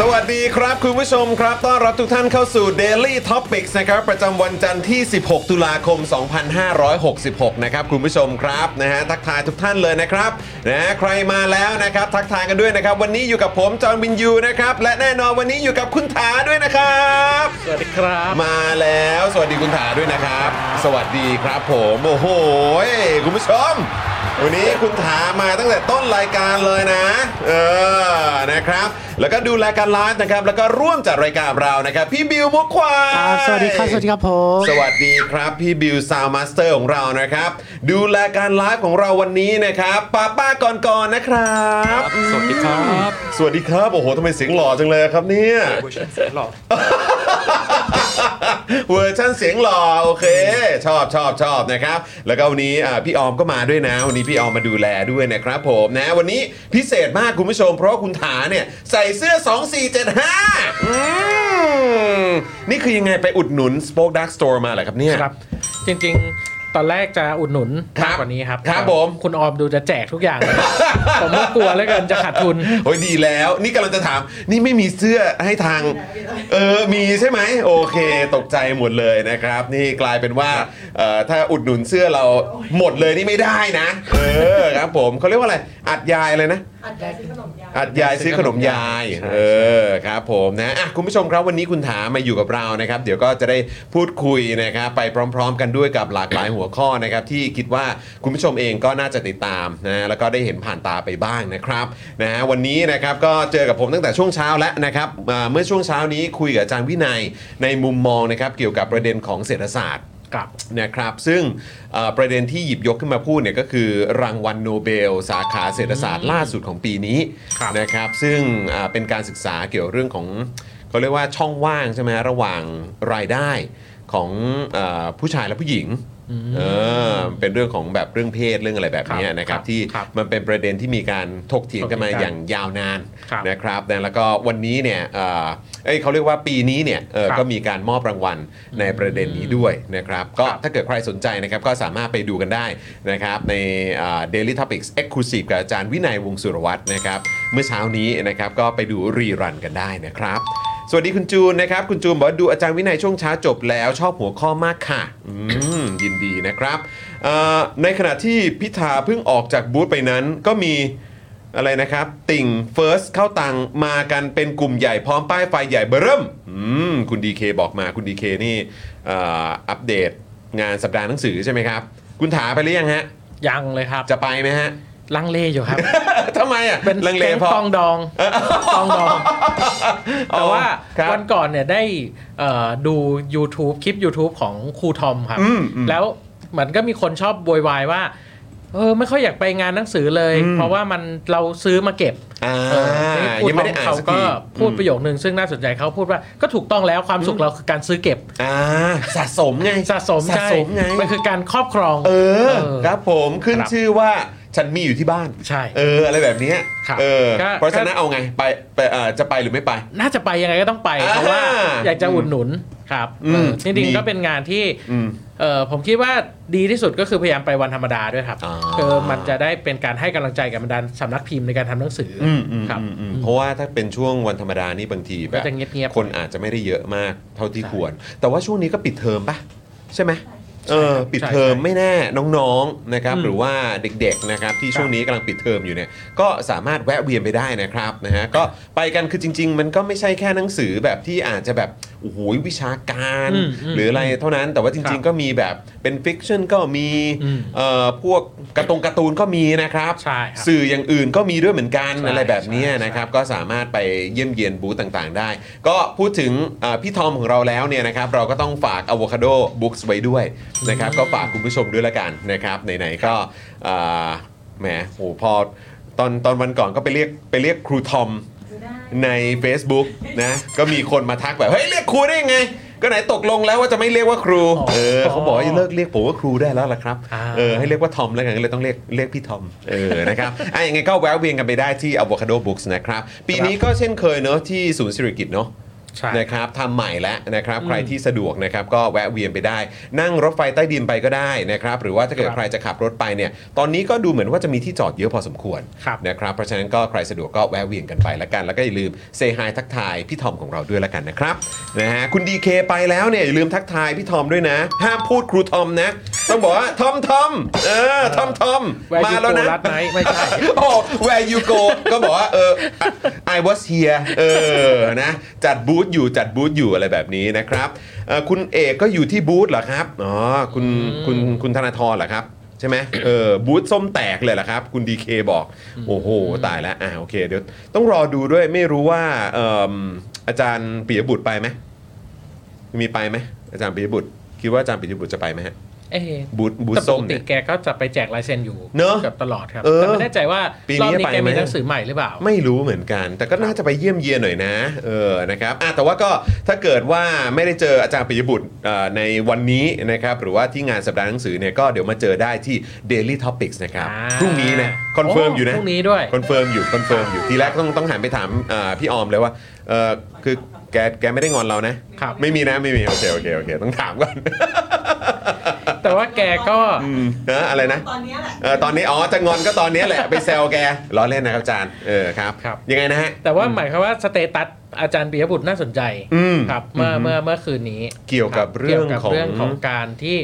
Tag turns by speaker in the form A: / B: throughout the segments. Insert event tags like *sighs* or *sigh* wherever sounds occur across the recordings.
A: สวัสดีครับคุณผู้ชมครับ ต้อนรับทุกท่านเข้าสู่ Daily Topics นะครับ ประจำวันจันทร์ที่ 16 ตุลาคม 2566 นะครับ คุณผู้ชมครับนะฮะทักทายทุกท่านเลยนะครับนะฮะใครมาแล้วนะครับ ทักทายกันด้วยนะครับ วันนี้อยู่กับผม จอห์นวินยูนะครับ และแน่นอนวันนี้อยู่กับคุณถาด้วยนะครับ
B: สวัสดีครับ
A: มาแล้วสวัสดีคุณถาด้วยนะครับ สวัสดีครับผมโอ้โหคุณผู้ชม วันนี้คุณถามาตั้งแต่ต้นรายการเลยนะ เออนะครับ แล้วก็ดูรายการไลฟ์นะครับ แล้วก็ร่วมจัดรายการเรานะครับ พี่บิวมุกควาย
B: สวัสดีครับ สวัสดีครับผม
A: สวัสดีครับ พี่บิวซาวมาสเตอร์ของเรานะครับ ดูแลการไลฟ์ของเราวันนี้นะครับป้าป้าก่อนๆนะครับ
B: สวัสดีครับ
A: สวัสดีครับโอ้โหทำไมเสียงหล่อจังเลยครับเนี่ย
B: เวอร์ชันเสียงหล่อ
A: *laughs* เวอร์ชันเสียงหล่อโอเค ชอบชอบชอบนะครับ แล้วก็วันนี้อ่าพี่ออมก็มาด้วยนะ วันนี้พี่ออมมาดูแลด้วยนะครับผมนะ วันนี้พิเศษมากคุณผู้ชม เพราะว่าคุณถาเนี่ย ใส่เสื้อ 2475อืมนี่คือยังไงไปอุดหนุน Spoke Dark Store มาเหรอครับเนี่ย
B: ครับ จริงๆ ตอนแรกจะอุดหนุน
A: ครับ
B: มากกว่านี้ครับ
A: ครับ
B: แต่
A: ผม
B: คุณออมดูจะแจกทุก
A: *laughs*
B: อย่าง ผมก็กลัวแล้วกันจะขาดทุน
A: โอ้ยดีแล้ว นี่กำลังจะถาม นี่ไม่มีเสื้อให้ทาง เออ มีใช่ไหม โอเค ตกใจหมดเลยนะครับ นี่กลายเป็นว่าเอ่อถ้าอุดหนุนเสื้อเราหมดเลยนี่ไม่ได้นะ เออครับผมเขาเรียกว่าอะไร อัดยายอะไรนะ อัดยายซื้อขนมยาย
B: ใช่
A: เออครับผมนะอ่ะคุณผู้ชมครับวันนี้คุณถามมาอยู่กับเรานะครับ เดี๋ยวก็จะได้พูดคุยนะครับไปพร้อม ๆ กันด้วยกับหลากหลายหัวข้อนะครับที่คิดว่าคุณผู้ชมเองก็น่าจะติดตามนะแล้วก็ได้เห็นผ่านตาไปบ้างนะครับนะฮะวันนี้นะครับก็เจอกับผมตั้งแต่ช่วงเช้าแล้วนะครับอ่าเมื่อช่วงเช้านี้คุยกับอาจารย์วินัยในมุมมองนะครับเกี่ยวกับประเด็นของเศรษฐศาสตร์
B: กลับ
A: นะครับซึ่งเอ่อประเด็นที่หยิบยกขึ้นมาพูดเนี่ยก็คือรางวัลโนเบล สาขาเศรษฐศาสตร์ล่าสุดของปีนี้
B: ครับ
A: นะครับซึ่งอ่าเป็นการศึกษาเกี่ยวเรื่องของเขาเรียกว่าช่องว่างใช่ไหมฮะระหว่างรายได้ของเออผู้ชายและผู้หญิงเออเป็นเรื่องของแบบเรื่องเพศเรื่องอะไรแบบเนี้ย
B: ครับ
A: นะครับ
B: ครับ
A: ที่
B: ครับ
A: มันเป็นประเด็นที่มีการถกเถียงกันมา
B: ถกเถียงกัน
A: อย่างยาวนาน
B: ครับ
A: นะครับนะแล้วก็วันนี้เนี่ยเอ่อเอ้ยเขาเรียกว่าปีนี้เนี่ยเอ่อ
B: ครับ
A: ก็มีการมอบรางวัลในประเด็นนี้ด้วยนะครับ ก็
B: ครับ
A: ถ้าเกิดใครสนใจนะครับก็สามารถไปดูกันได้นะครับในอ่า Daily Topics Exclusive กับอาจารย์วินัยวงศ์สุรวัตรนะครับเมื่อเช้านี้นะครับก็ไปดูรีรันกันได้นะครับ สวัสดีคุณจูนนะครับ คุณจูนบอกว่าดูอาจารย์วินัยช่วงเช้าจบแล้วชอบหัวข้อมากค่ะอืมยินดีนะครับเอ่อในขณะที่พิธาเพิ่งออกจากบูธไปนั้นก็มี อะไรนะครับ ติ่ง First เข้าตังมากันเป็นกลุ่มใหญ่พร้อมป้ายไฟใหญ่เบอร์เริ่มอืมคุณดีเคบอกมาคุณดีเคนี่เอ่ออัปเดตงานสัปดาห์หนังสือใช่ไหมครับ คุณถาไปหรือยังฮะ
B: ยังเลยครับ
A: จะไปไหมฮะ *laughs*
B: ลังเลอยู่ครับ
A: ทำไมอ่ะ
B: เป็น
A: ลังเล
B: แก๊ง
A: พอ
B: ตองด
A: *laughs*
B: องตองดอง แต่ว่า
A: ครับ
B: วันก่อนเนี่ยได้เอ่อดู YouTube คลิป YouTube ของครูทอมครับ
A: อืมอืม
B: แล้วเหมือนก็มีคนชอบโวยวายว่าเออไม่ค่อยอยากไปงานหนังสือเลย
A: อืม
B: เพราะว่ามันเราซื้อมาเก็บ
A: อ่า
B: เออนี่พูด
A: ยังไม่ได้อ่าน
B: เขา
A: สัก
B: ก็
A: ที
B: พูดป
A: อื
B: ระ
A: ม
B: โยคนึงซึ่งน่าสนใจเขาพูดว่าก็ถูกต้องแล้วความสุขเราคือการซื้อเก็บ
A: อ่าสะสมไง
B: สะสม
A: สะ
B: ใช่
A: สมไง
B: มันคือการครอบครอง
A: เออ
B: เออ
A: ครับผมขึ้น
B: ครับ
A: ชื่อว่า ฉันมีอยู่ที่บ้าน
B: ใช่
A: เอออะไรแบบเนี้ย
B: ครับ
A: เออ
B: ก็
A: เพราะฉะนั้นเอาไงไปไปเอ่อจะไปหรือไม่ไป
B: น่าจะไปยังไงก็ต้องไปเพราะว่า
A: อ่า
B: อยากจะอุดหนุนครับ
A: อืม
B: เออจริง
A: ดี
B: ๆก็เป็นงานที่
A: อืม
B: เออผมคิดว่าดีที่สุดก็คือพยายามไปวันธรรมดาด้วยครับ
A: อ่า
B: คือมันจะได้เป็นการให้กำลังใจกับบรรดาสำนักพิมพ์ในการทำหนังสืออ
A: อืมอืม
B: ครับ
A: อืมอืม
B: อืม
A: เพราะว่าถ้าเป็นช่วงวันธรรมดานี่บางทีแบ
B: ก็
A: บ
B: จะเงียบๆ
A: คนอาจจะไม่ได้เยอะมากเท่าที่
B: ใช่
A: ควร แต่ว่าช่วงนี้ก็ปิดเทอมปะใช่ไหมเออ
B: ครับ
A: ปิด
B: ใช่
A: เทอม
B: ใช่
A: ไม่แน่น้องๆนะครับ
B: อืม
A: หรือว่าเด็กๆนะครับที่ช่วงนี้กำลังปิดเทอมอยู่เนี่ยก็สามารถแวะเวียนไปได้นะครับนะฮะก็ไปกันคือจริง ๆ มันก็ไม่ใช่แค่หนังสือแบบที่อาจจะแบบโอ้โหวิชาการ
B: อืมอืม
A: หรืออะไรเท่านั้นแต่ว่าจริง ๆ ก็มีแบบเป็นฟิกชันก็มี
B: อืม
A: เอ่อพวกการ์ตงการ์ตูนก็มีนะครับ
B: ใช่ครับ
A: สื่ออย่างอื่นก็มีด้วยเหมือนกัน
B: ใช่
A: อะไรแบบเนี้ย
B: ใช่
A: นะครับก็สามารถไปเยี่ยมเยียนบูธต่างๆได้ ก็พูดถึงเอ่อพี่ทอมของเราแล้วเนี่ยนะครับเราก็ต้องฝาก Avocado Books ไว้ด้วยนะครับก็ฝากคุณผู้ชมด้วยละกันนะครับไหนๆก็เอ่อแหมโหพอตอนตอนวันก่อนก็ไปเรียกไปเรียกครูทอมใน Facebook นะก็มีคนมาทักแบบเฮ้ยเรียกครูได้ยังไง ก็ไหนตกลงแล้วว่าจะไม่เรียกว่าครู
B: อ๋อ
A: เออเขาบอกว่าเลิกเรียกผมว่าครูได้แล้วล่ะครับ
B: อ่า
A: เออให้ เรียกว่าทอมแล้วกันก็เลยต้องเรียกเรียกพี่ทอมเออนะครับ *laughs* อ่ะยังไงก็แวะเวียนกันไปได้ที่ Avocado Books นะครับ ปีนี้ก็เช่นเคยเนอะที่ศูนย์สิริกิตเนอะ
B: ใช่
A: นะครับทำใหม่แล้วนะครับ ใครที่สะดวกนะครับก็แวะเวียนไปได้ นั่งรถไฟใต้ดินไปก็ได้นะครับ หรือว่าถ้าเกิด
B: ครับ
A: ใครจะขับรถไปเนี่ยตอนนี้ก็ดูเหมือนว่าจะมีที่จอดเยอะพอสมควร
B: ครับ
A: นะครับเพราะฉะนั้นก็ใครสะดวกก็แวะเวียนกันไปละกันแล้วก็อย่าลืมเซฮายทักทายพี่ทอมของเราด้วยละกันนะครับนะฮะคุณดีเคไปแล้วเนี่ยอย่าลืมทักทายพี่ทอมด้วยนะ ห้ามพูดครูทอมนะ ต้องบอกว่าทอมทอมเออทอมทอม
B: Where
A: มา
B: you
A: แล้วนะ
B: go last night ไม่
A: *laughs*
B: ใช่
A: โอ้ where you go ก็บอกว่าเออ I was here เออนะจัดบูธอยู่จัดบูธอยู่อะไรแบบนี้นะครับเอ่อคุณเอกก็อยู่ที่บูธเหรอครับอ๋อคุณคุณคุณธนาธรเหรอครับ ใช่ไหมเออบูธส้มแตกเลยเหรอครับ คุณดีเคบอก โอ้โห ตายแล้วอ่าโอเคเดี๋ยวต้องรอดูด้วยไม่รู้ว่าเอิ่มอาจารย์ปิยบุตรไปไหมมีไปไหมอาจารย์ปิยบุตร คิดว่าอาจารย์ปิยบุตรจะไปไหมฮะ
B: เอ๊ะ
A: บูธบูธ
B: แต่ป
A: ส้ม
B: กติ
A: เนี่ย
B: แกก็จะไปแจกลายเซ็นอยู่
A: เนอะ
B: กับตลอดครับ
A: เออ
B: แต่ไม่แน่ใจว่า
A: ปี
B: รอ
A: นี้
B: บนี้
A: ไปไหม
B: แกมีหนังสือใหม่หรือเปล่า
A: ไม่รู้เหมือนกัน แต่ก็น่าจะไปเยี่ยมเยียนหน่อยนะ เออนะครับอ่ะแต่ว่าก็ถ้าเกิดว่าไม่ได้เจออาจารย์ปิยบุตรเอ่อในวันนี้นะครับ หรือว่าที่งานสัปดาห์หนังสือเนี่ยก็เดี๋ยวมาเจอได้ที่ Daily Topics นะครับ
B: อ่า
A: พรุ่งนี้นะคอนเฟิร์มอยู่นะ
B: โอ้พรุ่งนี้ด้วย
A: คอนเฟิร์มอยู่คอนเฟิร์มอยู่ทีแรกต้องต้องหันไปถามเอ่อพี่ออมเลยว่าเออคือแกแกไม่ได้งอนเรานะ
B: ครับ
A: ไม่มีนะไม่มีโอเคโอเคโอเคต้องถามก่อน
B: แต่ว่าแกก็
A: อืมนะอะไรนะ
C: ตอนเนี้ยแหละ
A: เออตอนนี้อ๋อจะงอนก็ตอนนี้แหละไปแซวแกล้อเล่นนะครับอาจารย์เออครับยังไงนะฮะ
B: แต่ว่าหมายความว่าสเตตัสอาจารย์ปิยบุตรน่าสนใจ
A: อืม
B: ครับเมื่อ
A: อืม
B: เมื่อเมื่อคืนนี้
A: เกี่ยวกับ
B: ค
A: เรื่อง
B: กี่ยวกับ
A: ของ
B: เรื่องของการที่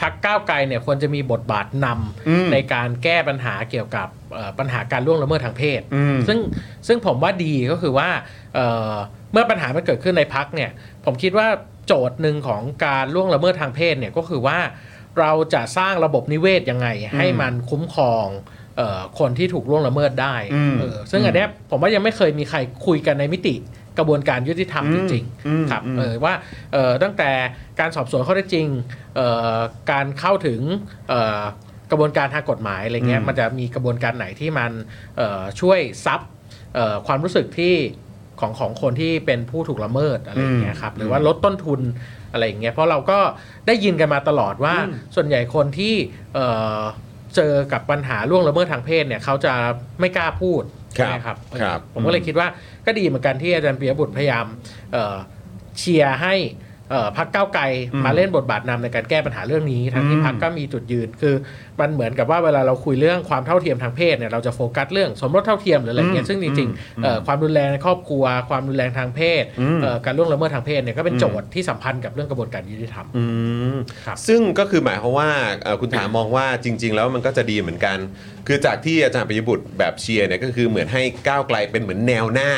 B: พักก้าวไกลเนี่ยควรจะมีบทบาทนำ
A: อืม
B: ในการแก้ปัญหาเกี่ยวกับเอ่อปัญหาการล่วงละเมิดทางเพศ
A: อืม
B: ซึ่งซึ่งผมว่าดีก็คือว่าเอ่อเมื่อปัญหามันเกิดขึ้นในพักเนี่ยผมคิดว่าโจทย์หนึ่งของการล่วงละเมิดทางเพศเนี่ยก็คือว่าเราจะสร้างระบบนิเวศยังไง ให้มันคุ้มครองเอ่อคนที่ถูกล่วงละเมิดได้
A: อืม
B: เออซึ่งอันเนี้ยผมว่ายังไม่เคยมีใครคุยกันในมิติกระบวนการยุติธรรม
A: อืม
B: จริง
A: อืม
B: ๆครับ
A: อืม
B: เออว่าเอ่อตั้งแต่การสอบสวนข้อเท็จจริงเอ่อการเข้าถึงเอ่อกระบวนการทางกฎหมายอะไรเงี้ยมันจะมีกระบวนการไหนที่มันเอ่อช่วยซับ เอ่อความรู้สึกที่ของของคนที่เป็นผู้ถูกละเมิดอะไรอย่างเงี้ยครับหรือว่าลดต้นทุนอะไรอย่างเงี้ยเพราะเราก็ได้ยินกันมาตลอดว่าส่วนใหญ่คนที่เอ่อเจอกับปัญหาล่วงละเมิดทางเพศเนี่ยเขาจะไม่กล้าพูด
A: ครั
B: ใช่
A: บ
B: ไหมครับเออ
A: ครับ
B: ผมก็เลยคิดว่าก็ดีเหมือนกันที่อาจารย์ปิยบุตรพยายามเอ่อเชียร์ให้เอ่อพักก้าวไกล
A: อืม
B: มาเล่นบทบาทนำในการแก้ปัญหาเรื่องนี้ทั้งที่
A: อืม
B: พักก็มีจุดยืนคือมันเหมือนกับว่าเวลาเราคุยเรื่องความเท่าเทียมทางเพศเนี่ยเราจะโฟกัสเรื่องสมรสเท่าเทียมหรืออะไรเงี้ยซึ่งจริงๆ เอ่อความรุนแรงในครอบครัว ความรุนแรงทางเพศ
A: อืม
B: เอ่อการล่วงละเมิดทางเพศเนี่ยก็เป็นโจทย์ที่สัมพันธ์กับเรื่องกระบวนการยุติธรรม
A: อืม
B: ครับ
A: ซึ่งก็คือหมายความว่าเอ่อคุณถามมองว่าจริง ๆ แล้วมันก็จะดีเหมือนกัน คือจากที่อาจารย์ปิยบุตรแบบเชียร์เนี่ยก็คือเหมือนให้ก้าวไกลเป็นเหมือนแนวหน้า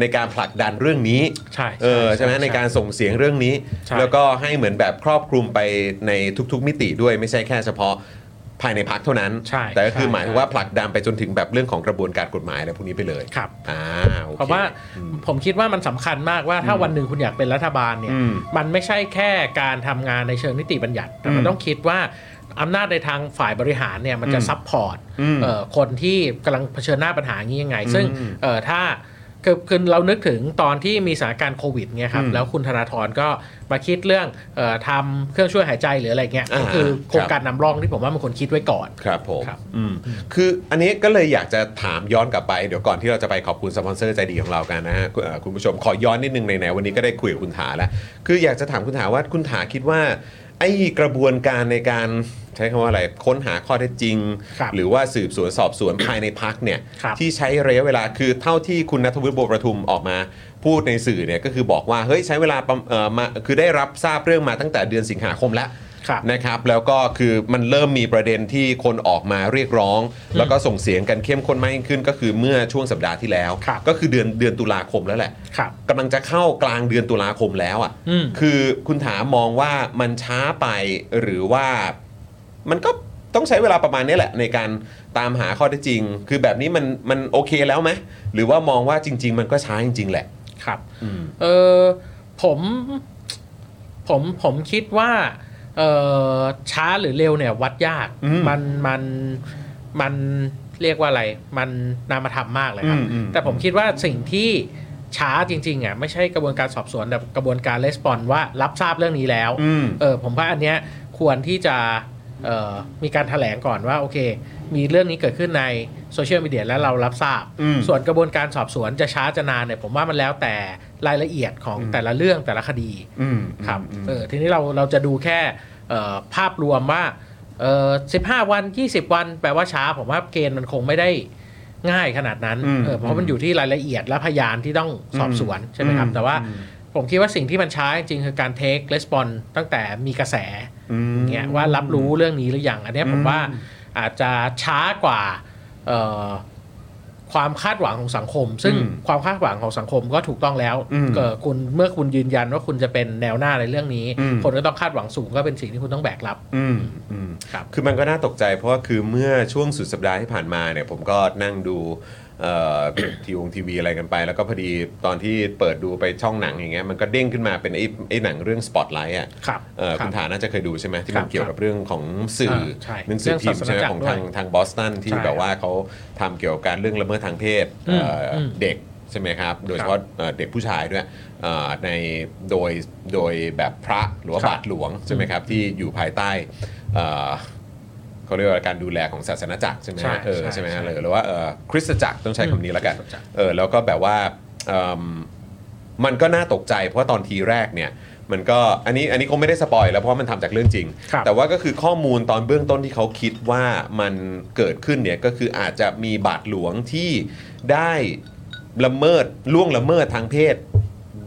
A: ในการผลักดันเรื่องนี้
B: ใช่
A: เออใช่ไหมในการส่งเสียงเรื่องนี้
B: ใช่
A: แล้วก็ให้เหมือนแบบครอบคลุมไปในทุกๆมิติด้วยไม่ใช่แค่เฉพาะภายในพักเท่านั้น
B: ใช่
A: แต่ก็คือ
B: ใช่
A: หมายความว่าผลักดันไปจนถึงแบบเรื่องของกระบวนการกฎหมายอะไรพวกนี้ไปเลย
B: ครับ
A: อ่าโอเค
B: เพราะว่าผมคิดว่ามันสำคัญมากว่าถ้าวันหนึ่งคุณอยากเป็นรัฐบาลเนี่ย
A: อืม
B: มันไม่ใช่แค่การทำงานในเชิงนิติบัญญัติ แต่มั
A: อื
B: น
A: ม
B: ต้องคิดว่าอำนาจในทางฝ่ายบริหารเนี่ยมันจะ
A: อืม
B: ซัพพอร์ต
A: อืม
B: เอ่อคนที่กำลังเผชิญหน้าปัญหาอย่างนี้ยังไง ซึ่ง
A: อืม
B: เอ่อถ้า คือคือเรานึกถึงตอนที่มีสถานการณ์โควิดเนี่ยครับ
A: อืม
B: แล้วคุณธนาธรก็มาคิดเรื่องเออทำเครื่องช่วยหายใจหรืออะไรเงี้ย
A: อ่า
B: ก็คือโคร
A: ครั
B: ง
A: บ
B: การนำร่องที่ผมว่ามันควรคิดไว้ก่อน
A: ครับผม
B: ครับ
A: อืมคืออันนี้ก็เลยอยากจะถามย้อนกลับไปเดี๋ยวก่อนที่เราจะไปขอบคุณสปอนเซอร์ใจดีของเรากันนะฮะคุณเอ่อคุณผู้ชมขอย้อนนิดนึงไหนๆวันนี้ก็ได้คุยกับคุณถาแล้ว คืออยากจะถามคุณถาว่าคุณถาคิดว่า ไอ้กระบวนการในการใช้คำว่าอะไรค้นหาข้อเท็จจริง
B: ครับ
A: หรือว่าสืบสวนสอบสวน ภายในพักเนี่ย
B: ครับ
A: ที่ใช้ระยะเวลาคือเท่าที่คุณนัทวุฒิบัวประทุมออกมาพูดในสื่อเนี่ยก็คือบอกว่าเฮ้ยใช้เวลาประเอ่อมาคือได้รับทราบเรื่องมาตั้งแต่เดือนสิงหาคมแล้ว
B: ครับ
A: นะครับแล้วก็คือมันเริ่มมีประเด็นที่คนออกมาเรียกร้อง แล้วก็ส่งเสียงกันเข้มข้นมากยิ่งขึ้น ก็คือเมื่อช่วงสัปดาห์ที่แล้ว
B: ครับ
A: ก็คือเดือนเดือนตุลาคมแล้วแหละ
B: ครับ
A: กำลังจะเข้ากลางเดือนตุลาคมแล้วอ่ะ
B: อืม
A: คือคุณถามองว่ามันช้าไปหรือว่ามันก็ต้องใช้เวลาประมาณนี้แหละ ในการตามหาข้อเท็จจริง คือแบบนี้มันมันโอเคแล้วไหมหรือว่ามองว่าจริง ๆ มันก็ช้าจริง ๆ แหละ
B: ครับ
A: อืม
B: เออผมผมผมคิดว่าเออช้าหรือเร็วเนี่ยวัดยาก
A: อืม
B: นมันมันเรียกว่าอะไร มันนามธรรมมากเลยครับ
A: อืมอืม
B: แต่ผมคิดว่าสิ่งที่ช้าจริงๆอ่ะไม่ใช่กระบวนการสอบสวนแต่กระบวนการレスปอนว่ารับทราบเรื่องนี้แล้ว
A: อืม
B: เออผมว่าอันเนี้ยควรที่จะเอ่อมีการถแถลงก่อนว่าโอเค มีเรื่องนี้เกิดขึ้นในโซเชียลมีเดียและเรารับทราบ
A: อืม
B: ส่วนกระบวนการสอบสวนจะช้าจะนานเนี่ยผมว่ามันแล้วแต่รายละเอียดของแต่ละเรื่องแต่ละคดี
A: อืม
B: ครับ
A: อืม
B: เออทีนี้เราเราจะดูแค่เอ่อภาพรวมว่าเออสิบห้าวัน 20 วันแปลว่าช้า ผมว่าเกณฑ์มันคงไม่ได้ง่ายขนาดนั้น
A: อืม
B: เออเพราะมันอยู่ที่รายละเอียดและพยานที่ต้องสอบสวนใช่ไหมครับ
A: อืม
B: แต่ว่า ผมคิดว่าสิ่งที่มันช้าจริงๆคือการ take response ตั้งแต่มีกระแส
A: อืม
B: อย่างเงี้ยว่ารับรู้เรื่องนี้หรือยังอันเนี้ยผมว่าอาจจะช้ากว่าเอ่อความคาดหวังของสังคม ซึ่ง
A: อืม
B: ความคาดหวังของสังคมก็ถูกต้องแล้ว
A: อืม
B: เอ่อคุณเมื่อคุณยืนยันว่าคุณจะเป็นแนวหน้าในเรื่องนี้
A: อืม
B: คนก็ต้องคาดหวังสูงก็เป็นสิ่งที่คุณต้องแบกรับ
A: อืมอืม
B: ครับ
A: คือมันก็น่าตกใจเพราะว่าคือเมื่อช่วงสุดสัปดาห์ที่ผ่านมาเนี่ยผมก็นั่งดูเอ่ *coughs* อ ทีวงทีวีอะไรกันไป แล้วก็พอดีตอนที่เปิดดูไปช่องหนังอย่างเงี้ยมันก็เด้งขึ้นมาเป็นไอ้ไอ้หนังเรื่อง Spotlight อ่ะ
B: ครับ
A: เอ่อ
B: รั
A: คุ
B: บ
A: ณฐาน่าจะเคยดูใช่ไหมที่มัน
B: ครับ
A: เกี่ยวกับเรื่องของสื่อ
B: ใช่
A: หนังสือพิมพ์ใช่ไหม
B: เรื่องศาสนจักร
A: ของ
B: ด้วย
A: ทางทางบอสตันที่
B: ใช่
A: แบบว่าเขาทำเกี่ยวกับการเรื่องละเมิดทางเพศ
B: อืม
A: เอ่ออ
B: ม
A: เด็กใช่ไหมครับโดยเฉพาะเอ่อเด็กผู้ชายด้วยเอ่อในโดยโดยแบบพระหรือว่า
B: ครับ
A: บาทหลวงใช่ไหมครับที่อยู่ภายใต้เอ่อ เขาเรียกว่าการดูแลของศาสนาจักรใช่ไหม
B: ใช่
A: ฮะเออ
B: ใช่
A: ใช่ไหม
B: ใช่
A: ฮะหรือหรือว่าเออคริสตจักรต้องใช้คำนี้แล้วกัน
B: คริสตจักร
A: เออแล้วก็แบบว่าเอิ่มมันก็น่าตกใจเพราะว่าตอนทีแรกเนี่ยมันก็อันนี้อันนี้คงไม่ได้สปอยแล้วเพราะว่ามันทำจากเรื่องจริง
B: ครับ
A: แต่ว่าก็คือข้อมูลตอนเบื้องต้นที่เขาคิดว่ามันเกิดขึ้นเนี่ยก็คืออาจจะมีบาทหลวงที่ได้ละเมิดล่วงละเมิดทางเพศ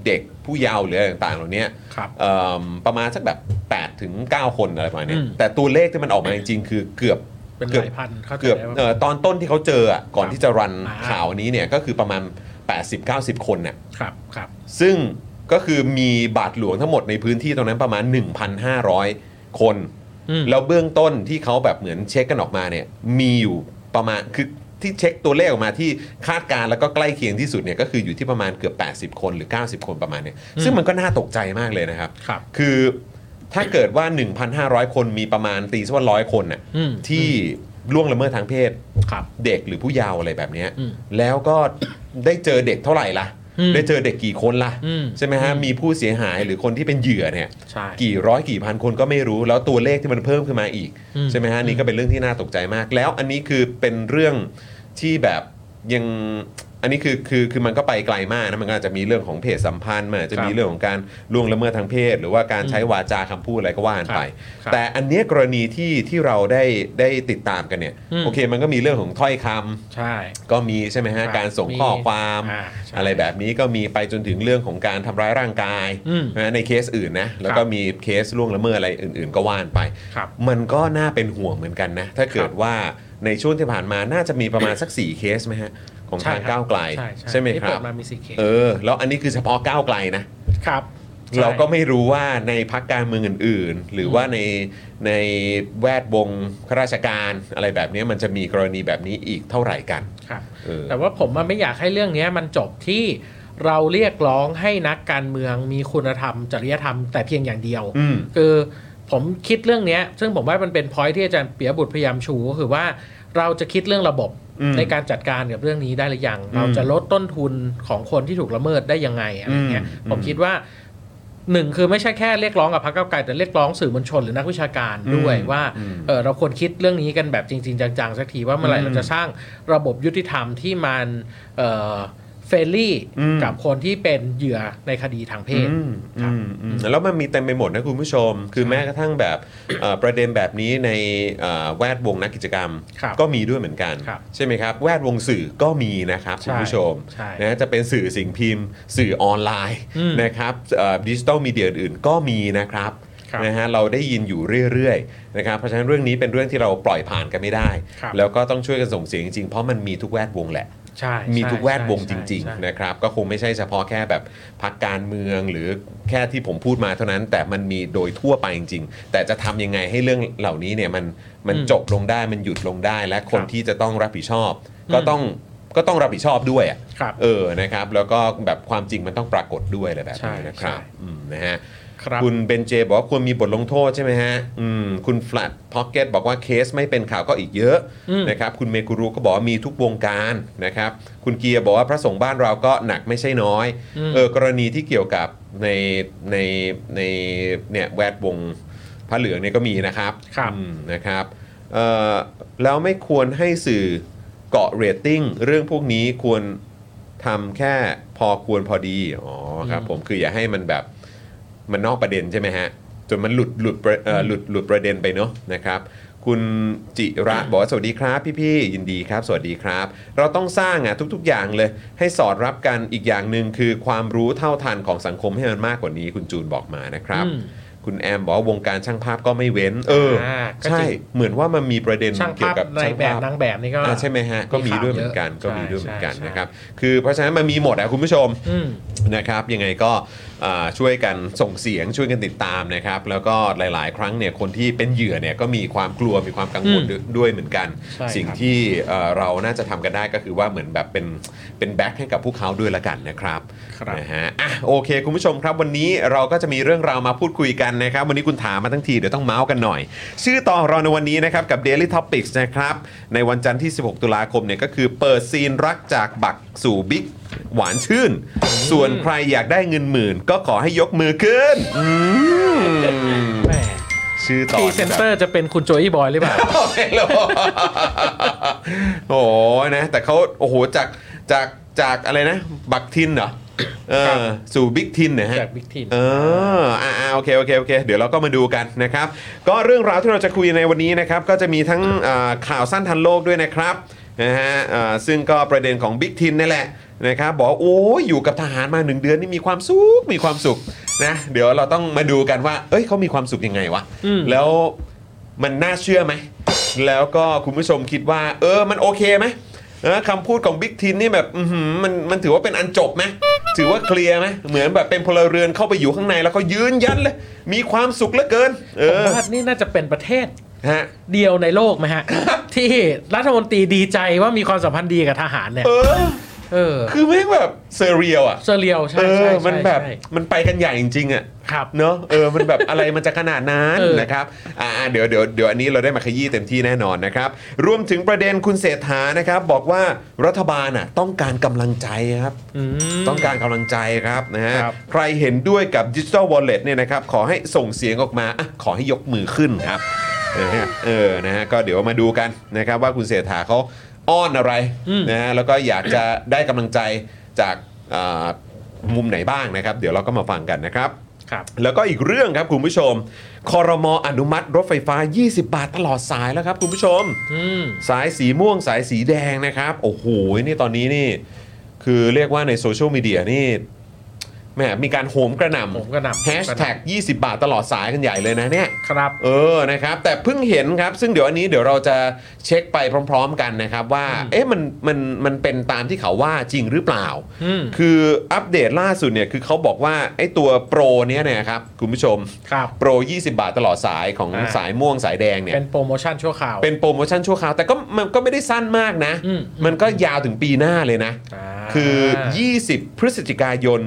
A: เด็กผู้เยาว์หรืออะไรต่างๆเหล่านี้
B: ครับ
A: เอิ่มประมาณสักแบบ8ถึง9คนอะไรประมาณเนี้ย
B: อืม
A: แต่ตัวเลขที่มันออกมาจริงๆคือเกือบ
B: เป็นห
A: เกือบ
B: ลายพันเข้าใจ
A: เกือบ
B: ได้ว่า
A: เอ่อตอนต้นที่เขาเจออะก่อน
B: ครับ
A: ที่จะรัน
B: อ่า
A: ข่าวนี้เนี่ยก็คือประมาณ 80-90 คนน่ะ
B: ครับครับ
A: ซึ่งก็คือมีบาทหลวงทั้งหมดในพื้นที่ตรงนั้นประมาณ 1,500 คน
B: อืม
A: แล้วเบื้องต้นที่เขาแบบเหมือนเช็คกันออกมาเนี่ยมีอยู่ประมาณคือที่เช็คตัวเลขออกมาที่คาดการณ์แล้วก็ใกล้เคียงที่สุดเนี่ยก็คืออยู่ที่ประมาณเกือบ 80 คนหรือ 90 คนประมาณเนี่ย
B: อืม
A: ซึ่งมันก็น่าตกใจมากเลยนะครับ
B: ครับ
A: คือถ้าเกิดว่า 1,500 คนมีประมาณตีสักว่าร้อยคนน่ะ
B: อืม
A: ที่ล่วงละเมิดทางเพศ
B: ครับ
A: เด็กหรือผู้เยาว์อะไรแบบเนี้ย
B: อืม
A: แล้วก็ ได้เจอเด็กเท่าไหร่ล่ะ
B: อืม
A: ได้เจอเด็กกี่คนล่ะ
B: อืม
A: ใช่ไหมฮะ มีผู้เสียหายหรือคนที่เป็นเหยื่อเนี่ย
B: ใช่
A: กี่ร้อยกี่พันคนก็ไม่รู้แล้วตัวเลขที่มันเพิ่มขึ้นมาอีก
B: อืม
A: ใช่ไหมฮะนี่ก็เป็นเรื่องที่น่าตกใจมาก แล้วอันนี้คือเป็นเรื่องที่แบบยังอันนี้คือคือคือมันก็ไปไกลมากนะมันก็อาจจะมีเรื่องของเพศสัมพันธ์มันอาจจะมี
B: ครับ
A: เรื่องของการล่วงละเมิดทางเพศ หรือว่าการใช้วาจาคำพูดอะไรก็ว่ากันไป
B: ครับ
A: แต่อันเนี้ยกรณีที่ที่เราได้ได้ติดตามกันเนี่ย
B: อืม
A: โอเคมันก็มีเรื่องของถ้อยคำ
B: ใช่
A: ก็มีใช่ไหมฮะ
B: ครับ
A: การส่ง
B: มี
A: ข้อความ
B: อ่าใช่
A: อะไรแบบนี้ก็มีไปจนถึงเรื่องของการทำร้ายร่างกาย
B: อืม
A: นะในเคสอื่นนะแล้วก็มีเคสล่วงละเมิดอะไรอื่น ๆ ก็ว่านไป
B: ครับ
A: มันก็น่าเป็นห่วงเหมือนกันนะถ้าเกิดว่าในช่วงที่ผ่านมาน่าจะมีประมาณสัก 4 เคสไหมฮะของ
B: ใช่
A: ทาง
B: ครับ
A: ก้าวไกล
B: ใช่ใช่
A: ไหม
B: ที่
A: ค
B: เปิ
A: รับ
B: ดมามี4เคส
A: เออแล้วอันนี้คือเฉพาะก้าวไกลนะ
B: ครับใช่
A: เราก็ไม่รู้ว่าในพักการเมืองอื่น ๆ หรือว่าในในแวดวงข้าราชการอะไรแบบนี้มันจะมีกรณีแบบนี้อีกเท่าไหร่กัน
B: ครับ
A: เออ
B: แต่ว่าผมมันไม่อยากให้เรื่องเนี้ยมันจบที่เราเรียกร้องให้นักการเมืองมีคุณธรรม จริยธรรมแต่เพียงอย่างเดียว
A: อืม
B: คือผมคิดเรื่องเนี้ยซึ่งผมว่ามันเป็นพอยที่อาจารย์เปียบุตรพยายามชูก็คือว่า เราจะคิดเรื่องระบบ
A: อืม
B: ในการจัดการกับเรื่องนี้ได้หรือยัง
A: อืม
B: เราจะลดต้นทุนของคนที่ถูกละเมิดได้ยังไงอะไรเงี้ย
A: อืม
B: ผมคิดว่าหนึ่งคือไม่ใช่แค่เรียกร้องกับพรรคก้าวไกลแต่เรียกร้องสื่อมวลชนหรือนักวิชาการด้วย
A: อืม
B: ว่า
A: อืม
B: เออเราควรคิดเรื่องนี้กันแบบจริง ๆ จังๆสักทีว่าเมื่อไหร่
A: อืม
B: เราจะสร้างระบบยุติธรรมที่มันเอ่อเฟรนลี่
A: อืม
B: กับคนที่เป็นเหยื่อในคดีทางเพศ
A: อืม
B: ครับ
A: อืมอืมแล้วมันมีเต็มไปหมดนะคุณผู้ชม คือแม้กระทั่งแบบเอ่อประเด็นแบบนี้ในเอ่อแวดวงนักกิจกรรม
B: ครับ
A: ก็มีด้วยเหมือนกัน
B: ครับ
A: ใช่ไหมครับ แวดวงสื่อก็มีนะครับ
B: ใช่
A: คุณผู้ชม
B: ใช่
A: นะจะเป็นสื่อสิ่งพิมพ์ สื่อออนไลน์
B: อืม
A: นะครับดิจิตอลมีเดียอื่นๆก็มีนะครับ
B: ครับ
A: นะฮะเราได้ยินอยู่เรื่อยๆนะครับเพราะฉะนั้นเรื่องนี้เป็นเรื่องที่เราปล่อยผ่านกันไม่ได้
B: ครับ
A: แล้วก็ต้องช่วยกันส่งเสียงจริงๆเพราะมันมีทุกแวดวงแหละ
B: ใช่
A: มี
B: ใช่
A: ทุกแวดวงจ
B: ใช่
A: ริง
B: ใช่
A: ๆ นะครับ ก็คงไม่ใช่เฉพาะแค่แบบพักการเมืองหรือแค่ที่ผมพูดมาเท่านั้น แต่มันมีโดยทั่วไปจริง ๆ แต่จะทำยังไงให้เรื่องเหล่านี้เนี่ยมันมัน
B: อืม
A: จบลงได้มันหยุดลงได้ และคน
B: ครับ
A: ที่จะต้องรับผิดชอบ ก็
B: อืม
A: ต้องก็ต้องรับผิดชอบด้วยอะ
B: ครับ
A: เออนะครับ แล้วก็แบบความจริงมันต้องปรากฏด้วยอะไรแบบ
B: ใช่
A: นี้นะครับ
B: ใช่
A: อืมนะฮะ
B: ครับ
A: คุณเบนเจบอกว่าควรมีบทลงโทษใช่ไหมฮะอืมคุณฟลัดพ็อกเก็ตบอกว่าเคสไม่เป็นข่าวก็อีกเยอะ
B: อืม
A: นะครับ คุณเมกุรุก็บอกว่ามีทุกวงการนะครับ คุณเกียร์บอกว่าพระสงฆ์บ้านเราก็หนักไม่ใช่น้อย เออกรณีที่เกี่ยวกับในในในเนี่ยแวดวงพระเหลืองเนี่ยก็มีนะครับ
B: ครับ
A: อืมนะครับเอ่อแล้วไม่ควรให้สื่อเกาะเรตติ้งเรื่องพวกนี้ควรทำแค่พอควรพอดีอ๋อครับ
B: อืม
A: ผมคืออย่าให้มันแบบ มันนอกประเด็นใช่ไหมฮะ จนมันหลุดหลุดประเอ่อหลุดหลุดประเด็นไปเนาะนะครับ คุณจิระบอกว่าสวัสดีครับ พี่ๆยินดีครับ สวัสดีครับ เราต้องสร้างอ่ะทุกๆ อย่างเลย ให้สอดรับกันอีกอย่างหนึ่งคือความรู้เท่าทันของสังคมให้มันมากกว่านี้ คุณจูนบอกมานะครับ
B: อืม
A: คุณแอมบอกว่าวงการช่างภาพก็ไม่เว้น เอออา
B: ก็จริง
A: ใช่เหมือนว่ามันมีประเด็น
B: ช่าง
A: เกี่ย
B: ภาพ
A: วกับ
B: ใน
A: ช่าง
B: แบ
A: ภา
B: บ
A: พ
B: นางแบบนี่ก็
A: อ่าใช่ไหมฮะก็มีด้วยเหมือนกัน
B: มีข่าวเยอะ
A: ก็มีด้วยเหมือนกัน
B: ใช่ใช่
A: นะครับคือเพราะฉะนั้นมันมีหมดอะคุณผู้ชม
B: อืม
A: นะครับยังไงก็อ่าช่วยกันส่งเสียงช่วยกันติดตามนะครับแล้วก็หลายๆ ครั้งเนี่ยคนที่เป็นเหยื่อเนี่ยก็มีความกลัวมีความกังวล
B: อืม
A: ด้วยด้วยเหมือนกัน
B: ใช่ครับ
A: สิ่งที่เอ่อเราน่าจะทำกันได้ก็คือว่าเหมือนแบบเป็นเป็นแบ็คให้กับพวกเขาด้วยละกันนะครับ
B: ครับ
A: นะฮะอ่ะโอเค คุณผู้ชมครับวันนี้เราก็จะมีเรื่องราวมาพูดคุยกันนะครับ วันนี้คุณถามมาทั้งทีเดี๋ยวต้องเมาส์กันหน่อย ชื่อตอนของเราในวันนี้นะครับกับ Daily Topics นะครับในวันจันทร์ที่ 16 ตุลาคมเนี่ยก็คือเปิดซีนรักจากบักสู่บิ๊ก หวานชื่น ส่วนใครอยากได้เงินหมื่น ก็ขอให้ยกมือขึ้นอื
B: *laughs*
A: ม
B: แหม่
A: ชื่อต
B: พ
A: อ
B: รี
A: น
B: เซนเตอร์จะเป็นคุณโจอี้บอยหรือเปล่า
A: โอ้ *laughs* ยโลโอ้โหนะ แต่เขาโอ้โหจากจากจากอะไรนะ บักทินเหรอเออสู่บิ๊กทินนะฮะ
B: จากบิ๊กทีน
A: เอออ่าอ่าโอเค โอเค โอเค เดี๋ยวเราก็มาดูกันนะครับ ก็เรื่องราวที่เราจะคุยในวันนี้นะครับ ก็จะมีทั้งอ่าข่าวสั้นทันโลกด้วยนะครับ นะฮะอ่าซึ่งก็ประเด็นของบิ๊กทินนั่นแหละนะครับ บอกว่าโอ้ยอยู่กับทหารมาหนึ่งเดือนนี่มีความสุข มีความสุขนะ เดี๋ยวเราต้องมาดูกันว่า เอ้ยเขามีความสุขยังไงวะ
B: อืม
A: แล้วมันน่าเชื่อไหม แล้วก็คุณผู้ชมคิดว่า เออ มันโอเคไหมเออคำพูดของบิ๊กทินนี่แบบอื้อหือมันมันถือว่าเป็นอันจบไหมถือว่าเคลียร์ไหมเหมือนแบบเป็นพลเรือนเข้าไปอยู่ข้างในแล้วเขายืนยันเลย มีความสุขเหลือเกิน เอ
B: ผม
A: อ
B: ว่านี่น่าจะเป็นประเทศ
A: ฮะ
B: เดียวในโลกไหมฮะ ที่รัฐมนตรีดีใจว่ามีความสัมพันธ์ดีกับทหารเนี่ย
A: เออ
B: เออ
A: คือแม่งแบบเซเรียลอ่ะ
B: เซเรียลใช่
A: เออ
B: ใช่ใช่
A: มันแบบ
B: ใช่
A: มันไปกันใหญ่จริงๆอ่ะ
B: ครับ
A: เนอะเออมันแบบ อะไรมันจะขนาดนั้น
B: เออ
A: นะครับอ่าเดี๋ยวเดี๋ยวเดี๋ยวอันนี้เราได้มาขยี้เต็มที่แน่นอนนะครับรวมถึงประเด็นคุณเศรษฐานะครับบอกว่ารัฐบาลอ่ะต้องการกำลังใจครับต้องการกำลังใจครับนะฮะ
B: ครับ
A: ใครเห็นด้วยกับดิจิ t a ลวอลเล็ตเนี่ยนะครับขอให้ส่งเสียงออกมาอ่ะขอให้ยกมือขึ้นครับนะฮะเออนะฮะก็เดี๋ยวมาดูกันนะครับว่าคุณเศรษฐาเขาอ้อนอะไรนะฮะแล้วก็อยากจะได้กำลังใจจากอ่ามุมไหนบ้างนะครับ เดี๋ยวเราก็มาฟังกันนะครับ
B: ครับ
A: แล้วก็อีกเรื่องครับคุณผู้ชม คอรมออนุมัติรถไฟฟ้า 20 บาทตลอดสายแล้วครับคุณผู้ชม
B: อืม
A: สายสีม่วงสายสีแดงนะครับ โอ้โห นี่ตอนนี้นี่ คือเรียกว่าในโซเชียลมีเดียนี่แหมมีการโหมกระหน่ำ
B: โหมกระหน่ำ
A: แฮชแท็ก20 บาทตลอดสายกันใหญ่เลยนะเนี่ย
B: ครับ
A: เออ นะครับ แต่เพิ่งเห็นครับ ซึ่งเดี๋ยวอันนี้เดี๋ยวเราจะเช็คไปพร้อม ๆ กันนะครับว่า เอ๊ะ มัน มัน มันเป็นตามที่เขาว่าจริงหรือเปล่า
B: อืม
A: คืออัปเดตล่าสุดเนี่ย คือเขาบอกว่า ไอ้ตัวโปรเนี้ยเนี่ยครับ คุณผู้ชม
B: ครับ
A: โปร 20 บาทตลอดสายของ
B: อ่า
A: สายม่วงสายแดงเนี่ย
B: เป็นโปรโมชั่นชั่วคราว
A: เป็นโปรโมชั่นชั่วคราว แต่ก็มันก็ไม่ได้สั้นมากนะ
B: อืม
A: มันก็ยาวถึงปีหน้าเลยนะ
B: อ่า
A: คือ 20 พฤศจิกายน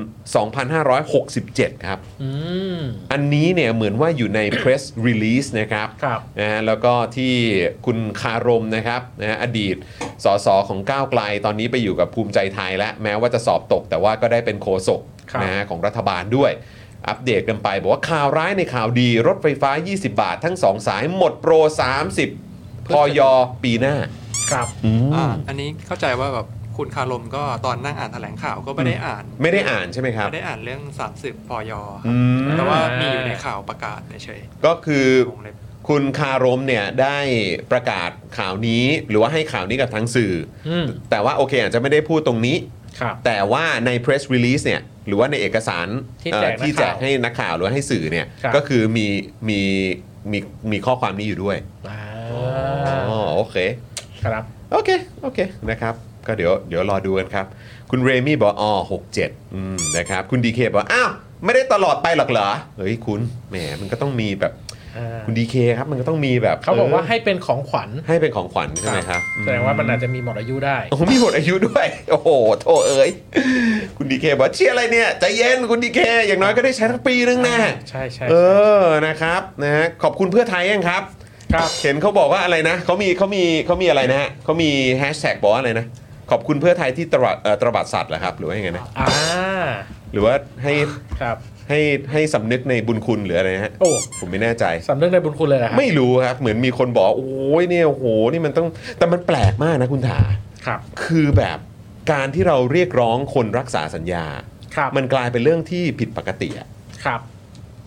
A: 2567 ครับ
B: อืม
A: อันนี้เนี่ยเหมือนว่าอยู่ใน press release นะครับ
B: ครับ
A: นะฮะแล้วก็ที่คุณคารมนะครับนะฮะอดีตสสของก้าวไกลตอนนี้ไปอยู่กับภูมิใจไทยแล้วแม้ว่าจะสอบตก แต่ว่าก็ได้เป็นโคศกนะฮะของรัฐบาลด้วย อัปเดตกันไป บอกว่าข่าวร้ายในข่าวดีรถไฟฟ้า 20 บาททั้ง 2 สายหมดโปร 30 พอยอปีหน้า
B: ครับ
C: อ่าอันนี้เข้าใจว่าแบบคุณคารมก็ตอนนั่งอ่านแถลงข่าวก็ไม่ได้อ่าน
A: ไม่ได้อ่านใช่ไหมครับ
C: ไม่ได้อ่านเรื่อง 30พอย
A: อืม
C: แต่ว่ามีอยู่ในข่าวประกาศเฉย
A: ก็คือ
C: ๆวงเล็บ
A: คุณคารมเนี่ยได้ประกาศข่าวนี้หรือว่าให้ข่าวนี้กับทางสื่ออ
B: ม
A: แต่ว่าโอเคอาจจะไม่ได้พูดตรงนี้
B: ครับ
A: แต่ว่าใน press release เนี่ยหรือว่าในเอกสาร
B: ที่
A: เอ่
B: แจ
A: อก
B: นักข่าว
A: ที่แจกให้นักข่าวหรือว่าให้สื่อเนี่ย
B: ครับ
A: ก็คือมีมีมีมีข้อความนี้อยู่ด้วย
B: อ่า
A: อ๋อโอเค
B: ครับ
A: โอเค โอเค นะครับ ก็เดี๋ยว เดี๋ยวรอดูกันครับ คุณเรมี่บอกอ๋อหกเจ็ดอืม นะครับ คุณดีเคบอก อ้าว ไม่ได้ตลอดไปหรอกเหรอ เฮ้ย คุณ แหม มันก็ต้องมีแบบ
B: อ่า
A: คุณดีเคครับ มันก็ต้องมีแบบ
B: เขาบอกว่าให้
A: ให้
B: เป็นของขวัญ
A: ให้เป็นของขวัญใช่ไหมครับ
B: แสดงว่ามันอาจจะมีหมดอายุได้
A: โอ้โหมีหมดอายุด้วย โอ้โห โทเอ้ย คุณดีเคบอกเชียอะไรเนี่ย ใจเย็น คุณดีเค อย่างน้อยก็ได้ใช้ทั้งปีนึงนะ
B: ใช่ใช่
A: เอ
B: ใช่
A: อ นะครับ นะฮะ ขอบคุณเพื่อไทยยังครับ
B: ครับ
A: เห็นเขาบอกว่าอะไรนะ เขามีเขามีเขามีอะไรนะฮะเขามีแฮชแท็กบอกว่าอะไรนะ ขอบคุณเพื่อไทยที่ตระเอ่อตระบัดสัตว์เหรอครับ หรือว่ายังไงนะ
B: อ่า
A: หรือว่าให้
B: ครับ
A: ให้ให้สำนึกในบุญคุณหรืออะไรนะฮะ
B: โอ้
A: ผมไม่แน่ใจ
B: สำนึกในบุญคุณเลยนะ
A: ไม่รู้ครับ เหมือนมีคนบอก โอ้ยเนี่ยโอ้โห นี่มันต้อง แต่มันแปลกมากนะคุณถา
B: ครับ
A: คือแบบการที่เราเรียกร้องคนรักษาสัญญา
B: ครับ
A: มันกลายเป็นเรื่องที่ผิดปกติอะ
B: ครับ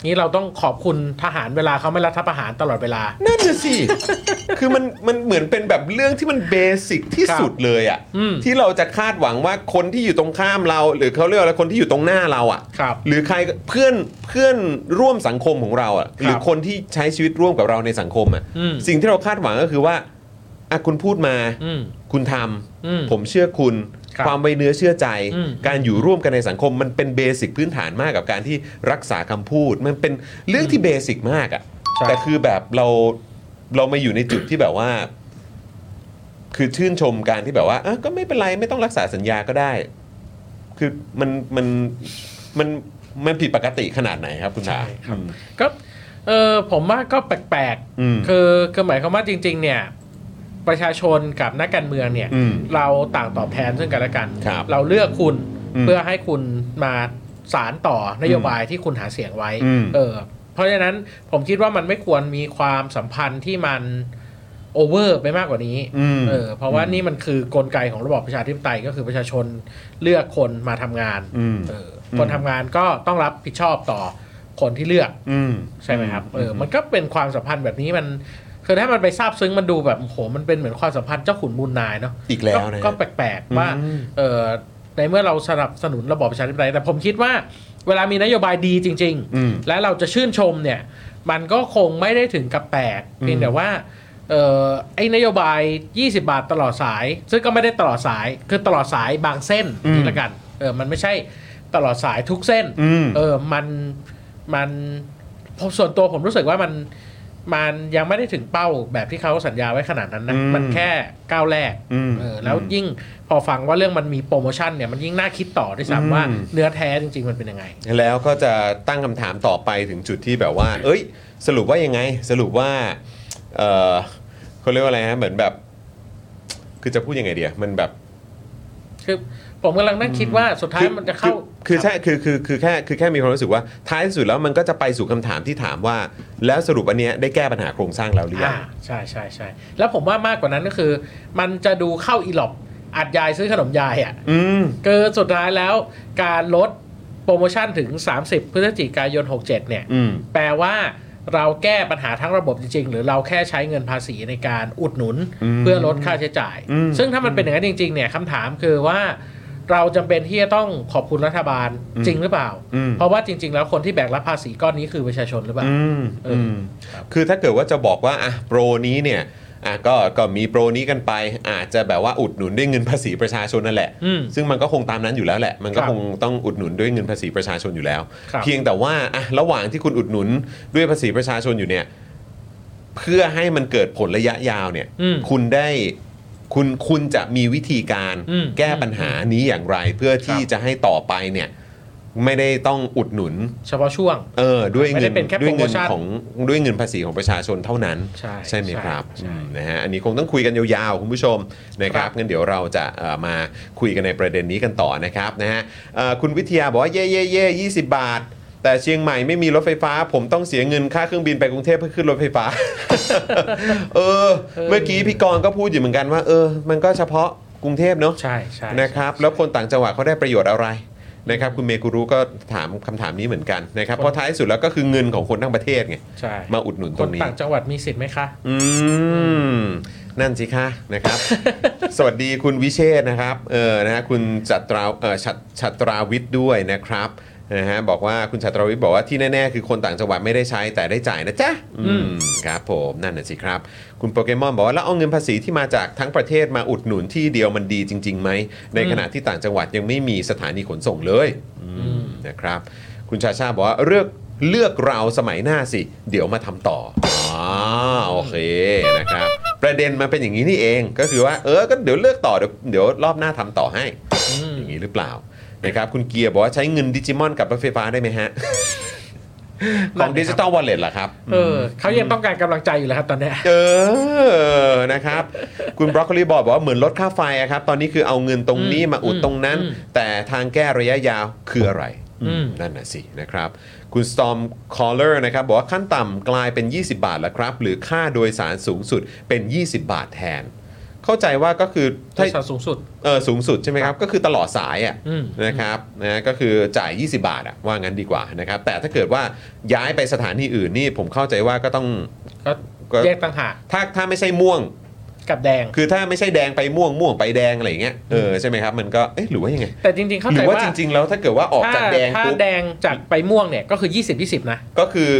B: นี่เราต้องขอบคุณทหารเวลาเขาไม่รัฐประหารตลอดเวลา
A: นั่นน่ะสิ *laughs* คือมันมันเหมือนเป็นแบบเรื่องที่มันเบสิกที่
B: ครับ
A: สุดเลยอะ
B: อืม
A: ที่เราจะคาดหวังว่าคนที่อยู่ตรงข้ามเรา หรือเขาเรียกว่าอะไรคนที่อยู่ตรงหน้าเราอะ
B: ครับ
A: หรือใครเพื่อนเพื่อนร่วมสังคมของเราอะหรือคนที่ใช้ชีวิตร่วมกับเราในสังคมอะ
B: อืม
A: สิ่งที่เราคาดหวังก็คือว่าอ่ะคุณพูดมา
B: อืม
A: คุณท
B: อืม
A: ำผมเชื่อคุณ
B: ครับ
A: ความไว้เนื้อเชื่อใจ
B: อืม
A: การอยู่ร่วมกันในสังคมมันเป็นเบสิกพื้นฐานมากกับการที่รักษาคำพูด มันเป็นเรื่องที่เบสิกมากอะ
B: ใช่
A: ่ะแต่คือแบบเราเรามาอยู่ในจุดที่แบบว่า คือชื่นชมการที่แบบว่าอ่ะก็ไม่เป็นไรไม่ต้องรักษาสัญญาก็ได้ คือมันมันมันมันผิดปกติขนาดไหนครับคุณชา
B: ก็เออผมว่าก็แปลก
A: อืม
B: ๆ คือคือหมายความว่าจริง ๆ เนี่ย ประชาชนกับนักการเมืองเนี่ย
A: อืม
B: เราต่างตอบแทนซึ่งกันและกัน
A: ครับ
B: เราเลือกคุณ
A: อืม
B: เพื่อให้คุณมาสารต่อนโยบายที่คุณหาเสียงไว้
A: อืม
B: เออ เพราะฉะนั้นผมคิดว่ามันไม่ควรมีความสัมพันธ์ที่มันโอเวอร์ไปมากกว่านี้
A: อืม
B: เออเพราะว่านี่มันคือกลไกของระบอบประชาธิปไตยก็คือประชาชนเลือกคนมาทำงาน
A: อืม
B: เออคนทำงานก็ต้องรับผิดชอบต่อคนที่เลือก
A: อืม
B: ใช่ไหมครับเออมันก็เป็นความสัมพันธ์แบบนี้มันคือถ้ามันไปซาบซึ้งมันดูแบบโอ้โหมันเป็นเหมือนความสัมพันธ์เจ้าขุนมูลนายเนาะ
A: อีกแล้วนะฮะ
B: ก็แปลกๆว่า
A: อืม
B: เออในเมื่อเราสนับสนุนระบอบประชาธิปไตยแต่ผมคิดว่า เวลามีนโยบายดีจริง ๆ
A: อืม
B: และเราจะชื่นชมเนี่ย มันก็คงไม่ได้ถึงกับแตกเพียงแต่ว่าเออไอ้นโยบาย 20 บาทตลอดสาย ซึ่งก็ไม่ได้ตลอดสายคือตลอดสายบางเส้น
A: อืม
B: นี่ละกันเออมันไม่ใช่ตลอดสายทุกเส้น
A: อืม
B: เออมันมันผมส่วนตัวผมรู้สึกว่ามันมันยังไม่ได้ถึงเป้าแบบที่เขาสัญญาไว้ขนาดนั้นนะ
A: อืม
B: มันแค่ก้าวแรก
A: อืม
B: เออแล้วยิ่งพอฟังว่าเรื่องมันมีโปรโมชั่นเนี่ยมันยิ่งน่าคิดต่อด้วย
A: อืม
B: ซ้ำว่าเนื้อแท้จริง ๆ มันเป็นยังไง
A: แล้วก็จะตั้งคำถามต่อไปถึงจุดที่แบบว่า เอ้ย สรุปว่ายังไง สรุปว่า เออเขาเรียกว่าอะไรฮะ เหมือนแบบ คือจะพูดยังไงเดียมันแบบ
B: คือผมกำลังนั่งคิดว่าสุดท้ายมันจะเข้า
A: คือคือใช่คือคือคือแค่คือแค่มีความรู้สึกว่าท้ายที่สุดแล้วมันก็จะไปสู่คำถามที่ถามว่า แล้วสรุปอันเนี้ยได้แก้ปัญหาโครงสร้างเราหรือยั
B: อ่าง ใช่ใช่ใช่แล้วผมว่ามากกว่านั้นก็คือ มันจะดูเข้าอีหลอบอัดยายซื้อขนมยายอ่ะ
A: อืม
B: คือสุดท้ายแล้วการลดโปรโมชั่นถึง 30 พฤศจิกายน 67 เนี่ย
A: อืม
B: แปลว่าเราแก้ปัญหาทั้งระบบจริง ๆ หรือเราแค่ใช้เงินภาษีในการอุดหนุน
A: อืม
B: เพื่อลดค่าใช้จ่าย
A: อืม
B: ซึ่งถ้ามันเป็นอย่างนั้นจริง ๆ เนี่ยคำถามคือว่า เราจำเป็นที่จะต้องขอบคุณรัฐบาลจริงหรือเปล่า เพราะว่าจริง ๆ แล้วคนที่แบกรับภาษีก้อนนี้คือประชาชนหรือเปล่า
A: อืม
B: เออ
A: อื
B: อื
A: มคือถ้าเกิดว่าจะบอกว่าอ่ะโปรนี้เนี่ยอ่ะก็ก็มีโปรนี้กันไป อาจจะแบบว่าอุดหนุนด้วยเงินภาษีประชาชนนั่นแหละ
B: อืม
A: ซึ่งมันก็คงตามนั้นอยู่แล้วแหละ มันก็
B: ครับ
A: คงต้องอุดหนุนด้วยเงินภาษีประชาชนอยู่แล้ว
B: ครับ
A: เพียงแต่ว่าอ่ะระหว่างที่คุณอุดหนุนด้วยภาษีประชาชนอยู่เนี่ย เพื่อให้มันเกิดผลระยะยาวเนี่ย
B: อืม
A: คุณได้ คุณคุณจะมีวิธีการ
B: อืม
A: แก้ปัญหานี้อย่างไร เพื่อที่
B: ครับ
A: จะให้ต่อไปเนี่ยไม่ได้ต้องอุดหนุน
B: เฉพาะช่วง
A: เออด้วย
B: ไม่
A: เงิ
B: ได้
A: น
B: เป็นแค่
A: ด้วยเงิน
B: promotion
A: ของด้วยเงินภาษีของประชาชนเท่านั้น
B: ใช่
A: ไหมครับ
B: ใช่ใช่
A: อืมนะฮะอันนี้คงต้องคุยกันยาวๆ คุณผู้ชมนะครับ
B: ครับ
A: งั้นเดี๋ยวเราจะเอ่อมาคุยกันในประเด็นนี้กันต่อนะครับนะฮะเอ่อคุณวิทยาบอกว่าเย่เย่เย่ยี่สิบบาท แต่เชียงใหม่ไม่มีรถไฟฟ้า ผมต้องเสียเงินค่าเครื่องบินไปกรุงเทพเพื่อขึ้นรถไฟฟ้า *laughs* เออ เมื่อกี้พี่กรณ์ก็พูดอยู่เหมือนกันว่า เออ มันก็เฉพาะกรุงเทพเนอะ
B: ใช่ใช่ใช่
A: นะครับแล้วคนต่างจังหวัดเขาได้ประโยชน์อะไรนะครับคุณเมกุรุก็ถามคำถามนี้เหมือนกันนะครับเพราะท้ายสุดแล้วก็คือเงินของคนทั้งประเทศไง
B: ใช่
A: มาอุดหนุน
B: ค
A: ตร
B: น
A: งนี้
B: ต่างจังหวัดมีสิทธิ์ไหมคะ
A: อืม นั่นสิคะนะครับ สวัสดีคุณวิเชษฐ์นะครับเออนะฮะคุณจัตราเออชัดชัตราวิทย์ด้วยนะครับนะฮะบอกว่าคุณชัตราวิทย์บอกว่าที่แน่ๆ คือคนต่างจังหวัดไม่ได้ใช้แต่ได้จ่ายนะจ๊ะอืมครับผมนั่นน่ะสิครับ คุณโปเกมอนบอกว่าแล้วเอาเงินภาษีที่มาจากทั้งประเทศมาอุดหนุนที่เดียวมันดีจริงๆไหมในขณะที่ต่างจังหวัดยังไม่มีสถานีขนส่งเลยอืม
B: อืม
A: นะครับ คุณชาชาบอกว่าเลือกเลือกเราสมัยหน้าสิ เดี๋ยวมาทำต่ออ๋อโอเคนะครับ ประเด็นมันเป็นอย่างนี้นี่เองก็คือว่าเออก็เดี๋ยวเลือกต่อเดี๋ยวเดี๋ยวรอบหน้าทำต่อให้
B: อืม
A: อย่างนี้หรือเปล่านะครับคุณเกียร์บอกว่าใช้เงินดิจิมอนกับรถไฟฟ้าได้ไหมฮะ ของดิจิตอลวอลเล็ตเหรอครับ
B: เออเขายังต้องการกำลังใจอยู่แล้วครับตอนเนี้ย
A: เออ นะครับ คุณบรอกโคลีบอกว่าเหมือนลดค่าไฟอะครับ ตอนนี้คือเอาเงินตรงนี้
B: อืม
A: มาอุดตรงนั้น
B: อืม
A: แต่ทางแก้ระยะยาวคืออะไร
B: อืม
A: นั่นน่ะสินะครับ คุณ Storm Caller นะครับ บอกว่าขั้นต่ำกลายเป็น 20 บาทแล้วครับ หรือค่าโดยสารสูงสุดเป็น 20 บาทแทน เข้าใจว่าก็คือ
B: โด
A: ถ้าย
B: สารสูงสุด
A: เออสูงสุดใช่ไหมครับ ก็คือตลอดสายอ่ะ
B: อืม
A: นะครับนะก็คือจ่าย 20 บาทอ่ะว่างั้นดีกว่านะครับ แต่ถ้าเกิดว่าย้ายไปสถานีอื่นนี่ผมเข้าใจว่าก็ต้อง
B: ก็
A: ก็
B: แยกต่างหาก
A: ถ้าถ้าไม่ใช่ม่วง
B: กับแดง
A: คือถ้าไม่ใช่แดงไปม่วงม่วงไปแดงอะไรอย่างเงี้ยเออใช่ไหมครับมันก็เอ๊ะหรือว่ายังไง
B: แต่จริงๆเข้า
A: หรื
B: ใจ
A: อว่า
B: ว่า
A: จริง ๆ แล้วถ้าเกิดว่าออกจากแดง
B: ถ้า
A: ปุ๊บ
B: แดงจากไปม่วงเนี่ยก็คือ 20 20 นะ
A: ก็คือ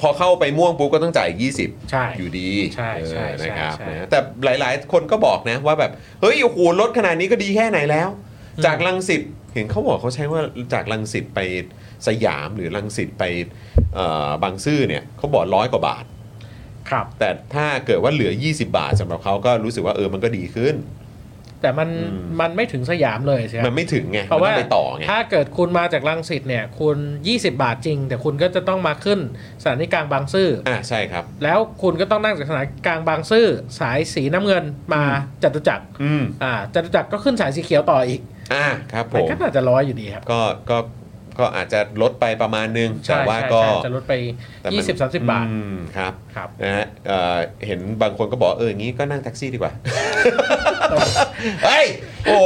A: พอเข้าไปม่วงปุ๊บก็ต้องจ่าย 20
B: ใช่
A: อยู่ดี
B: ใช่ใช่
A: เออ
B: ใช่
A: นะครับ
B: ใช่
A: นะแต่หลายๆ คนก็บอกนะว่าแบบ เฮ้ยโอ้โหรถขนาดนี้ก็ดีแค่ไหนแล้ว
B: อืม
A: จากลังสิตเห็นเขาบอกเขาใช้ว่าจากลังสิตไปสยามหรือลังสิตไปเอ่อบางซื่อเนี่ยเขาบอกร้อยกว่าบาท
B: ครับ
A: แต่ถ้าเกิดว่าเหลือ 20 บาทสำหรับเขาก็รู้สึกว่าเออมันก็ดีขึ้น
B: แต่มัน
A: อืม
B: มันไม่ถึงสยามเลยใช่ไหม
A: มันไม่ถึงไง
B: เพราะ
A: มัน
B: ว่า
A: ต้องไปต่อไง
B: ถ้าเกิดคุณมาจากลังสิตเนี่ย คุณ 20 บาทจริง แต่คุณก็จะต้องมาขึ้นสถานีกลางบางซื่ออ
A: อ่าใช่ครับ
B: แล้วคุณก็ต้องนั่งจากสถานีกลางบางซื่อสายสีน้ำเงินมาจตุจักร
A: อืม
B: อ่าจตุจักรก็ขึ้นสายสีเขียวต่ออีก
A: อ่าครับผ
B: มัน
A: ม
B: ก็น่าจะร้อยอยู่ดีครับ
A: ก็ก็ก็อาจจะลดไปประมาณนึงแต่
B: ใช่
A: ว่า
B: ใช่
A: ก็
B: ใช่จะลดไป
A: แต่มัน
B: 20 30 บาท
A: อืมครับ
B: ครับ
A: นะฮะเอ่อเห็นบางคนก็บอกเอออย่างงี้ก็นั่งแท็กซี่ดีกว่า *laughs* เฮ้ยโอ้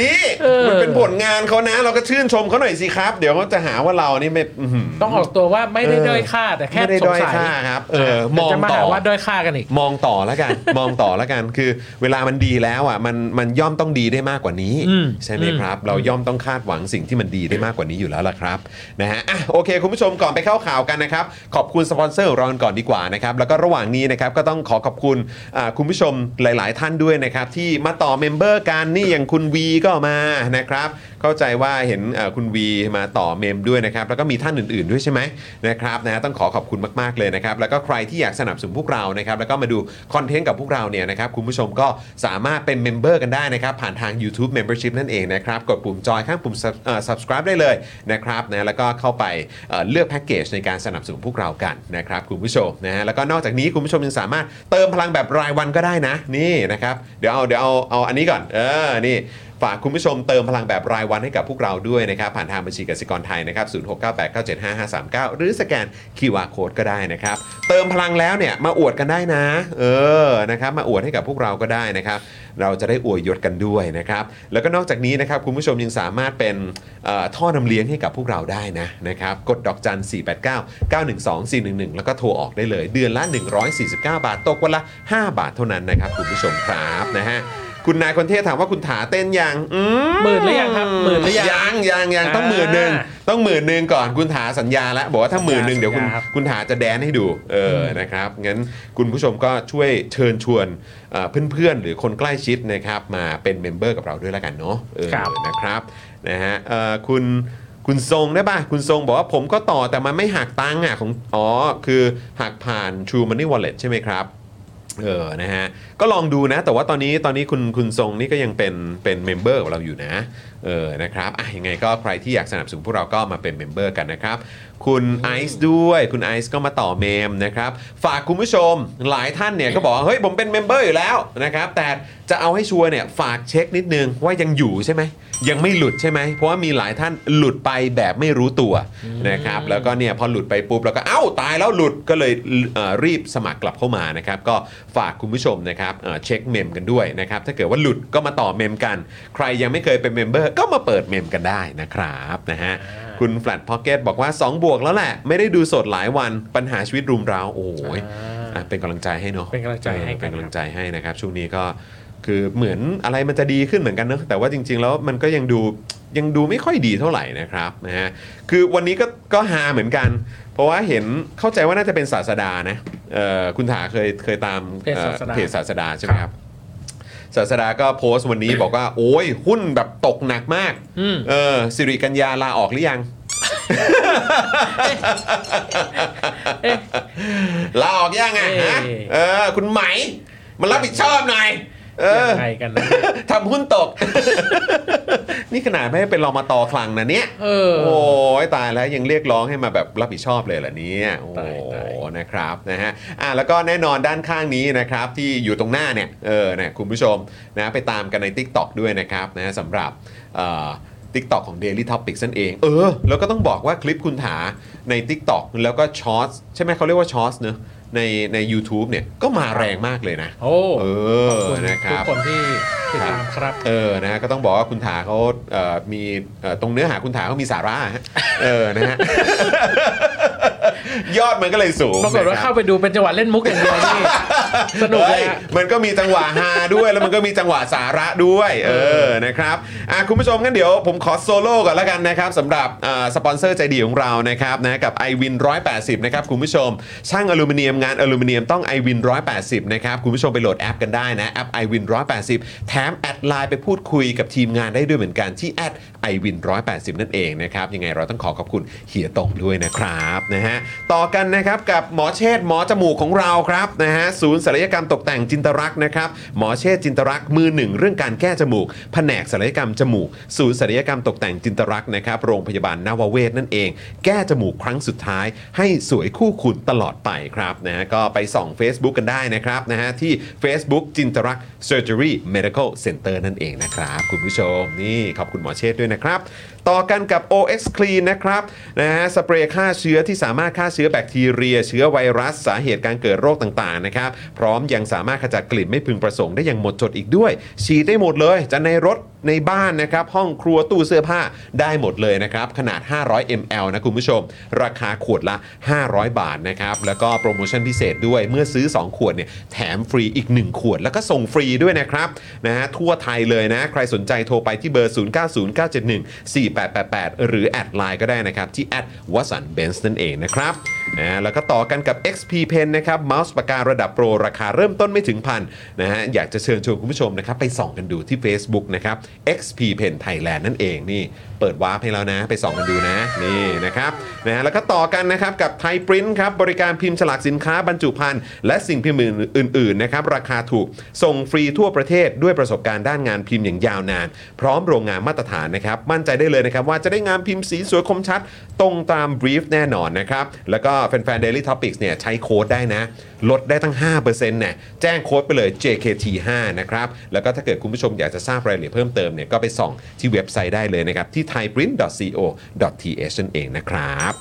A: นี่
B: เออ
A: มันเป็นผลงานเขานะ เราก็ชื่นชมเขาหน่อยสิครับ เดี๋ยวเขาจะหาว่าเรานี่ไม่อื้อหือ
B: ต้องออกตัวว่าไม่ได้
A: เออ
B: ด้อยค่าแต่แค่
A: ไม่ได้
B: ส
A: ด้
B: ง
A: อย
B: สัย
A: ค่าครับเออมอง
B: ดี๋ยวจะมา
A: ต่อ
B: หาว่าด้อยค่ากันอีก
A: มองต่อแล้วกัน มองต่อแล้วกันคือเวลามันดีแล้วอ่ะมันมันย่อมต้องดีได้มากกว่านี้
B: อืม
A: ใช่ไหม
B: อืม
A: ครับ เราย่อมต้องคาดหวังสิ่งที่มันดีได้มากกว่านี้อยู่แล้วล่ะครับนะฮะอ่ะโอเค คุณผู้ชมก่อนไปเข้าข่าวกันนะครับ ขอบคุณสปอนเซอร์ของเรากันก่อนดีกว่านะครับ แล้วก็ระหว่างนี้นะครับก็ต้องขอขอบคุณอ่าคุณผู้ชมหลาย ๆ ท่านด้วยนะครับ ที่มาต่อเมมเบอร์กันนี่อย่างคุณวีก็มานะครับ เข้าใจว่าเห็นเอ่อคุณวีมาต่อเมมด้วยนะครับ แล้วก็มีท่านอื่น ๆ ด้วยใช่ไหมนะครับนะฮะต้องขอขอบคุณมาก ๆ เลยนะครับ แล้วก็ใครที่อยากสนับสนุนพวกเรานะครับ แล้วก็มาดูคอนเทนต์กับพวกเราเนี่ยนะครับ คุณผู้ชมก็สามารถเป็นเมมเบอร์กันได้นะครับ ผ่านทาง YouTube Membership นั่นเองนะครับ กดปุ่มจอยข้างปุ่ม sub- เอ่อ subscribe ได้เลยนะครับนะแล้วก็เข้าไปเอ่อเลือกแพ็กเกจในการสนับสนุนพวกเรากันนะครับคุณผู้ชมนะฮะแล้วก็นอกจากนี้คุณผู้ชมยังสามารถเติมพลังแบบรายวันก็ได้นะนี่นะครับเดี๋ยวเอาเดี๋ยวเอาเอาอันนี้ก่อนเออนี่ ฝากคุณผู้ชมเติมพลังแบบรายวันให้กับพวกเราด้วยนะครับ ผ่านทางบัญชีกสิกรไทยนะครับ 0698975539 หรือสแกน QR Code ก็ได้นะครับ เติมพลังแล้วเนี่ยมาอวดกันได้นะ เออนะครับมาอวดให้กับพวกเราก็ได้นะครับ เราจะได้อวยยศกันด้วยนะครับ แล้วก็นอกจากนี้นะครับคุณผู้ชมยังสามารถเป็นเอ่อท่อนำเลี้ยงให้กับพวกเราได้นะนะครับกดดอกจัน 489 912 411 แล้วก็โทรออกได้เลย เดือนละ 149 บาทตกวันละ 5 บาทเท่านั้นนะครับคุณผู้ชมครับนะฮะคุณนายคนเทศถามว่าคุณถาเต้นยังอืม
B: หมื่นหรือยังครับหมื่นหรือยัง
A: ยังยังยังต้อง
B: อ่า
A: หมื่นหนึ่งต้องหมื่นหนึ่งก่อนคุณถาสัญญาแล้วบอกว่าถ้าหมื่นหนึ่งเดี๋ยวคุณ
B: สัญญาครับ
A: คุณถาจะแดนให้ดูเอออ
B: ม
A: นะครับงั้นคุณผู้ชมก็ช่วยเชิญชวนเอ่อเพื่อนๆ หรือคนใกล้ชิดนะครับมาเป็นเมมเบอร์กับเราด้วยแล้วกันเนาะเออ
B: ครับ
A: นะครับนะฮะเอ่อคุณคุณทรงได้ป่ะ คุณทรงบอกว่าผมก็ต่อแต่มันไม่หักตังค์อ่ะของอ๋อคือหักผ่าน True Money Wallet ใช่ไหมครับ เออ นะฮะ ก็ลองดูนะ แต่ว่าตอนนี้ ตอนนี้คุณ คุณทรงนี่ก็ยังเป็น เป็นเมมเบอร์ของเราอยู่นะ เออ นะครับอ่ะยังไงก็ใครที่อยากสนับสนุนพวกเราก็มาเป็นเมมเบอร์กันนะครับ คุณไอซ์ด้วย คุณไอซ์ก็มาต่อเมมนะครับ ฝากคุณผู้ชมหลายท่านเนี่ยก็บอกว่าเฮ้ย ผมเป็นเมมเบอร์อยู่แล้วนะครับ แต่จะเอาให้ชัวร์เนี่ย ฝากเช็คนิดนึงว่ายังอยู่ใช่ไหม ยังไม่หลุดใช่ไหม เพราะว่ามีหลายท่านหลุดไปแบบไม่รู้ตัวนะครับ แล้วก็เนี่ยพอหลุดไปปุ๊บแล้วก็เอ้าตายแล้วหลุดก็เลยเอ่อรีบสมัครกลับเข้ามานะครับ ก็ฝากคุณผู้ชมนะครับเอ่อเช็คเมมกันด้วยนะครับ ถ้าเกิดว่าหลุดก็มาต่อเมมกัน ใครยังไม่เคยเป็นเมมเบอร์ก็มาเปิดเมมกันได้นะครับนะฮะ คุณแฟลตพ็อกเก็ตบอกว่า 2 บวกแล้วแหละ ไม่ได้ดูสดหลายวันปัญหาชีวิตรุมเร้าโอ้ยอ่ะเป็นกำลังใจให้เนาะ
B: เป็นกำลังใจให้
A: เออเป็
B: กัน
A: นกำลังใจให้นะครับ ช่วงนี้ก็คือเหมือนอะไรมันจะดีขึ้นเหมือนกันเนอะแต่ว่าจริง ๆ แล้วมันก็ยังดูยังดูไม่ค่อยดีเท่าไหร่นะครับนะฮะคือวันนี้ก็ก็ฮาเหมือนกัน เพราะว่าเห็นเข้าใจว่าน่าจะเป็นศาสดานะเอ่อคุณถาเคยเคยตาม
B: เพจศาสดา
A: อ่อเพจศาสดาใช่ไหมครับ ศาสดาก็โพสต์วันนี้บอกว่า โอ้ยหุ้นแบบตกหนักมาก
B: อืม
A: เออสิริกัญญาลาออกห
B: *laughs*
A: รือยัง ลาออกยังไง
B: เอ๊ะ
A: ฮะเออ คุณไหมมารับผิดชอบหน่อยเออ
B: ยังไงกันนะ
A: ทำหุ้นตก *laughs* นี่ขนาดไม่ได้เป็นรอมาตอคลังนะเนี่ย
B: เออ
A: โอ้ยตายแล้วยังเรียกร้องให้มาแบบรับผิดชอบเลยเหรอเนี่ยโอ้
B: ตายตาย
A: นะครับนะฮะอ่ะแล้วก็แน่นอนด้านข้างนี้นะครับที่อยู่ตรงหน้าเนี่ยเออเนี่ยคุณผู้ชมนะไปตามกันใน TikTok ด้วยนะครับนะฮะสำหรับทิกตอกของ Daily Topic นั่นเอง เออ แล้วก็ต้องบอกว่าคลิปคุณถาใน TikTok แล้วก็ชอตใช่ไหมเขาเรียกว่าชอตเนอะในใน u t u b e เนี่ยก็มาแรงมากเลยนะ
B: โอ้
A: เอ
B: ข
A: อ
B: อบคุณ
A: นะค
B: ทุ
A: รั
B: ก
A: บ
B: คนที่ติดตามครับ
A: เออ นะฮะก็ต้องบอกว่าคุณถาเขาเอ่อมีเอ่อตรงเนื้อหาคุณถาเขามีสาระฮะ เออ นะฮะ *laughs* ยอดมันก็เลยสูง
B: ปรากฏว่า
A: นะค
B: เข้า
A: บ
B: ไปดูเป็นจังหวะเล่นมุกอย่างเดียวนี่ สนุกเล
A: เฮ้
B: ย
A: ย
B: อะ
A: มันก็มีจังหวะฮาด้วย แล้วมันก็มีจังหวะสาระด้วย เออ นะครับ อ่ะคุณผู้ชมงั้นเดี๋ยวผมขอโซโล่ก่อนละกันนะครับสำหรับอ่าสปอนเซอร์ใจดีของเรา นะครับ นะกับ i w วิน180 นะครับ คุณผู้ชม ช่างอลูมิเนียมงานอลูมิเนียมต้อง i w วิน180 นะครับ คุณผู้ชมไปโหลดแอปกันได้นะ แอป i w วิน180 แถมแอดไลน์ไปพูดคุยกับทีมงานได้ด้วยเหมือนกันที่แอด i w วิน180 นั่นเองนะครับ ยังไงเราต้องขอขอบคุณเฮียตงด้วยนะครับนะฮะต่อกันนะครับกับหมอเชษฐ์หมอจมูกของเราครับนะฮะศูนย์ศัลยกรรมตกแต่งจินตรักษ์นะครับหมอเชษฐ์จินตรักษ์มือหนึ่งเรื่องการแก้จมูก แผนกศัลยกรรมจมูก ศูนย์ศัลยกรรมตกแต่งจินตรักษ์นะครับโรงพยาบาลนาวเวศนั่นเอง แก้จมูกครั้งสุดท้าย ให้สวยคู่คุณตลอดไปครับนะฮะก็ไปส่อง Facebook กันได้นะครับนะฮะที่ Facebook จินตรักษ์ Surgery Medical Center นั่นเองนะครับคุณผู้ชมนี่ขอบคุณหมอเชษฐ์ด้วยนะครับ ต่อกันกับ OX Clean นะครับนะฮะสเปรย์ฆ่าเชื้อที่สามารถฆ่าเชื้อแบคทีเรีย เชื้อไวรัสสาเหตุการเกิดโรคต่างๆนะครับพร้อมยังสามารถขจัดกลิ่นไม่พึงประสงค์ได้อย่างหมดจดอีกด้วย ฉีดได้หมดเลยจะในรถในบ้านนะครับ ห้องครัวตู้เสื้อผ้าได้หมดเลยนะครับ ขนาด 500 ml นะคุณผู้ชม ราคาขวดละ 500 บาทนะครับ แล้วก็โปรโมชั่นพิเศษด้วยเมื่อซื้อ 2 ขวดเนี่ยแถมฟรีอีก 1 ขวด แล้วก็ส่งฟรีด้วยนะครับนะฮะทั่วไทยเลยนะ ใครสนใจโทรไปที่เบอร์ 0909714888 หรือแอดไลน์ก็ได้นะครับที่แอดวัสันเบนซ์นั่นเองนะครับนะฮะแล้วก็ต่อกันกับ XP Pen นะครับเมาส์ปากการะดับโปร ราคาเริ่มต้นไม่ถึงพันนะฮะอยากจะเชิญชวนคุณผู้ชมนะครับไปส่องกันดูที่ Facebook นะครับ XP Pen Thailand นั่นเองนี่ เปิดวาร์ปให้แล้วนะ ไปส่องกันดูนะนี่นะครับนะฮะแล้วก็ต่อกันนะครับกับไทยปริ้นครับบริการพิมพ์ฉลากสินค้าบรรจุภัณฑ์และสิ่งพิมพ์อื่นๆนะครับราคาถูกส่งฟรีทั่วประเทศด้วยประสบการณ์ด้านงานพิมพ์อย่างยาวนาน พร้อมโรงงานมาตรฐานนะครับมั่นใจได้เลยนะครับว่าจะได้งานพิมพ์สีสวยคมชัด ตรงตามบรีฟแน่นอนนะครับแล้วก็แฟนๆ Daily Topics เนี่ยใช้โค้ดได้นะ ลดได้ตั้ง 5%เนี่ยแจ้งโค้ดไปเลย JKT5 นะครับ แล้วก็ถ้าเกิดคุณผู้ชมอยากจะทราบรายละเอียดเพิ่มเติมเนี่ยก็ไปส่องที่เว็บไซต์ได้เลยนะครับ ที่ thaiprint.co.th นั่นเองนะครับ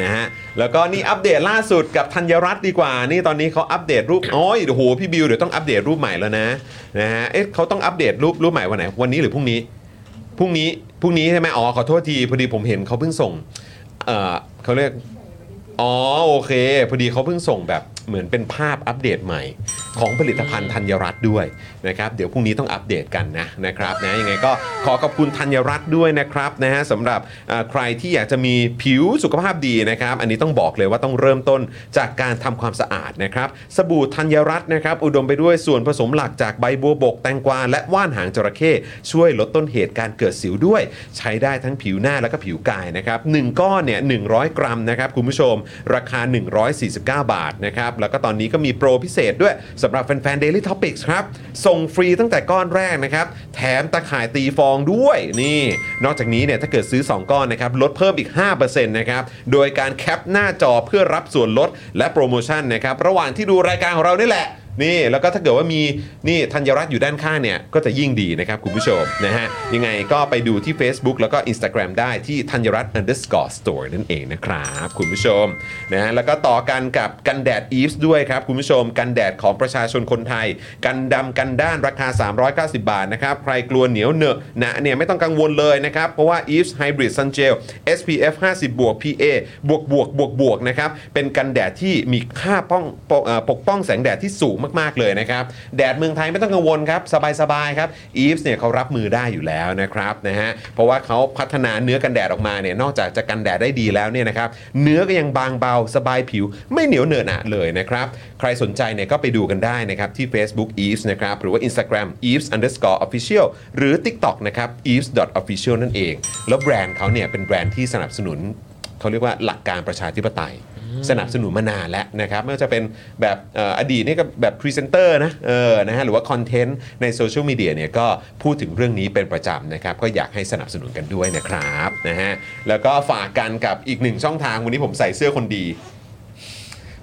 A: นะฮะแล้วก็นี่อัปเดตล่าสุดกับธัญรัตน์ดีกว่า นี่ตอนนี้เขาอัปเดตรูปโอ้ยโอ้โหพี่บิวเดี๋ยวต้องอัปเดตรูปใหม่แล้วนะนะฮะเอ๊ะเขาต้องอัปเดตรูปรูปใหม่วันไหนวันนี้หรือพรุ่งนี้พรุ่งนี้พรุ่งนี้ใช่ไหมอ๋อขอโทษทีพอดีผมเห็นเขาเพิ่งส่งเออเขาเรียกอ๋อโอเค พอดีเขาเพิ่งส่งแบบเหมือนเป็นภาพอัปเดตใหม่ ของผลิตภัณฑ์ธัญรัตน์ด้วยนะครับเดี๋ยวพรุ่งนี้ต้องอัปเดตกันนะนะครับนะยังไงก็ขอขอบคุณธัญรัตน์ด้วยนะครับนะฮะสำหรับเอ่อใครที่อยากจะมีผิวสุขภาพดีนะครับ อันนี้ต้องบอกเลยว่าต้องเริ่มต้นจากการทำความสะอาดนะครับสบู่ธัญรัตน์นะครับ อุดมไปด้วยส่วนผสมหลักจากใบบัวบกแตงกวาและว่านหางจระเข้ช่วยลดต้นเหตุการเกิดสิวด้วย ใช้ได้ทั้งผิวหน้าและก็ผิวกายนะครับหนึ่งก้อนเนี่ย100 กรัมนะครับคุณผู้ชม ราคา 149 บาทนะครับแล้วก็ตอนนี้ก็มีโปรพิเศษด้วยสำ ำหรับแฟนๆ Daily Topics ครับ ส่งฟรีตั้งแต่ก้อนแรกนะครับ แถมตะข่ายตีฟองด้วยนี่ นอกจากนี้เนี่ยถ้าเกิดซื้อ 2 ก้อนนะครับ ลดเพิ่มอีก 5%นะครับ โดยการแคปหน้าจอเพื่อรับส่วนลดและโปรโมชั่นนะครับ ระหว่างที่ดูรายการของเรานี่แหละ นี่ แล้วก็ถ้าเกิดว่ามีนี่ธัญรัตน์อยู่ด้านข้างเนี่ย ก็จะยิ่งดีนะครับ คุณผู้ชมนะฮะยังไงก็ไปดูที่ Facebook แล้วก็ Instagram ได้ที่ธัญรัตน์ underscore store นั่นเองนะครับ คุณผู้ชมนะฮะแล้วก็ต่อกันกับกันแดดอีฟส์ด้วยครับ คุณผู้ชมกันแดดของประชาชนคนไทย กันดำกันด้านราคา 390 บาทนะครับ ใครกลัวเหนียวเหนอะหนะเนี่ยไม่ต้องกังวลเลยนะครับ เพราะว่า e v e s Hybrid Sun Gel SPF 50บวก PA บวกบวกบวกบวกนะครับ เป็นกันแดดที่มีค่าป้องปกเอ่อปกป้องแสงแดดที่สูงมาก ๆ เลยนะครับ แดดเมืองไทยไม่ต้องกังวลครับ สบาย ๆ ครับ e v e s เนี่ยเขารับมือได้อยู่แล้วนะครับนะฮะเพราะว่าเขาพัฒนาเนื้อกันแดดออกมาเนี่ยนอกจากจะกันแดดได้ดีแล้วเนี่ยนะครับเนื้อก็ยังบางเบาสบายผิวไม่เหนียวเหนอะหนะเลยนะครับ ใครสนใจเนี่ยก็ไปดูกันได้นะครับที่ Facebook e v e s นะครับหรือว่า Instagram e v e s underscore official หรือ TikTok นะครับ e v e s official นั่นเอง แล้วแบรนด์เขาเนี่ยเป็นแบรนด์ที่สนับสนุน เขาเรียกว่าหลักการประชาธิปไตย สนับสนุนมานานแล้วนะครับไม่ว่าจะเป็นแบบเอ่ออดีตนี่ก็แบบพรีเซนเตอร์นะเออนะฮะหรือว่าคอนเทนต์ในโซเชียลมีเดียเนี่ยก็พูดถึงเรื่องนี้เป็นประจำนะครับ ก็อยากให้สนับสนุนกันด้วยนะครับนะฮะแล้วก็ฝากกันกับอีกหนึ่งช่องทางวันนี้ผมใส่เสื้อคนดี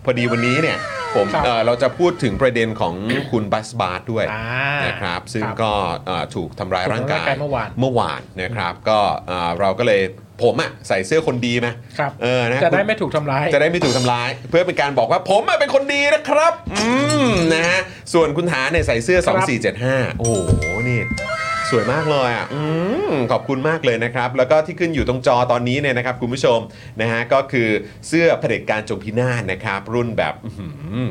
A: พอดีวันนี้เนี่ยผม
B: ครับ
A: เอ่อเราจะพูดถึงประเด็นของ คุณบัสบาร์ดด้วย
B: อ่า
A: นะครับซึ่งก็เอ่อถูกทำร้ายร่างกาย
B: ถูกทำร้ายร่างกายเมื่อวาน
A: เมื่อวานนะครับก็เอ่อเราก็เลยผมอะใส่เสื้อคนดีมา
B: ครับ
A: เออนะ
B: จะได้
A: คุณ
B: ไม่ถูกทำร้าย
A: จะได้ไม่ถูกทำร้าย เพื่อเป็นการบอกว่าผมอะเป็นคนดีนะครับอืมนะฮะส่วนคุณฐานเนี่ยใส่เสื้อ
B: ครับ
A: 2475 โอ้โหนี่ สวยมากเลยอ่ะอืมขอบคุณมากเลยนะครับ แล้วก็ที่ขึ้นอยู่ตรงจอตอนนี้เนี่ยนะครับ คุณผู้ชมนะฮะก็คือเสื้อเผด็จการจงพินาศนะครับ รุ่นแบบอื้อหือ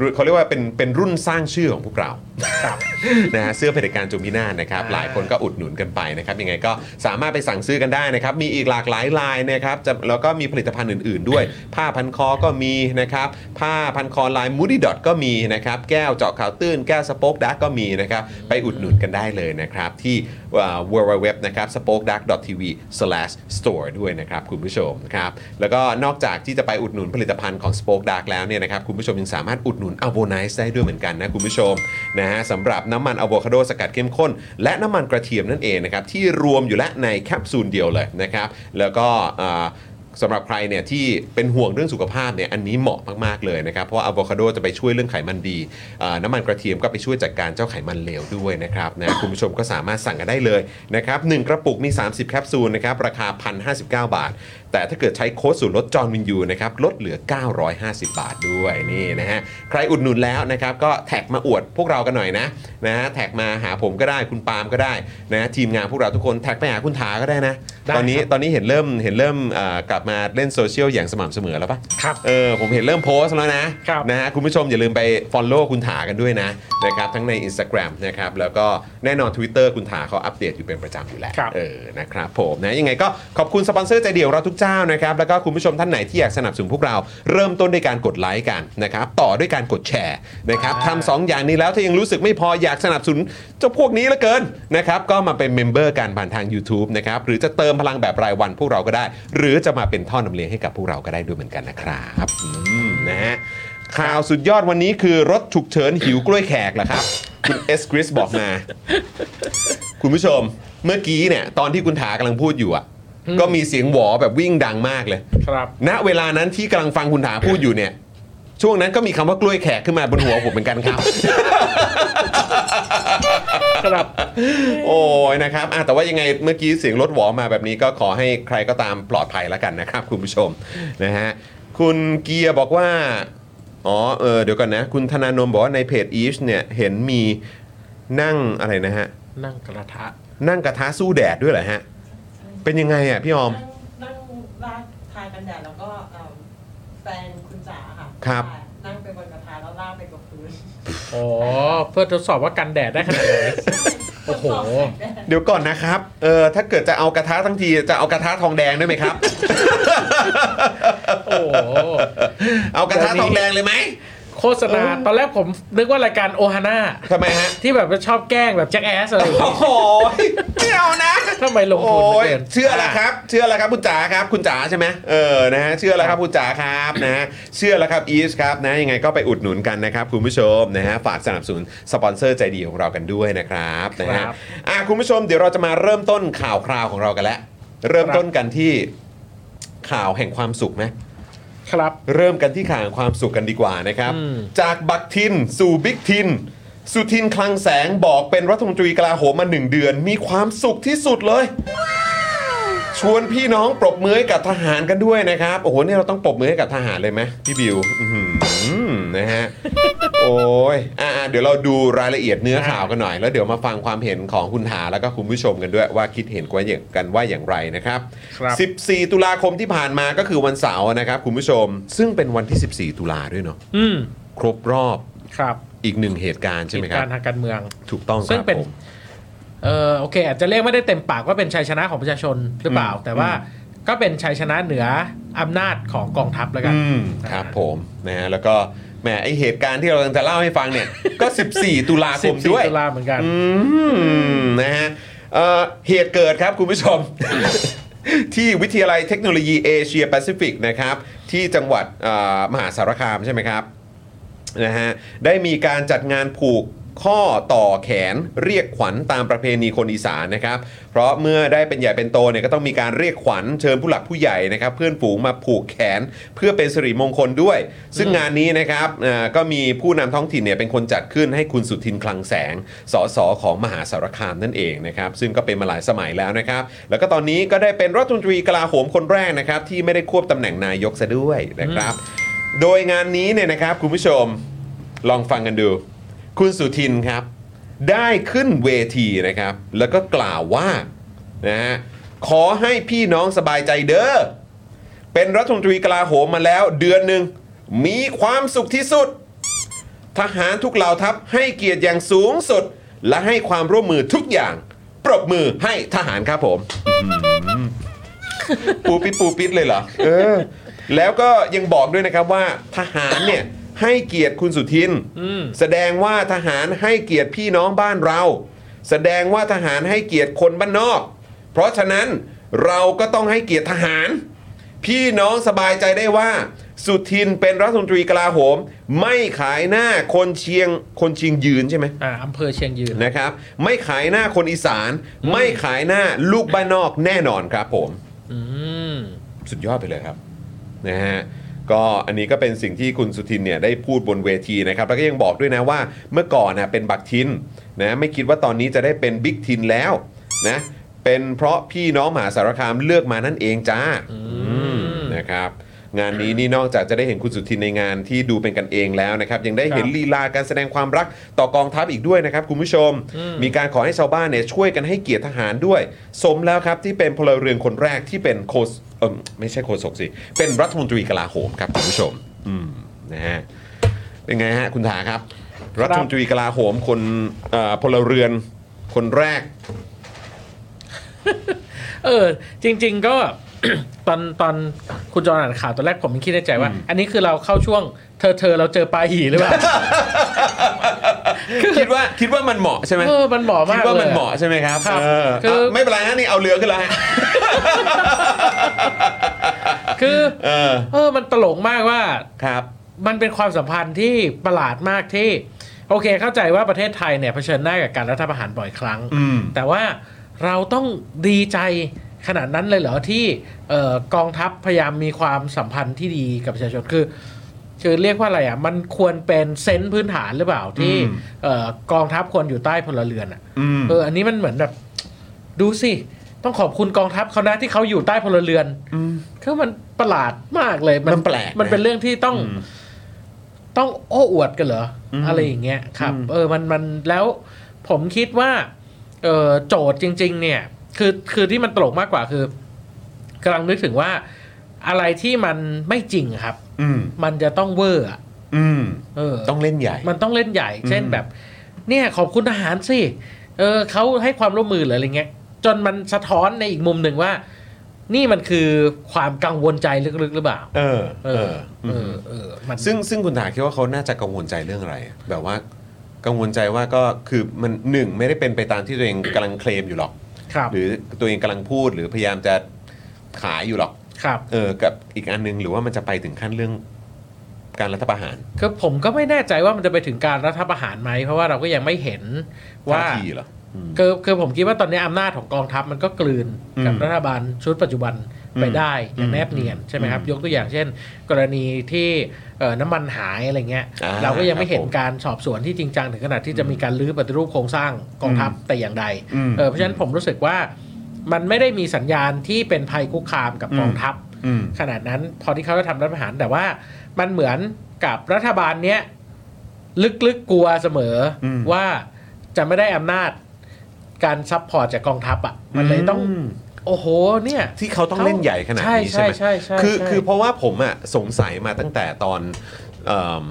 A: รุ่นเขาเรียกว่าเป็นเป็นรุ่นสร้างชื่อของพวกเรา นะฮะเสื้อเผด็จการจงพินาศนะครับ
B: อ่า
A: หลายคนก็อุดหนุนกันไปนะครับยังไงก็สามารถไปสั่งซื้อกันได้นะครับ มีอีกหลากหลายลายนะครับจะแล้วก็มีผลิตภัณฑ์อื่น ๆ ด้วย ผ้าพันคอก็มีนะครับ ผ้าพันคอลายมูดี้ดอทก็มีนะครับ แก้วเจาะข่าวตื้นแก้วสป็อกดักก็มีนะครับ ไปอุดหนุนกันได้เลยนะครับ ที่เว็บเว็บนะครับ spokedark.tv/store ด้วยนะครับ คุณผู้ชมครับแล้วก็นอกจากที่จะไปอุดหนุนผลิตภัณฑ์ของ Spoke Dark แล้วเนี่ยนะครับคุณผู้ชมยังสามารถอุดหนุน a v o n i c e ได้ด้วยเหมือนกันนะคุณผู้ชมนะฮะสำหรับน้ำมันอะโวคาโดสกัดเข้มข้น และน้ำมันกระเทียมนั่นเองนะครับที่รวมอยู่และในแคปซูลเดียวเลยนะครับแล้วก็อ่าสำหรับใครเนี่ยที่เป็นห่วงเรื่องสุขภาพเนี่ยอันนี้เหมาะมากๆเลยนะครับเพราะว่าอะโวคาโดจะไปช่วยเรื่องไขมันดีอ่าน้ำมันกระเทียมก็ไปช่วยจัดการเจ้าไขมันเลวด้วยนะครับนะคุณผู้ชมก็สามารถสั่งกันได้เลยนะครับหนึ่งกระปุกมี 30 แคปซูลนะครับราคา 1,059 บาท แต่ถ้าเกิดใช้โค้ดส่วนลดจอห์นวินยูนะครับลดเหลือ 950 บาทด้วยนี่นะฮะใครอุดหนุนแล้วนะครับก็แท็กมาอวดพวกเรากันหน่อยนะนะฮะแท็กมาหาผมก็ได้คุณปาล์มก็ได้นะทีมงานพวกเราทุกคนแท็กไปหาคุณถาก็ได้นะ
B: ได้
A: ตอนนี้
B: ครับ
A: ตอนนี้เห็นเริ่มเห็นเริ่มเอ่อกลับมาเล่นโซเชียลอย่างสม่ำเสมอแล้วปะ
B: ครับ
A: เออผมเห็นเริ่มโพสต์แล้วนะครับ นะฮะคุณผู้ชมอย่าลืมไป Follow คุณถากันด้วยนะนะครับทั้งใน Instagram นะครับแล้วก็แน่นอน Twitter คุณถาเขาอัปเดตอยู่เป็นประจำอยู่แล้ว
B: ครับ
A: เออนะครับผมนะยังไงก็ขอบคุณสปอนเซอร์ใจเดียวเราทุกเจ้านะครับแล้วก็คุณผู้ชมท่านไหนที่อยากสนับสนุนพวกเราเริ่มต้นด้วยการกดไลค์กันนะครับต่อด้วยการกดแชร์นะครับทำสองอย่างนี้แล้วถ้ายังรู้สึกไม่พออยากสนับสนุนเจ้าพวกนี้เหลือเกินนะครับก็มาเป็นเมมเบอร์กันผ่านทาง YouTube นะครับหรือจะเติมพลังแบบรายวันพวกเราก็ได้ หรือจะมาเป็นท่อนำเลี้ยงให้กับพวกเราก็ได้ด้วยเหมือนกันนะครับ อืมนะฮะข่าวสุดยอดวันนี้คือรถฉุกเฉินหิวกล้วยแขกเหรอครับ คุณเอสคริสบอกมา คุณผู้ชมเมื่อกี้เนี่ย ตอนที่คุณถากำลังพูดอยู่อ่ะ ก็มีเสียงหวอแบบวิ่งดังมากเลย
B: ครับ
A: ณเวลานั้นที่กำลังฟังคุณถาพูดอยู่เนี่ย ช่วงนั้นก็มีคำว่ากล้วยแขกขึ้นมาบนหัวผมเหมือนกันครับ
B: ครับ
A: โอ้ยนะครับอ่ะแต่ว่ายังไงเมื่อกี้เสียงรถหวอมาแบบนี้ก็ขอให้ใครก็ตามปลอดภัยแล้วกันนะครับ คุณผู้ชมนะฮะคุณเกียร์บอกว่า อ๋อเออเดี๋ยวก่อนนะ คุณธนาโนมบอกว่าในเพจ each เนี่ยเห็นมีนั่งอะไรนะฮะ
B: นั่งกระทะ
A: นั่งกระทะสู้แดดด้วยเหรอฮะ เป็นยังไงอ่ะพี่ออม
D: นั่งราดทายกันแดดแล้วก็เอิ่มแฟนคุณจ๋าค่ะ
A: ครับ
D: นั่งไปบนกระทะแล้วลากไปกับพื้น
B: อ๋อ เพื่อทดสอบว่ากันแดดได้ขนาดไหน โอ้โห
D: ทดสอบแสงแดด
A: เดี๋ยวก่อนนะครับเออถ้าเกิดจะเอากระทะทั้งทีจะเอากระทะทองแดงด้วยไหมครับ
B: โอ้โห
A: *laughs* เอากระทะทองแดงเลยไหม
B: ค ฆษณา ตอนแรกผมนึกว่ารายการโอฮาน่า
A: ทำไมฮะ
B: ที่แบบชอบแกล้งแบบแจ็คแอสอะไรอย่าง
A: โอ้
B: เงี้
A: โหไม่
B: ย
A: เอานะ
B: ทำไมลง
A: โอ้
B: ทุนหลื
A: ย
B: เกิน
A: เชื่อแล้วครับ เชื่อแล้วครับคุณจ๋าครับ คุณจ๋าใช่ไหมเออนะฮะเชื่อแล้วครับคุณจ๋าครับนะฮะเชื่อแล้วครับอีสครับนะยังไงก็ไปอุดหนุนกันนะครับคุณผู้ชมนะฮะฝากสนับสนุนสปอนเซอร์ใจดีของเรากันด้วยนะครับนะฮะ
B: ครับ
A: อ่ะคุณผู้ชมเดี๋ยวเราจะมาเริ่มต้นข่าวคราวของเรากันแล้วเริ่มต้นกันที่ข่าวแห่งความสุขไหม
B: ครับ
A: เริ่มกันที่ข่าวแห่งความสุขกันดีกว่านะครับ
B: อืม
A: จากบักทินสู่บิ๊กทิน สุทินคลังแสงบอกเป็นรัฐมนตรีกลาโหมมาหนึ่งเดือน มีความสุขที่สุดเลย ชวนพี่น้องปรบมือให้กับทหารกันด้วยนะครับ โอ้โหเนี่ยเราต้องปรบมือให้กับทหารเลยไหมพี่บิวอื้อหือนะฮะ โอ้ยอ่ะๆเดี๋ยวเราดูรายละเอียดเนื้อข่าวกันหน่อย แล้วเดี๋ยวมาฟังความเห็นของคุณหาแล้วก็คุณผู้ชมกันด้วยว่าคิดเห็นกันว่าอย่างกันว่าอย่างไรนะครับ
B: ครับ
A: 14 ตุลาคมที่ผ่านมาก็คือวันเสาร์นะครับคุณผู้ชม ซึ่งเป็นวันที่ 14 ตุลาด้วยเนาะ
B: อืม
A: ครบรอบ
B: ครับ
A: อีกหนึ่งเหตุการณ์ใช่ไหมค
B: กิจ
A: รั
B: กา
A: บ
B: รทางการเมือง
A: ถูกต้องครับ
B: ซึ่งเป็น
A: ผม
B: เออโอเค อาจจะเรียกไม่ได้เต็มปากว่าเป็นชัยชนะของประชาชนหรือเปล่า แต่ว่าก็เป็นชัยชนะเหนืออำนาจของกองทัพแล้วกัน
A: อืมครับผมนะฮะแล้วก็แหมไอเหตุการณ์ที่เรากำลังจะเล่าให้ฟังเนี่ย ก็ 14 ตุลาค
B: สิบ
A: ม
B: สี่
A: ด้วย
B: ตุลาเหมือนกัน
A: อืมนะฮะเอ่อเหตุเกิดครับคุณผู้ชม *laughs* ที่วิทยาลัยเทคโนโลยีเอเชียแปซิฟิกนะครับ ที่จังหวัดเอ่อมหาสารคามใช่ไหมครับนะฮะได้มีการจัดงานผูกข้อต่อแขนเรียกขวัญตามประเพณีคนอีสานนะครับ เพราะเมื่อได้เป็นใหญ่เป็นโตเนี่ยก็ต้องมีการเรียกขวัญเชิญผู้หลักผู้ใหญ่นะครับ เพื่อนฝูงมาผูกแขนเพื่อเป็นสิริมงคลด้วย ซึ่งงานนี้นะครับเอ่อก็มีผู้นำท้องถิ่นเนี่ยเป็นคนจัดขึ้นให้คุณสุทินคลังแสง สสของมหาสารคามนั่นเองนะครับ ซึ่งก็เป็นมาหลายสมัยแล้วนะครับ แล้วก็ตอนนี้ก็ได้เป็นรัฐมนตรีกลาโหมคนแรกนะครับ ที่ไม่ได้ควบตำแหน่งนายกซะด้วยนะครับ โดยงานนี้เนี่ยนะครับคุณผู้ชมลองฟังกันดู คุณสุทินครับ ได้ขึ้นเวทีนะครับ แล้วก็กล่าวว่านะฮะขอให้พี่น้องสบายใจเด้อเป็นรัฐมนตรีกลาโหมมาแล้วเดือนหนึ่งมีความสุขที่สุด ทหารทุกเหล่าทัพให้เกียรติอย่างสูงสุด และให้ความร่วมมือทุกอย่าง ปรบมือให้ทหารครับผม ปูปิดปูปิดเลยเหรอเออ แล้วก็ยังบอกด้วยนะครับว่าทหารเนี่ยให้เกียรติคุณสุทิน แสดงว่าทหารให้เกียรติพี่น้องบ้านเรา แสดงว่าทหารให้เกียรติคนบ้านนอก เพราะฉะนั้นเราก็ต้องให้เกียรติทหาร พี่น้องสบายใจได้ว่า สุทินเป็นรัฐมนตรีกลาโหม ไม่ขายหน้าคนเชียงคนเชียงยืนใช่ไหม
B: อ่าอำเภอเชียงยืน
A: นะครับไม่ขายหน้าคนอีสาน ไม่ขายหน้าลูกบ้านนอกแน่นอนครับผม
B: อืม
A: สุดยอดไปเลยครับนะฮะก็อันนี้ก็เป็นสิ่งที่คุณสุทินเนี่ยได้พูดบนเวทีนะครับแล้วก็ยังบอกด้วยนะว่าเมื่อก่อนนะเป็นบักทินนะไม่คิดว่าตอนนี้จะได้เป็นบิ๊กทินแล้วนะเป็นเพราะพี่น้องมหาสารคามเลือกมานั่นเองจ้าอืมนะครับ งานนี้นี่นอกจากจะได้เห็นคุณสุทินในงานที่ดูเป็นกันเองแล้วนะครับ ยังได้เห็น
B: ครับ
A: ลีลาการแสดงความรักต่อกองทัพอีกด้วยนะครับคุณผู้ชม มีการขอให้ชาวบ้านเนี่ยช่วยกันให้เกียรติทหารด้วย สมแล้วครับที่เป็นพลเรือนคนแรกที่เป็นโคสเออไม่ใช่โคศกสิ เป็นรัฐมนตรีกลาโหมครับคุณผู้ชม อืมนะฮะเป็นไงฮะคุณถาครับ รัฐมนตรีกลาโหมคนเอ่อพลเรือนคนแรก
B: เออ จริง ๆ ก็ *coughs* ตอนตอนคุณจอห์นอ่านข่าวตอนแรกผมยังคิดในใจว่า อันนี้คือเราเข้าช่วงเธอเธอเราเจอปลาหีหรือเปล่า
A: คิดว่าคิดว่ามันเหมาะใช่ไหม
B: เออมันเหมาะ
A: คิ
B: มา
A: ด
B: ก
A: ว่า
B: เล
A: มัน
B: ย
A: เหมาะใช่ไหมครับ
B: ครับ
A: เออ
B: คือ
A: เอาไม่เป็นไรฮะนี่เอาเรือขึ้นแล้วฮะ
B: คือ
A: เออ
B: เออ มันตลกมากว่า
A: ครับ
B: มันเป็นความสัมพันธ์ที่ประหลาดมากที่ โอเคเข้าใจว่าประเทศไทยเนี่ยเผชิญหน้ากับการรัฐประหารบ่อยครั้ง
A: อืม
B: แต่ว่าเราต้องดีใจขนาดนั้นเลยเหรอที่เออกองทัพพยายามมีความสัมพันธ์ที่ดีกับประชาชนคือ คือเรียกว่าอะไรอ่ะมันควรเป็นเซนส์พื้นฐานหรือเปล่าที่
A: อืม
B: เออกองทัพควรอยู่ใต้พลเรือนอ่ะ
A: อืม
B: เออ อันนี้มันเหมือนแบบ ดูสิ ต้องขอบคุณกองทัพเขานะที่เขาอยู่ใต้พลเรือนคือมันประหลาดมากเลย
A: มันแปลกนะ
B: มันเป็นเรื่องที่ต้อง ต้องโอ้อวดกันเหรอออะไรอย่างเงี้ยครับ เออมันมันแล้วผมคิดว่า เออโจทย์จริง ๆ เนี่ย คือคือที่มันตลกมากกว่าคือกำลังนึกถึงว่า อะไรที่มันไม่จริงครับ
A: อืม
B: มันจะต้องเวอร์อะ
A: อืม
B: เออ
A: ต้องเล่นใหญ่
B: มันต้องเล่นใหญ่ เช่นแบบ เนี่ยขอบคุณทหารสิ เออเขาให้ความร่วมมือหรืออะไรเงี้ย จนมันสะท้อนในอีกมุมหนึ่งว่า นี่มันคือความกังวลใจลึกๆหรือเปล่า
A: เออ
B: เอ
A: เออ
B: อเออเออมัน
A: ซึ่งซึ่งคุณถาคิดว่าเขาน่าจะกังวลใจเรื่องอะไรอะแบบว่ากังวลใจว่าก็คือมันหนึ่งไม่ได้เป็นไปตามที่ตัวเองกำลังเคลมอยู่หรอก
B: ครับ
A: หรือตัวเองกำลังพูดหรือพยายามจะขายอยู่หรอก
B: ครับ
A: เออกับอีกอันหนึงหรือว่ามันจะไปถึงขั้นเรื่องการรัฐประหาร
B: คือผมก็ไม่แน่ใจว่ามันจะไปถึงการรัฐประหารไหม เพราะว่าเราก็ยังไม่เห็นว่า
A: ท่ทีเหรออืม
B: คือคือผมคิดว่าตอนนี้อำนาจของกองทัพมันก็กลืนกับ
A: อืม
B: รัฐบาลชุดปัจจุบันไปได้อย่างแนบเนียน
A: อืม
B: ใช่ไหมครับ
A: อืม
B: ยกตัวอย่างเช่น กรณีที่เอ่อน้ำมันหายอะไรเงี้ย
A: อ่า
B: เราก็ยังไม่เห็น
A: ครับผม
B: การสอบสวนที่จริงจังถึงขนาดที่จะมีการรื้อปฏิรูปโครงสร้างกองทัพแต่อย่างใด
A: อืม
B: เออเพราะฉะนั้นผมรู้สึกว่ามันไม่ได้มีสัญญาณที่เป็นภัยคุกคามกับกองทัพ
A: อืม
B: ขนาดนั้นพอที่เขาจะทำรัฐประหารแต่ว่ามันเหมือนกับรัฐบาลเนี้ยลึกๆกลัวเสมออ
A: ม
B: ว่าจะไม่ได้อำนาจการซัพพอร์ตจากกองทัพอ่ะมันเลยต้อง
A: ม
B: โอ้โหเนี่ย
A: ที่เขาต้องเล่นใหญ่ขนาดนี้
B: ใช่
A: ใช่ไหม
B: ใช่ใช่
A: คือ
B: ใช่
A: คือเพราะว่าผมอะสงสัยมาตั้งแต่ตอนเอิ่ม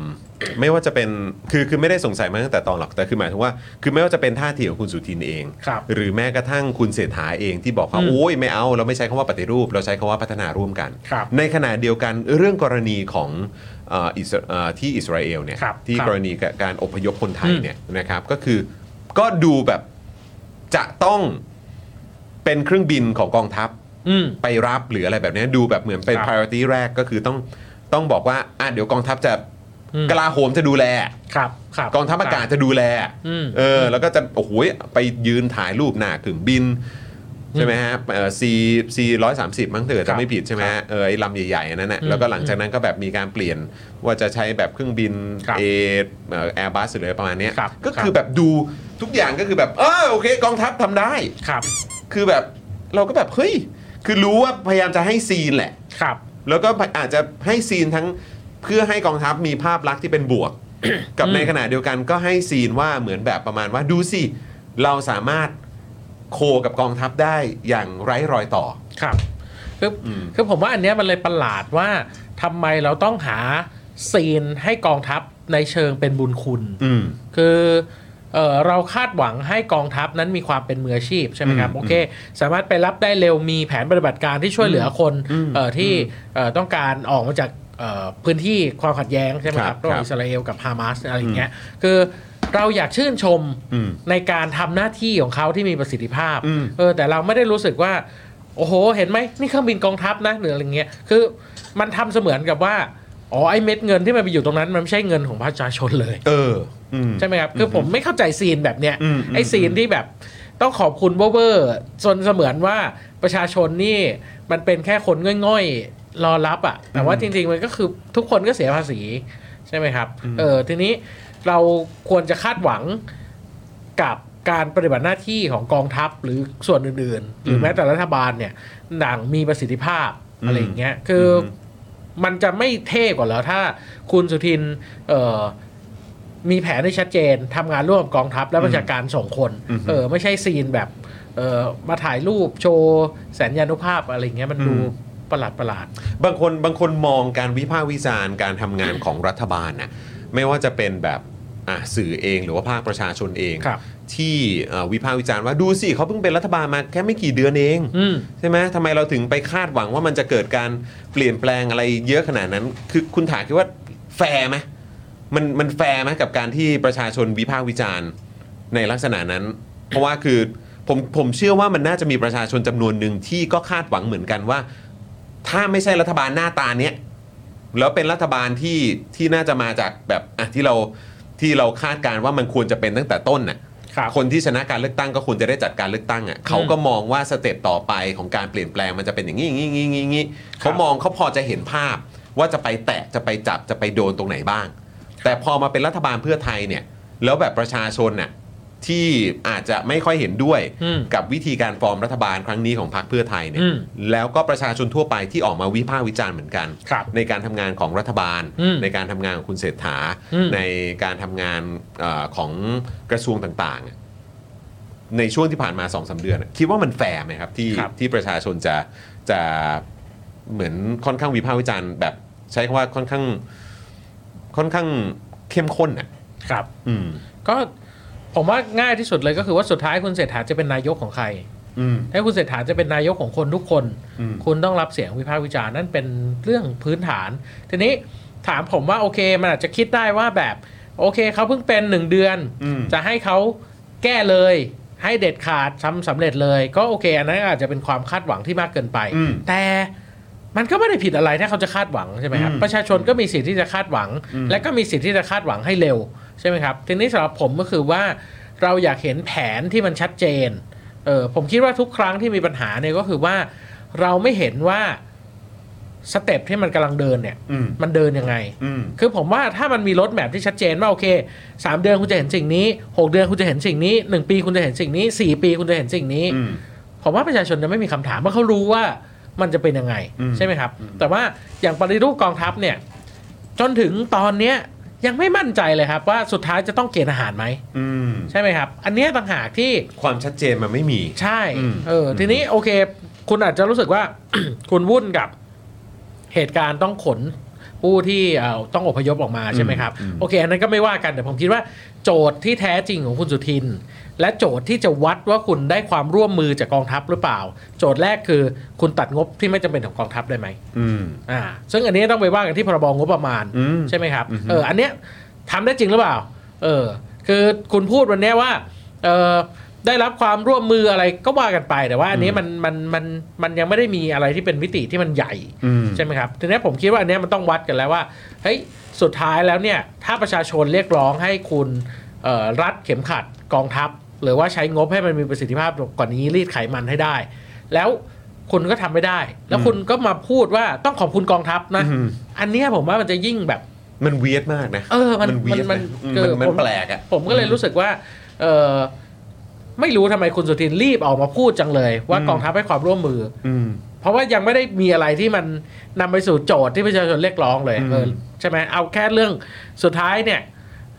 A: ไม่ว่าจะเป็นคือคือไม่ได้สงสัยมาตั้งแต่ตอนหรอกแต่คือหมายถึงว่า คือไม่ว่าจะเป็นท่าทีของคุณสุทินเอง
B: ครับ
A: หรือแม้กระทั่งคุณเศรษฐาเองที่บอกว่า
B: อืม
A: โอ้ยไม่เอาเราไม่ใช้คำว่าปฏิรูป เราใช้คำว่าพัฒนาร่วมกัน
B: ครับ
A: ในขณะเดียวกันเรื่องกรณีของเอ่ออิสเอ่อที่อิสราเอลเนี่ย
B: ครับ
A: ที่
B: ครับ
A: กรณีการอพยพคนไทย
B: อืม
A: เนี่ยนะครับก็คือก็ดูแบบจะต้องเป็นเครื่องบินของกองทัพ
B: อืม
A: ไปรับหรืออะไรแบบเนี้ยดูแบบเหมือนเป็น
B: ครับ
A: priority แรกก็คือต้องต้องบอกว่าอ่ะเดี๋ยวกองทัพจะ
B: อืม
A: กลาโหมจะดูแล
B: ครับครับ
A: กองทัพอากาศจะดูแล
B: อืม
A: เออแล้วก็จะโอ้โหไปยืนถ่ายรูปหน้าถึงบิน ใช่ไหมฮะเอ่อซีซีร้อยสามสิบมั้งเถอะ
B: ครับ
A: จะไม่ผิดใช่ไหมฮะเออไอ้ลำใหญ่ๆอันนั้นแหละ
B: อืม
A: แล้วก็หลังจากนั้นก็แบบมีการเปลี่ยนว่าจะใช้แบบเครื่องบิน
B: ครับ
A: เอแอร์บัสหรืออะไรประมาณเนี้ย
B: ครับ
A: ก็คื
B: ครั
A: อบ แบบดูทุกอย่างก็คือแบบเออโอเค กองทัพทำได้
B: ครับ
A: คือแบบเราก็แบบเฮ้ย คือรู้ว่าพยายามจะให้ซีนแหละ
B: ครับ
A: แล้วก็อาจจะให้ซีนทั้งเพื่อให้กองทัพมีภาพลักษณ์ที่เป็น
B: *coughs*
A: บวก กับ
B: อืม
A: ในขณะเดียวกันก็ให้ซีนว่าเหมือนแบบประมาณว่าดูสิ เราสามารถโคกับกองทัพได้อย่างไร้รอยต่อ
B: ครับคืออ
A: ม
B: คือผมว่าอันเนี้ยมันเลยประหลาดว่าทำไมเราต้องหาซีนให้กองทัพในเชิงเป็นบุญคุณ
A: อืม
B: คือเอ่อเราคาดหวังให้กองทัพนั้นมีความเป็นมืออาชีพใช่ไหมครับ
A: อืม
B: โอเค สามารถไปรับได้เร็วมีแผนปฏิบัติการที่ช่วยเหลือคน
A: อืม
B: เอ่อที่เอ่อต้องการออกมาจากเอ่อพื้นที่ความขัดแย้งใช่ไหม
A: ค
B: ค
A: รั
B: รับบ ระหว่า
A: ค
B: ง
A: รับ
B: อิสราเอลกับฮามาสอะไรอย่างเงี้ยคือเราอยากชื่นชม
A: อืม
B: ในการทำหน้าที่ของเขาที่มีประสิทธิภาพ
A: อืม
B: เออแต่เราไม่ได้รู้สึกว่า โอ้โห เห็นไหมนี่เครื่องบินกองทัพนะหรืออะไรเงี้ยคือมันทำเสมือนกับว่าอ๋อไอ้เม็ดเงินที่มันไปอยู่ตรงนั้นมันไม่ใช่เงินของประชาชนเลย
A: เออ อืม
B: ใช่ไหมครับ คือผมไม่เข้าใจซีนแบบเนี้ย
A: อืมอืม
B: ไอ้ซีนที่แบบต้องขอบคุณเวอร์ๆจนเสมือนว่าประชาชนนี่มันเป็นแค่คนง่อยๆ รอรับอะ่ะ แต่ว่าจริงๆ มันก็คือทุกคนก็เสียภาษี ใช่ไหมครับ เออทีนี้เราควรจะคาดหวังกับการปฏิบัติหน้าที่ของกองทัพหรือส่วนอื่นๆ หรือแม้แต่รัฐบาลเนี่ยหนังมีประสิทธิภาพ
A: อืม
B: อะไรอย่างเงี้ยคืออมันจะไม่เท่กว่าเหรอถ้าคุณสุทินเอ่อ มีแผนที่ชัดเจนทำงานร่วมกับกองทัพและประชาการส่งคน
A: อือฮึ
B: เออ ไม่ใช่ซีนแบบเออมาถ่ายรูปโชว์แสนยานุภาพอะไรอย่างเงี้ยมันดู
A: อืม
B: ประหลาดประหลาด
A: บางคนบางคนมองการวิพากษ์วิจารณ์การทำงานของรัฐบาลน่ะไม่ว่าจะเป็นแบบอ่ะสื่อเองหรือว่าภาคประชาชนเอง
B: ครับ
A: ที่เอ่อวิพากษ์วิจารณ์ว่าดูสิเขาเพิ่งเป็นรัฐบาลมาแค่ไม่กี่เดือนเอง
B: อืม
A: ใช่ไหมทำไมเราถึงไปคาดหวังว่ามันจะเกิดการเปลี่ยนแปลงอะไรเยอะขนาดนั้น คือคุณถามคิดว่าแฟร์ไหมมันมันแฟร์ไหมกับการที่ประชาชนวิพากษ์วิจารณ์ในลักษณะนั้น เพราะว่าคือผมผมเชื่อว่ามันน่าจะมีประชาชนจำนวนหนึ่งที่ก็คาดหวังเหมือนกันว่า ถ้าไม่ใช่รัฐบาลหน้าตาเนี้ยแล้วเป็นรัฐบาลที่ที่น่าจะมาจากแบบอ่ะที่เราที่เราคาดการณ์ว่ามันควรจะเป็นตั้งแต่ต้นน่ะ
B: ครับ
A: คนที่ชนะการเลือกตั้งก็ควรจะได้จัดการเลือกตั้งอ่ะเขาก็มองว่าสเต็ปต่อไปของการเปลี่ยนแปลงมันจะเป็นอย่างนี้อย่างนี้อย่างนี้อย่างนี้เขามองเขาพอจะเห็นภาพว่าจะไปแตะจะไปจับจะไปโดนตรงไหนบ้าง แต่พอมาเป็นรัฐบาลเพื่อไทยเนี่ย แล้วแบบประชาชนน่ะที่อาจจะไม่ค่อยเห็นด้วย
B: อืม
A: กับวิธีการฟอร์มรัฐบาลครั้งนี้ของพรรคเพื่อไทยเนี่ย
B: อืม
A: แล้วก็ประชาชนทั่วไปที่ออกมาวิพากษ์วิจารณ์เหมือนกัน
B: ครับ
A: ในการทำงานของรัฐบาล
B: อืม
A: ในการทำงานของคุณเศรษฐา
B: อืม
A: ในการทำงานเออของกระทรวงต่างๆ ในช่วงที่ผ่านมา2อสเดือนอะคิดว่ามันแฟร์ไหมครับที่
B: ครับ
A: ที่ประชาชนจะจะเหมือนค่อนข้างวิพากษ์วิจารณ์แบบใช้คำว่าค่อนข้างค่อนข้างเข้มข้นอ่ะ
B: ครับ
A: อืม
B: ก็ผมว่าง่ายที่สุดเลยก็คือว่าสุดท้ายคุณเศรษฐาจะเป็นนายกของใคร
A: อืม
B: ถ้าคุณเศรษฐาจะเป็นนายกของคนทุกคน
A: อืม
B: คุณต้องรับเสียงวิพากษ์วิจารณ์นั่นเป็นเรื่องพื้นฐาน ทีนี้ถามผมว่าโอเคมันอาจจะคิดได้ว่าแบบโอเคเขาเพิ่งเป็นหนึ่งเดือน
A: อืม
B: จะให้เขาแก้เลยให้เด็ดขาดทำสำเร็จเลยก็โอเคอันนั้นอาจจะเป็นความคาดหวังที่มากเกินไป
A: อืม
B: แต่มันก็ไม่ได้ผิดอะไรถ้าเขาจะคาดหวังใช่ไหมครับ
A: อืม
B: ประชาชนก็มีสิทธิ์ที่จะคาดหวัง
A: อืม
B: และก็มีสิทธิ์ที่จะคาดหวังให้เร็วใช่ไหมครับทีนี้สำหรับผมก็คือว่าเราอยากเห็นแผนที่มันชัดเจนเออผมคิดว่าทุกครั้งที่มีปัญหาเนี่ยก็คือว่า เราไม่เห็นว่าสเต็ปที่มันกำลังเดินเนี่ย
A: อืม
B: มันเดินยังไง
A: อืม
B: คือผมว่าถ้ามันมีรถแมพที่ชัดเจนว่าโอเค 3 เดือนคุณจะเห็นสิ่งนี้ 6 เดือนคุณจะเห็นสิ่งนี้ 1 ปีคุณจะเห็นสิ่งนี้ 4 ปีคุณจะเห็นสิ่งนี้
A: อืม
B: ผมว่าประชาชนจะไม่มีคำถามเพราะเขารู้ว่ามันจะเป็นยังไง
A: อืม
B: ใช่ไหมครับ แต่ว่าอย่างปฏิรูปกองทัพเนี่ยจนถึงตอนเนี้ยยังไม่มั่นใจเลยครับว่าสุดท้ายจะต้องเกณฑ์อาหารไหม
A: อืม
B: ใช่ไหมครับ อันเนี้ยต่างหากที่
A: ความชัดเจนมันไม่มี
B: ใช่
A: อืม
B: เออทีนี้โอเค คุณอาจจะรู้สึกว่า *clears throat* คุณวุ่นกับเหตุการณ์ต้องขนผู้ที่เอ่อต้องอพยพออกมาใช่ไหมครับ
A: อืม
B: โอเคอันนั้นก็ไม่ว่ากันแต่ผมคิดว่าโจทย์ที่แท้จริงของคุณสุทิน และโจทย์ที่จะวัดว่าคุณได้ความร่วมมือจากกองทัพหรือเปล่า โจทย์แรกคือ คุณตัดงบที่ไม่จำเป็นของกองทัพได้ไหม
A: อืม
B: อ่าซึ่งอันนี้ต้องไปว่ากันที่พรบงบประมาณ
A: อืม
B: ใช่ไหมครับ
A: อือฮึ
B: เออ อันเนี้ยทำได้จริงหรือเปล่า เออ คือคุณพูดวันเนี้ยว่า เออได้รับความร่วมมืออะไรก็ว่ากันไป แต่ว่าอันนี้
A: อืม
B: มัน มัน มัน มันยังไม่ได้มีอะไรที่เป็นมิติที่มันใหญ่
A: อืม
B: ใช่ไหมครับ ทีนี้ผมคิดว่าอันเนี้ยมันต้องวัดกันแล้วว่า เฮ้ย สุดท้ายแล้วเนี่ย ถ้าประชาชนเรียกร้องให้คุณเอ่อรัดเข็มขัดกองทัพ หรือว่าใช้งบให้มันมีประสิทธิภาพกว่านี้รีดไขมันให้ได้ แล้วคุณก็ทำไม่ได้ แล้วคุณก็มาพูดว่าต้องขอบคุณกองทัพนะ
A: อืม
B: อันเนี้ยผมว่ามันจะยิ่งแบบ
A: มันเวียดมากนะ
B: เออมัน
A: เวียด
B: มั
A: มันม
B: นมัน
A: มันมัน
B: ผม
A: แปลกอ่ะ
B: ผมก็เลยรู้สึกว่าเออไม่รู้ทำไมคุณสุทินรีบออกมาพูดจังเลย ว่า
A: อืม
B: กองทัพให้ความร่วมมือ
A: อืม
B: เพราะว่ายังไม่ได้มีอะไรที่มันนำไปสู่โจทย์ที่ประชาชนเรียกร้องเลย
A: อืม
B: เออใช่ไหมเอาแค่เรื่องสุดท้ายเนี่ย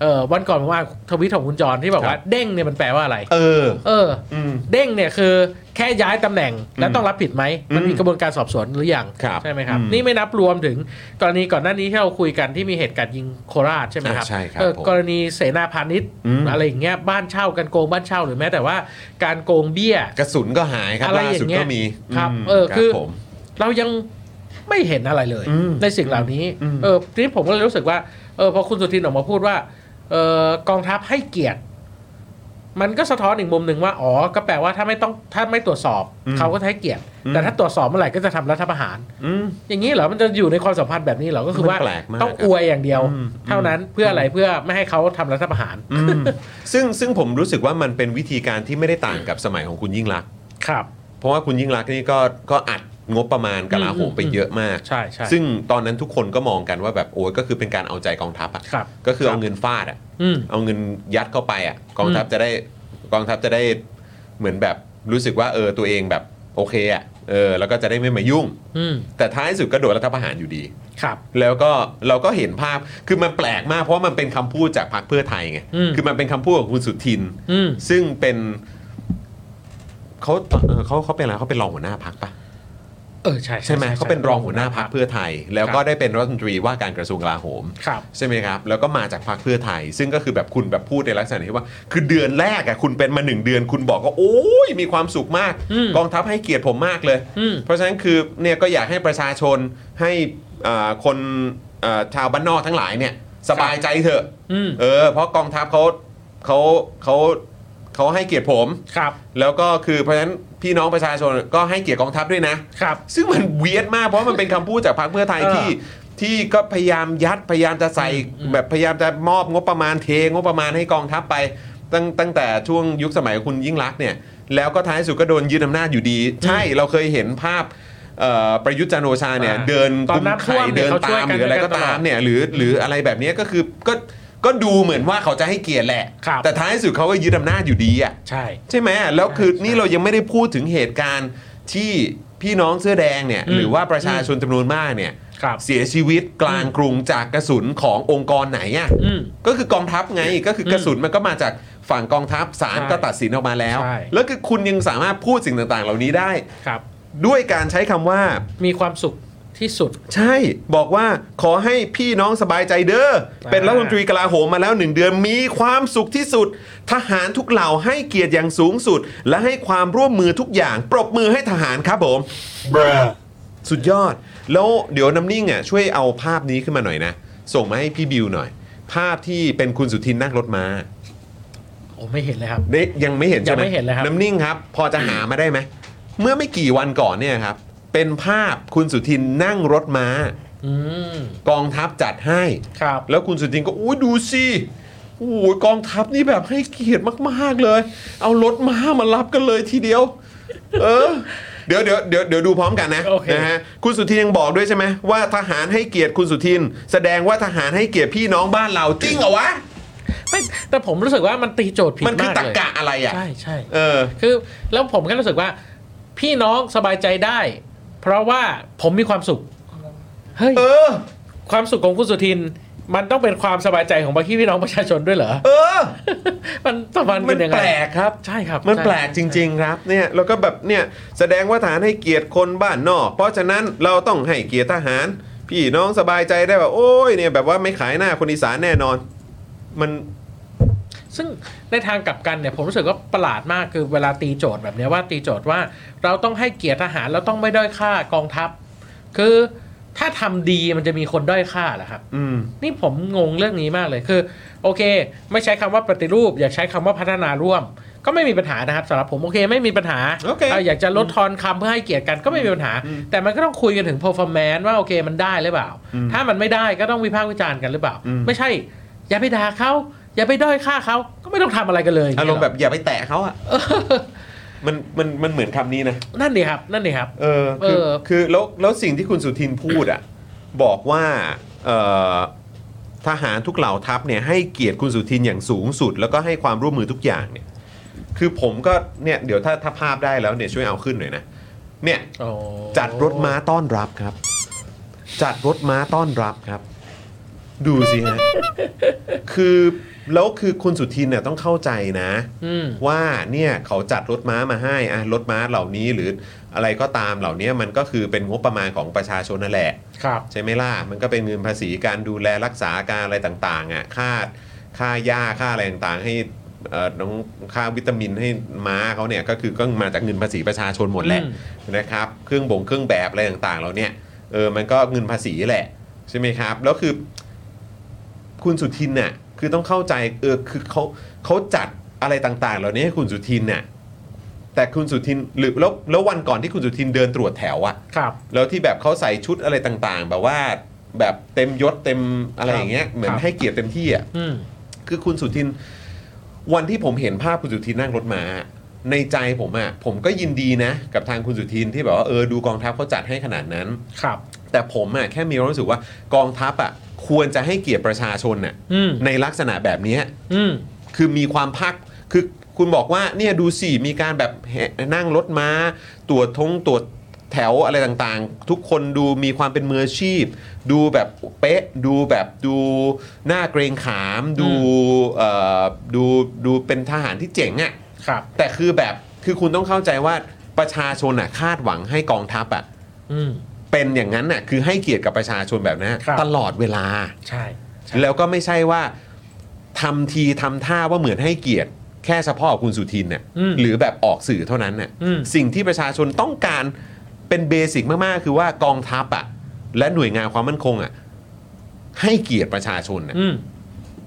B: เออวันก่อนผมว่าทวิตของคุณจรที่บอกว่า
A: ครับ
B: เด้งเนี่ยมันแปลว่าอะไร
A: เออ
B: เออ
A: อืม
B: เด้งเนี่ยคือแค่ย้ายตำแหน่งแล้ว
A: อืม
B: ต้องรับผิดไหมมันมี
A: อืม
B: กระบวนการสอบสวนหรือยัง
A: ครับ
B: ใช่ไหมครับ
A: อืม
B: นี่ไม่นับรวมถึงกรณีก่อนหน้านี้ที่เราคุยกันที่มีเหตุการณ์ยิงโคราชใช่ไหมครับ
A: อ่าใช่ครับ
B: เออ
A: ผม
B: กรณีเสนาพาณิชย์
A: อืม
B: อะไรอย่างเงี้ยบ้านเช่ากันโกงบ้านเช่าหรือแม้แต่ว่าการโกงเบี้ย
A: กระสุนก็หายครับ
B: อะไร
A: ล่า
B: อย่า
A: สุด
B: งเงี้ย
A: ก็มี
B: ครับ
A: ม
B: เออคือ
A: รับผม
B: เรายังไม่เห็นอะไรเลย
A: อืม
B: ในสิ่งเหล่านี้
A: อืม
B: เออทีนี้ผมก็เลยรู้สึกว่าเออพอคุณสุทินออกมาพูดว่าเออกองทัพให้เกียรติ มันก็สะท้อนอีกมุมหนึ่งว่าอ๋อก็แปลว่าถ้าไม่ต้องถ้าไม่ตรวจสอบ เขาก็จะให้เกียรติ แต่ถ้าตรวจสอบเมื่อไหร่ก็จะทำรัฐประหาร
A: อืม
B: อย่างนี้เหรอมันจะอยู่ในความสัมพันธ์แบบนี้เหรอก็คือว่า
A: มันแปลกมาก
B: ต้องอวยอย่างเดียว
A: อืม
B: เท่านั้นเพื่ออะไรเพื่อไม่ให้เขาทำรัฐประหาร
A: อืมซึ่งซึ่งผมรู้สึกว่ามันเป็นวิธีการที่ไม่ได้ต่างกับสมัยของคุณยิ่งรักษณ์
B: ครับ
A: เพราะว่าคุณยิ่งรักษณ์นี่ก็ก็อัดงบประมาณกลาโหมไปเยอะมาก
B: ใช่ใช่
A: ซึ่งตอนนั้นทุกคนก็มองกันว่าแบบโอ้ยก็คือเป็นการเอาใจกองทัพอ่ะ
B: ครับ
A: ก็คือเอาเงินฟาดอ่ะ
B: อืม
A: เอาเงินยัดเข้าไปอ่ะกองทัพจะได้กองทัพจะได้เหมือนแบบรู้สึกว่าเออตัวเองแบบโอเคอ่ะเออแล้วก็จะได้ไม่มายุ่ง
B: อืม
A: แต่ท้ายสุดก็โดนรัฐประหารอยู่ดี
B: ครับ
A: แล้วก็เราก็เห็นภาพคือมันแปลกมากเพราะว่ามันเป็นคำพูดจากพรรคเพื่อไทยไง
B: อืม
A: คือมันเป็นคำพูดของคุณสุทิน
B: อืม
A: ซึ่งเป็นเขาเอ่อเขาเขาเป็นอะไรเขาเป็นรองหัวหน้าพักปะ
B: เออใช่
A: ใช่ไหมเขาเป็นรองหัวหน้าพักเพื่อไทย แล้วก็ได้เป็นรัฐมนตรีว่าการกระทรวงกลาโหม
B: ครับ
A: ใช่ไหมครับ แล้วก็มาจากพรรคเพื่อไทย ซึ่งก็คือแบบคุณแบบพูดในลักษณะที่ว่า คือเดือนแรกอะคุณเป็นมาหนึ่งเดือน คุณบอกว่าโอ้ยมีความสุขมาก
B: อืม
A: กองทัพให้เกียรติผมมากเลย
B: อืม
A: เพราะฉะนั้นคือเนี่ยก็อยากให้ประชาชนให้อ่าคนอ่าชาวบ้านนอกทั้งหลายเนี่ยสบายใจเถอะ
B: อืม
A: เออเพราะกองทัพเขาเขาเขาเขาให้เกียรติผม
B: ครับ
A: แล้วก็คือเพราะฉะนั้นพี่น้องประชาชนก็ให้เกียรติกองทัพด้วยนะ
B: ครับ
A: ซึ่งมันเวียดมากเพราะมันเป็นคำพูดจากพรรคเพื่อไทย
B: เออ
A: ที่ที่ก็พยายามยัดพยายามจะใส่แบบพยายามจะมอบงบประมาณเทงบประมาณให้กองทัพไป ตั้งตั้งแต่ช่วงยุคสมัยคุณยิ่งรักษณ์เนี่ยแล้วก็ท้ายสุดก็โดนยึดอำนาจอยู่ดี ใช่เราเคยเห็นภาพเอ่อประยุทธ์จันทร์โอชาเนี่ย
B: อ่า
A: เดิน
B: ตอน
A: กุม
B: น้ำท่
A: ไข่
B: วมเนี่ย
A: เดิน
B: เขาช่วย
A: ตาม
B: กั
A: ห
B: น
A: รืออะไรก็
B: ตลอด
A: ตามเนี่ยหรือหรืออะไรแบบเนี้ยก็คือก็ก็ดูเหมือนว่าเขาจะให้เกียรติแหละ
B: ครับ
A: แต่ท้ายสุดเขาก็ยึดอำนาจอยู่ดีอ่ะ
B: ใช่
A: ใช่ไหมแล้ว
B: ใช่
A: คือ
B: ใช่
A: นี่เรายังไม่ได้พูดถึงเหตุการณ์ที่พี่น้องเสื้อแดงเนี่ย
B: อืม
A: หรือว่าประชาชนจำนวนมากเนี่ย
B: ครับ
A: เสียชีวิตกลางกรุงจากกระสุนขององค์กรไหนอ่ะ
B: อืม
A: ก็คือกองทัพไงก็คือกระสุนมันก็มาจากฝั่งกองทัพศาล
B: ใช่
A: ก็ตัดสินออกมาแล้ว
B: ใช่
A: แล้วคือคุณยังสามารถพูดสิ่งต่างๆ เหล่านี้ได้
B: ครับ
A: ด้วยการใช้คำว่า
B: มีความสุข ที่สุด
A: ใช่บอกว่าขอให้พี่น้องสบายใจเด้อ
B: อ่า
A: เป็นรัฐมนตรีกลาโหมมาแล้วหนึ่งเดือนมีความสุขที่สุด ทหารทุกเหล่าให้เกียรติอย่างสูงสุด และให้ความร่วมมือทุกอย่าง ปรบมือให้ทหารครับผม สุดยอด แล้วเดี๋ยวน้ำนิ่งอ่ะช่วยเอาภาพนี้ขึ้นมาหน่อยนะ ส่งมาให้พี่บิวหน่อย ภาพที่เป็นคุณสุทินนั่งรถมา
B: โอ้ไม่เห็นเลยครับ
A: ได้ยังไม่เห็นใช่ไหม
B: ยังไม่เห็นเลยครับ
A: น้ำนิ่งครับ พอจะหามาได้ไหมเมื่อไม่กี่วันก่อนเนี่ยครับ เป็นภาพคุณสุทินนั่งรถม้า
B: อืม
A: กองทัพจัดให้
B: ครับ
A: แล้วคุณสุทินก็อุ้ยดูสิโอ้ยกองทัพนี่แบบให้เกียรติมากๆเลย เอารถม้ามารับกันเลยทีเดียว เออ เดี๋ยวเดี๋ยวเดี๋ยวเดี๋ยวดูพร้อมกันนะ
B: โอเค
A: นะฮะคุณสุทินยังบอกด้วยใช่ไหมว่าทหารให้เกียรติคุณสุทิน แสดงว่าทหารให้เกียรติพี่น้องบ้านเราจริงเหรอวะ
B: ไม่แต่ผมรู้สึกว่ามันตีโจทย์ผิด
A: มันคือ
B: มาก
A: ตรร
B: เลย
A: กะอะไรอ่ะ
B: ใช่ใช่
A: เออ
B: คือแล้วผมแค่รู้สึกว่า พี่น้องสบายใจได้ เพราะว่าผมมีความสุขเฮ้ย
A: เออ
B: ความสุขของคุณสุทิน มันต้องเป็นความสบายใจของพี่น้องประชาชนด้วยเหรอ *laughs*
A: เออ
B: มันตะวัน
A: มั
B: เป็นนยังไง
A: แปลกครับ
B: ใช่ครับ
A: มันแปลก
B: ใช่
A: จริง ๆ ครับเนี่ยแล้วก็แบบเนี่ยแสดงว่าทหารให้เกียรติคนบ้านนอก เพราะฉะนั้นเราต้องให้เกียรติทหาร พี่น้องสบายใจได้แบบโอ้ยเนี่ยแบบว่าไม่ขายหน้าคนอีสานแน่นอน มัน
B: ซึ่งในทางกลับกันเนี่ยผมรู้สึกว่าประหลาดมากคือเวลาตีโจทย์แบบเนี้ยว่าตีโจทย์ว่าเราต้องให้เกียรติทหารเราต้องไม่ด้อยค่ากองทัพ คือถ้าทำดีมันจะมีคนด้อยค่าเหรอครับ
A: อืม
B: นี่ผมงงเรื่องนี้มากเลยคือ โอเค ไม่ใช้คำว่าปฏิรูป อยากใช้คำว่าพัฒนาร่วม ก็ไม่มีปัญหานะครับสำหรับผมโอเคไม่มีปัญหา
A: โอเค
B: อยากจะลดทอนคำเพื่อให้เกียรติกันก็ไม่มีปัญหา แต่มันก็ต้องคุยกันถึง performance ว่าโอเคมันได้หรือเปล่า ถ้ามันไม่ได้ก็ต้องวิพากษ์วิจารณ์กันหรือเปล่า
A: อืม
B: ไม่ใช่ อย่าไปด่าเขาอย่าไปด้อยค่าเขาก็ไม่ต้องทำอะไรกันเลย
A: อารมณ์แบบอย่าไปแตะเขาอ่ะ
B: เออ
A: มันมันมันเหมือนคำนี้นะ
B: นั่นดีครับ นั่นดีครับ
A: เออคือ
B: เออ
A: คือแล้วแล้วสิ่งที่คุณสุทินพูดอ่ะ บอกว่าเอ่อทหารทุกเหล่าทัพเนี่ยให้เกียรติคุณสุทินอย่างสูงสุด แล้วก็ให้ความร่วมมือทุกอย่างเนี่ย คือผมก็เนี่ยเดี๋ยวถ้าถ้าภาพได้แล้วเนี่ยช่วยเอาขึ้นหน่อยนะเนี่ย
B: โอ้
A: จัดรถม้าต้อนรับครับ จัดรถม้าต้อนรับครับ ดูสิฮะ คือแล้วคือคุณสุทินเนี่ยต้องเข้าใจนะ
B: อืม
A: ว่าเนี่ยเขาจัดรถม้ามาให้อะรถม้าเหล่านี้หรืออะไรก็ตามเหล่านี้มันก็คือเป็นงบประมาณของประชาชนนั่นแหละ
B: ครับ
A: ใช่ไหมล่ะ มันก็เป็นเงินภาษีการดูแลรักษาการอะไรต่างๆอ่ะค่าค่าหญ้าค่าอะไรต่างๆ ให้เอ่อน้องค่าวิตามินให้ม้าเขาเนี่ยก็คือก็มาจากเงินภาษีประชาชนหมดแหละ
B: อืม
A: นะครับเครื่องบ่งเครื่องแบบอะไรต่างๆเราเนี่ยเออมันก็เงินภาษีแหละใช่ไหมครับแล้วคือ คุณสุทินน่ะคือต้องเข้าใจเออคือเขาเขาจัดอะไรต่างๆ เหล่านี้ให้คุณสุทินน่ะแต่คุณสุทินหรือแล้วแล้ววันก่อนที่คุณสุทินเดินตรวจแถวอ่ะ
B: ครับ
A: แล้วที่แบบเขาใส่ชุดอะไรต่างๆ แบบว่าแบบเต็มยศเต็มอะไรอย่างเงี้ยเหมือ
B: คน รับ
A: ให้เกียรติเต็มที่อ่ะ
B: อืม
A: คือคุณสุทิน วันที่ผมเห็นภาพคุณสุทินนั่งรถมา ในใจผมอ่ะผมก็ยินดีนะ กับทางคุณสุทินที่แบบว่าเออดูกองทัพเขาจัดให้ขนาดนั้น
B: ครับ
A: แต่ผมอ่ะแค่มีความรู้สึกว่ากองทัพอ่ะควรจะให้เกียรติประชาชนน่ะ
B: อืม
A: ในลักษณะแบบเนี้ย
B: อืม
A: คือมีความภาคคือคุณบอกว่าเนี่ยดูสิมีการแบบแห่นั่งรถม้า ตรวจทงตรวจแถวอะไรต่างๆ ทุกคนดูมีความเป็นมืออาชีพ ดูแบบเป๊ะ ดูแบบดูหน้าเกรงขาม ดูเอ่อดูดูเป็นทหารที่เจ๋งอะ่ะ
B: ครับ
A: แต่คือแบบคือคุณต้องเข้าใจว่าประชาชนอ่ะคาดหวังให้กองทัพอ่ะ
B: อืม
A: เป็นอย่างนั้นน่ะคือให้เกียรติกับประชาชนแบบนั้นอะ
B: ครับ
A: ตลอดเวลา
B: ใช่ใช่
A: แล้วก็ไม่ใช่ว่าทำทีทำท่าว่าเหมือนให้เกียรติ แค่เฉพาะคุณสุทินเนี่ย
B: อืม
A: หรือแบบออกสื่อเท่านั้นเนี่ย
B: อืม
A: สิ่งที่ประชาชนต้องการเป็นเบสิกมากๆ คือว่ากองทัพอ่ะและหน่วยงานความมั่นคงอ่ะให้เกียรติประชาชนน่ะ
B: อืม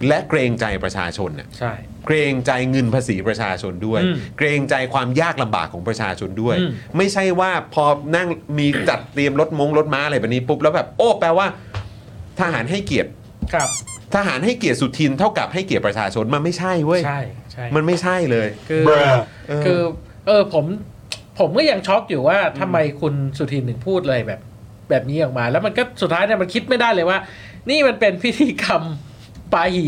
A: และเกรงใจประชาชนน่ะ
B: ใช่
A: เกรงใจเงินภาษีประชาชนด้วย
B: อืม
A: เกรงใจความยากลำบากของประชาชนด้วย
B: อืม
A: ไม่ใช่ว่าพอนั่งมีจัดเตรียมรถมงรถม้าอะไรแบบนี้ปุ๊บแล้วแบบโอ้แปลว่า ทหารให้เกียรติ
B: ครับ
A: ทหารให้เกียรติสุทินเท่ากับให้เกียรติประชาชนมันไม่ใช่เว้ย
B: ใช่ใช่
A: มันไม่ใช่เลย
B: คือ
A: เออ
B: คือเออผมผมก็ยังช็อกอยู่ว่าทำไมคุณสุทินถึงพูดอะไรแบบ แบบนี้ออกมา แล้วมันก็สุดท้ายเนี่ยมันคิดไม่ได้เลยว่า นี่มันเป็นพิธีกรรม *laughs* ปาหี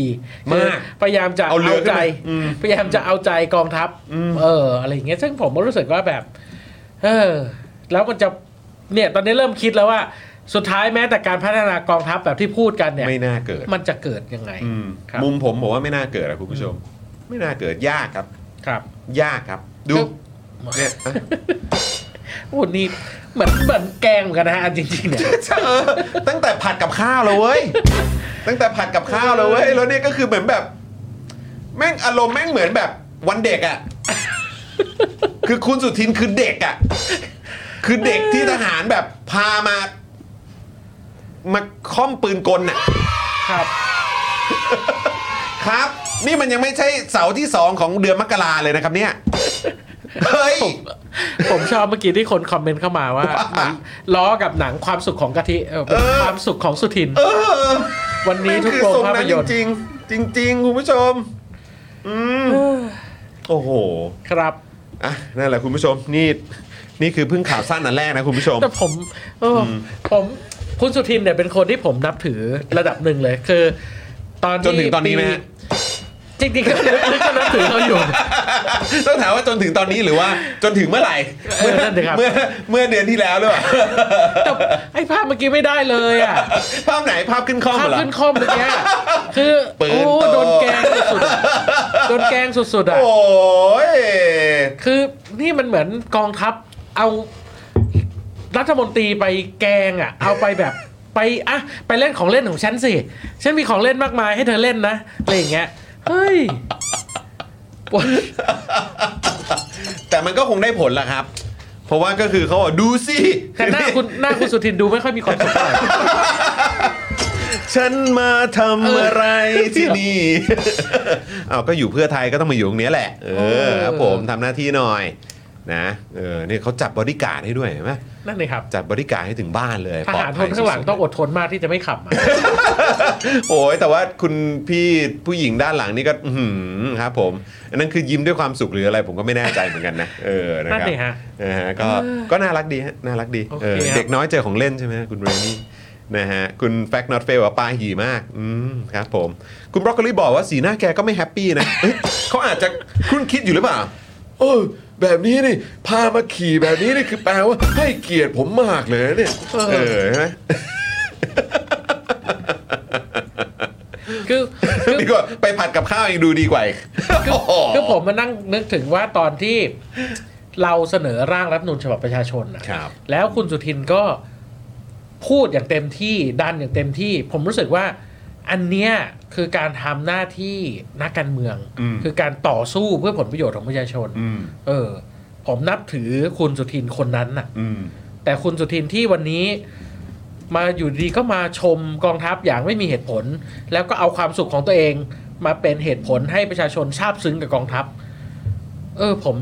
A: มาก
B: คือพยายามจะ
A: เอาเรือขึ้นมา
B: ใจ
A: อืม
B: พยายามจะเอาใจกองทัพ
A: อืม
B: เออ อะไรอย่างเงี้ยซึ่งผมก็รู้สึกว่าแบบ เออ แล้วมันจะเนี่ย ตอนนี้เริ่มคิดแล้วว่า สุดท้ายแม้แต่การพัฒนากองทัพแบบที่พูดกันเนี่ย
A: ไม่น่าเกิด
B: มันจะเกิดยังไง
A: อืม
B: ครับ
A: มุมผมบอกว่าไม่น่าเกิดอะคุณผู้ชม ไม่น่าเกิดยากครับ
B: ครับ
A: ยากครับ *laughs* ดู
B: ครับ
A: เนี่ยอ่ะ
B: โอ้นี่เหมือนเหมือนแกล้งเหมือนกันนะฮะอันจริงๆเนี่ย
A: เออตั้งแต่ผัดกับข้าวเลยเว้ย ตั้งแต่ผัดกับข้าวเลยเว้ย แล้วเนี่ยก็คือเหมือนแบบ แม่งอารมณ์แม่งเหมือนแบบวันเด็กอะ่ะ คือคุณสุทินคือเด็กอะ่ะ คือเด็กที่ทหารแบบพามา มาค่อมปืนกลน่ะ
B: ครับ
A: ครับ นี่มันยังไม่ใช่เสาร์ที่สองของเดือนมกราเลยนะครับ
B: *laughs*
A: เนี่ย เฮ้ย
B: ผมชอบเมื่อกี้ที่คนคอมเมนต์เข้ามาว่า
A: ว่า
B: หนังล้อกับหนังความสุขของกะทิเออ
A: เออ
B: ความสุขของสุทิน
A: เออ
B: วันนี้
A: นี่
B: ทุก
A: คือ
B: โรง
A: ทรง
B: ภาพ
A: นั้นจ
B: ยนตร์
A: ริงๆ จริง ๆ คุณผู้ชม อื
B: *sighs*
A: มโอ้โห
B: ครับ
A: อ่ะนั่นแหละคุณผู้ชมนี่นี่คือเพิ่งข่าวสั้นอันแรกนะคุณ
B: *laughs*
A: ผู้ชม
B: แต่ผมเอออผมคุณสุทินเนี่ยเป็นคนที่ผมนับถือระดับหนึ่งเลยคือ ตอนที่
A: จนถึงตอนนี้ไหมฮะ
B: จริงๆก็ก็นับถือ
A: *laughs*
B: เขาอยู่
A: ต้องถามว่าจนถึงตอนนี้หรือว่าจนถึงเมื่อ
B: *laughs*
A: ไหร่
B: เออนั่นสิครับ
A: เมื่อเมื่อเดือนที่แล้วหรือเปล่า *laughs*
B: แต่ไอ้ภาพเมื่อกี้ไม่ได้เลยอ่ะ
A: ภาพไหนภาพขึ้นข้อม
B: ภาพ
A: เหรอ
B: ขึ้นคอมเมื่อกี้คือ
A: ปืน
B: โอ้
A: โต
B: โดนแกล้งสุดๆอะโดนแกล้งสุดๆอ่ะ
A: โอ้ย
B: คือนี่มันเหมือนกองทัพเอารัฐมนตรีไปแกงอ่ะ เอาไปแบบไปอ่ะไปเล่นของเล่นของฉันสิ ฉันมีของเล่นมากมายให้เธอเล่นนะอะไรอย่างเงี้ยเฮ้ย
A: *laughs*
B: ปวด
A: แต่มันก็คงได้ผลละครับ เพราะว่าก็คือเขาบอกดูสิ
B: แต่หน้าคุณหน้าคุณสุทินดูไม่ค่อยมีความสุขเท่าไหร่
A: *laughs* ฉันมาทำอะไร
B: เออ
A: ที่นี่ *laughs* เอาก็อยู่เพื่อไทยก็ต้องมาอยู่ตรงเนี้ยแหละ เออครับผมทำหน้าที่หน่อยนะเออนี่เขาจับบริการดให้ด้วยเห็นไหม
B: นั่นเองครับ
A: จัดบริการให้ถึงบ้านเลย
B: ท
A: ปลอ
B: หาร
A: ด
B: ท
A: ภั
B: น
A: ย
B: ข้างหลัง
A: สุดๆ
B: ต้องอดทนมากที่จะไม่ขับอะ
A: โอ้ยแต่ว่าคุณพี่ผู้หญิงด้านหลังนี่ก็อื้อหือครับผม อันนั้นคือยิ้มด้วยความสุขหรืออะไรผมก็ไม่แน่ใจเหมือนกันนะ เออนะ
B: นั่น
A: ครับ
B: เองฮะ
A: นะฮะก็ก็น่ารักดีฮะน่ารักดี
B: โอ
A: เอ
B: เค
A: อ
B: ครับ
A: เด็กน้อยเจอของเล่นใช่ไหมฮะคุณเรนนี่นะฮะคุณแฟกนอตเฟลว่าป้าหีมากอืมครับผม คุณบรอกโคลีบอกว่าสีหน้าแกก็ไม่แฮปปี้นะเอ้ยเขาอาจจะครุ่นคิดอยู่หรือเปล่า
E: เออแบบนี้นี่ พามาขี่แบบนี้นี่คือแปลว่าให้เกียรติผมมากเลยนะเนี่ย
A: เออใช่ไหม
B: คือคือ
A: ดีกว่าไปผัดกับข้าวยังดูดีกว่าอีก
B: คือคือผมมานั่งนึกถึงว่าตอนที่ *coughs* เราเสนอร่างรัฐธรรมนูญฉบับประชาชนนะครับ แล้วคุณสุทินก็พูดอย่างเต็มที่ดันอย่างเต็มที่ ผมรู้สึกว่าอันเนี้ยคือการทำหน้าที่นักการเมือง คือการต่อสู้เพื่อผลประโยชน์ของประชาชน เออ ผมนับถือคุณสุทินคนนั้นน่ะ
A: อืม
B: แต่คุณสุทินที่วันนี้มาอยู่ดีก็มาชมกองทัพอย่างไม่มีเหตุผล แล้วก็เอาความสุขของตัวเอง มาเป็นเหตุผลให้ประชาชนซาบซึ้งกับกองทัพ เออผม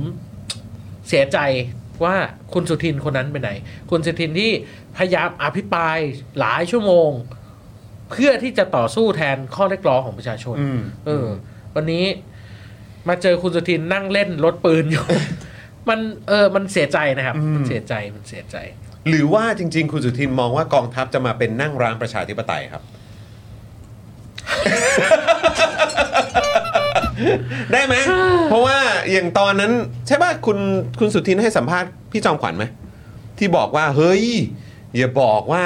B: เสียใจว่าคุณสุทินคนนั้นไปไหน คุณสุทินที่พยายามอภิปรายหลายชั่วโมง เพื่อที่จะต่อสู้แทนข้อเรียกร้องของประชาชน เออ วันนี้มาเจอคุณสุทินนั่งเล่นรถปืนอยู่ *laughs* มันเออ มันเสียใจนะครับ มันเสียใจมันเสียใจ
A: หรือว่าจริง ๆ คุณสุทินมองว่ากองทัพจะมาเป็นนั่งร้านประชาธิปไตยครับ *laughs* ได้ไหม เพราะว่าอย่างตอนนั้น ใช่ป่ะคุณคุณสุทินให้สัมภาษณ์พี่จอมขวัญไหม ที่บอกว่า เฮ้ย อย่าบอกว่า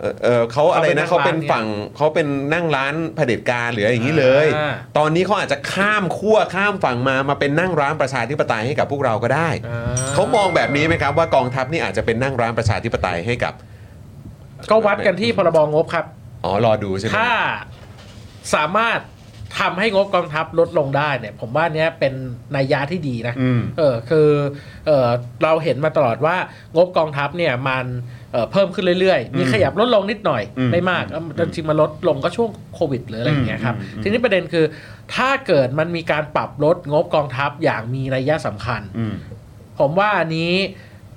A: เออเออเขาอะไรนะเขา
B: เขาเป็
A: เป็น
B: น
A: ฝั่งเขาเป็นนั่งร้านเผด็จการหรืออะไรอย่างนี้เลย
B: อ่า
A: ตอนนี้เขาอาจจะข้ามขั้วข้ามฝั่งมามาเป็นนั่งร้านประชาธิปไตยให้กับพวกเราก็ได้ เขามองแบบนี้ไหมครับว่ากองทัพนี่อาจจะเป็นนั่งร้านประชาธิปไตยให้กับ
B: ก็วัดกันที่พรบงบครับ
A: อ๋อ รอดูใช่ไหม
B: ถ้าสามารถทำให้งบกองทัพลดลงได้เนี่ย ผมว่าเนี้ยเป็นนัยยะที่ดีนะ
A: อืม
B: เออคือเออเราเห็นมาตลอดว่างบกองทัพเนี่ยมันเอ่อเพิ่มขึ้นเรื่อยๆ มีขยับลดลงนิดหน่อย
A: อืม
B: ไม่มากเอ่อจริงๆมันลดลงก็ช่วงโควิดหรืออะไรอย่างเงี้ยครับ ทีนี้ประเด็นคือถ้าเกิดมันมีการปรับลดงบกองทัพอย่างมีนัยสำคัญ
A: อืม
B: ผมว่าอันนี้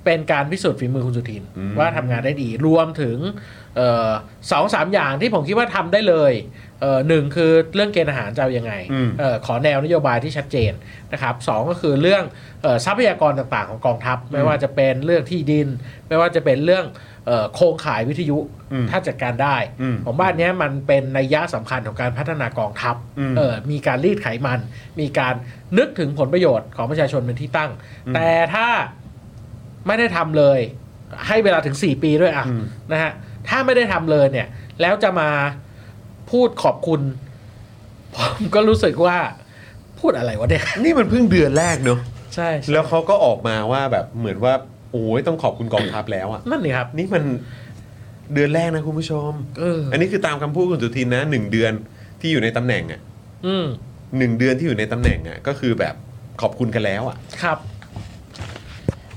B: เป็นการพิสูจน์ฝีมือคุณสุทิน
A: อืม
B: ว่าทำงานได้ดีรวมถึงเอ่อสองสามอย่างที่ผมคิดว่าทำได้เลยเอ่อหนึ่งคือเรื่องเกณฑ์อาหารจะเอายังไง
A: อืม
B: เอ่อขอแนวนโยบายที่ชัดเจนนะครับสองก็คือเรื่องเออทรัพยากรต่างๆของกองทัพ ไม่ว่าจะเป็นเรื่องที่ดิน ไม่ว่าจะเป็นเรื่องเออโครงข่ายวิทยุ
A: อืม
B: ถ้าจัดการได้
A: อืม
B: ผมว่าอันเนี้ยมันเป็นนัยยะสำคัญของการพัฒนากองทัพ
A: อืม
B: เออมีการรีดไขมัน มีการนึกถึงผลประโยชน์ของประชาชนเป็นที่ตั้ง แต่ถ้าไม่ได้ทำเลย ให้เวลาถึง 4 ปีด้วยอ่ะนะฮะถ้าไม่ได้ทำเลยเนี่ย แล้วจะมาพูดขอบคุณ *laughs* ผมก็รู้สึกว่าพูดอะไรวะเนี่ย
A: นี่มันเพิ่งเดือนแรกเนอะ
B: ใช่
A: แล้วเขาก็ออกมาว่าแบบเหมือนว่า โอ้ยต้องขอบคุณกองทัพแล้วอ่ะ
B: นั่นนี่ครับ
A: นี่มันเดือนแรกนะคุณผู้ชม
B: เออ
A: อันนี้คือตามคำพูดคุณสุทินนะหนึ่งเดือนที่อยู่ในตำแหน่งอ่ะ
B: อืม
A: หนึ่งเดือนที่อยู่ในตำแหน่งอ่ะก็คือแบบขอบคุณกันแล้วอ่ะ
B: ครับ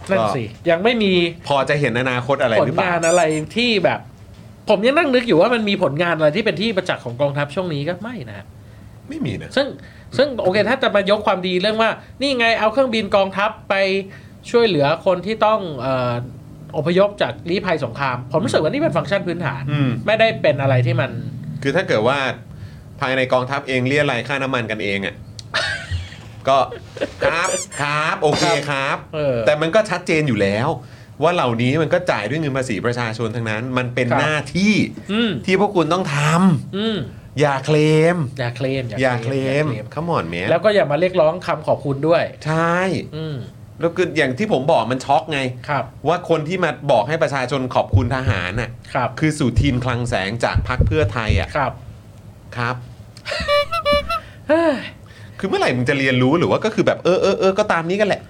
B: นั่น
A: ก็
B: สิยังไม่มี
A: พอจะเห็นอนาคตอะไร
B: ผ
A: ห
B: ล
A: รือเปล่าง
B: านอะไรที่แบบ ผมยังนั่งนึกอยู่ว่ามันมีผลงานอะไรที่เป็นที่ประจักษ์ของกองทัพช่วงนี้ก็ไม่นะ
A: ไม่มีนะ
B: ซึ่งซึ่งโอเคถ้าจะมายกความดีเรื่องว่า นี่ไงเอาเครื่องบินกองทัพไปช่วยเหลือคนที่ต้องเอ่ออพยพจากลี้ภัยสงคราม ผมรู้สึกว่านี่เป็นฟังก์ชันพื้นฐาน
A: อืม
B: ไม่ได้เป็นอะไรที่มัน
A: คือถ้าเกิดว่าภายในกองทัพเองเรียรายค่าน้ำมันกันเองอะ่ะ *laughs* ก็ครับครับโอเคครับ
B: เออ
A: แต่มันก็ชัดเจนอยู่แล้ว ว่าเหล่านี้มันก็จ่ายด้วยเงินภาษีประชาชนทั้งนั้น มันเป็น
B: ครับ
A: หน้าที่
B: อืม
A: ที่พวกคุณต้องท
B: อืม
A: ำอย่าเคลม
B: อย่าเคลม
A: อย่าเคลม
B: อย่า
A: ขมอนเมีย
B: แล้วก็อย่ามาเรียกร้องคำขอบคุณด้วย
A: ใช่
B: อืม
A: แล้วคืออย่างที่ผมบอกมันช็อกไง
B: ครับ
A: ว่าคนที่มาบอกให้ประชาชนขอบคุณทหารน่ะ
B: ครับ
A: คือสู่ทีมคลังแสงจากพรรคเพื่อไทยอ่ะ
B: ครับ
A: ครับ
B: เฮ้ย
A: คือเมื่อไหร่มึงจะเรียนรู้หรือว่าก็คือแบบเออเออเออก็ตามนี้กันแหละ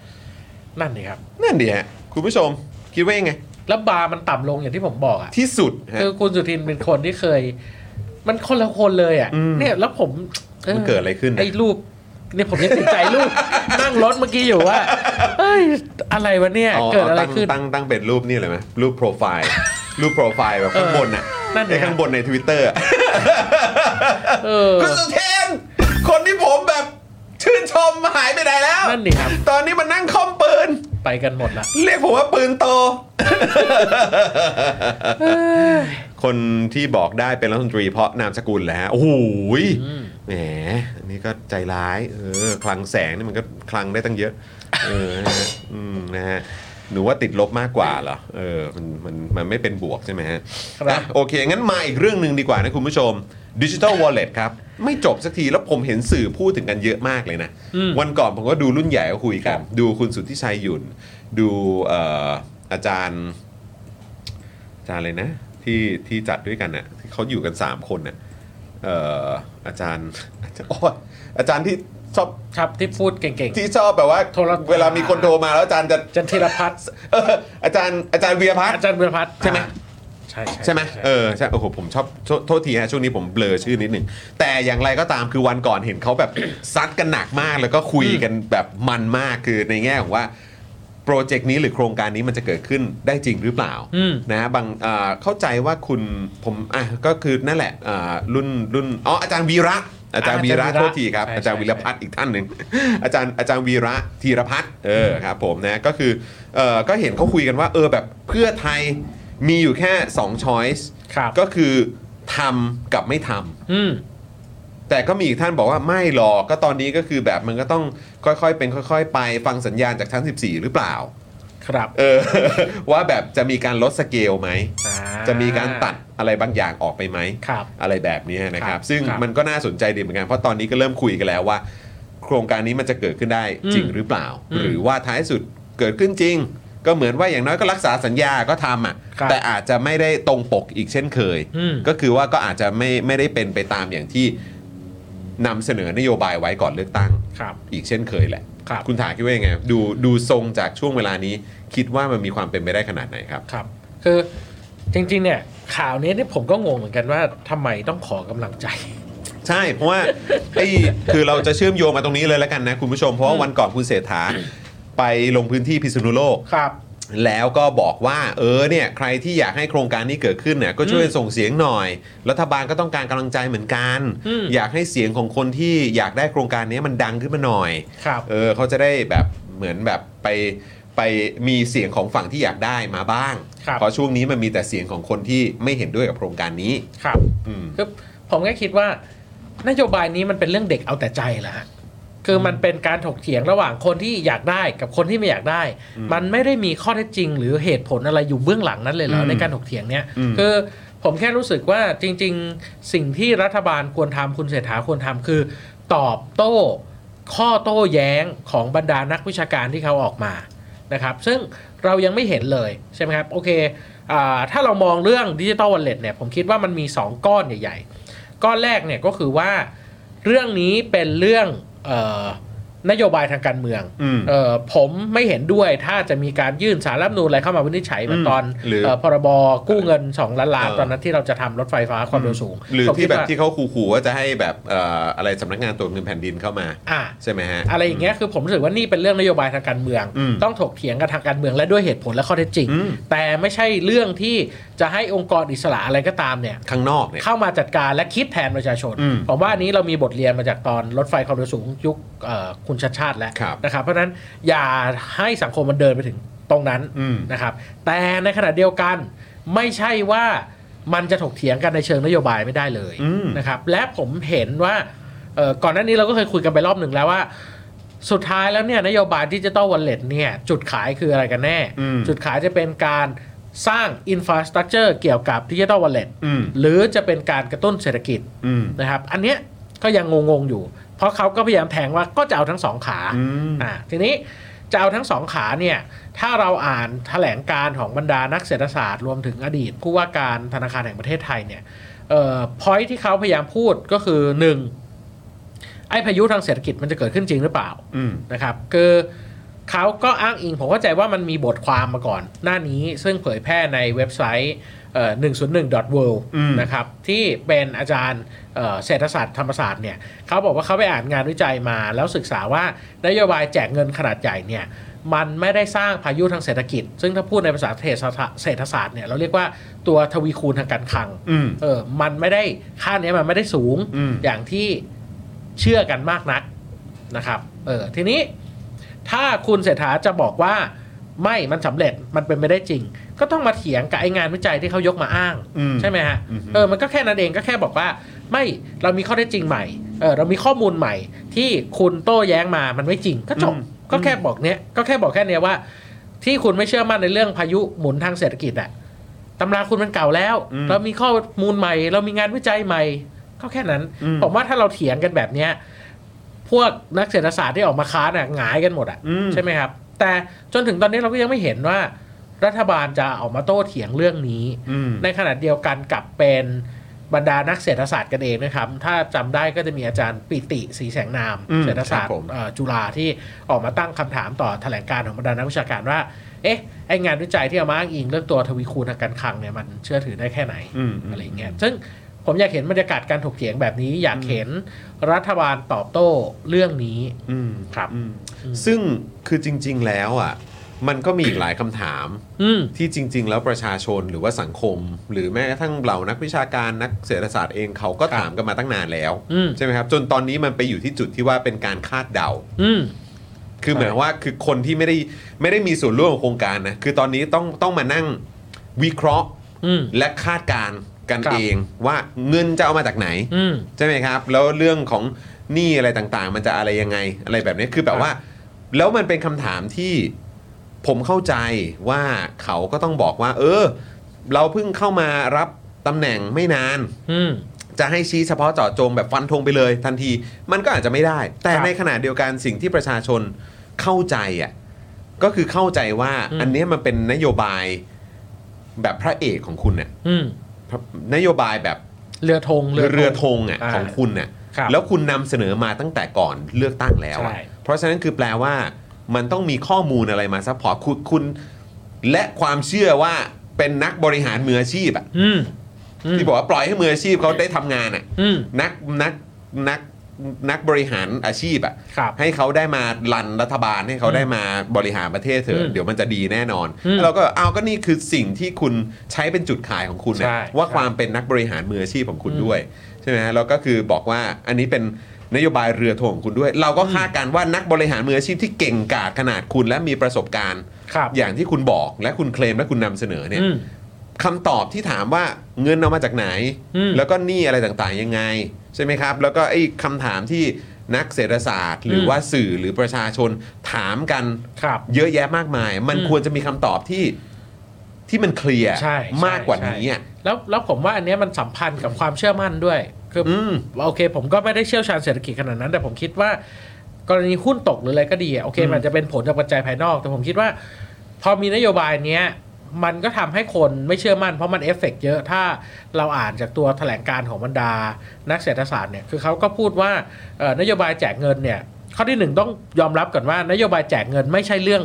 B: นั่นนี่ครับ
A: นั่นดีฮะคุณผู้ชมคิดว่ายังไง
B: แล้วบาร์มันต่ำลงอย่างที่ผมบอกอะ
A: ที่สุดฮะ
B: คือคุณสุทินเป็นคนที่เคย มันคนละคนเลยอ่ะ
A: อืม
B: เนี่ยแล้วผม
A: มันเกิดอะไรขึ้นนะ
B: ไอ้รูปเนี่ยผมยังติดใจรู
A: *laughs*
B: ป นั่งรถเมื่อกี้อยู่ว่าเอ้ยอะไรวะเนี่ย
A: อ๋อ
B: เกิดอะไร
A: ตั้ง
B: ขึ้น
A: ตั้งตั้งเป็นรูปนี่เลยไหมรูปโปรไฟล์ รูปโปรไฟล์แบบข้างบนน่ะ
B: นั่นไง
A: ไอ้ข้างบนในทวิตเตอร์
B: เออ
A: คุณสุเทนคนที่ผมแบบชื่นชมหายไปไหนแล้ว
B: นั่นดิครับ
A: ตอนนี้มันนั่งคอมปืน
B: ไปกันหมดละ
A: เรียกผมว่าปืนโต คนที่บอกได้เป็นรัฐมนตรีเพราะนามสกุลแหล้วโอ้โหยแหมอันนี้ก็ใจร้าย เออ คลังแสงนี่มันก็คลังได้ตั้งเยอะ เออนะฮะอืมนะฮะ หนูว่าติดลบมากกว่าเหรอ เออ มัน มัน มันไม่เป็นบวกใช่ไหมฮะอ่ะโอเค งั้นมาอีกเรื่องหนึ่งดีกว่านะคุณผู้ชมดิจิ t a ลวอลเล็ตครับ ไม่จบสักที แล้วผมเห็นสื่อพูดถึงกันเยอะมากเลยนะ วันก่อนผมก็ดูรุ่นใหญ่ก็คุยกัน ดูคุณสุทธิชัยหยุ่น ดูเอ่ออาจารย์ อาจารย์เลยนะ ที่ที่จัดด้วยกันน่ะที่เขาอยู่กัน 3 คนน่ะเอ่ออาจารย์อาจารย์โอ้ยอาจารย์ที่ชอบ
B: ครับที่พูดเก่ง
A: ที่ชอบแบบว่า
B: โทร
A: เวลามีคนโทรมาแล้วอาจารย์จะ
B: ๆจันทิรพัฒน์
A: เอออาจารย์อาจารย์เวียพัฒน์
B: อาจารย์บุรพัฒน์
A: ใช่ไหม
B: อ่าใช่
A: ใช่ไหมเออใช่โอ้โหผมชอบโทษโทษทีฮะช่วงนี้ผมเบลอชื่อนิดหนึ่งแต่อย่างไรก็ตามคือวันก่อนเห็นเขาแบบ *coughs* ซัดกันหนักมากแล้วก็คุยกันแบบมันมากคือในแง่ของว่า โปรเจกต์นี้หรือโครงการนี้มันจะเกิดขึ้นได้จริงหรือเปล่า
B: อืม
A: นะฮะบางเอ่อเข้าใจว่าคุณผมอ่ะก็คือนั่นแหละเอ่อรุ่นรุ่นอ๋ออาจารย์วีระ อาจารย์วีระ
B: อาจา
A: โท
B: รย์วีระ
A: ษทีครับ
B: ใช่
A: อาจารย์วีรพัฒน์อีกท่านหนึ่ง *laughs* อาจารย์อาจารย์วีระธีรพัฒน์เออครับผมนะก็คือเออก็เห็นเขาคุยกันว่าเออแบบเพื่อไทยมีอยู่แค่2 choice
B: ครับ
A: ก็คือทำกับไม่ทำ
B: อืม
A: แต่ก็มีอีกท่านบอกว่าไม่หรอกก็ตอนนี้ก็คือแบบมันก็ต้องค่อยๆ เป็นค่อย ๆ ไปฟังสัญญาณจากชั้น 14 หรือเปล่า
B: ครับ
A: เอ *laughs* อ ว่าแบบจะมีการลดสเกลไหม
B: อ่า
A: จะมีการตัดอะไรบางอย่างออกไปไหม
B: ครับ
A: อะไรแบบนี้นะครับ
B: ครับ
A: ซึ่ง
B: ครับ
A: มันก็น่าสนใจดีเหมือนกัน เพราะตอนนี้ก็เริ่มคุยกันแล้วว่า โครงการนี้มันจะเกิดขึ้นได้จริง
B: อืม
A: หรือเปล่า
B: อืม
A: หรือว่าท้ายสุดเกิดขึ้นจริง ก็เหมือนว่าอย่างน้อยก็รักษาสัญญาก็ทำอ่ะ
B: ครับ
A: แต่อาจจะไม่ได้ตรงปกอีกเช่นเคย
B: อืม
A: ก็คือว่าก็อาจจะไม่ไม่ได้เป็นไปตามอย่างที่นำเสนอนโยบายไว้ก่อนเลือกตั้ง
B: ครับ
A: อีกเช่นเคยแหละ
B: ครับ
A: ณถาคิดว่ายังไงดูดูทรงจากช่วงเวลานี้ คิดว่ามันมีความเป็นไปได้ขนาดไหนครับ
B: ครับ คือจริง ๆ เนี่ยข่าวนี้เนี่ยผมก็งงเหมือนกันว่าทำไมต้องขอกำลังใจ
A: ใช่ เพราะ *laughs* ว่าไอ้คือเราจะเชื่อมโยงมาตรงนี้เลยแล้วกันนะคุณผู้ชม เพราะว่าวันก่อนคุณเศรษฐาไปลงพื้นที่พิษณุโลก
B: ครับ
A: แล้วก็บอกว่า เออเนี่ยใครที่อยากให้โครงการนี้เกิดขึ้นเนี่ยก็ช่วยส่งเสียงหน่อย รัฐบาลก็ต้องการกำลังใจเหมือนกัน
B: อืม
A: อยากให้เสียงของคนที่อยากได้โครงการนี้มันดังขึ้นมาหน่อย
B: ครับ
A: เออเขาจะได้แบบเหมือนแบบไปไปมีเสียงของฝั่งที่อยากได้มาบ้าง
B: ครับ
A: เพราะช่วงนี้มันมีแต่เสียงของคนที่ไม่เห็นด้วยกับโครงการนี้
B: ครับ
A: อืม
B: คือผมก็คิดว่านโยบายนี้มันเป็นเรื่องเด็กเอาแต่ใจเหรอฮะคือมันเป็นการถกเถียงระหว่างคนที่อยากได้กับคนที่ไม่อยากได้ มันไม่ได้มีข้อเท็จจริง หรือเหตุผลอะไรอยู่เบื้องหลังนั้นเลยเหรอ
A: อืม
B: ในการถกเถียงเนี้ย
A: อืม
B: คือผมแค่รู้สึกว่าจริง ๆ สิ่งที่รัฐบาลควรทำคุณเศรษฐาควรทำคือ ตอบโต้ข้อโต้แย้งของบรรดานักวิชาการที่เขาออกมา นะครับซึ่งเรายังไม่เห็นเลยใช่ไหมครับ โอเคอาถ้าเรามองเรื่องดิจิ t a ลว a l เล็ตเนี่ยผมคิดว่ามันมี 2 ก้อนใหญ่ ๆ ก้อนแรกเนี่ยก็คือว่าเรื่องนี้เป็นเรื่องเออ นโยบายทางการเมือง
A: อืม
B: เอ่อผมไม่เห็นด้วยถ้าจะมีการยื่นสารรัฐธรรมนูลอะไรเข้ามาวินิจฉัยเหมือนตอน
A: หรือ
B: เอ่อพรบกู้เงิน2ล้านล้าน
A: เออ
B: ตอนนั้นที่เราจะทำรถไฟฟ้าความเร็วสูง
A: หรือ
B: ผม
A: ที่
B: คิด
A: แบบ
B: ว่า
A: ที่เขาขู่ๆว่าจะให้แบบเอ่ออะไรสำนักงานตรวจเงินแผ่นดินเข้ามา
B: อ่า
A: ใช่ไหมฮะ
B: อะไรอย่างเงี้ยคือผมรู้สึกว่านี่เป็นเรื่องนโยบายทางการเมือง
A: อืม
B: ต้องถกเถียงกันทางการเมืองและด้วยเหตุผลและข้อเท็จจริง
A: อืม
B: แต่ไม่ใช่เรื่องที่จะให้องค์กรอิสระอะไรก็ตามเนี่ย
A: ข้างนอกเนี่ย
B: เข้ามาจัดการและคิดแทนประชาชน
A: อืม
B: ผมว่าอันนี้เรามีบทเรียนมาจากตอนรถไฟความเร็วสูงยุคเอ่อคุณชัดชาติแล้ว
A: ครับ
B: นะครับ เพราะฉะนั้นอย่าให้สังคมมันเดินไปถึงตรงนั้น
A: อืม
B: นะครับ แต่ในขณะเดียวกันไม่ใช่ว่ามันจะถกเถียงกันในเชิงนโยบายไม่ได้เลยนะครับและผมเห็นว่าเอ่อก่อนหน้านี้เราก็เคยคุยกันไปรอบหนึ่งแล้วว่า สุดท้ายแล้วเนี่ยนโยบายดิจิ t a ลวอลเล็ตเนี่ยจุดขายคืออะไรกันแน่
A: อืม
B: จุดขายจะเป็นการสร้างอินฟราสตรักเจอร์เกี่ยวกับดิจิ t a ลวอลเล็ต
A: อืม
B: หรือจะเป็นการกระตุ้นเศรษฐกิจ
A: อืม
B: นะครับ อันเนี้ยก็ยังงงๆอยู่ เพราะเขาก็พยายามแทงว่าก็จะเอาทั้งสองขา
A: อืม
B: อ่าทีนี้จะเอาทั้งสองขาเนี่ยถ้าเราอ่านแถลงการของบรรดานักเศรษฐศาสตร์รวมถึงอดีต ผู้ว่าการธนาคารแห่งประเทศไทยเนี่ยเอ่อพอยที่เขาพยายามพูดก็คือหนึ่งไอ้พายุทางเศรษฐกิจมันจะเกิดขึ้นจริงหรือเปล่า
A: อืม
B: นะครับคือเขาก็อ้างอิงผมเข้าใจว่ามันมีบทความมาก่อน หน้านี้ซึ่งเผยแพร่ในเว็บไซต์เอ่อ101 world
A: อืม
B: นะครับที่เป็นอาจารย์เอ่อเศรษฐศาสตร์ธรรมศาสตร์เนี่ยเขาบอกว่าเขาไปอ่านงานวิจัยมา แล้วศึกษาว่านโยบายแจกเงินขนาดใหญ่เนี่ยมันไม่ได้สร้างพายุทางเศรษฐกิจ ซึ่งถ้าพูดในภาษาเศรษฐศาสตร์เศรษฐศาสตร์เนี่ยเราเรียกว่าตัวทวีคูณทางการคลัง
A: อืม
B: เออ มันไม่ได้ค่าเนี้ยมันไม่ได้สูง
A: อืม
B: อย่างที่เชื่อกันมากนักนะครับ เออ ทีนี้ถ้าคุณเศรษฐาจะบอกว่าไม่มันสำเร็จมันเป็นไปได้จริง ก็ต้องมาเถียงกับไอ้งานวิจัยที่เขายกมาอ้าง
A: อืม
B: ใช่ไหมฮะ
A: อืม
B: เออ มันก็แค่นั้นเองก็แค่บอกว่า ไม่เรามีข้อเท็จจริงใหม่ เออ เรามีข้อมูลใหม่ที่คุณโต้แย้งมามันไม่จริง ก็จบ ก็แค่บอกเนี้ยก็แค่บอกแค่เนี้ยว่า ที่คุณไม่เชื่อมั่นในเรื่องพายุหมุนทางเศรษฐกิจอะตำราคุณมันเก่าแล้ว
A: อืม
B: เรามีข้อมูลใหม่ เรามีงานวิจัยใหม่ ก็แค่นั้น
A: อืม
B: ผมว่าถ้าเราเถียงกันแบบเนี้ยพวกนักเศรษฐศาสตร์ที่ออกมาค้านอะหงายกันหมดอะ
A: อืม
B: ใช่ไหมครับ แต่จนถึงตอนนี้เราก็ยังไม่เห็นว่า รัฐบาลจะออกมาโต้เถียงเรื่องนี้
A: อืม
B: ในขณะเดียวกันกับเป็นบรรดานักเศรษฐศาสตร์กันเองนะครับ ถ้าจำได้ก็จะมีอาจารย์ปิติสีแสงนาม
A: อืม
B: เศรษฐศาสต
A: ครั
B: ร์
A: บผม
B: เอ่อจุฬาที่ออกมาตั้งคำถามต่อแถลงการณ์ของบรรดานักวิชาการว่า เอ๊ะไองานวิจัยที่เอามาอ้างอิงเรื่องตัวทวีคูณทางการคลังเนี่ยมันเชื่อถือได้แค่ไหน
A: อืม
B: อะไรอย่างเงี้ย ซึ่งผมอยากเห็นบรรยากาศการถกเถียงแบบนี้ อยากเห็นรัฐบาลตอบโต้เรื่องนี้
A: อืม
B: ครับ
A: อืม
B: อืม
A: ซึ่งคือจริง ๆ แล้วอ่ะ มันก็มีอีกหลายคำถาม
B: อืม
A: ที่จริง ๆ แล้วประชาชนหรือว่าสังคม หรือแม้กระทั่งเหล่านักวิชาการนักเศรษฐศาสตร์เองเขาก็ถามกันมาตั้งนานแล้ว
B: อืม
A: ใช่ไหมครับ จนตอนนี้มันไปอยู่ที่จุดที่ว่าเป็นการคาดเดา
B: อืม
A: คือหมายว่าคือคนที่ไม่ได้ไม่ได้มีส่วนร่วมกับโครงการนะคือตอนนี้ต้องต้องมานั่งวิเคราะห์
B: อืม
A: และคาดการณ์กัน
B: ครับ
A: เองว่าเงินจะเอามาจากไหน
B: อืม
A: ใช่ไหมครับ แล้วเรื่องของหนี้อะไรต่างๆ มันจะอะไรยังไง อะไรแบบนี้คือแบบว่า แล้วมันเป็นคำถามที่ผมเข้าใจว่าเขาก็ต้องบอกว่า เออ เราเพิ่งเข้ามารับตำแหน่งไม่นาน
B: อืม
A: จะให้ชี้เฉพาะเจาะจงแบบฟันธงไปเลยทันที มันก็อาจจะไม่ได้ แต่
B: ครับ
A: ในขณะเดียวกันสิ่งที่ประชาชนเข้าใจอ่ะก็คือเข้าใจว่า
B: อืม
A: อันเนี้ยมันเป็นนโยบายแบบพระเอกของคุณเนี่ย
B: อืม
A: นโยบายแบบ
B: เรือธง
A: เรือธงอ่ะ
B: อ่า
A: ของคุณน่ะ
B: ครับ
A: แล้วคุณนำเสนอมาตั้งแต่ก่อนเลือกตั้งแล้วอะ
B: ใช่
A: เพราะฉะนั้นคือแปลว่า มันต้องมีข้อมูลอะไรมาซัพพอร์ตคุณคุณ และความเชื่อว่าเป็นนักบริหารมืออาชีพอะ
B: อืม อืม
A: ที่บอกว่าปล่อยให้มืออาชีพเขาได้ทำงานอะ
B: อืม
A: นักนักนักนักบริหารอาชีพอะ
B: ครับ
A: ให้เขาได้มาลันรัฐบาลให้เขาได้มาบริหารประเทศเถ
B: อืม
A: อะเดี๋ยวมันจะดีแน่นอน
B: อืม
A: เราก็เอาก็นี่คือสิ่งที่คุณใช้เป็นจุดขายของคุณนะ
B: ใช่
A: ว่า
B: ใช่
A: ความเป็นนักบริหารมืออาชีพของคุณด้วย ใช่ไหมฮะแล้วก็คือบอกว่าอันนี้เป็นนโยบายเรือธงของคุณด้วย เราก็คาดการณ์ว่านักบริหารมืออาชีพที่เก่งกาจขนาดคุณและมีประสบการณ์
B: ครับ
A: อย่างที่คุณบอกและคุณเคลมและคุณนำเสนอเนี่ย
B: อืม
A: คำตอบที่ถามว่าเงินเอามาจากไหน
B: อืม
A: แล้วก็หนี้อะไรต่างๆยังไง ใช่ไหมครับ แล้วก็ไอ้คำถามที่นักเศรษฐศาสตร์ หรืออ
B: ม
A: ว่าสื่อหรือประชาชนถามกัน
B: ครับ
A: เยอะแยะมากมาย มัน
B: อืม
A: ควรจะมีคำตอบที่ที่มันเคลียร์
B: ใช่ใช่
A: มากกว่า
B: ใช่
A: นี้อ่ะ
B: แล้ว แล้วผมว่าอันเนี้ยมันสัมพันธ์กับความเชื่อมั่นด้วย คืออ
A: อืม
B: โอเค ผมก็ไม่ได้เชี่ยวชาญเศรษฐกิจขนาดนั้น แต่ผมคิดว่ากรณีหุ้นตกหรืออะไรก็ดีอะโอเค
A: อืม
B: มันอาจจะเป็นผลจากปัจจัยภายนอก แต่ผมคิดว่า พอมีนโยบายเนี้ย มันก็ทำให้คนไม่เชื่อมั่น เพราะมันเอฟเฟกต์เยอะ ถ้าเราอ่านจากตัวแถลงการณ์ของบรรดา นักเศรษฐศาสตร์เนี่ย คือเขาก็พูดว่าเอ่อนโยบายแจกเงินเนี่ย ข้อที่หนึ่งต้องยอมรับก่อนว่านโยบายแจกเงินไม่ใช่เรื่อง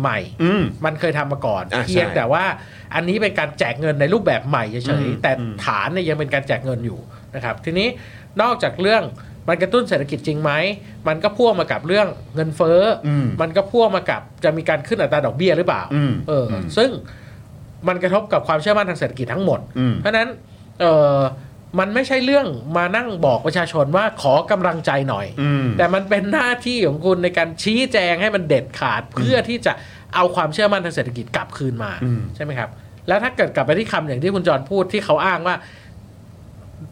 B: ใหม่
A: อืม
B: มันเคยทำมาก่อน
A: อ่ะใช่
B: เพียงแต่ว่าอันนี้เป็นการแจกเงินในรูปแบบใหม่
A: อื
B: เฉย
A: ม
B: ๆแต่
A: อืม
B: ฐานเนี่ยยังเป็นการแจกเงินอยู่นะครับทีนี้นอกจากเรื่องมันกระตุ้นเศรษฐกิจจริงไหมมันก็พ่วงมากับเรื่องเงินเฟ้ออ
A: อืม
B: มันก็พ่วงมากับจะมีการขึ้นอัตราดอกเบี้ยหรือเปล่า
A: อืม
B: เอออซึ่งมันกระทบกับความเชื่อมั่นทางเศรษฐกิจทั้งหมด
A: อืม
B: เพราะฉะนั้นเออมันไม่ใช่เรื่องมานั่งบอกประชาชนว่าขอกำลังใจหน่อย
A: อืม
B: แต่มันเป็นหน้าที่ของคุณในการชี้แจงให้มันเด็ดขาดเพื่อที่จะเอาความเชื่อมั่นทางเศรษฐกิจกลับคืนมา
A: อืม
B: ใช่ไหมครับ แล้วถ้าเกิดกลับไปที่คำอย่างที่คุณจรพูดที่เขาอ้างว่า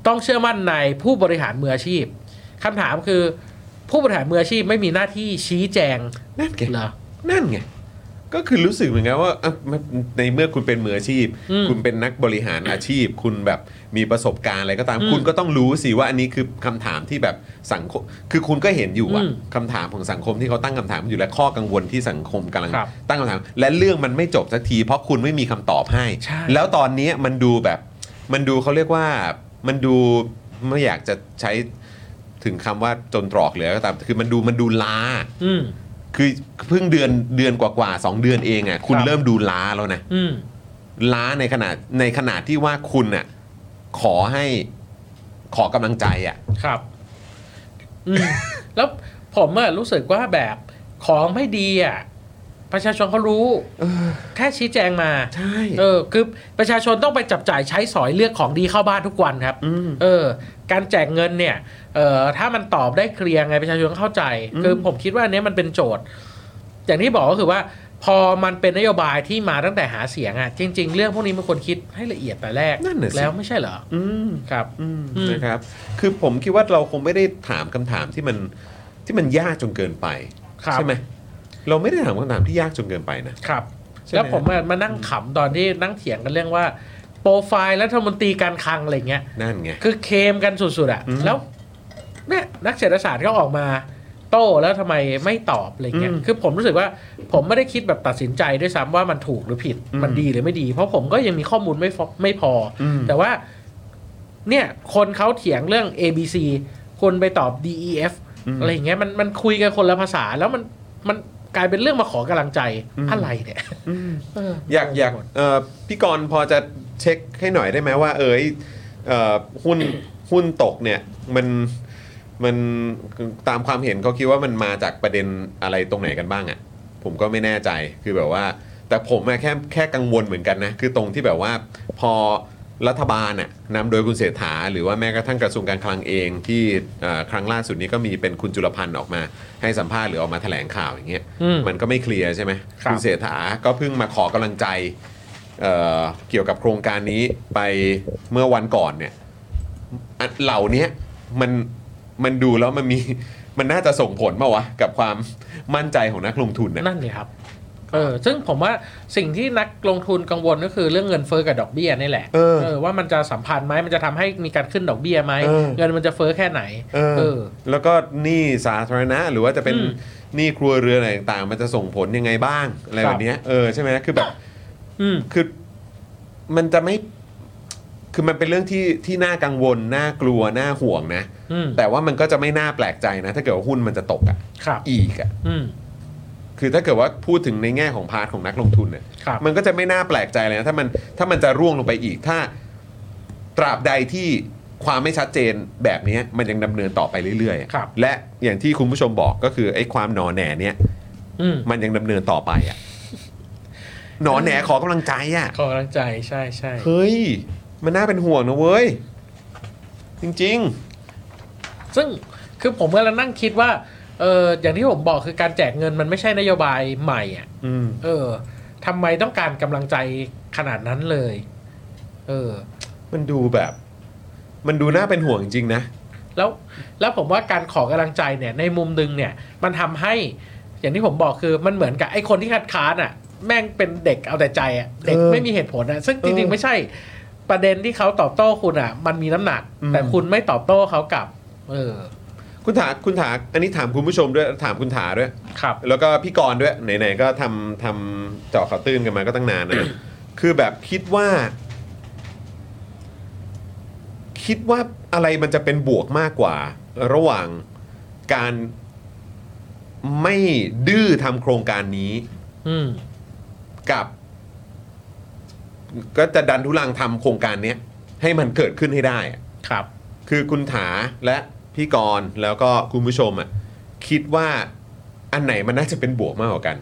B: ต้องเชื่อมั่นในผู้บริหารมืออาชีพคำถามคือ ผู้บริหารมืออาชีพไม่มีหน้าที่ชี้แจง
A: นั่นไง
B: เหรอ
A: นั่นไงก็คือรู้สึกเหมือนกันว่าอ่ะมันในเมื่อคุณเป็นมืออาชีพ
B: อืม
A: คุณเป็นนักบริหารอาชีพ คุณแบบมีประสบการณ์อะไรก็ตาม
B: อืม
A: คุณก็ต้องรู้สิว่าอันนี้คือคำถามที่แบบสังคมคือคุณก็เห็นอยู่อะ
B: อืม
A: คำถามของสังคมที่เขาตั้งคำถามอยู่และข้อกังวลที่สังคมกำลัง
B: ครับ
A: ตั้งคำถาม และเรื่องมันไม่จบสักที เพราะคุณไม่มีคำตอบให้
B: ใช่
A: แล้วตอนเนี้ยมันดูแบบ มันดูเขาเรียกว่ามันดูไม่อยากจะใช้ถึงคำว่าจนตรอกเลยก็ตามคือมันดูมันดูล้า
B: อืม
A: คือเพิ่งเดือนเดือนกว่าๆสองเดือนเองอ่ะคุณ
B: ครับ
A: เริ่มดูล้าแล้วนะ
B: อืม
A: ล้าในขนาดในขนาดที่ว่าคุณอ่ะขอให้ขอกำลังใจอ่ะ
B: ครับอืม *laughs* แล้วผมอะรู้สึกว่าแบบของไม่ดีอะประชาชนเขารู้แค่ชี้แจงมา
A: ใช่
B: เออ คือประชาชนต้องไปจับจ่ายใช้สอยเลือกของดีเข้าบ้านทุกวันครับ
A: อืม
B: เออ การแจกเงินเนี่ย เออถ้ามันตอบได้เคลียร์ไงประชาชนก็เข้าใจ
A: อืม
B: คือผมคิดว่าอันเนี้ยมันเป็นโจทย์ อย่างที่บอกก็คือว่า พอมันเป็นนโยบายที่มาตั้งแต่หาเสียงอะจริง ๆ เรื่องพวกนี้มันควรคิดให้ละเอียดแต่แรก
A: นั่นน่ะสิ
B: แล้วไม่ใช่เหรอ
A: อืม
B: ครับ
A: อืม
B: อืม
A: นะครับ คือผมคิดว่าเราคงไม่ได้ถามคำถามที่มันที่มันยากจนเกินไป
B: ครับ
A: ใช่ไหมเราไม่ได้ถามคำถามที่ยากจนเกินไปนะ
B: ครับ
A: ใช่ไหม
B: แล้วผมอะมานั่งขำตอนที่นั่งเถียงกันเรื่องว่า โปรไฟล์รัฐมนตรีการคลังอะไรเงี้ย
A: นั่นไง
B: คือเคมกันสุดๆอะ
A: อืม
B: แล้วเนี่ยนักเศรษฐศาสตร์ก็ออกมาโต้แล้วทำไมไม่ตอบอะไรเงี้ย
A: อืม
B: คือผมรู้สึกว่าผมไม่ได้คิดแบบตัดสินใจด้วยซ้ำว่ามันถูกหรือผิด
A: อืม
B: มันดีหรือไม่ดี เพราะผมก็ยังมีข้อมูลไม่ฟไม่พออ
A: ม
B: แต่ว่า เนี่ยคนเขาเถียงเรื่อง A B C คนไปตอบ D E F อะไรอย่างเงี้ยมันมันคุยกันคนละภาษาแล้วมันมันกลายเป็นเรื่องมาขอกำลังใจอะไรเนี่ยเ
A: อยากอยากเอ่อพี่กรณ์พอจะเช็คให้หน่อยได้ไหมว่า เอยเอ่อหุ้นหุ้นตกเนี่ยมันมันตามความเห็นเขาคิดว่ามันมาจากประเด็นอะไรตรงไหนกันบ้างอะ่ะผมก็ไม่แน่ใจคือแบบว่า แต่ผมอะแค่แค่กังวลเหมือนกันนะ คือตรงที่แบบว่าพอรัฐบาลน่ะนำโดยคุณเศรษฐา หรือว่าแม้กระทั่งกระทรวงการคลังเองที่เอ่อครั้งล่าสุดนี้ก็มีเป็นคุณจุลพันธ์ออกมา ให้สัมภาษณ์หรือออกมาแถลงข่าวอย่างเงี้ย
B: อืม
A: มันก็ไม่เคลียร์ใช่ไหม
B: ครับ
A: ณเศรษฐาก็เพิ่งมาขอกำลังใจเอ่อเกี่ยวกับโครงการนี้ไปเมื่อวันก่อนเนี่ยอันเหล่าเนี้ยมันมันดูแล้วมันมี มันน่าจะส่งผลมาวะ กับความมั่นใจของนักลงทุนนะ
B: นั่นเลยครับ เออ ซึ่งผมว่าสิ่งที่นักลงทุนกังวลก็คือเรื่องเงินเฟ้อกับดอกเบี้ยนี่แหละ
A: เออ
B: ว่ามันจะสัมพันธ์ไหมมันจะทำให้มีการขึ้นดอกเบี้ยไหม
A: เออ
B: เงินมันจะเฟ้อแค่ไหน
A: เออ
B: เออ
A: แล้วก็หนี้สาธารณะหรือว่าจะเป็น
B: อืม
A: หนี้ครัวเรือนอะไรต่างๆ มันจะส่งผลยังไงบ้างอะไร
B: ครั
A: แบบ บเนี้ยเออใช่ไหมคือแบบ
B: อืม
A: คือมันจะไม่ คือมันเป็นเรื่องที่ที่น่ากังวล น่ากลัว น่าห่วงนะ
B: อืม
A: แต่ว่ามันก็จะไม่น่าแปลกใจนะ ถ้าเกิดว่าหุ้นมันจะตกอะ
B: ครับ
A: อีกอะ
B: อืม
A: คือถ้าเกิดว่าพูดถึงในแง่ของพาร์ทของนักลงทุนเนี่ย
B: ครับ
A: มันก็จะไม่น่าแปลกใจเลยนะถ้ามันถ้ามันจะร่วงลงไปอีก ถ้าตราบใดที่ความไม่ชัดเจนแบบนี้มันยังดำเนินต่อไปเรื่อย
B: ครับ
A: และอย่างที่คุณผู้ชมบอกก็คือไอ้ความหนอแหนเนี่ย
B: อืม
A: มันยังดำเนินต่อไปอะหนอแหนขอกำลังใจอะ
B: ขอกำลังใจ ใช่ใช่
A: เฮ้ย มันน่าเป็นห่วงนะเว้ย จริง
B: ซึ่งคือผมกำลังนั่งคิดว่า เออ อย่างที่ผมบอกคือการแจกเงินมันไม่ใช่นโยบายใหม่อ่ะ
A: ๆ อืม
B: เออทำไมต้องการกำลังใจขนาดนั้นเลย เออ
A: มันดูแบบ มันดูน่าเป็นห่วงจริงๆนะ
B: แล้วแล้วผมว่าการขอกำลังใจเนี่ยในมุมหนึงเนี่ยมันทำให้อย่างที่ผมบอกคือมันเหมือนกับไอ้คนที่คัดค้านอ่ะแม่งเป็นเด็กเอาแต่ใจอ่ะเด็ก
A: เออ
B: ไม่มีเหตุผลอ่ะซึ่งจริง
A: เออ
B: ๆไม่ใช่ประเด็นที่เขาตอบโต้คุณอ่ะ มันมีน้ำหนัก
A: อืม
B: แต่คุณไม่ตอบโต้เขากลับ เออ
A: คุณถาคุณถาอันนี้ถามคุณผู้ชมด้วย ถามคุณถาด้วย
B: ครับ
A: แล้วก็พี่กรณ์ด้วย ไหนๆ ก็ทำทำเจาะข่าว *coughs* ตื้นกันมาก็ตั้งนานนะ คือแบบคิดว่า คิดว่าอะไรมันจะเป็นบวกมากกว่า ระหว่างการ ไม่ดื้อทำโครงการนี้
B: อืม
A: กับ ก็จะดันทุลังทำโครงการเนี้ยให้มันเกิดขึ้นให้ได้อะ
B: ครับ
A: คือคุณถาและพี่กรณ์แล้วก็คุณผู้ชมอ่ะคิดว่าอันไหนมันน่าจะเป็นบวกมากกว่ากัน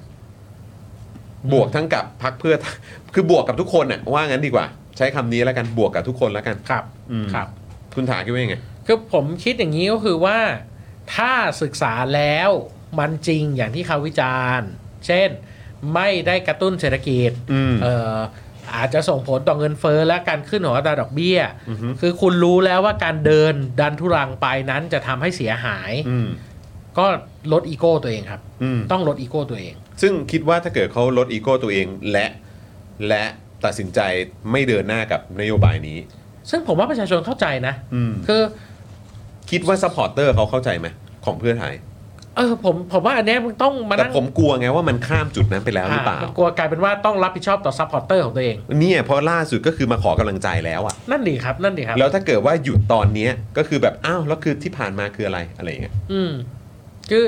A: บวกทั้งกับพักเพื่อไทยคือบวกกับทุกคนอ่ะว่างั้นดีกว่า ใช้คำนี้แล้วกันบวกกับทุกคนแล้วกัน
B: ครับ
A: อืม
B: ครับ
A: คุณถาคิดว่ายังไง
B: คือผมคิดอย่างนี้ก็คือว่า ถ้าศึกษาแล้วมันจริงอย่างที่เขาวิจารณ์ เช่น ไม่ได้กระตุ้นเศรษฐกิจ
A: อืม
B: เอ่ออาจจะส่งผลต่อเงินเฟ้อและการขึ้นของอัตราดอกเบี้ย คือคุณรู้แล้วว่าการเดินดันทุรังไปนั้นจะทำให้เสียหาย
A: อืม
B: ก็ลดอีโก้ตัวเองครับ
A: อืม
B: ต้องลดอีโก้ตัวเอง
A: ซึ่งคิดว่าถ้าเกิดเขาลดอีโก้ตัวเองและและตัดสินใจไม่เดินหน้ากับนโยบายนี้
B: ซึ่งผมว่าประชาชนเข้าใจนะ
A: อืม
B: คือ
A: คิดว่าซัพพอร์ตเตอร์เขาเข้าใจไหมของเพื่อไทย
B: เออผมผมว่าอันเนี้ยมันต้องมา
A: แต่
B: นั่ง
A: ผมกลัวไงว่ามันข้ามจุดนั้นไปแล้วหรือเปล่า
B: อ่ะมันกลัวกลายเป็นว่าต้องรับผิดชอบต่อซัพพอร์เตอร์ของตัวเอง
A: เนี่ยเพราะล่าสุดก็คือมาขอกำลังใจแล้วอะ
B: นั่นดีครับ นั่นดีครับ
A: แล้วถ้าเกิดว่าหยุดตอนเนี้ยก็คือแบบอ้าวแล้วคือที่ผ่านมาคืออะไรอะไรอย่างเงี้ย
B: อืมคือ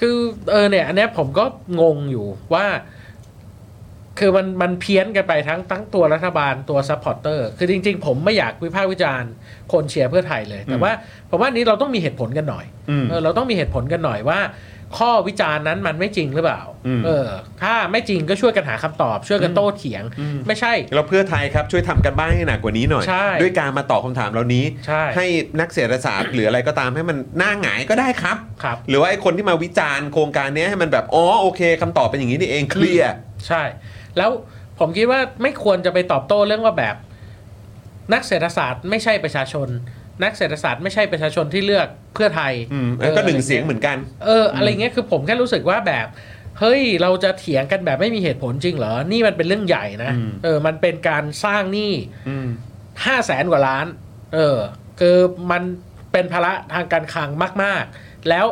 B: คือเออเนี่ย อันเนี้ยผมก็งงอยู่ว่า คือมันมันเพี้ยนกันไปทั้งทั้งตัวรัฐบาลตัวซัพพอร์เตอร์คือจริง ๆ ผมไม่อยากวิพากษ์วิจารณ์คนเชียร์เพื่อไทยเลย แต่ว่าผมว่าอันนี้เราต้องมีเหตุผลกันหน่อย
A: อืม
B: เออเราต้องมีเหตุผลกันหน่อยว่า ข้อวิจารณ์นั้นมันไม่จริงหรือเปล่า
A: อืม
B: เออ ถ้าไม่จริงก็ช่วยกันหาคำตอบ ช่วยกันโต้เถียง ไม่ใช่
A: แล้วเพื่อไทยครับช่วยทำกันบ้านให้หนักกว่านี้หน่อย
B: ใช่
A: ด้วยการมาตอบคำถามเหล่านี้
B: ใช่
A: นักเศรษฐศาสตร์หรืออะไรก็ตามให้มันหน้าหงายก็ได้ครับ
B: ครับ
A: หรือว่าไอ้คนที่มาวิจารณ์โครงการเนี้ยให้มันแบบอ๋อโอเคคำตอบเป็นอย่างนี้นี่เองเคลียร์
B: ใช่ แล้วผมคิดว่าไม่ควรจะไปตอบโต้เรื่องว่าแบบ นักเศรษฐศาสตร์ไม่ใช่ประชาชน นักเศรษฐศาสตร์ไม่ใช่ประชาชนที่เลือกเพื่อไทย
A: อืมแล้วก็หนึ่งเสียงเหมือนกัน
B: เอออะไรเงี้ยคือผมแค่รู้สึกว่าแบบ เฮ้ยเราจะเถียงกันแบบไม่มีเหตุผลจริงเหรอ นี่มันเป็นเรื่องใหญ่นะ
A: อืม
B: เออมันเป็นการสร้างหนี้ห้าแสนกว่าล้าน เออคือมันเป็นภาระทางการคลังมาก ๆ แล้ว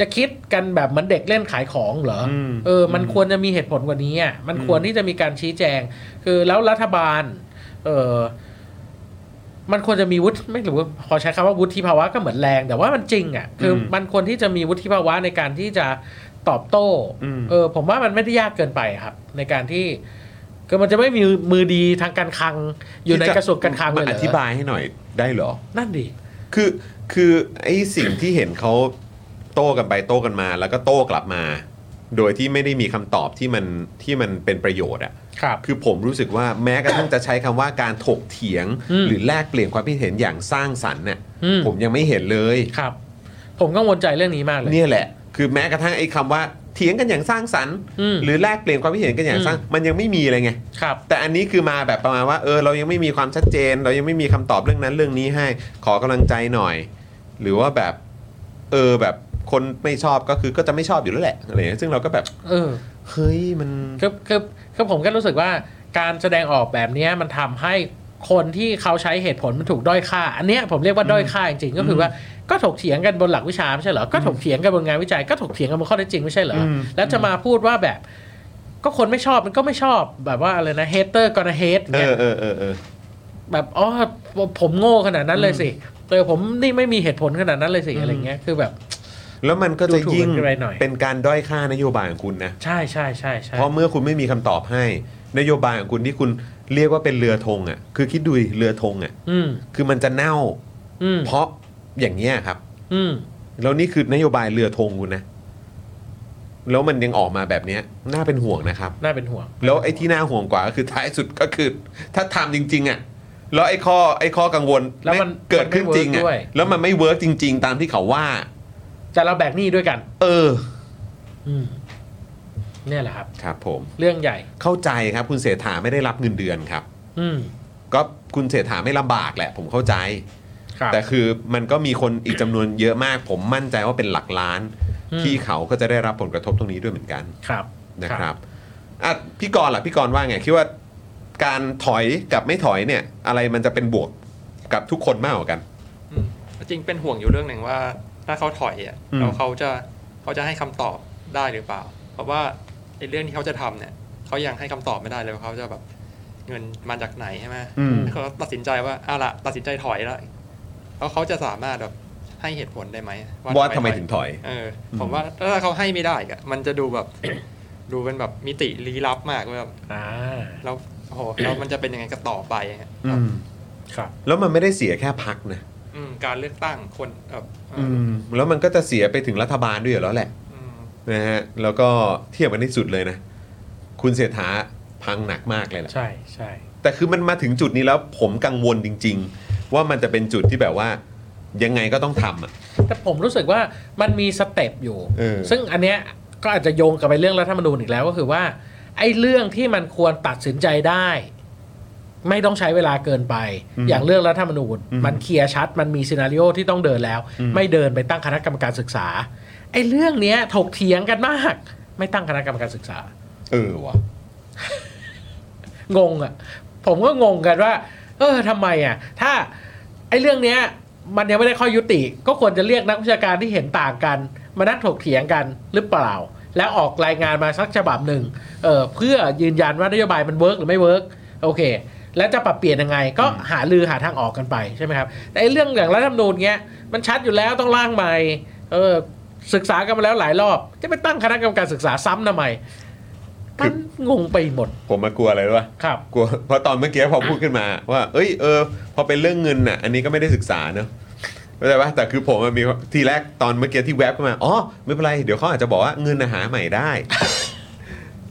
B: จะคิดกันแบบเหมือนเด็กเล่นขายของเหรอ เออ มันควรจะมีเหตุผลกว่านี้อ่ะ มันควรที่จะมีการชี้แจง คือแล้วรัฐบาล เออมันควรจะมีวุฒิไม่รู้ว่าพอใช้คำว่าวุฒิภาวะก็เหมือนแรง แต่ว่ามันจริงอ่ะ คืออ
A: ม
B: มันควรที่จะมีวุฒิภาวะในการที่จะตอบโต้
A: อืม
B: เออ ผมว่ามันไม่ได้ยากเกินไปครับ ในการที่ก็มันจะไม่มีมือดีทางการคลัง อยู่ในกระทรวงการคลังเลย
A: มา
B: เหร
A: อ
B: อ
A: ธิบายให้หน่อยได้เหรอ
B: นั่นดิ
A: คือคือไอ้สิ่งที่เห็นเขาโต้กันไปโต้กันมา แล้วก็โต้กลับมา โดยที่ไม่ได้มีคำตอบที่มันที่มันเป็นประโยชน์อะ
B: ครับ
A: คือผมรู้สึกว่าแม้กระทั่งจะใช้คำว่าการถกเถียง
B: อืม
A: หรือแลกเปลี่ยนความคิดเห็นอย่างสร้างสรรค์เนี่ย
B: อืม
A: ผมยังไม่เห็นเลย
B: ครับ ผมกังวลใจเรื่องนี้มากเลย
A: เนี่ยแหละ คือแม้กระทั่งไอ้คำว่าเถียงกันอย่างสร้างสรรค์
B: อืม
A: หรือแลกเปลี่ยนความคิดเห็นกันอย่างสร้าง
B: อืม
A: มันยังไม่มีเลยไง
B: ครับ
A: แต่อันนี้คือมาแบบประมาณว่าเออเรายังไม่มีความชัดเจน เรายังไม่มีคำตอบเรื่องนั้นเรื่องนี้ให้ ขอกำลังใจหน่อย หรือว่าแบบเออแบบคนไม่ชอบก็คือก็จะไม่ชอบอยู่แล้วแหละอะไรอย่างเงี้ยซึ่งเราก็แบบ
B: เออ
A: เฮ้ยมัน
B: คือคือคือผมก็รู้สึกว่าการแสดงออกแบบเนี้ยมันทำให้คนที่เขาใช้เหตุผลมันถูกด้อยค่า อันเนี้ยผมเรียกว่าด้อยค่าจริงๆก็คือว่าก็ถกเถียงกันบนหลักวิชาไม่ใช่เหรอก็ถกเถียงกันบนงานวิจัยก็ถกเถียงกันบนข้อเท็จจริงไม่ใช่เหรออแล้วจะมาพูดว่าแบบ ก็คนไม่ชอบมันก็ไม่ชอบแบบว่าอะไรนะเฮเตอร์กอนเฮต
A: เอ
B: เนี่ย
A: อเออเออเออ
B: แบบอ๋อผมผมโง่ขนาดนั้นเลยสิเออผมนี่ไม่มีเหตุผลขนาดนั้นเลยสิอะไรเงี้ยคือแบบ
A: แล้วมันก็จะ
B: ดูถูก
A: ยิ่ง
B: กันไปหน่อย
A: เป็นการด้อยค่านโยบายของคุณนะ
B: ใช่ใช่ใช่ใช่
A: เพราะเมื่อคุณไม่มีคำตอบให้ นโยบายของคุณที่คุณเรียกว่าเป็นเรือธงอ่ะ คือคิดดูดิเรือธงอ่ะ
B: อืม
A: คือมันจะเน่า
B: อืม
A: เพราะอย่างเงี้ยครับ
B: อืม
A: แล้วนี่คือนโยบายเรือธงคุณนะ แล้วมันยังออกมาแบบเนี้ยน่าเป็นห่วงนะครับ
B: น่าเป็นห่วง
A: แล้วไอ้ที่น่าห่วงกว่าก็คือท้ายสุดก็คือ ถ้าทำจริง ๆ อ่ะ แล้วไอ้ข้อไอ้ข้อกังวล
B: แล้วมัน
A: เกิดขึ้นจริงอ่ะ
B: มันไม่เวิร์กด้วย
A: แล้วมันไม่เวิร์กจริง ๆ ตามที่เขาว่า
B: จะเราแบกหนี้ด้วยกัน
A: เออ
B: อืมเนี่ยแหละครับ
A: ครับ ผม
B: เรื่องใหญ่
A: เข้าใจครับ คุณเสถาไม่ได้รับเงินเดือนครับ
B: อืม
A: ก็คุณเสถาไม่ลำบากแหละ ผมเข้าใจ
B: ครับ
A: แต่คือมันก็มีคนอีกจำนวนเยอะมาก ผมมั่นใจว่าเป็นหลักล้าน ที่เขาก็จะได้รับผลกระทบตรงนี้ด้วยเหมือนกัน
B: ครับ
A: นะครับอ่ะพี่กรณ์ล่ะพี่กรณ์ว่าไง คิดว่าการถอยกับไม่ถอยเนี่ย อะไรมันจะเป็นบวกกับทุกคนมากกว่ากัน
C: อืมจริงเป็นห่วงอยู่เรื่องหนึ่งว่า ถ้าเขาถอยอ่ะ
A: อืม
C: แล้วเขาจะเขาจะให้คำตอบได้หรือเปล่า เพราะว่าไอ้เรื่องที่เขาจะทำเนี่ยเขายังให้คำตอบไม่ได้เลยว่าเขาจะแบบเงินมาจากไหนใช่ไหม
A: อืม
C: ถ้าเขาตัดสินใจว่าเอาละตัดสินใจถอยแล้วแล้วเขาจะสามารถแบบ ให้เหตุผลได้ไหม
A: ว่าทำไมถึงถอย
C: เออผมว่าถ้าเขาให้ไม่ได้ก็มันจะดูแบบ *coughs* ดูเป็นแบบมิติลี้ลับมากแบบ
B: อ่า
C: แล้วโอ้โห *coughs* แล้วมันจะเป็นยังไงก็ต่อไปฮะ
A: อืม
B: ครับ
A: แล้วมันไม่ได้เสียแค่พักนะ
C: อืมการเลือกตั้งคนแบบเอออ
A: อืมแล้วมันก็จะเสียไปถึงรัฐบาลด้วยอยู่แล้วแหละ
C: อืม
A: นะฮะแล้วก็เทียบกันที่สุดเลยนะ คุณเศรษฐาพังหนักมากเลยแหละ
B: ใช่ใช่
A: แต่คือมันมาถึงจุดนี้แล้วผมกังวลจริง ๆ ว่ามันจะเป็นจุดที่แบบว่า ยังไงก็ต้องทำอ่ะ
B: แต่ผมรู้สึกว่ามันมีสเต็ปอยู่
A: เออ
B: ซึ่งอันเนี้ยก็อาจจะโยงกลับไปเรื่องรัฐธรรมนูญอีกแล้วก็คือว่า ไอ้เรื่องที่มันควรตัดสินใจได้ ไม่ต้องใช้เวลาเกินไป อย่างเรื่องรัฐธรรมนูญ มันเคลียร์ชัด มันมีซีนารีโอที่ต้องเดินแล้ว ไม่เดินไปตั้งคณะกรรมการศึกษาไอ้เรื่องเนี้ยถกเถียงกันมาก ไม่ตั้งคณะกรรมการศึกษา
A: เออวะ
B: งงอะ่ะ ผมก็งงกันว่า เออทำไมอะ่ะ ถ้าไอ้เรื่องเนี้ย มันยังไม่ได้ข้อยุติ ก็ควรจะเรียกนักวิชาการที่เห็นต่างกัน มานั่งถกเถียงกันหรือเปล่า แล้วออกรายงานมาสักฉบับหนึ่งเออเพื่อยืนยันว่านโยบายมันเวิร์กหรือไม่เวิร์กโอเค แล้วจะปรับเปลี่ยนยังไง ก็หาลือหาทางออกกันไปใช่ไหมครับแต่ไอ้เรื่องอย่างรัฐธรรมนูญเงี้ยมันชัดอยู่แล้วต้องร่างใหม่เออศึกษากันมาแล้วหลายรอบ จะไปตั้งคณะกรรมการศึกษาซ้ำทำไมมันงงไปหมด
A: ผมมากลัวอะไรรู้ป่ะ
B: ครับ
A: กลัวเพราะตอนเมื่อกี้พอพูดขึ้นมาว่า เอ้ยเออพอเป็นเรื่องเงินน่ะ อันนี้ก็ไม่ได้ศึกษาเนอะเข้าใจป่ะแต่คือผมมันมีทีแรกตอนเมื่อกี้ที่แวบเข้ามาอ๋อไม่เป็นไรเดี๋ยวเขาอาจจะบอกว่าเงินน่ะหาใหม่ได้ *laughs*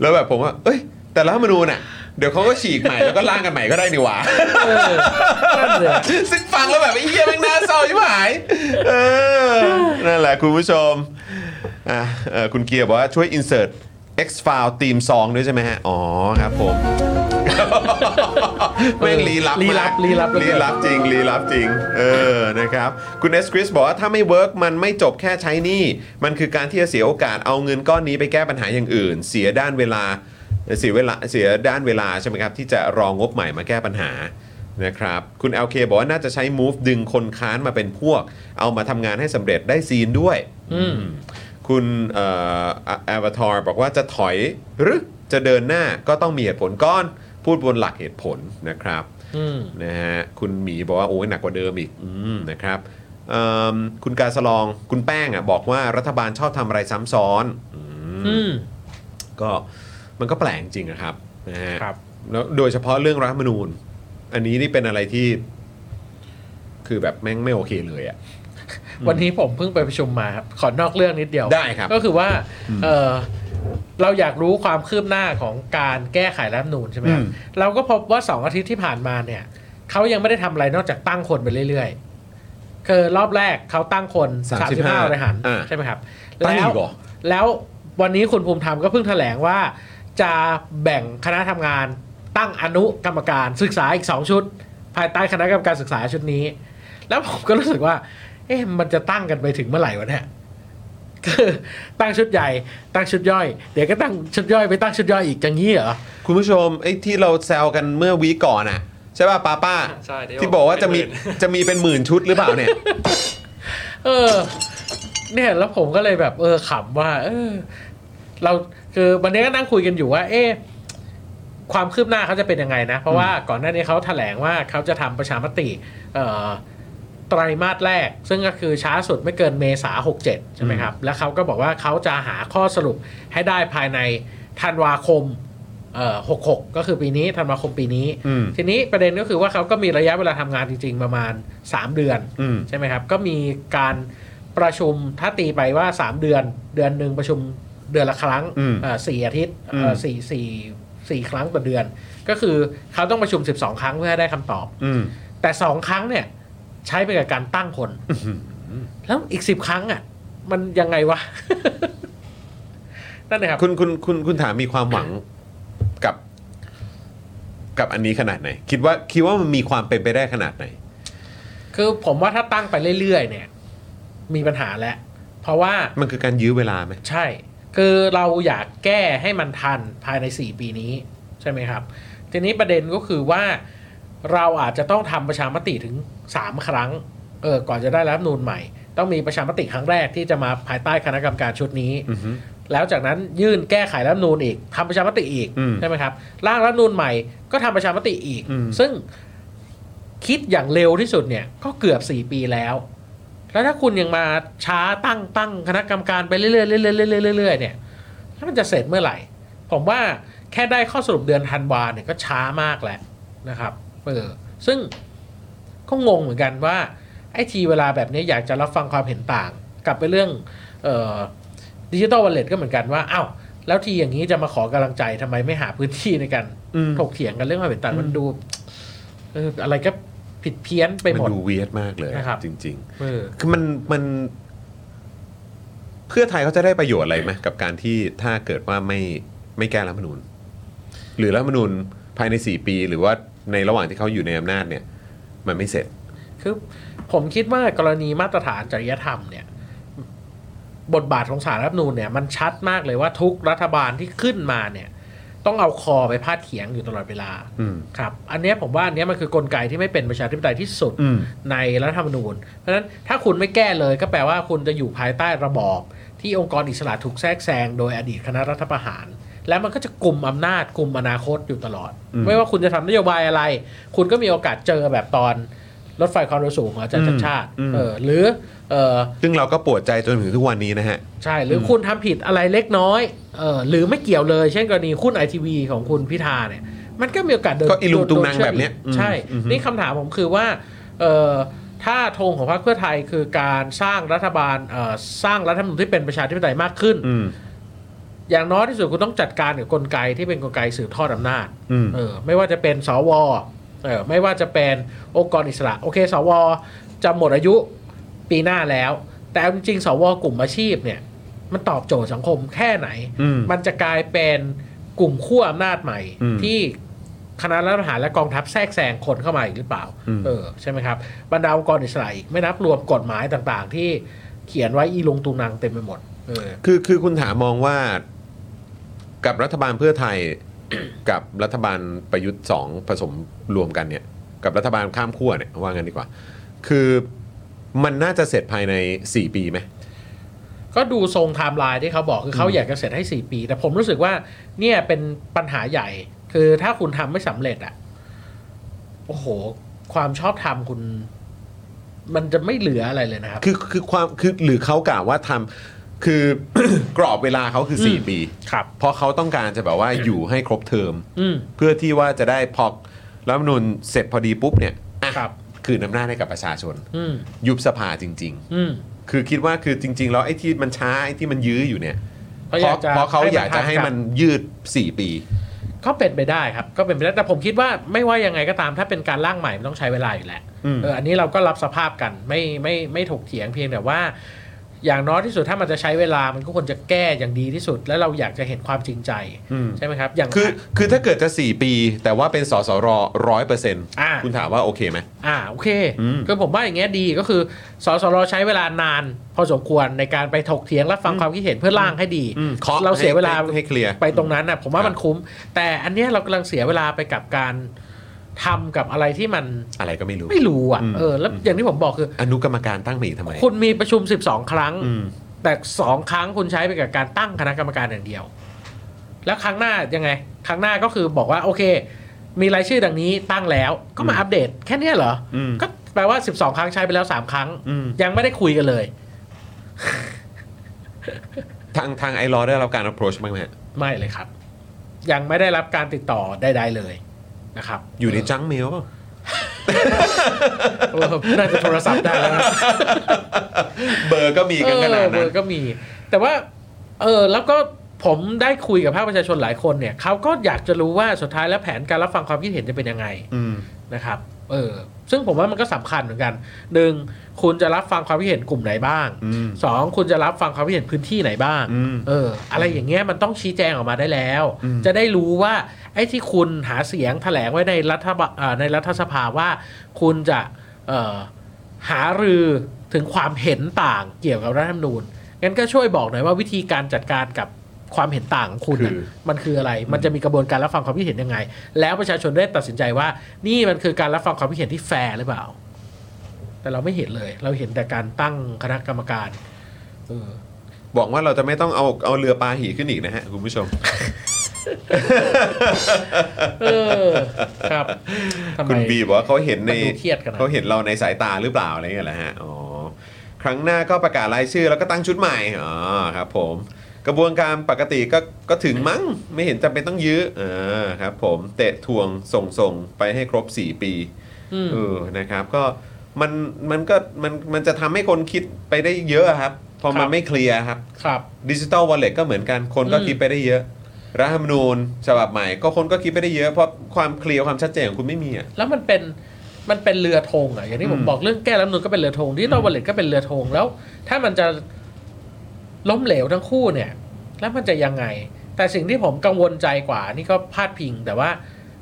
A: แล้วแบบผมว่า เอ้ย แต่รัฐธรรมนูญน่ะเดี๋ยวเขาก็ฉีกใหม่แล้วก็ร่างกันใหม่ก็ได้นี่หว่า
B: เออนั่นเลย
A: ซึ่งฟังแล้วแบบไอ้เหี้ยแม่งน่าเศร้าชิบหายเออ นั่นแหละคุณผู้ชมอ่ะเออคุณเกียร์บอกว่าช่วย insert X file ทีมซองด้วยใช่ไหมฮะ อ๋อครับผม *laughs* แม่งลีลับมาก
B: ลี้ลับลี้ลับ
A: ลี้ลับจริงลี้ลับจริง เออนะครับ คุณเอสคริสบอกว่าถ้าไม่เวิร์กมันไม่จบแค่ใช้หนี่มันคือการที่จะเสียโอกาสเอาเงินก้อนนี้ไปแก้ปัญหาอย่างอื่น เสียด้านเวลาเสียเวลาเสียด้านเวลาใช่ไหมครับ ที่จะรองงบใหม่มาแก้ปัญหานะครับ คุณ LK บอกว่าน่าจะใช้ move ดึงคนค้านมาเป็นพวก เอามาทำงานให้สำเร็จได้ซีนด้วย
B: อืม
A: คุณเอ่อแอวตารบอกว่าจะถอยหรือจะเดินหน้าก็ต้องมีเหตุผลก้อน พูดบนหลักเหตุผลนะครับ
B: อืม
A: นะฮะคุณหมีบอกว่า โอ้ยหนักกว่าเดิมอีกอืมนะครับเอิ่มคุณการสลองคุณแป้งอ่ะบอกว่ารัฐบาลชอบทำอะไรซ้ำซ้อนอืม
B: อืม
A: ก็มันก็แปลกจริงอะครับนะฮะ
B: ครับ
A: แล้วโดยเฉพาะเรื่องรัฐธรรมนูญ อันนี้นี่เป็นอะไรที่ คือแบบแม่งไม่โอเคเลยอ่ะ
B: วันนี้ผมเพิ่งไปประชุมมาครับ ขอนอกเรื่องนิดเดียว
A: ได้ครับ
B: ก็คือว่าเออเราอยากรู้ความคืบหน้าของการแก้ไขรัฐธรรมนูญใช่ไหมครับเราก็พบว่าสองอาทิตย์ที่ผ่านมาเนี่ย เขายังไม่ได้ทำอะไรนอกจากตั้งคนไปเรื่อยๆ คือรอบแรกเขาตั้งคน
A: 35
B: 35บริหาร
A: อ่า
B: ใช่ไหมครับ
A: ตั้งอี
B: แล้ว
A: กเหรอ
B: แล้ววันนี้คุณภูมิธรรมก็เพิ่งแถลงว่า จะแบ่งคณะทำงานตั้งอนุกรรมการศึกษาอีกสองชุด ภายใต้คณะกรรมการศึกษาชุดนี้ แล้วผมก็รู้สึกว่า เอ๊ะมันจะตั้งกันไปถึงเมื่อไหร่วะเนี่ยคือตั้งชุดใหญ่ ตั้งชุดย่อย เดี๋ยวก็ตั้งชุดย่อยไปตั้งชุดย่อยอีกอย่างนี้เหรอ
A: คุณผู้ชมไอ้ที่เราแซวกันเมื่อวีคก่อนอะใช่ป่ะป้าป้า
C: ใช่เดี๋ย
A: ที่บอกว่าจะมี
C: เป็นหน
A: จะมีเป็นหมื่นชุดหรือเปล่าเนี่ย
B: เออ เนี่ยแล้วผมก็เลยแบบเออขำว่า เออ เราคือวันนี้ก็นั่งคุยกันอยู่ว่า เอ๊ะความคืบหน้าเขาจะเป็นยังไงนะ เพราะว่าก่อนหน้านี้เขาแถลงว่าเขาจะทำประชามติเอ่อไตรมาสแรก ซึ่งก็คือช้าสุดไม่เกินเมษา67 ใช่ไหมครับ แล้วเขาก็บอกว่าเขาจะหาข้อสรุปให้ได้ภายในธันวาคมเอ่อ66 ก็คือปีนี้ธันวาคมปีนี้
A: อืม
B: ทีนี้ประเด็นก็คือว่าเขาก็มีระยะเวลาทำงานจริง ๆ ประมาณ 3 เดือน
A: อืม
B: ใช่ไหมครับ ก็มีการประชุมถ้าตีไปว่า 3 เดือน เดือนหนึ่งประชุมเดือนละครั้ง
A: อืม
B: เอ่อสี่อาทิตย์เอ่อ
A: อืม
B: สี่สี่สี่ครั้งต่อเดือน ก็คือเขาต้องประชุม 12 ครั้งเพื่อให้ได้คำตอบ
A: อืม
B: แต่ 2 ครั้งเนี่ย ใช้ไปกับการตั้งคน แล้วอีก 10 ครั้งอ่ะ มันยังไงวะ นั่นนะครับ
A: คุณคุณคุณคุณถามมีความหวังกับ กับอันนี้ขนาดไหน คิดว่าคิดว่ามันมีความเป็นไปได้ขนาดไหน
B: คือผมว่าถ้าตั้งไปเรื่อยๆเนี่ย มีปัญหาแล้ว เพราะว่า
A: มันคือการยื้อเวลาไหม
B: ใช่ คือเราอยากแก้ให้มันทันภายใน 4 ปีนี้ใช่ไหมครับ ทีนี้ประเด็นก็คือว่าเราอาจจะต้องทำประชามติถึง 3 ครั้ง เออ ก่อนจะได้รัฐธรรมนูนใหม่ ต้องมีประชามติครั้งแรกที่จะมาภายใต้คณะกรรมการชุดนี้
A: อือฮึ
B: แล้วจากนั้นยื่นแก้ไขรัฐธรรมนูญอีกทำประชามติอีก
A: อืม
B: ใช่ไหมครับ ร่างรัฐธรรมนูญใหม่ก็ทำประชามติอีก
A: อืม
B: ซึ่งคิดอย่างเร็วที่สุดเนี่ย ก็เกือบ 4 ปีแล้ว แล้วถ้าคุณยังมาช้าตั้งตั้งคณะกรรมการไปเรื่อยๆเรื่อยๆเรื่อยๆเรื่อยๆเนี่ยแล้วมันจะเสร็จเมื่อไหร่ ผมว่าแค่ได้ข้อสรุปเดือนธันวาเนี่ยก็ช้ามากแล้วนะครับเออซึ่งก็งงเหมือนกันว่าไอ้ทีเวลาแบบนี้อยากจะรับฟังความเห็นต่าง กลับไปเรื่องดิจิตอลวอลเล็ตก็เหมือนกันว่าอ้าวแล้วทีอย่างนี้จะมาขอกำลังใจทำไมไม่หาพื้นที่ในการ
A: อืม
B: ถกเถียงกันเรื่องความเห็นต่างมันดูเอออะไรก็ผิดเพี้ยนไป
A: มั
B: หมด
A: ดูเวียดมากเลย
B: นะครับ
A: จริง ๆ
B: เออ
A: คือมันมันเพื่อไทยเขาจะได้ประโยชน์อะไรไหมกับการที่ถ้าเกิดว่าไม่ไม่แก้รัฐธรรมนูญหรือรัฐธรรมนูญภายใน 4 ปี หรือว่าในระหว่างที่เขาอยู่ในอำนาจเนี่ย มันไม่เสร็จ
B: คือผมคิดว่ากรณีมาตรฐานจริยธรรมเนี่ย บทบาทของสารรัฐธรรมนูญเนี่ยมันชัดมากเลยว่าทุกรัฐบาลที่ขึ้นมาเนี่ย ต้องเอาคอไปพาดเขียงอยู่ตลอดเวลา
A: อืม
B: ครับ อันเนี้ยผมว่าอันเนี้ยมันคือกลไกที่ไม่เป็นประชาธิปไตยที่สุด
A: อืม
B: ในรัฐธรรมนูญ เพราะฉะนั้นถ้าคุณไม่แก้เลยก็แปลว่าคุณจะอยู่ภายใต้ระบอบ ที่องค์กรอิสระถูกแทรกแซงโดยอดีตคณะรัฐประหาร และมันก็จะกลุ่มอำนาจกลุ่มอนาคตอยู่ตลอด
A: อืม
B: ไม่ว่าคุณจะทำนโยบายอะไร คุณก็มีโอกาสเจอแบบตอนรถไฟความเร็วสูงของอาจารย์ชัดชาติ
A: อืม
B: เออหรือเออ
A: ซึ่งเราก็ปวดใจจนถึงทุกวันนี้นะฮะ
B: ใช่หรืออคุณทำผิดอะไรเล็กน้อยเออหรือไม่เกี่ยวเลย เช่นกรณีหุ้นไอทีวีของคุณพิธาเนี่ย มันก็มีโอกาสเดิน
A: ก็อีลุงตุงนังแบบเนี้ย
B: โดนชื่อมใช่
A: อืม
B: นี่คำถามผมคือว่าเอ่อถ้าธงของพรรคเพื่อไทยคือการสร้างรัฐบาลเอ่อสร้างรัฐธรรมนูญที่เป็นประชาธิปไตยมากขึ้น
A: อืม
B: อย่างน้อยที่สุดคุณต้องจัดการกับกลไกที่เป็นกลไกสืบทอดอำนาจ
A: อืม
B: เออไม่ว่าจะเป็นสวเออไม่ว่าจะเป็นองค์กรอิสระโอเคสวจะหมดอายุปีหน้าแล้ว แต่เอาจริงๆสวกลุ่มอาชีพเนี่ยมันตอบโจทย์สังคมแค่ไหน
A: อืม
B: มันจะกลายเป็นกลุ่มขั้วอำนาจใหม่
A: อืม
B: ที่คณะรัฐประหารและกองทัพแทรกแซงคนเข้ามาอีกหรือเปล่า
A: อืม
B: เออใช่ไหมครับบรรดาองค์กรอิสระอีกไม่นับรวมกฎหมายต่างๆ ที่เขียนไว้อีลงตูนังเต็มไปหมดเออ
A: คือคือคุณถามมองว่ากับรัฐบาลเพื่อไทย *coughs* กับรัฐบาลประยุทธ์สองผสมรวมกันเนี่ย กับรัฐบาลข้ามขั้วเนี่ยว่างั้นดีกว่า คือมันน่าจะเสร็จภายใน 4 ปีไหม
B: ก็ดูทรงไทม์ไลน์ที่เขาบอกคือเขาอยากจะเสร็จให้ 4 ปี แต่ผมรู้สึกว่าเนี่ยเป็นปัญหาใหญ่ คือถ้าคุณทำไม่สำเร็จอะโอ้โห ความชอบธรรมคุณ มันจะไม่เหลืออะไรเลยนะครับ
A: คือคือความคือหรือเขากล่าวว่าทำคือ *coughs* กรอบเวลาเขาคือ
B: อืม
A: 4 ปี
B: ครับ
A: เพราะเขาต้องการจะแบบว่าอยู่ให้ครบเทอม
B: อืม
A: เพื่อที่ว่าจะได้พอรัฐธรรมนูญเสร็จพอดีปุ๊บเนี่ยอ่ะ
B: ครับ
A: คืนอำนาจให้กับประชาชน
B: อืม
A: ยุบสภาจริง
B: อืม
A: ๆ คือคิดว่าคือจริง ๆ แล้วไอ้ที่มันช้าไอ้ที่มันยื้ออยู่เนี่ย
B: เพ
A: เพราะเพราะเขาอยากจะให้มันยืด 4 ปี
B: ก็เป็นไปได้ครับ ก็เป็นไปได้แต่ผมคิดว่าไม่ว่ายังไงก็ตามถ้าเป็นการร่างใหม่มันต้องใช้เวลาอยู่แหละ
A: อืม
B: เอออันนี้เราก็รับสภาพกันไม่ไม่ไม่ถกเถียงเพียงแต่ว่า อย่างน้อยที่สุดถ้ามันจะใช้เวลามันก็ควรจะแก้อย่างดีที่สุด แล้วเราอยากจะเห็นความจริงใจใช่ไหมครับ อย่าง
A: คือคือถ้าเกิดจะ 4 ปี แต่ว่าเป็นสสรร้อยเปอร์เซ็นต์
B: อ่า
A: คุณถามว่าโอเคไหม
B: อ่าโอเค
A: อืม
B: คือผมว่าอย่างเงี้ยดีก็คือสสรใช้เวลานาน พอสมควรในการไปถกเถียงและฟังความคิดเห็นเพื่อร่างให้ดี
A: อืมเคาะ
B: เราเสียเวลา
A: ให้ให้เคลียร์
B: ไปตรงนั้นนะผมว่า
A: ครับ
B: มันคุ้ม แต่อันเนี้ยเรากำลังเสียเวลาไปกับการทำกับอะไรที่มัน
A: อะไรก็ไม่รู้
B: ไม่รู้อ่ะ
A: อืม
B: เออแล้วอย่างที่ผมบอกคือ
A: อนุกรรมการตั้งมาอีกทำไม
B: คุณมีประชุม 12 ครั้ง
A: อืม
B: แต่สองครั้งคุณใช้ไปกับการตั้งคณะกรรมการอย่างเดียว แล้วครั้งหน้ายังไง ครั้งหน้าก็คือบอกว่าโอเค มีรายชื่อดังนี้ตั้งแล้วก็มาอัปเดตแค่เนี้ยเหรอ
A: อืม
B: ก็แปลว่า 12 ครั้งใช้ไปแล้ว 3 ครั้ง
A: อืม
B: ยังไม่ได้คุยกันเลย
A: ทางทางไอรอได้รับการ approach บ้างไหมฮะ
B: ไม่เลยครับ ยังไม่ได้รับการติดต่อใดๆเลยนะครับ
A: อยู่ใน
B: เ
A: จังเมลป่ะ
B: เออน่าจะโทรศัพท์ได้แล้วนะ
A: เบอร์ก็มีกันขนาด
B: เออเบ
A: นั้
B: อน ร์ก็มี แต่ว่า เออแล้วก็ผมได้คุยกับภาคประชาชนหลายคนเนี่ยเขาก็อยากจะรู้ว่าสุดท้ายแล้วแผนการรับฟังความคิดเห็นจะเป็นยังไง
A: อืม
B: นะครับ เออ ซึ่งผมว่ามันก็สำคัญเหมือนกันหนึ่งคุณจะรับฟังความคิดเห็นกลุ่มไหนบ้าง
A: อืม
B: สองคุณจะรับฟังความคิดเห็นพื้นที่ไหนบ้าง
A: อืม
B: เออ อะไรอย่างเงี้ยมันต้องชี้แจงออกมาได้แล้ว
A: อืม
B: จะได้รู้ว่าไอ้ที่คุณหาเสียงแถลงไว้ในรัฐบาเอ่อในรัฐสภาว่า คุณจะเอ่อ หารือถึงความเห็นต่างเกี่ยวกับรัฐธรรมนูญ งั้นก็ช่วยบอกหน่อยว่าวิธีการจัดการกับความเห็นต่างของคุณน่ะ
A: คือ
B: มันคืออะไร มันจะมีกระบวนการรับฟังความคิดเห็นยังไง แล้วประชาชนได้ตัดสินใจว่า นี่มันคือการรับฟังความคิดเห็นที่แฟร์หรือเปล่า แต่เราไม่เห็นเลย เราเห็นแต่การตั้งคณะกรรมการเออ
A: บอกว่าเราจะไม่ต้องเอาเอาเรือปลาหีขึ้นอีกนะฮะ คุณผู้ชม
B: เออ
A: *laughs*
B: ครับทำไม
A: คุณบีบอกว่าเขาเห็นใน
B: มันดูเครียดขนาดนั้น
A: เขาเห็นเราในสายตาหรือเปล่าอะไรเงี้ยแหละฮะ อ๋อ ครั้งหน้าก็ประกาศรายชื่อแล้วก็ตั้งชุดใหม่อ๋อครับผม กระบวนการปกติก็ก็ถึงมั้งไม่เห็นจำเป็นต้องยื้อเออครับผมเตะทวงส่งส่งไปให้ครบ 4 ปี
B: อืม
A: เออนะครับก็มันมันก็มันมันจะทำให้คนคิดไปได้เยอะครับ พอมันไม่เคลียร์ครับ
B: ครับ
A: ดิจิ t a ลวอลเล็ตก็เหมือนกันคนก็
B: อืม
A: คิดไปได้เยอะ รัฐธรรมนูญฉบับใหม่ก็คนก็คิดไปได้เยอะ เพราะความเคลียร์ความชัดเจนของคุณไม่มีอ่ะ
B: แล้วมันเป็นมันเป็นเรือธงอ่ะอย่างที่ผม
A: อืม
B: บอกเรื่องแก้รัฐธรรมนูนก็เป็นเรือธงที่ตอวัลเล็ตก็เป็นเรือธงแล้ว ถ้ามันจะล้มเหลวทั้งคู่เนี่ย แล้วมันจะยังไง แต่สิ่งที่ผมกังวลใจกว่า นี่ก็พาดพิง แต่ว่า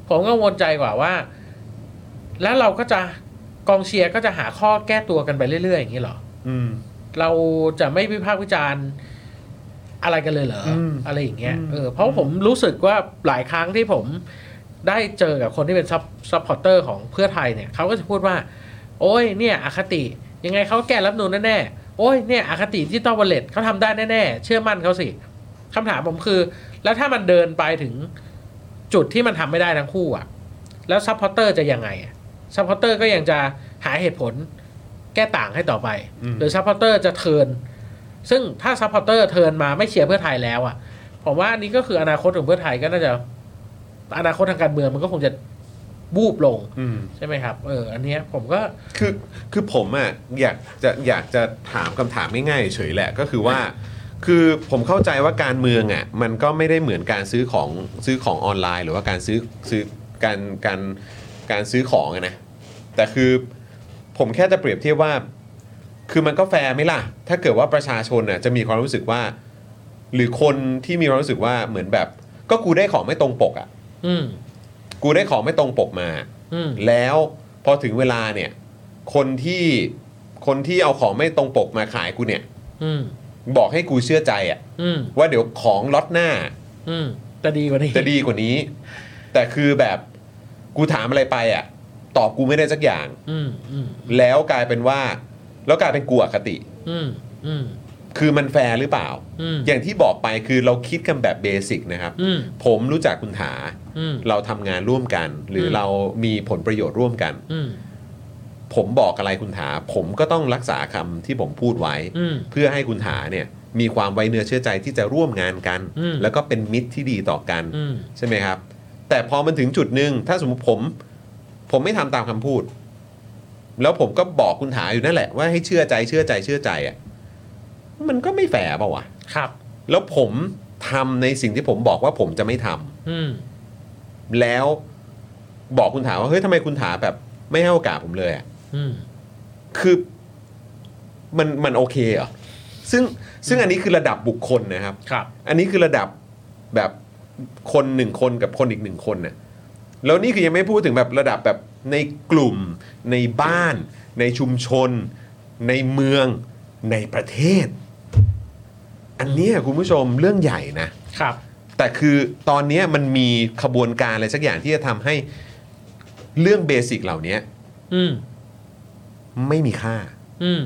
B: ผมกังวลใจกว่าว่า แล้วเราก็จะกองเชียร์ก็จะหาข้อแก้ตัวกันไปเรื่อยๆอย่างนี้เหรอ เราจะไม่วิพากษ์วิจารณ์อะไรกันเลยเหรออ
A: ม
B: อะไรอย่างเงี้ย
A: อืม
B: เออเพราะผมรู้สึกว่าหลายครั้งที่ผมได้เจอกับคนที่เป็นซับซัพพอร์เตอร์ของเพื่อไทยเนี่ยเขาก็จะพูดว่า โอ้ยเนี่ย อคติ ยังไงเขาแก้รับนูนแน่ๆโอ้ยเนี่ย อคติที่ต้องวอลเล็ตเขาทำได้แน่ๆ เชื่อมั่นเขาสิคำถามผมคือ แล้วถ้ามันเดินไปถึงจุดที่มันทำไม่ได้ทั้งคู่อะแล้วซัพพอร์เตอร์จะยังไงอะซัพพอร์เตอร์ก็ยังจะหาเหตุผลแก้ต่างให้ต่อไป
A: อืม
B: หรือซัพพอร์เตอร์จะเทิร์นซึ่งถ้าซัพพอร์เตอร์เทิร์นมาไม่เชียร์เพื่อไทยแล้วอะผมว่าอันนี้ก็คืออนาคตของเพื่อไทยก็น่าจะ อนาคตทางการเมืองมันก็คงจะบูบลง
A: อืม
B: ใช่ไหมครับ เออ อันเนี้ยผมก็
A: คือคือผมอ่ะอยากจะอยากจะถามคำถามง่ายๆเฉยๆแหละก็คือว่า คือผมเข้าใจว่าการเมืองอ่ะมันก็ไม่ได้เหมือนการซื้อของซื้อของออนไลน์ หรือว่าการซื้อซื้อการการการซื้อของอะนะแต่คือผมแค่จะเปรียบเทียบว่า คือมันก็แฟร์ไหมล่ะ ถ้าเกิดว่าประชาชนน่ะจะมีความรู้สึกว่า หรือคนที่มีความรู้สึกว่าเหมือนแบบ ก็กูได้ของไม่ตรงปกอ่ะ
B: อืม
A: กูได้ของไม่ตรงปกมา
B: อืม
A: แล้วพอถึงเวลาเนี่ยคนที่คนที่เอาของไม่ตรงปกมาขายกูเนี่ย
B: อืม
A: บอกให้กูเชื่อใจอะ
B: อืม
A: ว่าเดี๋ยวของล็อตหน้า
B: อืมจะดีกว่านี้
A: จะดีกว่านี้ แต่คือแบบกูถามอะไรไปอะตอบกูไม่ได้สักอย่าง
B: อืมอืม
A: แล้วกลายเป็นว่า แล้วกลายเป็นกูอคติ
B: อืมอืม
A: คือมันแฟร์หรือเปล่า
B: อืม
A: อย่างที่บอกไปคือเราคิดกันแบบเบสิกนะครับ
B: อืม
A: ผมรู้จักคุณถา
B: อืม
A: เราทำงานร่วมกัน หรืออ
B: ม
A: เรามีผลประโยชน์ร่วมกัน
B: อืม
A: ผมบอกอะไรคุณถา ผมก็ต้องรักษาคำที่ผมพูดไว้
B: อืม
A: เพื่อให้คุณถาเนี่ยมีความไว้เนื้อเชื่อใจที่จะร่วมงานกัน
B: อืม
A: แล้วก็เป็นมิตรที่ดีต่อกัน
B: อืม
A: ใช่ไหมครับ แต่พอมันถึงจุดหนึ่งถ้าสมมติผม ผมไม่ทำตามคำพูด แล้วผมก็บอกคุณถาอยู่นั่นแหละว่าให้เชื่อใจเชื่อใจเชื่อใจอ่ะมันก็ไม่แฝงเปล่าวะ
B: ครับ
A: แล้วผมทำในสิ่งที่ผมบอกว่าผมจะไม่ทำ
B: อืม
A: แล้วบอกคุณถาว่าเฮ้ยทำไมคุณถาแบบไม่ให้โอกาสผมเลยอะ
B: อืม
A: คือมันมันโอเคเหรอซึ่งซึ่งอันนี้คือระดับบุคคลนะครับ
B: ครับ
A: อันนี้คือระดับแบบคนหนึ่งคนกับคนอีกหนึ่งคนน่ะแล้วนี่คือยังไม่พูดถึงแบบระดับแบบในกลุ่ม ในบ้าน ในชุมชน ในเมืองในประเทศ อันเนี้ยคุณผู้ชมเรื่องใหญ่นะ
B: ครับ
A: แต่คือตอนเนี้ยมันมีขบวนการอะไรสักอย่างที่จะทำให้เรื่องเบสิกเหล่านี้
B: อืม
A: ไม่มีค่า
B: อืม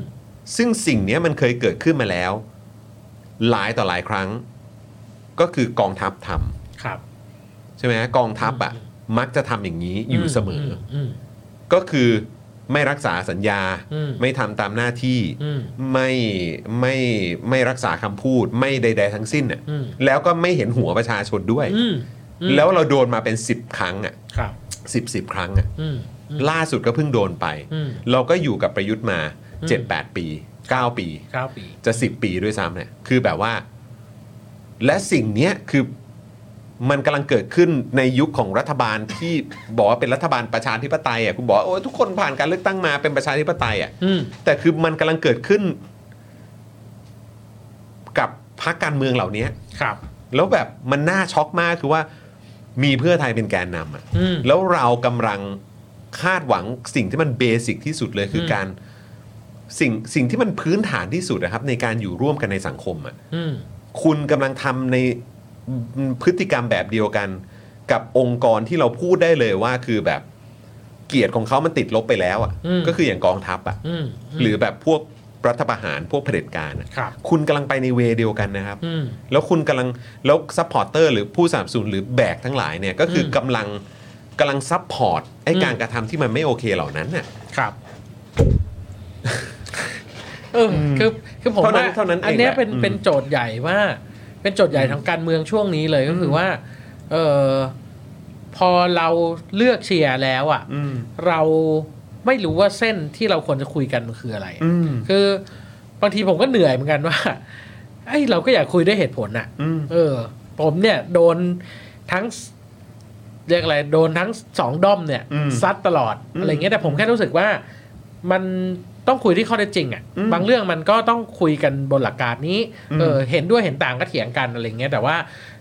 A: ซึ่งสิ่งเนี้ยมันเคยเกิดขึ้นมาแล้ว หลายต่อหลายครั้ง ก็คือกองทัพท
B: ครับ
A: ำใช่ไหมฮะกองทัพอ่ะมักจะทำอย่างนี้อยู่เสมอ
B: อืม
A: ก็คือไม่รักษาสัญญา
B: อืม
A: ไม่ทำตามหน้าที่
B: อืม
A: ไม่ไม่ไม่รักษาคำพูด ไม่ใด ๆ ทั้งสิ้นน่ะ
B: อืม
A: แล้วก็ไม่เห็นหัวประชาชนด้วย
B: อืมอืม
A: แล้วเราโดนมาเป็น 10 ครั้งอ่ะ
B: ครับ
A: สิบสิบครั้งอ่ะ
B: อืมอืม
A: ล่าสุดก็เพิ่งโดนไป
B: อืม
A: เราก็อยู่กับประยุทธ์มา
B: อืม
A: 7-8 ปี 9 ปี
B: เก้าปี
A: จะสิบปีด้วยซ้ำเนี่ยคือแบบว่า และสิ่งเนี้ยคือมันกำลังเกิดขึ้นในยุคของรัฐบาลที่บอกว่าเป็นรัฐบาลประชาธิปไตยอ่ะคุณบอกว่าโอ้ยทุกคนผ่านการเลือกตั้งมาเป็นประชาธิปไตยอ่ะ
B: อืม
A: แต่คือมันกำลังเกิดขึ้น กับพรรคการเมืองเหล่านี้
B: ครับ
A: แล้วแบบมันน่าช็อกมากคือว่า มีเพื่อไทยเป็นแกนนำอ่ะ
B: อืม
A: แล้วเรากำลังคาดหวังสิ่งที่มันเบสิกที่สุดเลยคืออ
B: ม
A: การสิ่งสิ่งที่มันพื้นฐานที่สุดนะครับ ในการอยู่ร่วมกันในสังคมอ่ะ
B: อืม
A: คุณกำลังทำในพฤติกรรมแบบเดียวกัน กับองค์กรที่เราพูดได้เลยว่าคือแบบเกียรติของเขามันติดลบไปแล้วอ่ะก็คืออย่างกองทัพอ่ะ
B: อืม
A: หรือแบบพวกรัฐประหารพวกเผด็จการอะ
B: ครับ
A: คุณกำลังไปในเวเดียวกันนะครับ
B: อืม
A: แล้วคุณกำลังแล้วซัพพอร์เตอร์หรือผู้สนับสนุนหรือแบกทั้งหลายเนี่ยก็คืออ
B: ม
A: กำลังกำลังซัพพอร์ตไอ้
B: อืม
A: การกระทำที่มันไม่โอเคเหล่านั้นน่ะ
B: ครับ เออคือคือผม
A: เท่านั้
B: ว่าน
A: เท่านั้นเอง
B: อันเนี้ย
A: แหละ
B: เป็น
A: อืม
B: เป็นโจทย์ใหญ่ว่า เป็นโจทย์ใหญ่ทางการเมืองช่วงนี้เลยก็คือว่าเออพอเราเลือกเชียร์แล้วอ่ะ
A: อืม
B: เราไม่รู้ว่าเส้นที่เราควรจะคุยกันมันคืออะไร
A: อืม
B: คือบางทีผมก็เหนื่อยเหมือนกันว่าไอ้ยเราก็อยากคุยด้วยเหตุผลน่ะ
A: อืม
B: เออ ผมเนี่ยโดนทั้งเรียกอะไรโดนทั้งสองด้อมเนี่ย
A: อืม
B: ซัดตลอด
A: อืม
B: อะไรเงี้ยแต่ผมแค่รู้สึกว่ามันต้องคุยที่ข้อเท็จจริงอะ่ะ
A: อืม
B: บางเรื่องมันก็ต้องคุยกันบนหลักการนี้
A: อืม
B: เออเห็นด้วยเห็นต่างก็เถียงกันอะไรเงี้ยแต่ว่า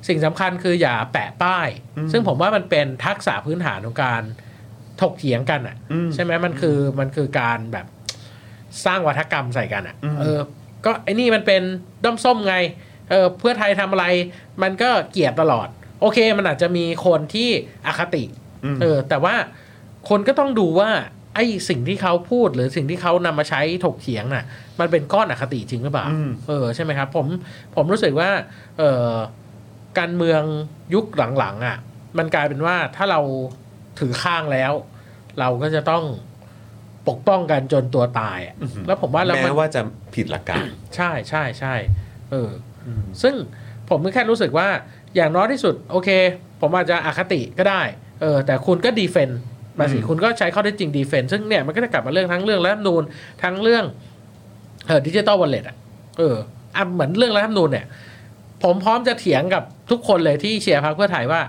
B: สิ่งสำคัญคืออย่าแปะป้าย
A: อืม
B: ซึ่งผมว่ามันเป็นทักษะพื้นฐานของการถกเถียงกันอ่ะ
A: อืม
B: ใช่ไหมมันคือมันคือการแบบสร้างวัฒกรรมใส่กันอ่ะ
A: อืม
B: เออ ก็ไอ้นี่มันเป็นด้อมส้มไง เออเพื่อไทยทำอะไรมันก็เกลียดตลอด โอเค มันอาจจะมีคนที่อคติ
A: อืม
B: เออ แต่ว่าคนก็ต้องดูว่า ไอ้สิ่งที่เขาพูดหรือสิ่งที่เขานำมาใช้ถกเถียงน่ะ มันเป็นก้อนอคติจริงหรือเปล่า
A: อืม
B: เออใช่ไหมครับ ผมผมรู้สึกว่า เออการเมืองยุคหลังๆอ่ะ มันกลายเป็นว่าถ้าเราถือข้างแล้ว เราก็จะต้องปกป้องกันจนตัวตายอะแล้วผมว่าแล้วน
A: แม้ว่าจะผิดหลักการ
B: ใช่ใช่ใช่เอออซึ่งผมก็แค่รู้สึกว่าอย่างน้อยที่สุด โอเค ผมอาจจะอคติก็ได้ เออ แต่คุณก็ดีเฟนต์มาสิ
A: อืม
B: คุณก็ใช้ข้อได้จริงดีเฟนต์ซึ่งเนี่ยมันก็จะกลับมาเรื่องทั้งเรื่องรัฐธรรมนูนทั้งเรื่องเออดิจิตอลวอลเล็ตอ่ะเอออ่ะเหมือนเรื่องรัฐธรรมนูนเนี่ย ผมพร้อมจะเถียงกับทุกคนเลยที่เชียร์พรรคเพื่อไทยว่า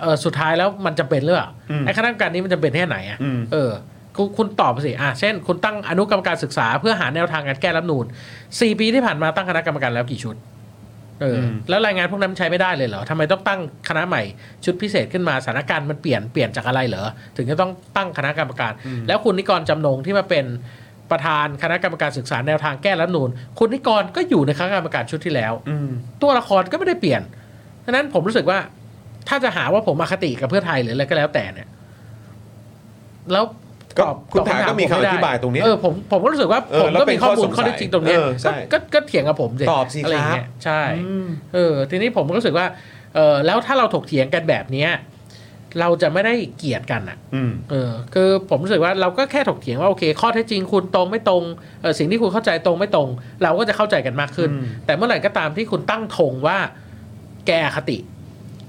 B: เออสุดท้ายแล้วมันจะเป็นหรือเปล่าไอ้คณะกรรมการนี้มันจะเป็นแค่ไหนอ่ะ
A: อืม
B: เออคุณคุณตอบมาสิ อ่ะ เช่น คุณตั้งอนุกรรมการศึกษาเพื่อหาแนวทางการแก้รัฐธรรมนูนสี่ปีที่ผ่านมาตั้งคณะกรรมการแล้วกี่ชุด เออ
A: อืม
B: แล้วรายงานพวกนั้นมันใช้ไม่ได้เลยเหรอทำไมต้องตั้งคณะใหม่ชุดพิเศษขึ้นมาสถานการณ์มันเปลี่ยนเปลี่ยนจากอะไรเหรอ ถึงจะต้องตั้งคณะกรรมการ แล้วคุณนิกรจำนงที่มาเป็นประธานคณะกรรมการศึกษาแนวทางแก้รัฐธรรมนูนคุณนิกรก็อยู่ในคณะกรรมการชุดที่แล้ว
A: อืม
B: ตัวละครก็ไม่ได้เปลี่ยนฉะนั้นผมรู้สึกว่าถ้าจะหาว่าผมอคติกับเพื่อไทยหรืออะไรก็แล้วแต่เนี่ย แล้ว
A: ก็คุณถาก็มีคำอธิบาย
B: ไได้
A: ตรงนี้
B: เออผมผมก็รู้สึกว่า
A: เออ
B: ผม
A: แล้ว
B: ก็
A: เป็น
B: มีข้อมูล
A: ข้อสงสัย
B: ข้อเท็จจริงตรงเนี้ย
A: เออใช่
B: ก็ก็ก็เถียงกับผมสิ
A: ตอบสิ
B: ะไร
A: ครับ
B: ย่างเงี้ยใช่
A: อืม
B: เออ ทีนี้ผมก็รู้สึกว่า เออแล้วถ้าเราถกเถียงกันแบบเนี้ยเราจะไม่ได้เกลียดกันอ่ะ
A: อืม
B: เออคือผมรู้สึกว่าเราก็แค่ถกเถียงว่าโอเค ข้อเท็จจริงคุณตรงไม่ตรงเออสิ่งที่คุณเข้าใจตรงไม่ตรง เราก็จะเข้าใจกันมากขึ้น
A: อืม
B: แต่เมื่อไหร่ก็ตามที่คุณตั้งธงว่า แกอคติ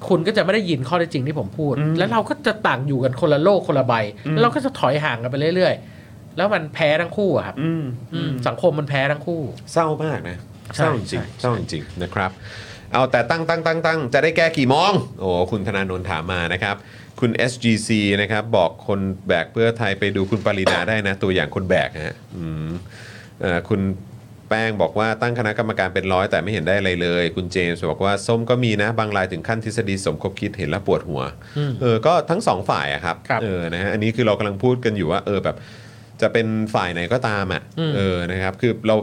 B: คุณก็จะไม่ได้ยินข้อเท็จจริงที่ผมพูด แล้วเราก็จะต่างอยู่กันคนละโลกคนละใบแล้วเราก็จะถอยห่างกันไปเรื่อยๆ แล้วมันแพ้ทั้งคู่อะครับ
A: อืม
B: อืมสังคมมันแพ้ทั้งคู่
A: เศร้ามากนะ
B: ใช่
A: เศร้าจริง
B: ใช่
A: ๆเศร้าจริงๆนะครับ เอาแต่ตั้งตั้งตั้งตั้งจะได้แก้กี่โมองโอ้คุณธนาโนนถามมานะครับ คุณ SGC นะครับ บอกคนแบกเพื่อไทยไปดูคุณปรินาได้นะ ตัวอย่างคนแบกนะฮะอืมเอ่อคุณแป้งบอกว่าตั้งคณะกรรมการเป็นร้อยแต่ไม่เห็นได้อะไรเลย คุณเจมส์บอกว่าส้มก็มีนะ บางรายถึงขั้นทฤษฎีสมคบคิดเห็นแล้วปวดหัว
B: อืม
A: เออ ก็ทั้งสองฝ่ายอะครับ
B: ครับ
A: เออ นะฮะ อันนี้คือเรากำลังพูดกันอยู่ว่า เออ แบบ จะเป็นฝ่ายไหนก็ตามอะ
B: อืม
A: เออ นะครับ คือเรา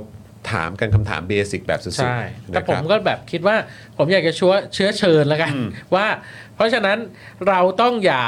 A: ถามกันคำถามเบสิกแบบสุดๆ
B: ใช่ แต่
A: นะค
B: ผ
A: รั
B: ม
A: บ
B: ก็แบบคิดว่าผมอยากจะชัวเชื้อเชิญแล้วกัน
A: อืม
B: ว่า เพราะฉะนั้นเราต้องอย่า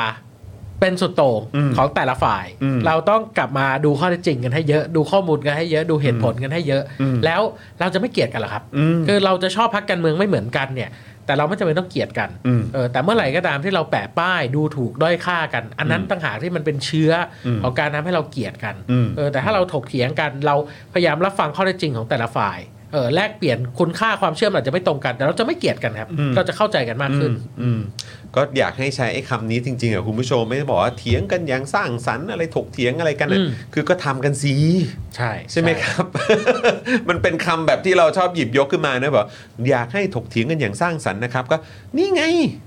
B: เป็นสุดโต่ง
A: อืม
B: ของแต่ละฝ่าย
A: อืม
B: เราต้องกลับมาดูข้อเท็จจริงกันให้เยอะดูข้อมูลกันให้เยอะดูเหตุผลกันให้เยอะ
A: อืม
B: แล้วเราจะไม่เกลียดกันเหรอครับ
A: อืม
B: คือเราจะชอบพักการเมืองไม่เหมือนกันเนี่ย แต่เราไม่จำเป็นต้องเกลียดกัน
A: อืม
B: เออแต่เมื่อไหร่ก็ตามที่เราแปะป้ายดูถูกด้อยค่ากัน อันนั้น
A: อืม
B: ต่างหากที่มันเป็นเชื้ออ
A: ม
B: ของการทำให้เราเกลียดกัน
A: อืม
B: เออแต่ถ้าเราถกเถียงกันเราพยายามรับฟังข้อเท็จจริงของแต่ละฝ่ายเออแลกเปลี่ยนคุณค่าความเชื่อมอาจจะไม่ตรงกัน แต่เราจะไม่เกลียดกันครับ เราจะเข้าใจกันมากขึ้น
A: อืมอืมก็อยากให้ใช้ไอ้คำนี้จริงๆอะคุณผู้ชมไม่ได้บอกว่าเถียงกันอย่างสร้างสรรค์อะไรถกเถียงอะไรกันอะ
B: อืม
A: คือก็ทำกันสิ
B: ใช่
A: ใช่ไหมครับ *laughs* มันเป็นคำแบบที่เราชอบหยิบยกขึ้นมานะบอกอยากให้ถกเถียงกันอย่างสร้างสรรค์นะครับ ก็นี่ไง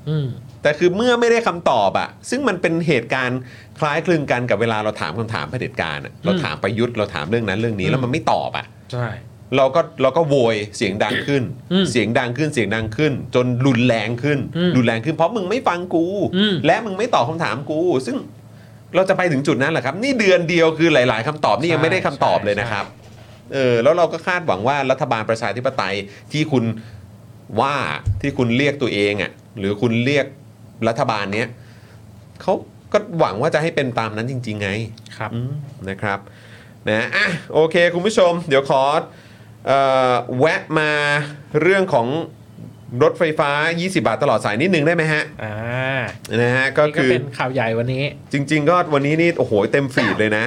B: อืม
A: แต่คือเมื่อไม่ได้คำตอบอะซึ่งมันเป็นเหตุการณ์คล้ายคลึงกันกับเวลาเราถามคำถามเผด็จการอะเราถามประยุทธ์เราถามเรื่องนั้นเรื่องนี้
B: อืม
A: แล้วมันไม่ตอบอะ
B: ใช่
A: เราก็เราก็โวยเสียงดังขึ้น
B: อืม
A: เสียงดังขึ้นเสียงดังขึ้น จนรุนแรงขึ้น
B: อืม
A: รุนแรงขึ้นเพราะมึงไม่ฟังกู
B: อืม
A: และมึงไม่ตอบคำถามกู ซึ่งเราจะไปถึงจุดนั้นเหรอครับ นี่เดือนเดียวคือหลาย ๆคำตอบนี่ยังไม่ได้คำตอบเลยนะครับ เออแล้วเราก็คาดหวังว่ารัฐบาลประชาธิปไตยที่คุณว่าที่คุณเรียกตัวเองอะ่ะหรือคุณเรียกรัฐบาลเนี้ยเขาก็หวังว่าจะให้เป็นตามนั้นจริง ๆ ไง
B: ครับ
A: อืมนะครับนะอ่ะโอเค คุณผู้ชม เดี๋ยวขอเออแวะมาเรื่องของรถไฟฟ้า 20 บาทตลอดสายนิดนึงได้ไหมฮะ
B: อ่า
A: นะฮะก็
B: นี่ก็
A: คือ
B: เป็นข่าวใหญ่วันนี้
A: จริง ๆ ก็วันนี้นี่โอ้โหเต็มฟีดเลยนะ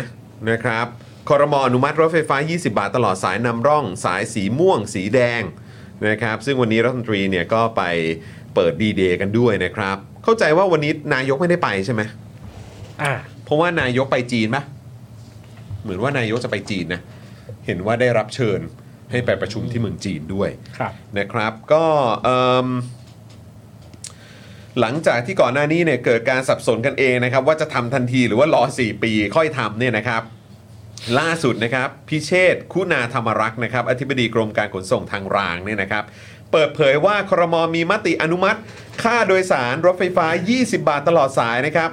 A: นะครับ คอรมออนุมัติรถไฟฟ้า 20 บาทตลอดสายนำร่องสายสีม่วง สีแดงนะครับซึ่งวันนี้รัฐมนตรีเนี่ยก็ไปเปิดดีเดย์กันด้วยนะครับ เข้าใจว่าวันนี้นายกไม่ได้ไปใช่ไหม
B: อ่า
A: เพราะว่านายกไปจีนปะเหมือนว่านายกจะไปจีนนะเห็นว่าได้รับเชิญให้ไปประชุมที่เมืองจีนด้วย
B: ครับ
A: นะครับก็เอิ่มหลังจากที่ก่อนหน้านี้เนี่ยเกิดการสับสนกันเองนะครับ ว่าจะทำทันทีหรือว่ารอ 4 ปีค่อยทำเนี่ยนะครับ ล่าสุดนะครับ พิเชษฐ์คุณาธรรมรักษ์นะครับ อธิบดีกรมการขนส่งทางรางเนี่ยนะครับ เปิดเผยว่าครมมีมติอนุมัติ ค่าโดยสารรถไฟฟ้า 20 บาทตลอดสายนะครับ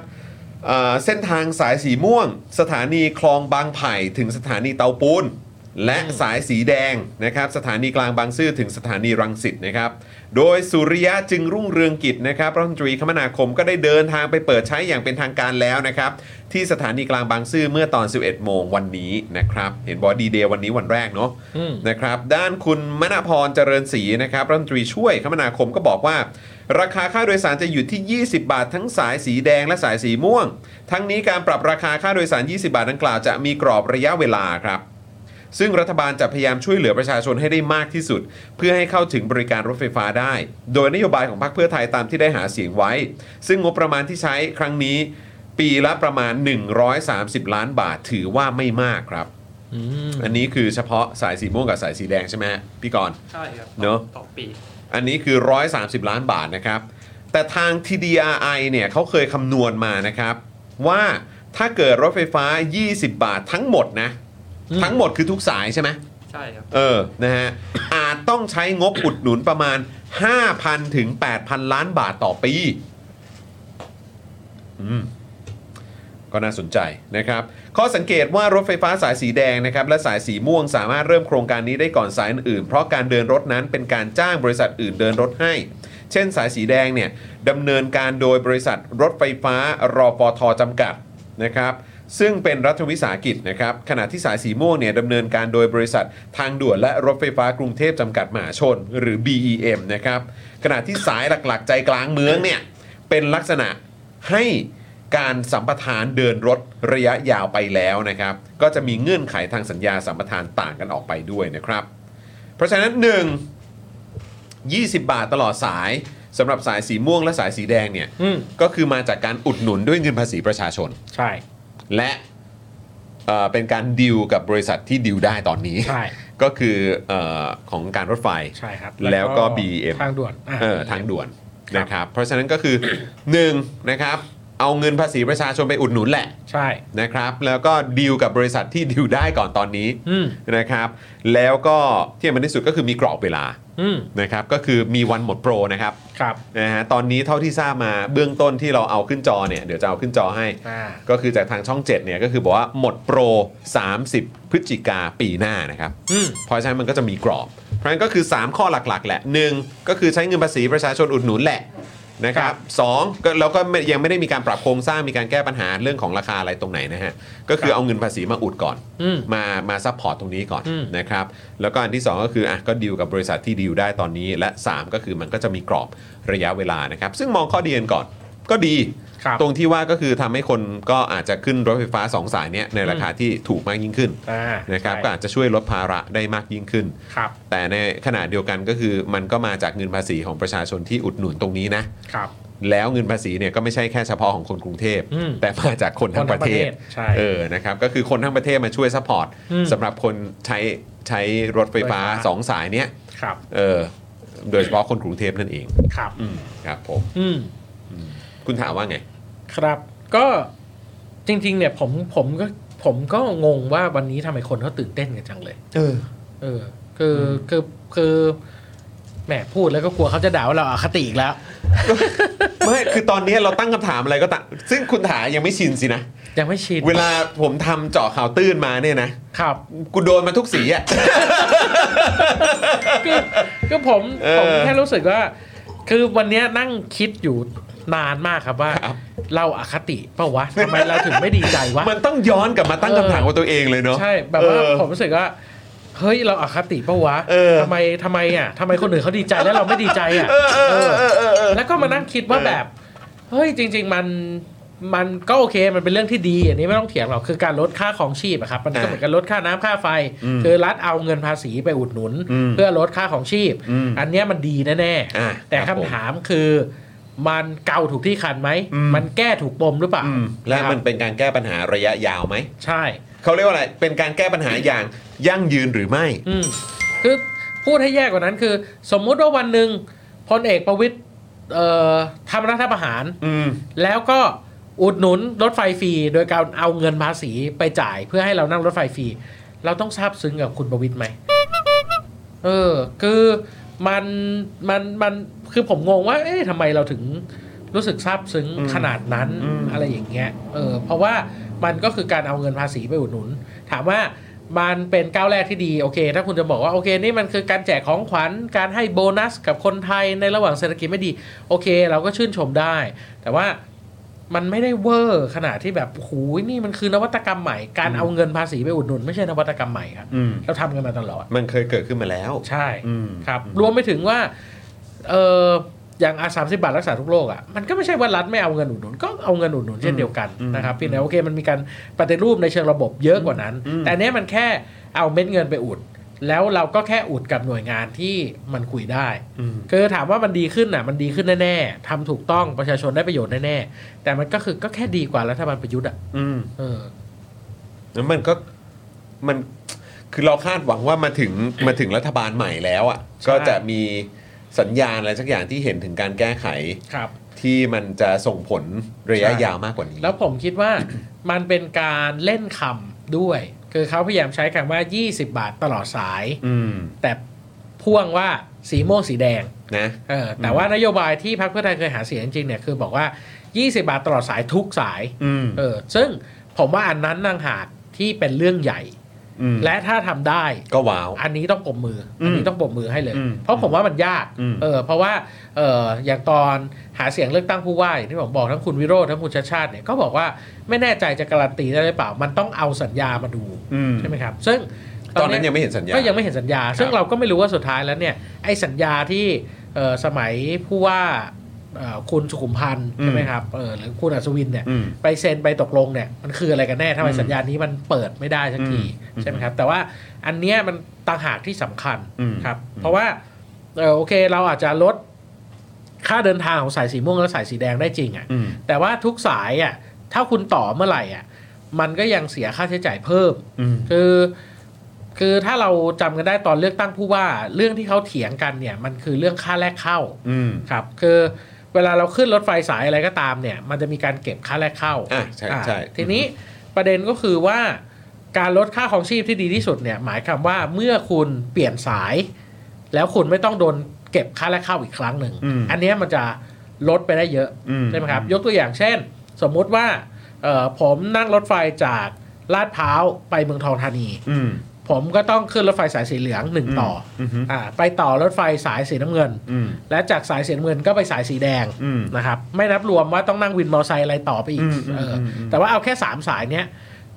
A: เอ่อเส้นทางสายสีม่วง สถานีคลองบางไผ่ถึงสถานีเตาปูน และสายสีแดงนะครับ สถานีกลางบางซื่อถึงสถานีรังสิตนะครับ โดยสุริยะจึงรุ่งเรืองกิจนะครับรัฐมนตรีคมนาคมก็ได้เดินทางไปเปิดใช้อย่างเป็นทางการแล้วนะครับ ที่สถานีกลางบางซื่อเมื่อตอน 11 โมงวันนี้นะครับ เห็นบอกดีเดย์วันนี้วันแรกเนาะ
B: อืม
A: นะครับ ด้านคุณมณพรเจริญศรีนะครับรัฐมนตรีช่วยคมนาคมก็บอกว่า ราคาค่าโดยสารจะอยู่ที่ 20 บาท ทั้งสายสีแดงและสายสีม่วง ทั้งนี้การปรับราคาค่าโดยสาร 20 บาทดังกล่าวจะมีกรอบระยะเวลาครับ ซึ่งรัฐบาลจะพยายามช่วยเหลือประชาชนให้ได้มากที่สุด เพื่อให้เข้าถึงบริการรถไฟฟ้าได้ โดยนโยบายของพรรคเพื่อไทยตามที่ได้หาเสียงไว้ ซึ่งงบประมาณที่ใช้ครั้งนี้ ปีละประมาณ 130 ล้านบาทถือว่าไม่มากครับ
B: อืม
A: อันนี้คือเฉพาะสายสีม่วงกับสายสีแดงใช่ไหมฮะพี่กรณ์
C: ใช่ครับ
A: เนอะ
C: ต่อปี
A: อันนี้คือ 130 ล้านบาทนะครับ แต่ทาง TDRI เนี่ยเขาเคยคำนวณมานะครับ ว่าถ้าเกิดรถไฟฟ้า 20 บาททั้งหมดนะ ทั้งหมดคือทุกสายใช่ไหม
C: ใช่ครับ
A: เออ นะฮะ อาจต้องใช้งบอุดหนุนประมาณ 5,000 ถึง 8,000 ล้านบาทต่อปี อืม ก็น่าสนใจนะครับ ข้อสังเกตว่ารถไฟฟ้าสายสีแดงนะครับ และสายสีม่วงสามารถเริ่มโครงการนี้ได้ก่อนสายอื่นๆ เพราะการเดินรถนั้นเป็นการจ้างบริษัทอื่นเดินรถให้ เช่นสายสีแดงเนี่ยดำเนินการโดยบริษัทรถไฟฟ้ารอฟอทจำกัดนะครับ ซึ่งเป็นรัฐวิสาหกิจนะครับขณะที่สายสีม่วงเนี่ยดำเนินการโดยบริษัททางด่วนและรถไฟฟ้ากรุงเทพจำกัดมหาชน หรือ BEM นะครับขณะที่สายหลักๆ ใจกลางเมืองเนี่ยเป็นลักษณะให้ การสัมปทานเดินรถระยะยาวไปแล้วนะครับ ก็จะมีเงื่อนไขทางสัญญาสัมปทานต่างกันออกไปด้วยนะครับ เพราะฉะนั้น 1 20 บาทตลอดสายสำหรับสายสีม่วงและสายสีแดงเนี่ย
B: อืม
A: ก็คือมาจากการอุดหนุนด้วยเงินภาษีประชาชน
B: ใช่
A: และเอ่อเป็นการดิวกับบริษัทที่ดิวได้ตอนนี้
B: ใช่
A: ก็คือเออของการรถไฟ
B: ใช่ครับ
A: แล้วก็ BM
B: ทางด่วนอ่ะ
A: เออทางด่วนนะครับ เพราะฉะนั้นก็คือ 1นะครับเอาเงินภาษีประชาชนไปอุดหนุนแหละ
B: ใช่
A: นะครับแล้วก็ดีลกับบริษัทที่ดีลได้ก่อนตอนนี้
B: อืม
A: นะครับ แล้วก็ที่มันที่สุดก็คือมีกรอบเวลา
B: อืม
A: นะครับก็คือมีวันหมดโปรนะครับ
B: ครับ
A: นะฮะตอนนี้เท่าที่ทราบมาเบื้องต้นที่เราเอาขึ้นจอเนี่ยเดี๋ยวจะเอาขึ้นจอให้
B: อ่า
A: ก็คือจากทางช่อง 7เนี่ยก็คือบอกว่าหมดโปร 30 พฤศจิกาปีหน้านะครับ
B: อืม
A: เพราะฉะนั้นมันก็จะมีกรอบ เพราะฉะนั้นก็คือ 3 ข้อหลักๆ แหละ 1 ก็คือใช้เงินภาษีประชาชนอุดหนุนแหละนะครับสองก็เราก็ไม่ยังไม่ได้มีการปรับโครงสร้างมีการแก้ปัญหาเรื่องของราคาอะไรตรงไหนนะฮะก็คือเอาเงินภาษีมาอุดก่อน
B: อืม
A: มามาซัพพอร์ตตรงนี้ก่อน
B: อืม
A: นะครับ แล้วก็อันที่สองก็คืออ่ะก็ดีลกับบริษัทที่ดีลได้ตอนนี้ และสามก็คือมันก็จะมีกรอบระยะเวลานะครับ ซึ่งมองข้อดีกันก่อนก็ดี
B: ครับ
A: ตรงที่ว่าก็คือทำให้คนก็อาจจะขึ้นรถไฟฟ้า 2 สายเนี้ยในราคาที่ถูกมากยิ่งขึ้น
B: อ่า
A: นะครับ
B: ใช่
A: ก็อาจจะช่วยลดภาระได้มากยิ่งขึ้น
B: ครับ
A: แต่ในขณะเดียวกันก็คือมันก็มาจากเงินภาษีของประชาชนที่อุดหนุนตรงนี้นะครับ แล้วเงินภาษีเนี่ยก็ไม่ใช่แค่เฉพาะของคนกรุงเทพ
B: อืม
A: แต่มาจากคนทั้ง
B: คนทั้
A: ป
B: ง
A: ระเทศ
B: ประเทศใช่
A: เออนะครับก็คือคนทั้งประเทศมาช่วยซัพพอร์ต
B: อืม
A: สำหรับคนใช้ใช้รถไฟฟ้า
B: ไฟฟ้า
A: 2 สายเนี้ย
B: ครับ
A: เออโดยเฉพาะคนกรุงเทพนั่นเอง
B: ครับ
A: อืมครับผม
B: อืม
A: คุณถามว่าไง
B: ครับก็จริง ๆ เนี่ยผมผมก็ผมก็งงว่าวันนี้ทำไมคนเขาตื่นเต้นกันจังเลย
A: เออ
B: เออ คือคือคือแหมพูดแล้วก็กลัวเขาจะด่าว่าเราอาคติอีกแล้ว
A: ไม่ คือตอนนี้เราตั้งคำถามอะไรก็ตามซึ่งคุณถายังไม่ชินสินะ
B: ยังไม่ชิน
A: เวลาผมทำเจาะข่าวตื้นมาเนี่ยนะ
B: ครับ
A: กูโดนมาทุกสี
B: *laughs*
A: อ่ะ
B: คือคือผม
A: เออ
B: ผมแค่รู้สึกว่า คือวันเนี้ยนั่งคิดอยู่นานมากครับว่า
A: ครับ
B: เราอาคติเปล่าวะทำไมเราถึงไม่ดีใจวะ
A: มันต้องย้อนกลับมาตั้งคำถามกับตัวเองเลยเนาะ
B: ใช่แบบว่า
A: เออ
B: ผมรู้สึกว่าเฮ้ยเราอาคติปะวะ
A: เออ
B: ทำไมทำไมอ่ะทำไมคนอื่นเขาดีใจแล้วเราไม่ดีใจอ่ะ
A: เออเออเออเออเออ
B: แล้วก็มานั่งคิดว่าแบบ เฮ้ยจริง ๆ มัน มันก็โอเคมันเป็นเรื่องที่ดี อันนี้ไม่ต้องเถียงหรอกคือการลดค่าของชีพอะครับมันก็
A: อ่า
B: เหมือนกันลดค่าน้ำค่าไฟ คือรัฐเอาเงินภาษีไปอุดหนุน
A: อืม
B: เพื่อลดค่าของชีพ
A: อืม
B: อันเนี้ยมันดีแน่
A: อ่า
B: ๆแต่
A: ครับผม
B: คำถามคือมันเกาถูกที่คันไหม
A: อืม
B: มันแก้ถูกปมหรือเปล่า
A: อืมและ
B: ครับ
A: มันเป็นการแก้ปัญหาระยะยาวไหม
B: ใช่
A: เขาเรียกว่าอะไร เป็นการแก้ปัญหาอย่างยั่งยืนหรือไม่
B: อืมคือพูดให้แย่กว่านั้นคือ สมมุติว่าวันหนึ่งพลเอกประวิตยเอ่อทำรัฐประหาร
A: อืม
B: แล้วก็อุดหนุนรถไฟฟรีโดยการเอาเงินภาษีไปจ่ายเพื่อให้เรานั่งรถไฟฟรีเราต้องซาบซึ้งกับคุณประวิตยไหมเออ คือมันมันมันคือผมงงว่า เอ๊ะทำไมเราถึงรู้สึกซาบซึ้งขนาดนั้น
A: อืม
B: อะไรอย่างเงี้ยเออเพราะว่ามันก็คือการเอาเงินภาษีไปอุดหนุน ถามว่ามันเป็นก้าวแรกที่ดีโอเค ถ้าคุณจะบอกว่าโอเค นี่มันคือการแจกของขวัญการให้โบนัสกับคนไทยในระหว่างเศรษฐกิจไม่ดี โอเค เราก็ชื่นชมได้ แต่ว่ามันไม่ได้เวอร์ขนาดที่แบบโอ้โหูยนี่มันคือนวัตกรรมใหม่ การเอาเงินภาษีไปอุดหนุน ไม่ใช่นวัตกรรมใหม่ครับ
A: อืม
B: เราทำกันมาตลอด
A: มันเคยเกิดขึ้นมาแล้ว
B: ใช่
A: อืม
B: ครับ รวมไปถึงว่าเอออย่างอาสามสิบาทรักษาทุกโรคอ่ะมันก็ไม่ใช่ว่ารัฐไม่เอาเงินอุดหนุน ก็เอาเงินอุดหนุนเช่นเดียวกันนะครับเพี่นะโอเคมันมีการปฏิรูปในเชิงระบบเยอะกว่านั้น แต่อันเนี้ยมันแค่เอาเม็ดเงินไปอุด แล้วเราก็แค่อุดกับหน่วยงานที่มันคุยได้ คือถามว่ามันดีขึ้นอ่ะมันดีขึ้นแน่ๆทำถูกต้องประชาชนได้ประโยชน์แน่ๆแต่มันก็คือก็แค่ดีกว่ารัฐบาลประยุทธ์อ่ะ
A: อืม
B: เออ
A: แล้วมันก็มันคือเราคาดหวังว่ามาถึงมาถึงรัฐบาลใหม่แล้วอ่ะ
B: ใช่
A: ก็จะมีสัญญาณอะไรสักอย่างที่เห็นถึงการแก้ไข
B: ครับ
A: ที่มันจะส่งผลระยะ
B: ใช่
A: ยาวมากกว่านี้
B: แล้วผมคิดว่า *coughs* มันเป็นการเล่นคำด้วย คือเขาพยายามใช้คำว่า 20 บาทตลอดสาย
A: อืม
B: แต่พ่วงว่าสีม่วงสีแดง
A: นะ
B: เออแต่ว่านโยบายที่พรรคเพื่อไทยเคยหาเสียงจริงๆเนี่ยคือบอกว่า 20 บาทตลอดสายทุกสาย
A: อืม
B: เออซึ่งผมว่าอันนั้นนางหากที่เป็นเรื่องใหญ่
A: อืม
B: และถ้าทำได้
A: ก็ว้าว
B: อันนี้ต้องปมมือ อันนี้ต้องปมมือให้เลย
A: อืม
B: เพราะผมว่ามันยาก
A: อืม
B: เออ เพราะว่าเอออย่างตอนหาเสียงเลือกตั้งผู้ว่าอย่างที่ผมบอกทั้งคุณวิโรจน์ทั้งคุณชาติชาติเนี่ยก็บอกว่าไม่แน่ใจจะการันตีได้หรือเปล่า มันต้องเอาสัญญามาดู
A: อืม
B: ใช่ไหมครับ ซึ่ง
A: ตอนนั้นยังไม่เห็นสัญญา
B: ก็ยังไม่เห็นสัญญา ซึ่งเราก็ไม่รู้ว่าสุดท้ายแล้วเนี่ยไอ้สัญญาที่เอ่อสมัยผู้ว่าเอ่อคุณสุขุมพันธ์ใช่ไหมครับเออหรือคุณอัศวินเนี่ย
A: อืม
B: ไปเซ็นไปตกลงเนี่ยมันคืออะไรกันแน่ทำไม
A: อืม
B: สัญญานี้มันเปิดไม่ได้สักที
A: อืม
B: ใช่ไหมครับ แต่ว่าอันเนี้ยมันต่างหากที่สำคัญ
A: อืม
B: ครับ
A: อืม
B: เพราะว่าเออโอเคเราอาจจะลดค่าเดินทางของสายสีม่วงและสายสีแดงได้จริงอะ่ะ
A: อืม
B: แต่ว่าทุกสายอะ่ะถ้าคุณต่อเมื่อไหร่อ่ะมันก็ยังเสียค่าใช้จ่ายเพิ่ม
A: อืม
B: คือ คือถ้าเราจำกันได้ตอนเลือกตั้งผู้ว่า เรื่องที่เขาเถียงกันเนี่ย มันคือเรื่องค่าแรกเข้า
A: อืม
B: ครับคือเวลาเราขึ้นรถไฟสายอะไรก็ตามเนี่ย มันจะมีการเก็บค่าแรกเข้า
A: อ่ะใช่
B: อ่ะ
A: ใช่
B: ทีนี้ประเด็นก็คือว่าการลดค่าของชีพที่ดีที่สุดเนี่ย หมายความว่าเมื่อคุณเปลี่ยนสาย แล้วคุณไม่ต้องโดนเก็บค่าแรกเข้าอีกครั้งหนึ่ง
A: อืม
B: นเนี้ยมันจะลดไปได้เยอะ
A: อืม
B: ใช่ไหมครับยกตัวอย่างเช่น สมมุติว่าเอ่อผมนั่งรถไฟจากลาดพร้าวไปเมืองทองธานี
A: อืม
B: ผมก็ต้องขึ้นรถไฟสายสีเหลืองหนึ่งต่อ
A: ม
B: อ
A: อือฮึ
B: อ่าไปต่อรถไฟสายสีน้ำเงิน
A: อืม
B: และจากสายสีน้ำเงินก็ไปสายสีแดง
A: อืม
B: นะครับไม่นับรวมว่าต้องนั่งวินมอเตอร์ไซค์อะไรต่อไปอีก
A: อืมอืม
B: เอออ
A: มอืม
B: แต่ว่าเอาแค่ 3 สายเนี้ย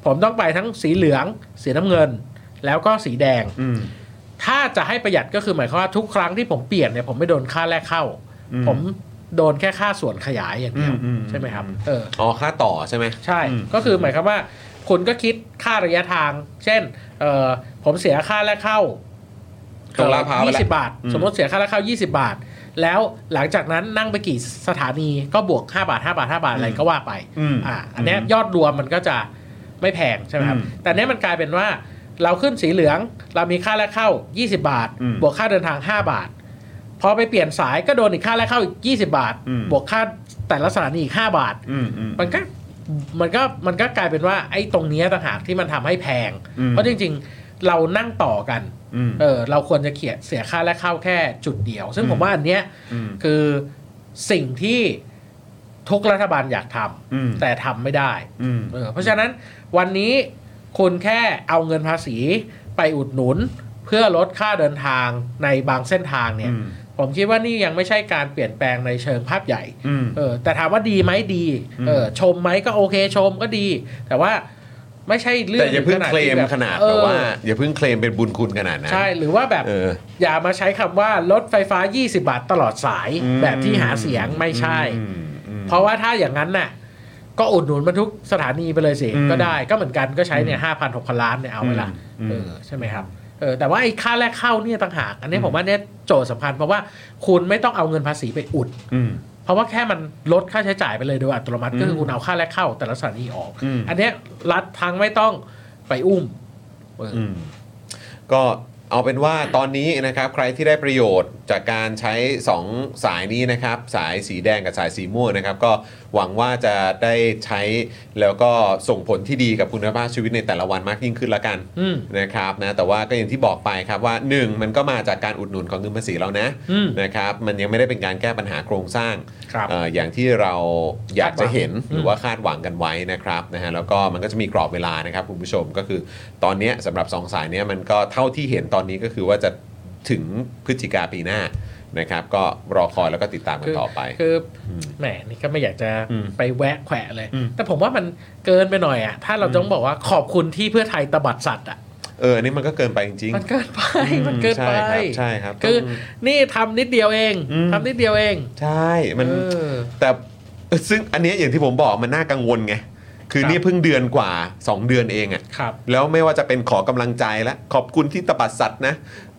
B: ผมต้องไปทั้งสีเหลือง สีน้ำเงิน แล้วก็สีแดง
A: อืม
B: ถ้าจะให้ประหยัดก็คือหมายความว่าทุกครั้งที่ผมเปลี่ยนเนี่ยผมไม่โดนค่าแรกเข้า
A: อืม
B: ผมโดนแค่ค่าส่วนขยายอย่างเดียว
A: อืมอืมอืม
B: ใช่ไหมครับเออ
A: อ๋อค่าต่อใช่ไหม
B: ใช่
A: อืม
B: ก็คือหมายความว่าคุณก็คิดค่าระยะทาง เช่นเอ่อผมเสียค่าแรกเข้า
A: ตรงลาดพร้าวไปละ
B: 20 บาท
A: อืม
B: สมมติเสียค่าแรกเข้า 20 บาท แล้วหลังจากนั้นนั่งไปกี่สถานีก็บวก 5 บาท 5 บาท 5 บาทอะไรก็ว่าไป
A: อืม
B: อ่า อันเนี้ยยอดรวมมันก็จะไม่แพงใช่ไหมครับ
A: อืม
B: แต่เนี้ยมันกลายเป็นว่าเราขึ้นสีเหลือง เรามีค่าแรกเข้า 20 บาท
A: อืม
B: บวกค่าเดินทาง 5 บาท พอไปเปลี่ยนสายก็โดนอีกค่าแรกเข้าอีก 20 บาท
A: อืม
B: บวกค่าแต่ละสถานีอีก 5 บาท
A: อืมอืม
B: มันก็มันก็มันก็กลายเป็นว่าไอ้ตรงเนี้ยต่างหากที่มันทำให้แพง
A: อืม
B: เพราะจริงๆ เรานั่งต่อกัน
A: อืม
B: เออเราควรจะเขียนเสียค่าและเข้าแค่จุดเดียว ซึ่ง
A: อืม
B: ผมว่าอันเนี้ย
A: อืม
B: คือสิ่งที่ทุกรัฐบาลอยากทำ
A: อืม
B: แต่ทำไม่ได้
A: อืม
B: เออเพราะฉะนั้นวันนี้คุณแค่เอาเงินภาษีไปอุดหนุน เพื่อลดค่าเดินทางในบางเส้นทางเนี่ย
A: อืม
B: ผมคิดว่านี่ยังไม่ใช่การเปลี่ยนแปลงในเชิงภาพใหญ่
A: อืม
B: เออแต่ถามว่าดีไหมดีเออชมไหมก็โอเคชมก็ดี แต่ว่าไม่ใช่เรื่อง
A: แต่อย่าเพิ่งเคลม
B: แบบ
A: ขนาด
B: เอ
A: แบบ
B: อ
A: ว่า อย่าเพิ่งเคลมเป็นบุญคุณขนาดนั้น
B: ใช่หรือว่าแบบ
A: เออ
B: อย่ามาใช้คำว่ารถไฟฟ้า 20 บาทตลอดสายแบบที่หาเสียงไม่ใช่
A: อืมอืม
B: เพราะว่าถ้าอย่างนั้นน่ะ ก็อุดหนุนบรรทุกสถานีไปเลยสิ
A: อืม
B: ก็ได้ก็เหมือนกันก็ใช้เนี่ยห้าพันหกพันล้านเนี่ยเอาไว้ละ
A: อืม
B: เออใช่ไหมครับเออแต่ว่าไอ้ค่าแรกเข้าเนี่ยต่างหาก อันนี้ผมว่าเนี่ยโจทย์สำคัญเพราะว่าคุณไม่ต้องเอาเงินภาษีไปอุด
A: อืม
B: เพราะว่าแค่มันลดค่าใช้จ่ายไปเลยโดยอัตโนมัติ
A: อืม
B: ก็คือคุณเอาค่าแรกเข้าแต่ละสถานีออก
A: อืม
B: อันเนี้ยรัฐทั้งไม่ต้องไปอุ้มเอออ
A: อืมก็เอาเป็นว่าตอนนี้นะครับใครที่ได้ประโยชน์จากการใช้ 2 สายนี้นะครับ สายสีแดงกับสายสีม่วงนะครับ ก็หวังว่าจะได้ใช้แล้วก็ส่งผลที่ดีกับคุณภาพชีวิตในแต่ละวันมากยิ่งขึ้นละกัน
B: อืม
A: นะครับนะแต่ว่าก็อย่างที่บอกไปครับว่า 1 มันก็มาจากการอุดหนุนของเงินภาษีเรานะ
B: อืม
A: นะครับมันยังไม่ได้เป็นการแก้ปัญหาโครงสร้าง
B: ครับ
A: เอ่ออย่างที่เราอยากจะเห็น
B: คาด
A: ห
B: หวัง
A: รือว่าคาดหวังกันไว้นะครับนะฮะแล้วก็มันก็จะมีกรอบเวลานะครับคุณผู้ชมก็คือตอนเนี้ยสำหรับ 2 สายเนี้ยมันก็เท่าที่เห็นตอนนี้ก็คือว่าจะถึงพฤศจิกาปีหน้านะครับ ก็รอคอยแล้วก็ติดตามกันต่อไป
B: คืออ
A: ม
B: แหมนี่ก็ไม่อยากจะ
A: อืม
B: ไปแวะแขวะเลย
A: อืม
B: แต่ผมว่ามันเกินไปหน่อยอ่ะถ้าเราต้องบอกว่าขอบคุณที่เพื่อไทยตบัดสัตว์อ่ะ
A: เอออันนี้มันก็เกินไปจริงๆ
B: มันเกินไป
A: อื
B: มันเกินไป
A: ใช่ครับใช่รับ
B: คือ
A: ต้อง
B: นี่ทำนิดเดียวเอง
A: อืม
B: ทำนิดเดียวเอง
A: ใช่มัน
B: เออ
A: แต่ซึ่งอันเนี้ยอย่างที่ผมบอกมันน่ากังวลไงคือ
B: ครับ
A: นี่เพิ่งเดือนกว่า 2 เดือนเองอะ
B: ครับ
A: แล้วไม่ว่าจะเป็นขอกำลังใจและขอบคุณที่ตบัดสัตว์นะ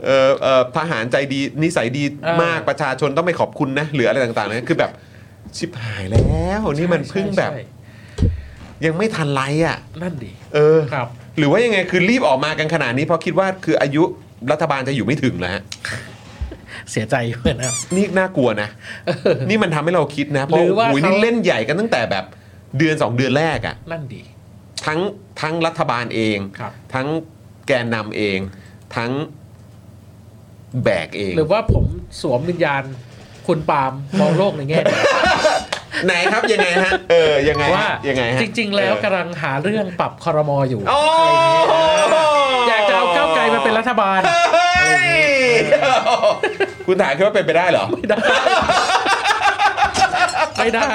A: เอ่อเอ่อทหารใจดีนิสัยดี
B: เออ
A: มากประชาชนต้องไปขอบคุณนะหรืออะไรต่างๆนะคือแบบชิบหายแล้วนี่มันเพิ่งแบบ
B: ใช่ใช่
A: ยังไม่ทันไรอ่ะ
B: นั่นดี
A: เออ
B: ครับ
A: หรือว่ายังไงคือรีบออกมากันขนาดนี้เพราะคิดว่าคืออายุรัฐบาลจะอยู่ไม่ถึงแล้วฮะ
B: เสียใจอยู่นะครับ *laughs*
A: นี่น่ากลัวนะ นี่มันทำให้เราคิดนะเพราะ
B: หรือว่า
A: โอ้ย
B: เขานี่
A: นี่เล่นใหญ่กันตั้งแต่แบบเดือนสองเดือนแรกอ่ะ
B: นั่นดี
A: ทั้งทั้งรัฐบาลเอง
B: ครับ
A: ทั้งแกนนำเอง ทั้งแบกเอง
B: หรือว่าผมสวมวิญญาณคุณปาล์มมองโลกในแง่ดี
A: ไหนครับยังไงฮะ เออยังไงฮะ
B: ว่า
A: ยังไงฮะ
B: จริง ๆ แล้ว
A: เออก
B: ำลังหาเรื่องปรับคอรมออยู่
A: โอ้
B: อยากจะเอาก้าวไกลมาเป็นรัฐบาล
A: เฮ้ย *laughs* คุณถามคิดว่าเป็นไปได้เหร *laughs* อ
B: ไม่ได้ ไม่ได้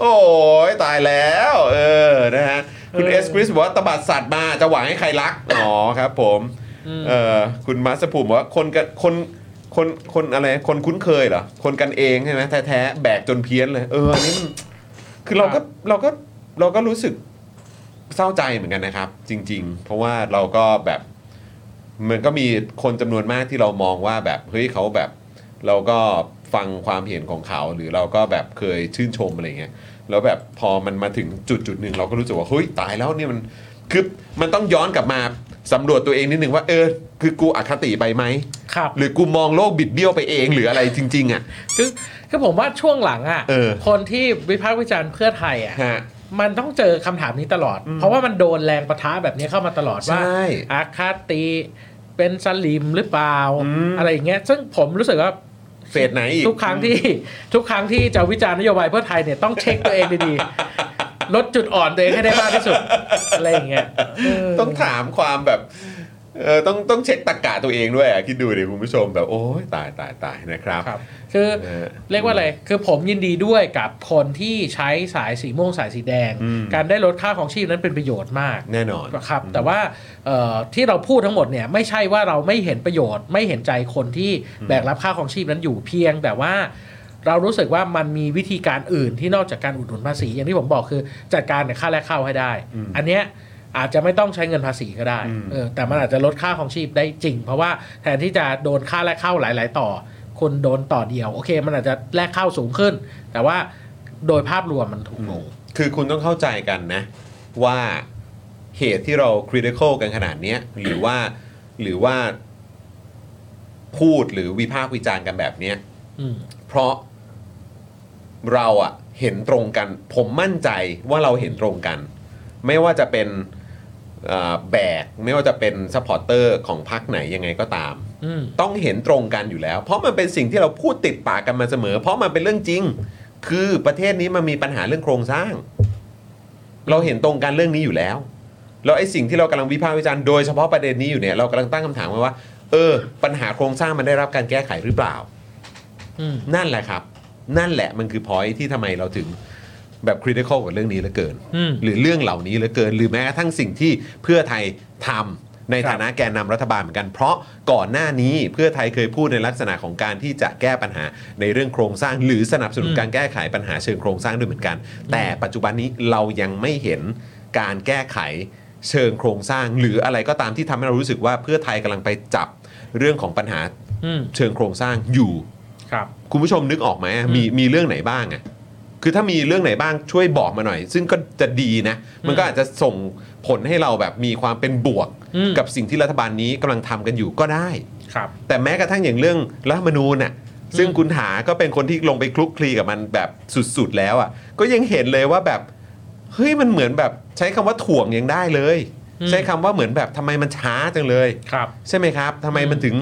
A: โอ้ยตายแล้ว เออนะฮะคุณ
B: เอ
A: เอ
B: อ
A: สคริสบอกว่าตบัดสัตว์มาจะหวังให้ใครรัก อ๋อครับผม
B: อืม
A: เออคุณมาสภูมิบอกว่าคนกันคนคนคนอะไรคนคุ้นเคยเหรอ คนกันเองใช่ไหมแท้ๆ แบกจนเพี้ยนเลย เอออันนี้มันคือเราก็เราก็เราก็รู้สึกเศร้าใจเหมือนกันนะครับ จริง ๆ เพราะว่าเราก็แบบมันก็มีคนจำนวนมากที่เรามองว่าแบบเฮ้ยเขาแบบ เราก็ฟังความเห็นของเขาหรือเราก็แบบเคยชื่นชมอะไรเงี้ยแล้วแบบพอมันมาถึงจุดจุดหนึ่งเราก็รู้สึกว่าเฮ้ยตายแล้วเนี่ยมันคือมันต้องย้อนกลับมาสำรวจตัวเองนิดนึงว่าเออคือกูอคติไปไหม
B: ครับ
A: หรือกูมองโลกบิดเบี้ยวไปเองหรืออะไรจริง ๆ อ่ะ
B: คือคือผมว่าช่วงหลังอ่ะ
A: เออ
B: คนที่วิพากษ์วิจารณ์เพื่อไทยอ่ะ
A: ฮะ
B: มันต้องเจอคำถามนี้ตลอด เพราะว่ามันโดนแรงประทะแบบนี้เข้ามาตลอดว่า
A: ใช่
B: อาคาติเป็นสลิมหรือเปล่า
A: อืม
B: อะไรอย่างเงี้ย ซึ่งผมรู้สึกว่า
A: เฟสไหนอีก
B: ทุกครั้งที่ทุกครั้งที่จะวิจารณ์นโยบายเพื่อไทยเนี่ยต้องเช็คตัวเองดีๆ ลดจุดอ่อนตัวเองให้ได้มากที่สุด อะไรอย่างเงี้ยเออ
A: ต้องถามความแบบเออต้องต้องเช็คตรกกะตัวเองด้วยอะคิดดูดิคุณผู้ชมแบบโอ้ยตายตายตายนะครับ
B: ครับ คือ
A: เออ
B: เรียกว่าอะไร คือผมยินดีด้วยกับคนที่ใช้สายสีม่วงสายสีแดง
A: อืม
B: การได้ลดค่าของชีพนั้นเป็นประโยชน์มาก
A: แน่นอน
B: ครับแต่ว่าเอ่อที่เราพูดทั้งหมดเนี่ยไม่ใช่ว่าเราไม่เห็นประโยชน์ ไม่เห็นใจคนที่แบกรับค่าของชีพนั้นอยู่เพียง แต่ว่าเรารู้สึกว่ามันมีวิธีการอื่นที่นอกจากการอุดหนุนภาษี อย่างที่ผมบอกคือจัดการกับค่าแรกเข้าให้ได้ อันเนี้ยอาจจะไม่ต้องใช้เงินภาษีก็ได้
A: อืม
B: เออแต่มันอาจจะลดค่าของชีพได้จริง เพราะว่าแทนที่จะโดนค่าแรกเข้าหลาย ๆ ต่อ คนโดนต่อเดียวโอเค มันอาจจะแลกเข้าสูงขึ้น แต่ว่าโดยภาพรวมมันถูกลง
A: คือคุณต้องเข้าใจกันนะ ว่าเหตุที่เราคริ t ิค a l กันขนาดเนี้ยหรือว่าหรือว่าพูดหรือวิพากษ์วิจารณ์กันแบบเนี้ย
B: อืม
A: เพราะเราอะเห็นตรงกัน ผมมั่นใจว่าเราเห็นตรงกัน ไม่ว่าจะเป็นเอ่อแบก ไม่ว่าจะเป็นซัพพอร์เตอร์ของพรรคไหนยังไงก็ตาม
B: อืม
A: ต้องเห็นตรงกันอยู่แล้ว เพราะมันเป็นสิ่งที่เราพูดติดปากกันมาเสมอ เพราะมันเป็นเรื่องจริง คือประเทศนี้มันมีปัญหาเรื่องโครงสร้าง เราเห็นตรงกันเรื่องนี้อยู่แล้ว แล้วไอ้สิ่งที่เรากำลังวิพากษ์วิจารณ์โดยเฉพาะประเด็นนี้อยู่เนี่ยเรากำลังตั้งคำถามกันว่า เออ ปัญหาโครงสร้างมันได้รับการแก้ไขหรือเปล่า
B: อืม
A: นั่นแหละครับ นั่นแหละมันคือพอยที่ทำไมเราถึงแบบคริติคอลกับเรื่องนี้เหลือเกิน
B: อืม
A: หรือเรื่องเหล่านี้เหลือเกิน หรือแม้กระทั่งสิ่งที่เพื่อไทยทำ ในฐานะแกนนำรัฐบาลเหมือนกัน เพราะก่อนหน้านี้เพื่อไทยเคยพูดในลักษณะของการที่จะแก้ปัญหาในเรื่องโครงสร้าง หรือสนับสนุน
B: อืม
A: การแก้ไขปัญหาเชิงโครงสร้างด้วยเหมือนกัน แต่ปัจจุบันนี้เรายังไม่เห็นการแก้ไขเชิงโครงสร้าง หรืออะไรก็ตามที่ทำให้เรารู้สึกว่าเพื่อไทยกำลังไปจับเรื่องของปัญหา
B: อืม
A: เชิงโครงสร้างอยู่
B: ครับ
A: คุณผู้ชมนึกออกไหมอะมีมีเรื่องไหนบ้างอะคือถ้ามีเรื่องไหนบ้างช่วยบอกมาหน่อย ซึ่งก็จะดีนะ มันก็อาจจะส่งผลให้เราแบบมีความเป็นบวก
B: อืม
A: กับสิ่งที่รัฐบาลนี้กำลังทำกันอยู่ก็ได้
B: ครับ
A: แต่แม้กระทั่งอย่างเรื่องรัฐธรรมนูญน่ะซึ่งคุณหาก็เป็นคนที่ลงไปคลุกคลีกับมันแบบสุดๆแล้วอ่ะก็ยังเห็นเลยว่าแบบเฮ้ยมันเหมือนแบบใช้คำว่าถ่วงยังได้เลย
B: อืม
A: ใช้คำว่าเหมือนแบบทำไมมันช้าจังเลย
B: ครับ
A: ใช่ไหมครับทำไมมัน
B: อืม
A: ถึง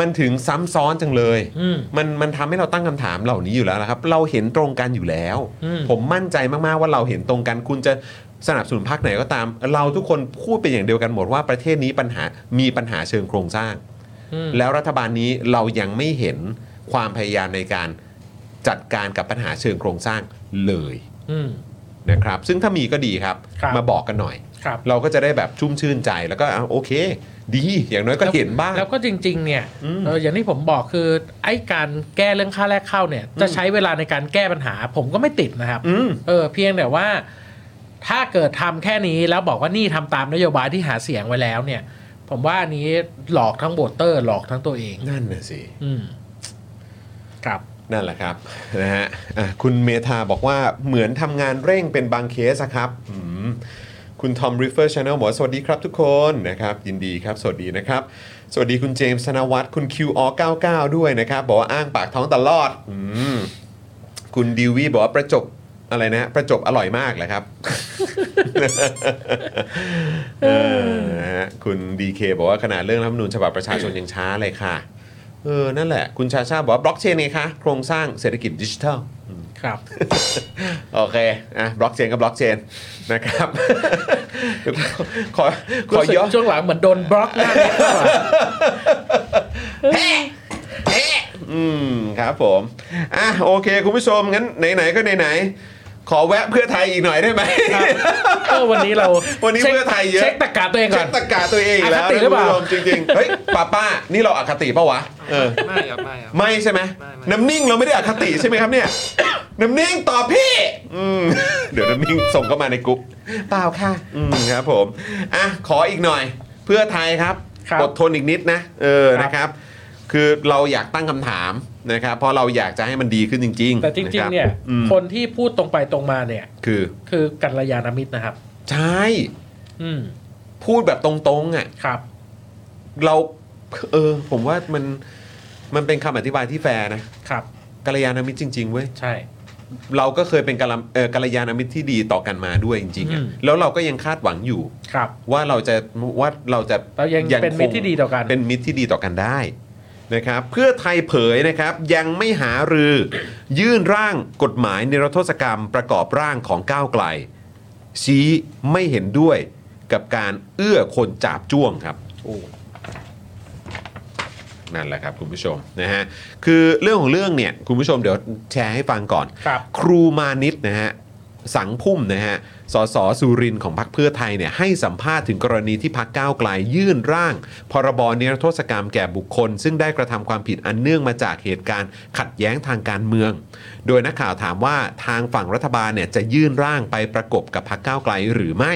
A: มันถึงซ้ำซ้อนจังเลย
B: อืม
A: มันมันทำให้เราตั้งคำถามเหล่านี้อยู่แล้วนะครับ เราเห็นตรงกันอยู่แล้ว
B: อืม
A: ผมมั่นใจมากๆว่าเราเห็นตรงกัน คุณจะสนับสนุนพรรคไหนก็ตาม เราทุกคนพูดเป็นอย่างเดียวกันหมดว่าประเทศนี้ปัญหามีปัญหาเชิงโครงสร้าง
B: อืม
A: แล้วรัฐบาลนี้เรายังไม่เห็นความพยายามในการจัดการกับปัญหาเชิงโครงสร้างเลย
B: อืม
A: นะครับ ซึ่งถ้ามีก็ดีครับ
B: ครับ
A: มาบอกกันหน่อย
B: ครับ
A: เราก็จะได้แบบชุ่มชื่นใจแล้วก็อ่ะโอเค ดีอย่างน้อยก็เห็นบ้าง
B: แล้วก็จริง ๆ เนี่ย
A: อืม
B: เอออย่างที่ผมบอกคือไอ้การแก้เรื่องค่าแรกเข้าเนี่ย จะใช้เวลาในการแก้ปัญหา ผมก็ไม่ติดนะครับ
A: อืม
B: เออเพียงแต่ว่าถ้าเกิดทำแค่นี้แล้วบอกว่านี่ทำตามนโยบายที่หาเสียงไว้แล้วเนี่ย ผมว่าอันนี้หลอกทั้งโบเตอร์หลอกทั้งตัวเอง
A: นั่นน่ะสิ
B: อืมครับ
A: นั่นแหละครับ *laughs* นะฮะอ่ะคุณเมธาบอกว่าเหมือนทำงานเร่งเป็นบางเคสอะครับอืมคุณทอมริฟเฟอร์ชานลบอกว่าสวัสดีครับทุกคนนะครับ ยินดีครับ สวัสดีนะครับ สวัสดีคุณเจมส์ธนวัฒน์คุณ QR99 ด้วยนะครับ บอกว่าอ้างปากท้องตลอดอืมคุณดิวีบอกว่าประจบอะไรนะ ประจบอร่อยมากเหรอครับ *laughs* เออนะฮะคุณดีเคบอกว่าขนาดเรื่องรัฐธรรมนูญฉบับประชาชนยังช้าเลยค่ะ เออ นั่นแหละ คุณชาชาบอกว่าบล็อกเชนไงคะ โครงสร้างเศรษฐกิจดิจิทัล
B: ครับ
A: โอเค อ่ะ บล็อกเชนก็บล็อกเชนนะครับ *laughs* ขอขอ
B: รู้สึก
A: ย้อน
B: ช่วงหลังเหมือนโดนบล็อกหน้าเน็ตมากกว่า
A: อืม ครับผม อ่ะ โอเค คุณผู้ชม งั้นไหน ๆ ก็ไหน ๆ ขอแวะเพื่อไทยอีกหน่อยได้ไหม *laughs*
B: เออวันนี้เรา
A: วันนี้เพื่อไทยเยอะ
B: เช็คตะกา *laughs* ตัวเองก่
A: เช็
B: อน
A: คตะกาตัวเองกแล้ว
B: อคติหรือเปล่า
A: คุณผู้ชมจริง ๆ เฮ้ยป้าป้านี่เราอคติปะวะ เออ
C: ไม่ครับไม่ครับ
A: ไม่ใช่ไหม
C: ไม่ไม่
A: น้ำนิ่งเราไม่ได้อคติใช่ไหมครับเนี่ย น้ำนิ่งตอบพี่อืม เดี๋ยวน้ำนิ่งส่งเข้ามาในกรุ๊ปเปล่าค่ะ อืมครับผมอ่ะขออีกหน่อย เพื่อไทยครับ
B: ครับ
A: อดทนอีกนิดนะ เออ
B: ครับ
A: นะครับ คือเราอยากตั้งคำถามนะครับ เพราะเราอยากจะให้มันดีขึ้นจริงๆ
B: แต่จริง
A: ะคบ
B: ๆ เนี่ย
A: อืม
B: คนที่พูดตรงไปตรงมาเนี่ย
A: คือ
B: คือกัลยาณมิตรนะครับ
A: ใช่
B: อืม
A: พูดแบบตรงๆอ่ะ
B: ครับ
A: เราเออ ผมว่ามันมันเป็นคำอธิบายที่แฟร์นะครับ กัลยาณมิตรจริงๆเว้ย
B: ใช่
A: เราก็เคยเป็นกัลยาเอ่อกัลยาณมิตรที่ดีต่อกันมาด้วยจริงๆอะ
B: อืม
A: แล้วเราก็ยังคาดหวังอยู่
B: ครับ
A: ว่าเราจะว่าเราจะ
B: เรายังเป็นมิตร
A: ค
B: ที่ดีต่อกัน
A: เป็นมิตรที่ดีต่อกันได้นะครับ เพื่อไทยเผยนะครับ ยังไม่หารือ ยื่นร่างกฎหมายนิรโทษกรรมประกอบร่างของก้าวไกล ชี้ไม่เห็นด้วยกับการเอื้อคนจาบจ้วงครับ นั่นแหละครับคุณผู้ชมนะฮะคือเรื่องของเรื่องเนี่ยคุณผู้ชมเดี๋ยวแชร์ให้ฟังก่อน
B: ครับ
A: ครูมานิตนะฮะสังพุ่มนะฮะสสสุรินทร์ของพรรคเพื่อไทยเนี่ยให้สัมภาษณ์ถึงกรณีที่พรรคก้าวไกลยื่นร่าง พรบนิรโทษกรรมแก่บุคคล ซึ่งได้กระทำความผิดอันเนื่องมาจากเหตุการณ์ขัดแย้งทางการเมือง โดยนักข่าวถามว่าทางฝั่งรัฐบาลเนี่ยจะยื่นร่างไปประกบกับพรรคก้าวไกลหรือไม่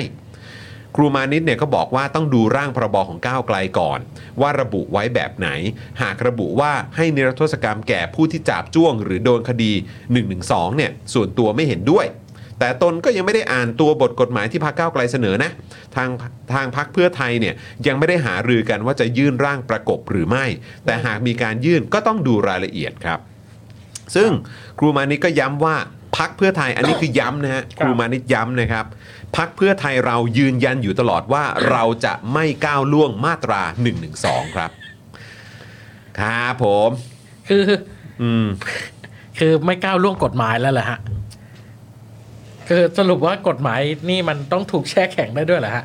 A: ครูมานิตเนี่ยก็บอกว่าต้องดูร่างพรบของก้าวไกลก่อน ว่าระบุไว้แบบไหน หากระบุว่าให้นิรโทษกรรมแก่ผู้ที่จาบจ้วง หรือโดนคดี1นึเนี่ยส่วนตัวไม่เห็นด้วย แต่ตนก็ยังไม่ได้อ่านตัวบทกฎหมายที่พรรคก้าวไกลเสนอนะ ทางทางพรรคเพื่อไทยเนี่ยยังไม่ได้หารือกันว่าจะยื่นร่างประกบหรือไม่ แต่หากมีการยื่นก็ต้องดูรายละเอียดครับ ซึ่งครูมานิดก็ย้ำว่าพักเพื่อไทยอันนี้คือย้ำนะฮะครูมานิดย้ำนะครับพักเพื่อไทยเรายืนยันอยู่ตลอดว่าเราจะไม่ก้าวล่วงมาตรา 112 ครับ ครับผม
B: คือ
A: อืม
B: คือไม่ก้าวล่วงกฎหมายแล้วเหรอฮะ คือสรุปว่ากฎหมายนี่มันต้องถูกแช่แข็งได้ด้วยเหรอฮะ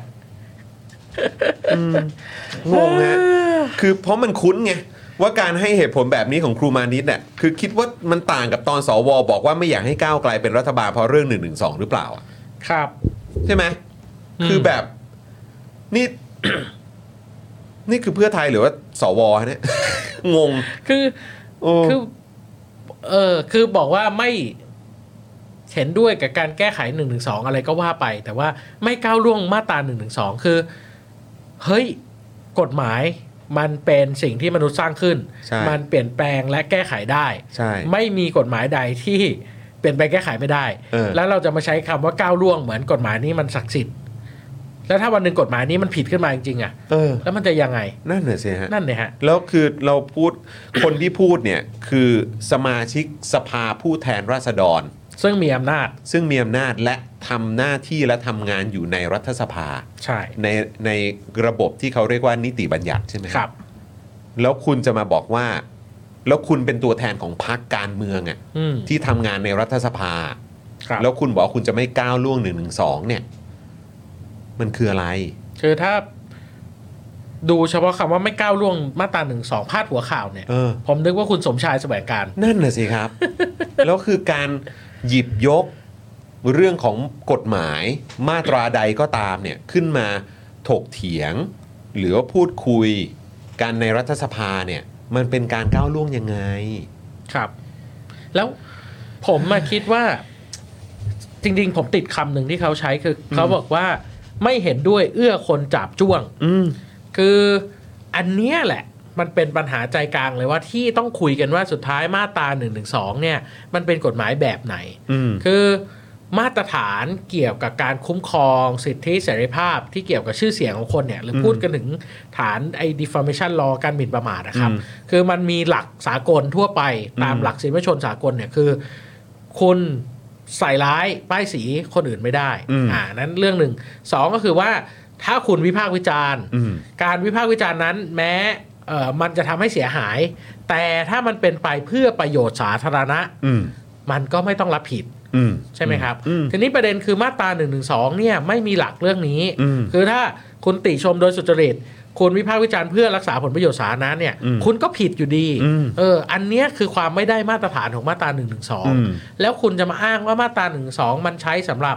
A: งงฮะ คือเพราะมันคุ้นไง ว่าการให้เหตุผลแบบนี้ของครูมานิดเนี่ยคือคิดว่ามันต่างกับตอนสวบอกว่าไม่อยากให้ก้าวไกลเป็นรัฐบาลเพราะเรื่อง 112 หรือเปล่าอะ
B: ครับ
A: ใช่ไหม
B: อืม
A: คือแบบนี่ นี่คือเพื่อไทยหรือว่าสวฮะเนี่ย *laughs* งง
B: คือ
A: โอ้
B: คือเออคือบอกว่าไม่เห็นด้วยกับการแก้ไขหนึ่งถึงสองอะไรก็ว่าไป แต่ว่าไม่ก้าวล่วงมาตราหนึ่งถึงสองคือ เฮ้ยกฎหมายมันเป็นสิ่งที่มนุษย์สร้างขึ้น
A: ใช่
B: มันเปลี่ยนแปลงและแก้ไขได้
A: ใช่
B: ไม่มีกฎหมายใดที่เปลี่ยนแปลงแก้ไขไม่ได้
A: เออ
B: แล้วเราจะมาใช้คำว่าก้าวล่วงเหมือนกฎหมายนี้มันศักดิ์สิทธิ์ แล้วถ้าวันหนึ่งกฎหมายนี้มันผิดขึ้นมาจริงๆอะ
A: เออ
B: แล้วมันจะยังไง
A: นั่นน่ะสิฮะ
B: นั่นเลยฮะ
A: แล้วคือเราพูด คนที่พูดเนี่ยคือสมาชิกสภาผู้แทนราษฎร
B: ซึ่งมีอำนาจ
A: ซึ่งมีอำนาจและทำหน้าที่และทำงานอยู่ในรัฐสภา
B: ใช่
A: ในในระบบที่เขาเรียกว่านิติบัญญัติใช่ไหม
B: ครับ
A: แล้วคุณจะมาบอกว่า แล้วคุณเป็นตัวแทนของพรรคการเมืองอะ
B: อืม
A: ที่ทำงานในรัฐสภา
B: ครับ
A: แล้วคุณบอกว่าคุณจะไม่ก้าวล่วงหนึ่งหนึ่งสองเนี่ย มันคืออะไร
B: คือถ้าดูเฉพาะคำว่าไม่ก้าวล่วงมาตราหนึ่งสองพาดหัวข่าวเนี่ย
A: เออ
B: ผมนึกว่าคุณสมชายแสวงการ
A: นั่นน่ะสิครับ
B: *laughs*
A: แล้วคือการหยิบยกเรื่องของกฎหมายมาตราใดก็ตามเนี่ย ขึ้นมาถกเถียง หรือว่าพูดคุยกันในรัฐสภาเนี่ย มันเป็นการก้าวล่วงยังไง
B: ครับ แล้วผมมาคิดว่า จริง ๆ ผมติดคำหนึ่งที่เขาใช้คืออเขาบอกว่าไม่เห็นด้วยเอื้อคนจับจ้วง
A: อืม
B: คืออันเนี้ยแหละ มันเป็นปัญหาใจกลางเลยว่าที่ต้องคุยกันว่าสุดท้ายมาตรา1นึเนี่ย มันเป็นกฎหมายแบบไหน
A: อืม
B: คือมาตรฐานเกี่ยวกับการคุ้มครองสิทธิเสรีภาพที่เกี่ยวกับชื่อเสียงของคนเนี่ย หรืออ
A: ม
B: พูดกันถึงฐานไอ้ defamation law การหมิ่นประมาทนะครับ
A: อืม
B: คือมันมีหลักสากลทั่วไปตาม
A: อืม
B: หลักสิทธิมนุษยชนสากลเนี่ยคือ คุณใส่ร้ายป้ายสีคนอื่นไม่ได้
A: อืม
B: อ่านั้นเรื่องหนึ่งสองก็คือว่าถ้าคุณวิพากษ์วิจารณ์
A: อืม
B: การวิพากษ์วิจารณ์นั้นแม้เอ่อมันจะทำให้เสียหาย แต่ถ้ามันเป็นไปเพื่อประโยชน์สาธารณะ
A: อืม
B: มันก็ไม่ต้องรับผิด
A: อืม
B: ใช่ไหมครับ
A: อืม
B: ทีนี้ประเด็นคือมาตรา1นึเนี่ยไม่มีหลักเรื่องนี้
A: อืม
B: คือถ้าคุณติชมโดยสุจริต คุณวิพากษ์วิจารณ์เพื่อรักษาผลประโยชน์สาธารณะเนี่ย
A: อืม
B: คุณก็ผิดอยู่ดี
A: อืม
B: เออ อันเนี้ยคือความไม่ได้มาตรฐานของมาตรา1นึ
A: อืม
B: แล้วคุณจะมาอ้างว่ามาตรา1นึมันใช้สำหรับ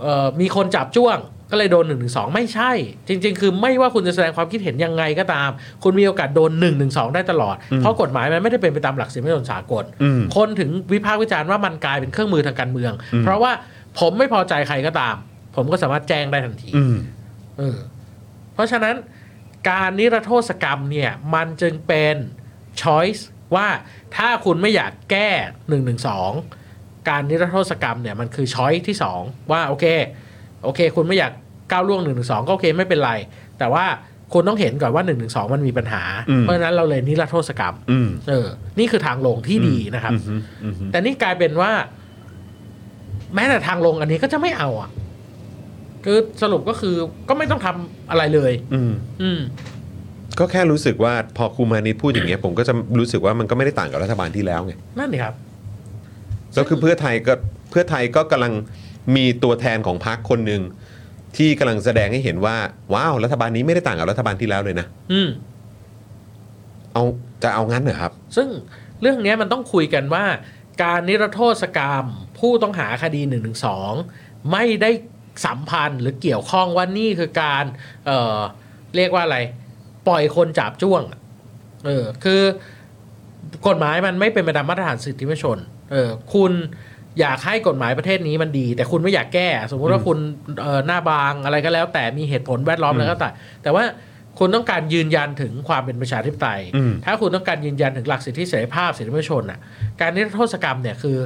B: เอ่อมีคนจับจ้วง ก็เลยโดน1นึไม่ใช่ จริง ๆ คือไม่ว่าคุณจะแสดงความคิดเห็นยังไงก็ตาม คุณมีโอกาสโดน1นึได้ตลอด เพราะกฎหมายมันไม่ได้เป็นไปตามหลักสิทธิมนุษยชนสากล
A: อืม
B: คนถึงวิพากษ์วิจารณ์ว่ามันกลายเป็นเครื่องมือทางการเมือง
A: อืม
B: เพราะว่าผมไม่พอใจใครก็ตาม ผมก็สามารถแจ้งได้ทันที
A: อืม
B: เออเพราะฉะนั้นการนิรโทษกรรมเนี่ย มันจึงเป็น choice ว่าถ้าคุณไม่อยากแก้1นึการนิรโทษกรรมเนี่ยมันคือ choice ที่ 2 ว่าโอเค โอเค คุณไม่อยากก้าวล่วง1นึก็โอเคไม่เป็นไร แต่ว่าคุณต้องเห็นก่อนว่า1นึมันมีปัญหา
A: อืม
B: เพราะฉะนั้นเราเลยนิรโทษกรรม
A: อืม
B: เออ นี่คือทางลงที่ดีนะครับ
A: อืมอืม
B: แต่นี่กลายเป็นว่า แม้แต่ทางลงอันนี้ก็จะไม่เอาอ่ะ คือสรุปก็คือก็ไม่ต้องทำอะไรเลย
A: อืม
B: อืม
A: ก็แค่รู้สึกว่าพอครูมานิดพูดอย่างเงี้ย ผมก็จะรู้สึกว่ามันก็ไม่ได้ต่างกับรัฐบาลที่แล้วไง
B: นั่นนี่ครับ
A: แล้วคือเพื่อไทยก็เพื่อไทยก็กำลังมีตัวแทนของพรรคคนหนึ่งที่กำลังแสดงให้เห็นว่าว้าวรัฐบาลนี้ไม่ได้ต่างกับรัฐบาลที่แล้วเลยนะ
B: อืม
A: เอาจะเอางั้นเหรอครับ
B: ซึ่งเรื่องเนี้ยมันต้องคุยกันว่า การนิรโทษกรรม ผู้ต้องหาคดี1นึไม่ได้สัมพันธ์หรือเกี่ยวข้องว่านี่คือการ เอ่อ เรียกว่าอะไร ปล่อยคนจับจ้วงอะเออ คือกฎหมายมันไม่เป็นไปตามมาตรฐานสิทธิมนุษยชน เออ คุณอยากให้กฎหมายประเทศนี้มันดี แต่คุณไม่อยากแก้ สมมุติว่าคุณเอ่อหน้าบางอะไรก็แล้ว แต่มีเหตุผลแวดล้อมแล้วก็แต่แต่ว่าคุณต้องการยืนยันถึงความเป็นประชาธิปไตย
A: อืม
B: ถ้าคุณต้องการยืนยันถึงหลักสิทธิเสรีภาพสิทธิมนุษยชนอ่ะ การนิรโทษกรรมเนี่ยคือ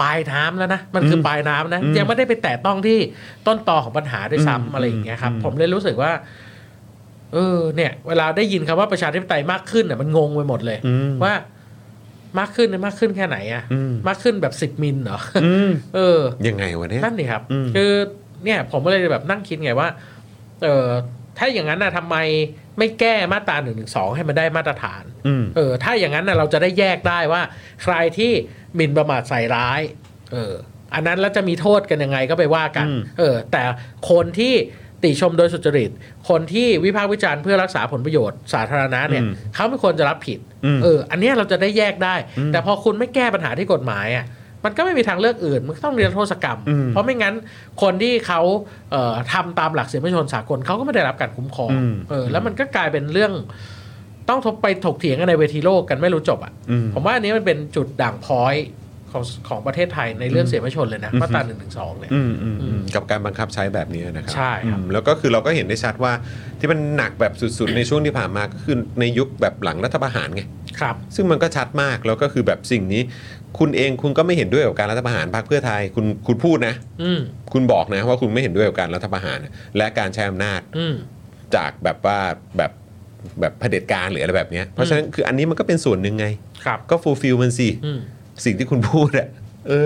B: ปลายน้ำแล้วนะ มันคืออปลายน้ำนะ
A: อืม
B: ยังไม่ได้ไปแตะต้องที่ต้นตอของปัญหาด้วย
A: อืม
B: ซ้ำอะไรอย่างเงี้ยครับ
A: อืม
B: ผมเลยรู้สึกว่า เออเนี่ย เวลาได้ยินคำว่าประชาธิปไตยมากขึ้นเนี่ยมันงงไปหมดเลย
A: อืม
B: ว่ามากขึ้นเนี่ยมากขึ้นแค่ไหนอะ
A: อืม
B: มากขึ้นแบบสิบมิลเหรอ
A: อืม
B: เออ
A: ยังไงวะเนี่ย
B: นั่นนี่ครับ
A: อืม
B: คือเนี่ยผมก็เลยแบบนั่งคิดไงว่า เออถ้าอย่างนั้นนะทำไมไม่แก้มาตราหนึ่งหนึ่งสองให้มันได้มาตรฐาน
A: อืม
B: เออถ้าอย่างนั้นนะเราจะได้แยกได้ว่า ใครที่หมิ่นประมาทใส่ร้ายเอออันนั้นแล้วจะมีโทษกันยังไงก็ไปว่ากัน
A: อืม
B: เออแต่คนที่ติชมโดยสุจริต คนที่วิพากษ์วิจารณ์เพื่อรักษาผลประโยชน์สาธารณะเนี่ยเขาไม่ควรจะรับผิด
A: อืม
B: เอออันเนี้ยเราจะได้แยกได้
A: อืม
B: แต่พอคุณไม่แก้ปัญหาที่กฎหมายอ่ะ มันก็ไม่มีทางเลือกอื่น มันก็ต้องเรียนโทษกรรม
A: อืม
B: เพราะไม่งั้นคนที่เขาเอ่อทำตามหลักเสียประชนสากลเขาก็ไม่ได้รับการคุ้มครองเออแล้วมันก็กลายเป็นเรื่อง ต้องทบไปถกเถียงกันในเวทีโลกกันไม่รู้จบอ่ะ
A: อืม
B: ผมว่าอันนี้มันเป็นจุดด่างพร้อยของของประเทศไทยในเรื่องเสียภาชนเลยนะ
A: อืม
B: มาตราหนึ่งถึงสองเนี่ย
A: อืมอืมอืมกับการบังคับใช้แบบนี้นะครั
B: ใช่ครับ
A: อืมแล้วก็คือเราก็เห็นได้ชัดว่าที่มันหนักแบบสุดๆ ในช่วงที่ผ่านมาก็คือในยุคแบบหลังรัฐประหารไง
B: ครับ
A: ซึ่งมันก็ชัดมากแล้วก็คือแบบสิ่งนี้ คุณเองคุณก็ไม่เห็นด้วยกับการรัฐประหารพรรคเพื่อไทยคุณคุณพูดนะ
B: อืม
A: คุณบอกนะว่าคุณไม่เห็นด้วยกับการรัฐประหาร และการใช้อำนาจ
B: อืม
A: จากแบบว่าแบบแบบเผด็จการหรืออะไรแบบเนี้ยเพราะฉะนั้นคืออันนี้มันก็เป็นส่วนหนึ่งไง
B: ครับ
A: ก็ฟูลฟิลมันสิ
B: อืม
A: สิ่งที่คุณพูดอะ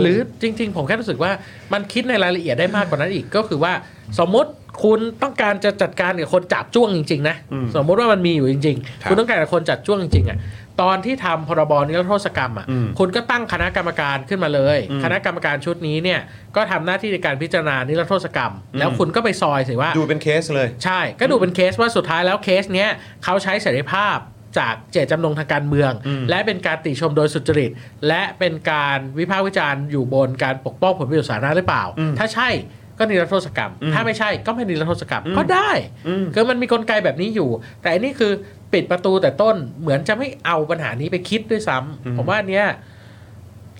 A: เห
B: รือจริง ๆ ผมแค่รู้สึกว่ามันคิดในรายละเอียดได้มากกว่านั้นอีกก็คือว่า สมมติคุณต้องการจะจัดการกับคนจับจ้วงจริง ๆ นะ สมมติว่ามันมีอยู่จริง
A: ครับ
B: ๆคุณต้องการกับคนจับจ้วงจริงๆอ่ะตอนที่ทำพรบนิรโทษกรรมอ่ะ
A: อืม
B: คุณก็ตั้งคณะกรรมการขึ้นมาเลย คณะกรรมการชุดนี้เนี่ยก็ทำหน้าที่ในการพิจารณานิรโทษกรรม แล้ว
A: อืม
B: คุณก็ไปซอยสิว่า
A: ดูเป็นเคสเลย
B: ใช่ ก็ดูเป็นเคสว่าสุดท้ายแล้วเคสเนี้ยเขาใช้เสรีภาพจากเจตจำนงทางการเมือง
A: อืม
B: และเป็นการติชมโดยสุจริต และเป็นการวิพากษ์วิจารณ์อยู่บนการปกป้องผลประโยชน์สาธารณะหรือเปล่า
A: อืม
B: ถ้าใช่ก็นิรโทษกรรม
A: อืม
B: ถ้าไม่ใช่ก็ไม่นิรโทษกรรม
A: อืม
B: ก็ได้
A: อืม
B: คือมันมีกลไกแบบนี้อยู่ แต่อันนี้คือปิดประตูแต่ต้นเหมือนจะไม่เอาปัญหานี้ไปคิดด้วยซ้ำ
A: อืม
B: ผมว่าอันเนี้ย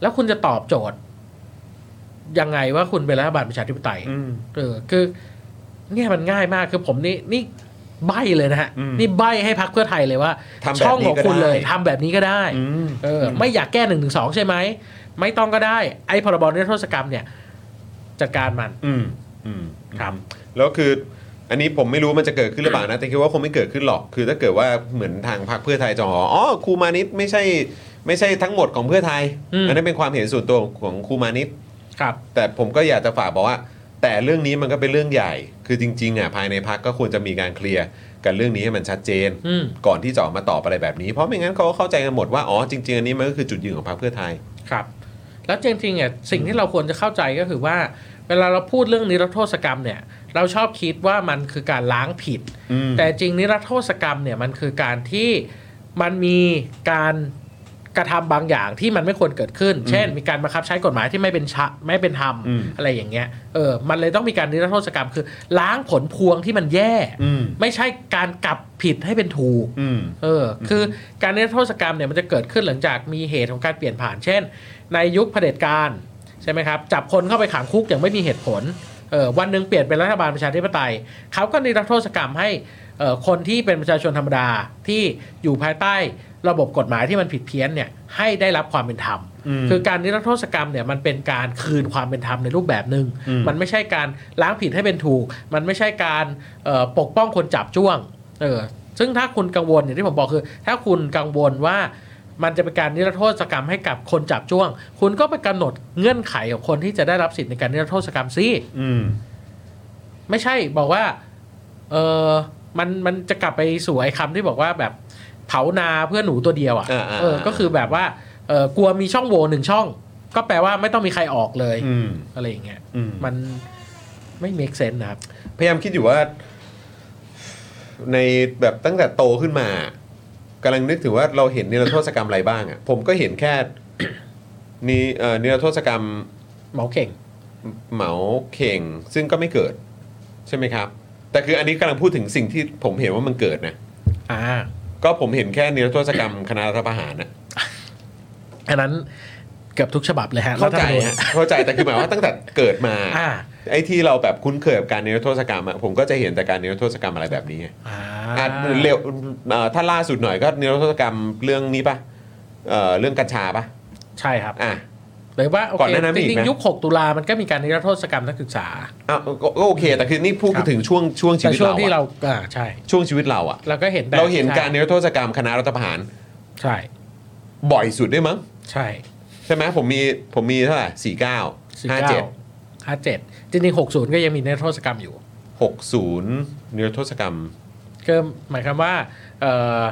B: แล้วคุณจะตอบโจทย์ยังไงว่าคุณเป็นรัฐบาลประชาธิปไตย
A: อืม
B: เออคือเนี่ยมันง่ายมากคือผมนี่นี่ใบเลยนะฮะ
A: อืม
B: นี่ใบให้พักเพื่อไทยเลยว่า
A: ทำแบบนี้
B: ช่องของคุณเลย
A: ก็ได้
B: ทำแบบนี้ก็ได้
A: อืม
B: เอออไม่อยากแก้หนึ่งถึงสองใช่ไหมไม่ต้องก็ได้ ไอ้พรบนิรโทษกรรมเนี่ยจัดการมัน
A: อืมอืม
B: ครับ
A: แล้วคืออันนี้ผมไม่รู้มันจะเกิดขึ้นหรือเปล่านะ แต่คิดว่าคงไม่เกิดขึ้นหรอก คือถ้าเกิดว่าเหมือนทางพรรคเพื่อไทยจะบอกว่าอ๋อครูมานิตไม่ใช่ไม่ใช่ทั้งหมดของเพื่อไทย
B: อื
A: น
B: ม
A: นั้นเป็นความเห็นส่วนตัวของครูมานิต
B: ครับ
A: แต่ผมก็อยากจะฝากบอกว่า แต่เรื่องนี้มันก็เป็นเรื่องใหญ่ คือจริงๆอ่ะภายในพรรคก็ควรจะมีการเคลียร์กันเรื่องนี้ให้มันชัดเจน
B: อืม
A: ก่อนที่จะออกมาตอบอะไรแบบนี้ เพราะไม่งั้นเขาก็เข้าใจกันหมดว่าอ๋อจริงๆอันนี้มันก็คือจุดยืนของพรรคเพื่อไทย
B: ครับ แล้วจริงๆเนี่ยสิ่งที่เราควรจะเข้าใจก็คือว่า เวลาเราพูดเรื่องนิรโทษกรรมเนี่ย เราชอบคิดว่ามันคือการล้างผิด
A: อืม
B: แต่จริงนิรโทษกรรมเนี่ยมันคือการที่มันมีการกระทำบางอย่างที่มันไม่ควรเกิดขึ้น เช่น มีการบังคับใช้กฎหมายที่ไม่เป็นชะไม่เป็นธรรม
A: อืม
B: อะไรอย่างเงี้ยเออมันเลยต้องมีการนิรโทษกรรมคือ ล้างผลพวงที่มันแย่
A: อืม
B: ไม่ใช่การกลับผิดให้เป็นถูก
A: อืม
B: เออคือการนิรโทษกรรมเนี่ยมันจะเกิดขึ้นหลังจากมีเหตุของการเปลี่ยนผ่าน เช่น ในยุคเผด็จการใช่ไหมครับจับคนเข้าไปขังคุกอย่างไม่มีเหตุผลเออวันหนึ่งเปลี่ยนเป็นรัฐบาลประชาธิปไตยเขาก็นิรโทษกรรมให้เอ่อคนที่เป็นประชาชนธรรมดาที่อยู่ภายใต้ระบบกฎหมายที่มันผิดเพี้ยนเนี่ยให้ได้รับความเป็นธรรม
A: อืม
B: คือการนิรโทษกรรมเนี่ยมันเป็นการคืนความเป็นธรรมในรูปแบบหนึ
A: อื่ ม
B: งมันไม่ใช่การล้างผิดให้เป็นถูก มันไม่ใช่การเอ่อปกป้องคนจับจ้วงเออซึ่งถ้าคุณกังวลอย่างที่ผมบอกคือ ถ้าคุณกังวลว่ามันจะเป็นการนิรโทษกรรมให้กับคนจับจ้วง คุณก็ไปกำหนดเงื่อนไขของคนที่จะได้รับสิทธิ์ในการนิรโทษกรรมสิ
A: อืม
B: ไม่ใช่บอกว่าเออมันมันจะกลับไปสู่ไอ้คำที่บอกว่าแบบเผานาเพื่อหนูตัวเดียว
A: อ่า
B: อะ่ะ
A: ๆ
B: เออก็คือแบบว่าเออกลัวมีช่องโหว่หนึ่งช่อง ก็แปลว่าไม่ต้องมีใครออกเลย
A: อืม
B: อะไรอย่างเงี้ย
A: อืม
B: มันไม่ make sense นะครับ
A: พยายามคิดอยู่ว่า ในแบบตั้งแต่โตขึ้นมากำลังนึกถึงว่าเราเห็นนิรโทษกรรมอะไรบ้างอะ่ะ ผมก็เห็นแค่ *coughs* นี่เอ่อนิรโทษกรรม
B: หมอเข่ง
A: เหมาเข่ง ซึ่งก็ไม่เกิด ใช่ไหมครับ แต่คืออันนี้กำลังพูดถึงสิ่งที่ผมเห็นว่ามันเกิดนะ
B: อ่า
A: ก็ผมเห็นแค่นิรโทษกรรมคณะรัฐประหารนะ
B: อันนั้นเกือบทุกฉบับเลยฮะ
A: เข้าใจ
B: รัฐธรรมนูญ
A: ฮะเข้าใจแต่คือหมายว่าตั้งแต่เกิดมา
B: อ่า
A: ไอ้ที่เราแบบคุ้นเคยกับการนิรโทษกรรมอะผมก็จะเห็นแต่การนิรโทษกรรมอะไรแบบนี้ไง
B: อ่า
A: อ่ะเร็วเอ่อถ้าล่าสุดหน่อยก็นิรโทษกรรมเรื่องนี้ปะเอ่อเรื่องกัญชาปะ
B: ใช่ครับ
A: อ่ะ
B: หรือว่าโอ
A: ก่อน
B: เค
A: หน้านั้นมี
B: จ
A: อีกไหม
B: ริงๆยุค 6 ตุลา มันก็มีการนิรโทษกรรมนักศึกษา
A: อ้าวก็ก็โอเค แต่คือนี่พูด
B: ครับ
A: ถึงช่วงช่วงชี
B: แต่
A: วิต
B: ช่วง
A: เรา
B: ที่
A: อะ
B: เราอ่าใช่
A: ช่วงชีวิตเราอะ
B: เราก็เห็นแต่
A: เราเห็นการนิรโทษกรรมคณะรัฐประหาร
B: ใช่
A: บ่อยสุดด้วยมั้ง
B: ใช่
A: ใช่ไหมผมมีผมมีเท่าไหร่สี่เก้า
B: สี่
A: ห้า
B: เก้า
A: เจ็ด
B: ห้าเจ็ดจริงๆหกศูนย์ก็ยังมีนิรโทษกรรมอยู่
A: หกศูนย์นิรโทษกรรม
B: ก็หมายความว่าเอ่อ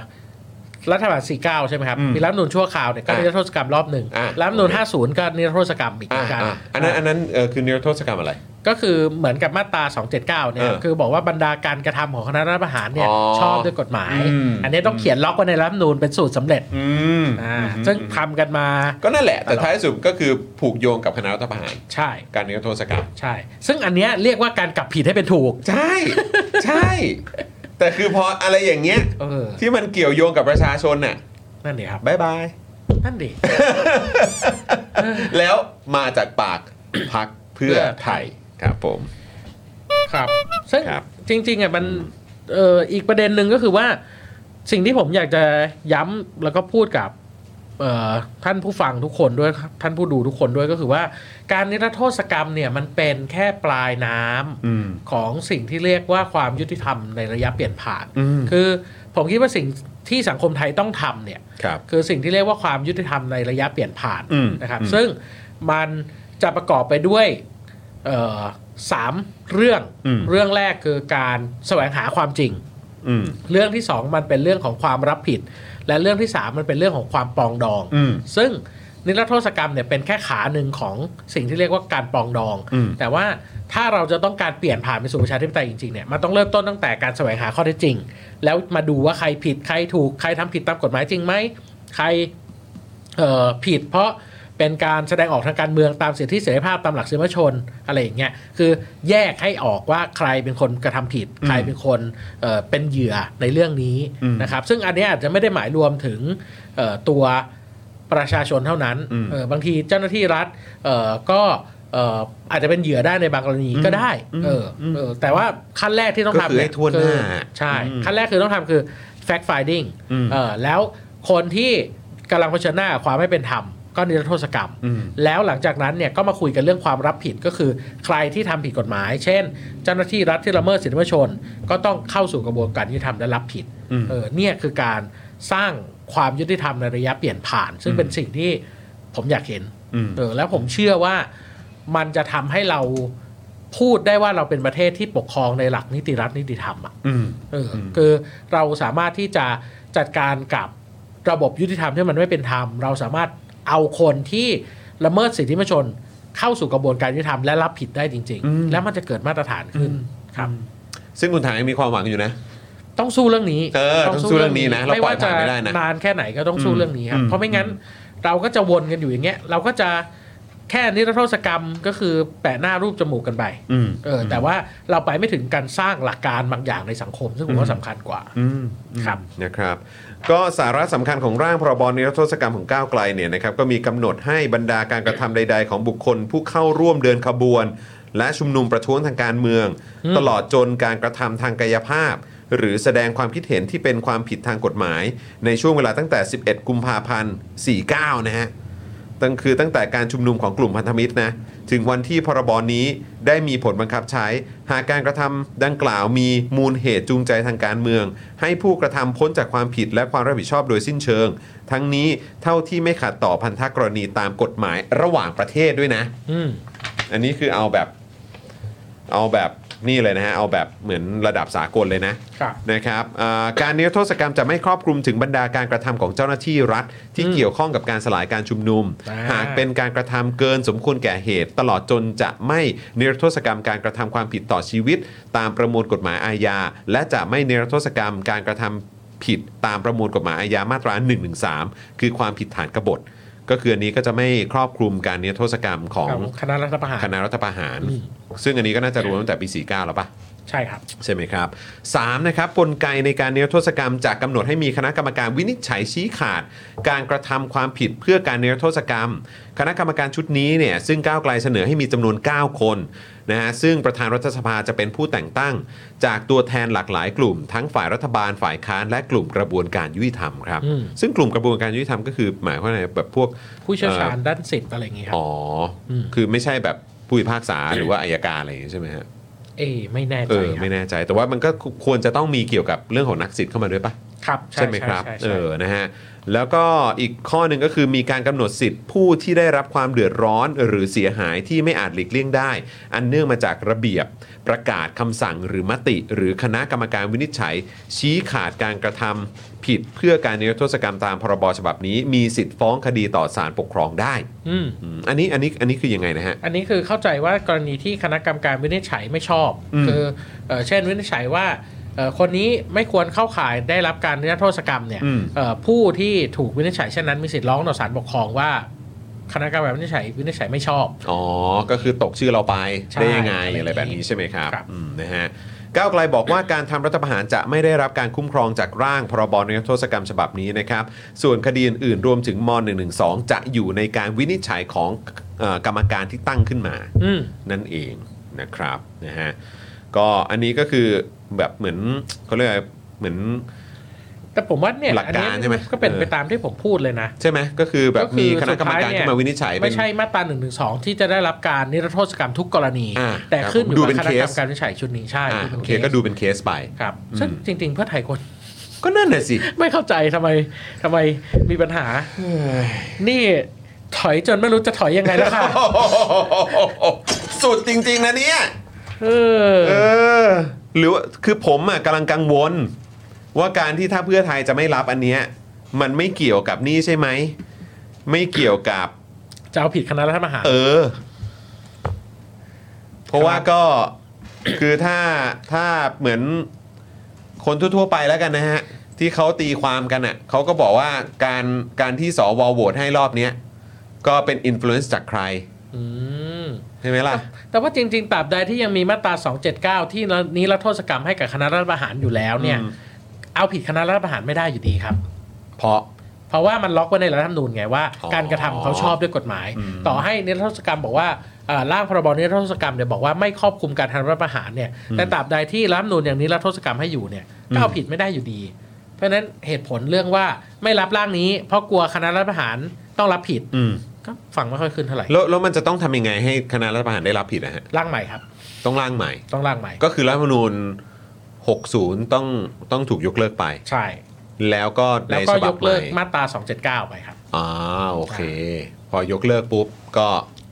B: รัฐบาล49 ใช่ไหมครับ
A: อืม
B: มีรัฐธรรมนูนชั่วคราวเนี่ยก็
A: อ่ะ
B: นิรโทษกรรมรอบหนึ่ง
A: อ่ะ
B: รัฐธรรมนูน
A: โอเค
B: 50 ก็นิรโทษกรรมอีกเห
A: อ่ะ
B: มือนกัน
A: อ่ะอันนั้นอันนั้นเอ่อคือนิรโทษกรรมอะไร
B: ก็คือเหมือนกับมาตรา 279 เนี่ย
A: เออ
B: คือบอกว่าบรรดาการกระทำของคณะรัฐประหารเนี่ย
A: อ๋อ
B: ชอบด้วยกฎหมาย
A: อืม
B: อันนี้ต้องเขียนล็อกไว้ในรัฐธรรมนูญเป็นสูตรสำเร็จ
A: อืม
B: อ่าซึ่งทำกันมา
A: ก็นั่นแหละ แต่
B: ตลอด
A: ท้ายสุดก็คือผูกโยงกับคณะรัฐประหาร
B: ใช่
A: การนิรโทษกรรม
B: ใช่ ซึ่งอันเนี้ยเรียกว่าการกลับผิดให้เป็นถูก
A: ใช่ ใช่ แต่คือพออะไรอย่างเงี้ย
B: เออ
A: ที่มันเกี่ยวโยงกับประชาชนน่ะ
B: นั่นดิครับ
A: บายบาย
B: นั่นดิ
A: แล้วมาจากปากพักเพื่อไทยครับผม
B: ครับ ซึ่ง
A: ครับ
B: จริงๆอ่ะมันเอ่ออีกประเด็นหนึ่งก็คือว่า สิ่งที่ผมอยากจะย้ำแล้วก็พูดกับเอ่อท่านผู้ฟังทุกคนด้วยครับท่านผู้ดูทุกคนด้วยก็คือว่า การนิรโทษกรรมเนี่ยมันเป็นแค่ปลายน้ำ
A: อืม
B: ของสิ่งที่เรียกว่าความยุติธรรมในระยะเปลี่ยนผ่าน
A: อืม
B: คือผมคิดว่าสิ่งที่สังคมไทยต้องทำเนี่ย
A: ครับ
B: คือสิ่งที่เรียกว่าความยุติธรรมในระยะเปลี่ยนผ่าน
A: อืม
B: นะครับ
A: อืม
B: ซึ่งมันจะประกอบไปด้วยเอ่อสามเรื่อง
A: อืม
B: เรื่องแรกคือการแสวงหาความจริง
A: อืม
B: เรื่องที่สองมันเป็นเรื่องของความรับผิด และเรื่องที่สามมันเป็นเรื่องของความปรองดอง
A: อืม
B: ซึ่งนิรโทษกรรมเนี่ยเป็นแค่ขาหนึ่งของสิ่งที่เรียกว่าการปรองดอง
A: อืม
B: แต่ว่าถ้าเราจะต้องการเปลี่ยนผ่านไปสู่ประชาธิปไตยจริงๆเนี่ยมันต้องเริ่มต้นตั้งแต่การแสวงหาข้อเท็จจริง แล้วมาดูว่าใครผิดใครถูกใครทำผิดตามกฎหมายจริงไหมใครเอ่อผิดเพราะเป็นการแสดงออกทางการเมืองตามสิทธิเสรีภาพตามหลักสิทธิมนุษยชนอะไรอย่างเงี้ยคือแยกให้ออกว่าใครเป็นคนกระทำผิด ใครเป็นคนเอ่อเป็นเหยื่อในเรื่องนี้นะครับซึ่งอันเนี้ยอาจจะไม่ได้หมายรวมถึงเอ่อตัว ประชาชนเท่านั้น
A: อืม
B: เออบางทีเจ้าหน้าที่รัฐเออก็เอ่ออาจจะเป็นเหยื่อได้ในบางกรณีก็ได้
A: อืม
B: เออเออแต่ว่าขั้นแรกที่ต้อง
A: ก็
B: ทำ
A: คือ
B: เย
A: ให้ทั่วหน้า
B: คือใช่
A: อืม
B: ขั้นแรกคือต้องทำคือ fact finding
A: อืม
B: เออแล้วคนที่กำลังเผชิญหน้ากับความไม่เป็นธรรม ก็นิรโทษกรรม
A: อืม
B: แล้วหลังจากนั้นเนี่ยก็มาคุยกันเรื่องความรับผิดก็คือใครที่ทำผิดกฎหมาย เช่น เจ้าหน้าที่รัฐที่ละเมิดสิทธิมนุษยชน ก็ต้องเข้าสู่กระบวนการยุติธรรมและรับผิด
A: อืม
B: เออเนี่ยคือการสร้างความยุติธรรมในระยะเปลี่ยนผ่าน ซึ่งเป็นสิ่งที่ผมอยากเห็น
A: อืม
B: เออแล้วผมเชื่อว่ามันจะทำให้เราพูดได้ว่าเราเป็นประเทศที่ปกครองในหลักนิติรัฐนิติธรรมอ่ะ
A: อืม
B: เอออ
A: ม
B: คือเราสามารถที่จะจัดการกับระบบยุติธรรมที่มันไม่เป็นธรรม เราสามารถเอาคนที่ละเมิดสิทธิมนุษยชน เข้าสู่กระบวนการยุติธรรมและรับผิดได้จริง
A: อืม
B: ๆ แล้วมันจะเกิดมาตรฐานขึ้นครับ
A: ซึ่งคุณถามยังมีความหวังอยู่นะ
B: ต้องสู้เรื่องนี้
A: เออต้องสู้เรื่องนี้นะเรา
B: ไม่
A: ปล่อ
B: ว่าย จะ
A: ผ่านไม่ได้นะ
B: นานแค่ไหนก็ต้องสู้
A: อืม
B: เรื่องนี้ครับ
A: อืม
B: เพราะไม่งั้นเราก็จะวนกันอยู่อย่างเงี้ยเราก็จะแค่นิรโทษกรรมก็คือแปะหน้ารูปจมูกกันไป
A: อืม
B: เออแต่ว่าเราไปไม่ถึงการสร้างหลักการบางอย่างในสังคม ซึ่งผมว่าสำคัญกว่า
A: อืมอืม
B: ครับ
A: นะครับ ก็สาระสำคัญของร่างพรบนิรโทษกรรมของก้าวไกลเนี่ยนะครับก็มีกำหนดให้บรรดาการกระทำใด ๆ ของบุคคล ผู้เข้าร่วมเดินขบวน และชุมนุมประท้วงทางการเมือง ตลอดจนการกระทำทางกายภาพ หรือแสดงความคิดเห็นที่เป็นความผิดทางกฎหมาย ในช่วงเวลาตั้งแต่ 11 กุมภาพันธ์ 49 นะฮะ ตั้งคือตั้งแต่การชุมนุมของกลุ่มพันธมิตรนะถึงวันที่พรบนี้ได้มีผลบังคับใช้ หากการกระทำดังกล่าวมีมูลเหตุจูงใจทางการเมือง ให้ผู้กระทำพ้นจากความผิดและความรับผิดชอบโดยสิ้นเชิง ทั้งนี้เท่าที่ไม่ขัดต่อพันธกรณีตามกฎหมายระหว่างประเทศด้วยนะ
B: อืม
A: อันนี้คือเอาแบบเอาแบบนี่เลยนะฮะเอาแบบเหมือนระดับสากลเลยนะครับ นะครับอ่าการนิรโทษกรรมจะไม่ครอบคลุมถึงบรรดาการกระทำของเจ้าหน้าที่รัฐ ที่เกี่ยวข้องกับการสลายการชุมนุม
B: อ่า
A: หากเป็นการกระทำเกินสมควรแก่เหตุ ตลอดจนจะไม่นิรโทษกรรมการกระทำความผิดต่อชีวิต ตามประมวลกฎหมายอาญา และจะไม่นิรโทษกรรมการกระทำผิดตามประมวลกฎหมายอาญามาตรา1นึคือความผิดฐานกบฏ ก็คืออันนี้ก็จะไม่ครอบคลุมการนิรโทษกรรมของ
B: ของคณะรัฐประหาร
A: คณะรัฐประหาร
B: อืม
A: ซึ่งอันนี้ก็น่าจะรวมตั้งแต่ปี 49 แล้วปะ
B: ใช่ครับ
A: ใช่ไหมครับ 3. นะครับกลไกในการนิรโทษกรรมจะกำหนดให้มีคณะกรรมการวินิจฉัยชี้ขาด การกระทำความผิดเพื่อการนิรโทษกรรม คณะกรรมการชุดนี้เนี่ยซึ่งก้าวไกลเสนอให้มีจำนวน 9 คนนะฮะซึ่งประธานรัฐสภาจะเป็นผู้แต่งตั้ง จากตัวแทนหลากหลายกลุ่ม ทั้งฝ่ายรัฐบาลฝ่ายค้านและกลุ่มกระบวนการยุติธรรมครับ
B: อืม
A: ซึ่งกลุ่มกระบวนการยุติธรรมก็คือหมายความว่าไงแบบพวก
B: ผู้เชี่ยวชาญด้านสิทธิ์อะไรอย่างงี้ครับ
A: อ๋ออ
B: ม
A: คือไม่ใช่แบบผู้พิพากษาหรือว่าอายการอะไรอย่างงี้ใช่ไหมฮะ
B: เอ้ยไม่แน่
A: เอ
B: ใจ
A: อ
B: ครับ
A: ไม่แน่ใจแต่ว่ามันก็ควรจะต้องมีเกี่ยวกับเรื่องของนักสิทธิ์เข้ามาด้วยปะ
B: ครับ
A: ใช่ไหมครับ
B: ใช่ใช่
A: เออนะฮะแล้วก็อีกข้อหนึ่งก็คือมีการกำหนดสิทธิผู้ที่ได้รับความเดือดร้อนหรือเสียหายที่ไม่อาจหลีกเลี่ยงได้ อันเนื่องมาจากระเบียบ ประกาศคำสั่งหรือมติ หรือคณะกรรมการวินิจฉัย ชี้ขาดการกระทำผิดเพื่อการนิรโทษกรรมตามพรบฉบับนี้ มีสิทธิ์ฟ้องคดีต่อศาลปกครองได้
B: อืม
A: อืมอันนี้อันนี้อันนี้คือยังไงนะฮะ
B: อันนี้คือเข้าใจว่ากรณีที่คณะกรรมการวินิจฉัยไม่ชอบ
A: อืม
B: คือเอ่อเช่นวินิจฉัยว่าเอ่อคนนี้ไม่ควรเข้าข่ายได้รับการนิรโทษกรรมเนี่ย
A: อืม
B: เอ่อผู้ที่ถูกวินิจฉัยเช่นนั้นมีสิทธิ์ร้องต่อศาลปกครองว่าคณะกรรมการวินิจฉัยวินิจฉัยไม่ชอบ
A: อ๋อ ก็คือตกชื่อเราไป
B: ใช่
A: ได้ยังไงอะ
B: อะไร ไร
A: แบ
B: แบบ บนี้
A: นี้ใช่ไหมครับ
B: ครับ
A: อืมนะฮะก้าวไกลบอกว่าการทำรัฐประหารจะไม่ได้รับการคุ้มครองจากร่างพรบนิรโทษกรรมฉบับนี้นะครับ ส่วนคดีอื่นๆ รวมถึงม .112 จะอยู่ในการวินิจฉัยของเอ่อกรรมการที่ตั้งขึ้นมา
B: อืม
A: นั่นเองนะครับนะฮะก็อันนี้ก็คือแบบเหมือนเขาเรียกอะไรเหมือน
B: แต่ผมว่าเนี่ย
A: หลักการ
B: อันเนี้ย
A: ใช่ไหม
B: ก็เป็น
A: เออ
B: ไปตามที่ผมพูดเลยนะ
A: ใช่ไหมก็คือแบบมีคณะกรรมการที่มาวินิจฉัยเป็
B: ไม่
A: น
B: ใช่มาตราหนึ่งถึงสองที่จะได้รับการนิรโทษกรรมทุกกรณี
A: อ่า
B: แต่ขึ้นอยู่
A: ดู
B: กั
A: เป็น
B: บคณะกรรม
A: เคส
B: การวินิจฉัยชุดนี้ใช่
A: อ่า
B: ดูเป็น
A: โอเค
B: ส
A: ก็ดูเป็นเคสไป
B: ครับ
A: อืม
B: ซึ่งจริง ๆ เพื่อไทยคน *laughs*
A: ก็นั่นแหละสิ
B: ไม่เข้าใจทำไมทำไมมีปัญหา
A: เฮ้ย
B: นี่ถอยจนไม่รู้จะถอยยังไงแล้วค่ะ
A: โอ้โห *laughs* สุดจริง ๆ นะเนี่ย
B: เออ
A: เออ หรือว่าคือผมอ่ะกำลังกังวล ว่าการที่ถ้าเพื่อไทยจะไม่รับอันเนี้ยมันไม่เกี่ยวกับนี่ใช่ไหม ไม่เกี่ยวกับ
B: จะเอาผิดคณะรัฐประหาร
A: เออ เพราะว่าก็ คือถ้าถ้าเหมือนคนทั่วๆไปแล้วกันนะฮะ ที่เขาตีความกันอ่ะเขาก็บอกว่าการการที่สวโหวตให้รอบเนี้ยก็เป็นอิ f l u e n c e จากใคร
B: อืม
A: ใช่ไหมล่ะ
B: แต่ว่าจริงๆตราบใดที่ยังมีมาตรา 279 ที่นี้รัฐโทษกรรมให้กับคณะรัฐประหารอยู่แล้วเนี่ย
A: อืม
B: เอาผิดคณะรัฐประหารไม่ได้อยู่ดีครับ
A: เพราะ
B: เพราะว่ามันล็อกไว้ในรัฐธรรมนูญไงว่า
A: อ๋อ
B: การกระทำเขาชอบด้วยกฎหมาย
A: อืม
B: ต่อให้นิรโทษกรรมบอกว่าเอ่อร่างพรบนิรโทษกรรมเนี่ยบอกว่าไม่ครอบคลุมการทำรัฐประหารเนี่ยแต่ตราบใดที่รัฐธรรมนูญอย่างนี้รัฐโทษกรรมให้อยู่เนี่ยก็เอาผิดไม่ได้อยู่ดี เพราะฉะนั้นเหตุผลเรื่องว่าไม่รับร่างนี้ เพราะกลัวคณะรัฐประหารต้องรับผิด
A: อืม
B: ก็ฟังไม่ค่อยขึ้นเท่าไหร่
A: แล้วแล้วมันจะต้องทำยังไงให้คณะรัฐประหารได้รับผิดนะฮะ
B: ร่างใหม่ครับ
A: ต้องร่างใหม่
B: ต้องร่างใหม่
A: ก็คือรัฐธรรมนูญ 60 ต้องต้องถูกยกเลิกไป
B: ใช่
A: แล้วก็ใน
B: แล้วก็
A: ฉ
B: ย
A: บับ
B: ก
A: ให
B: เลิ
A: ม่
B: กมาตรา 279 ไปครับ
A: อ่าโอเค พอยกเลิกปุ๊บ ก็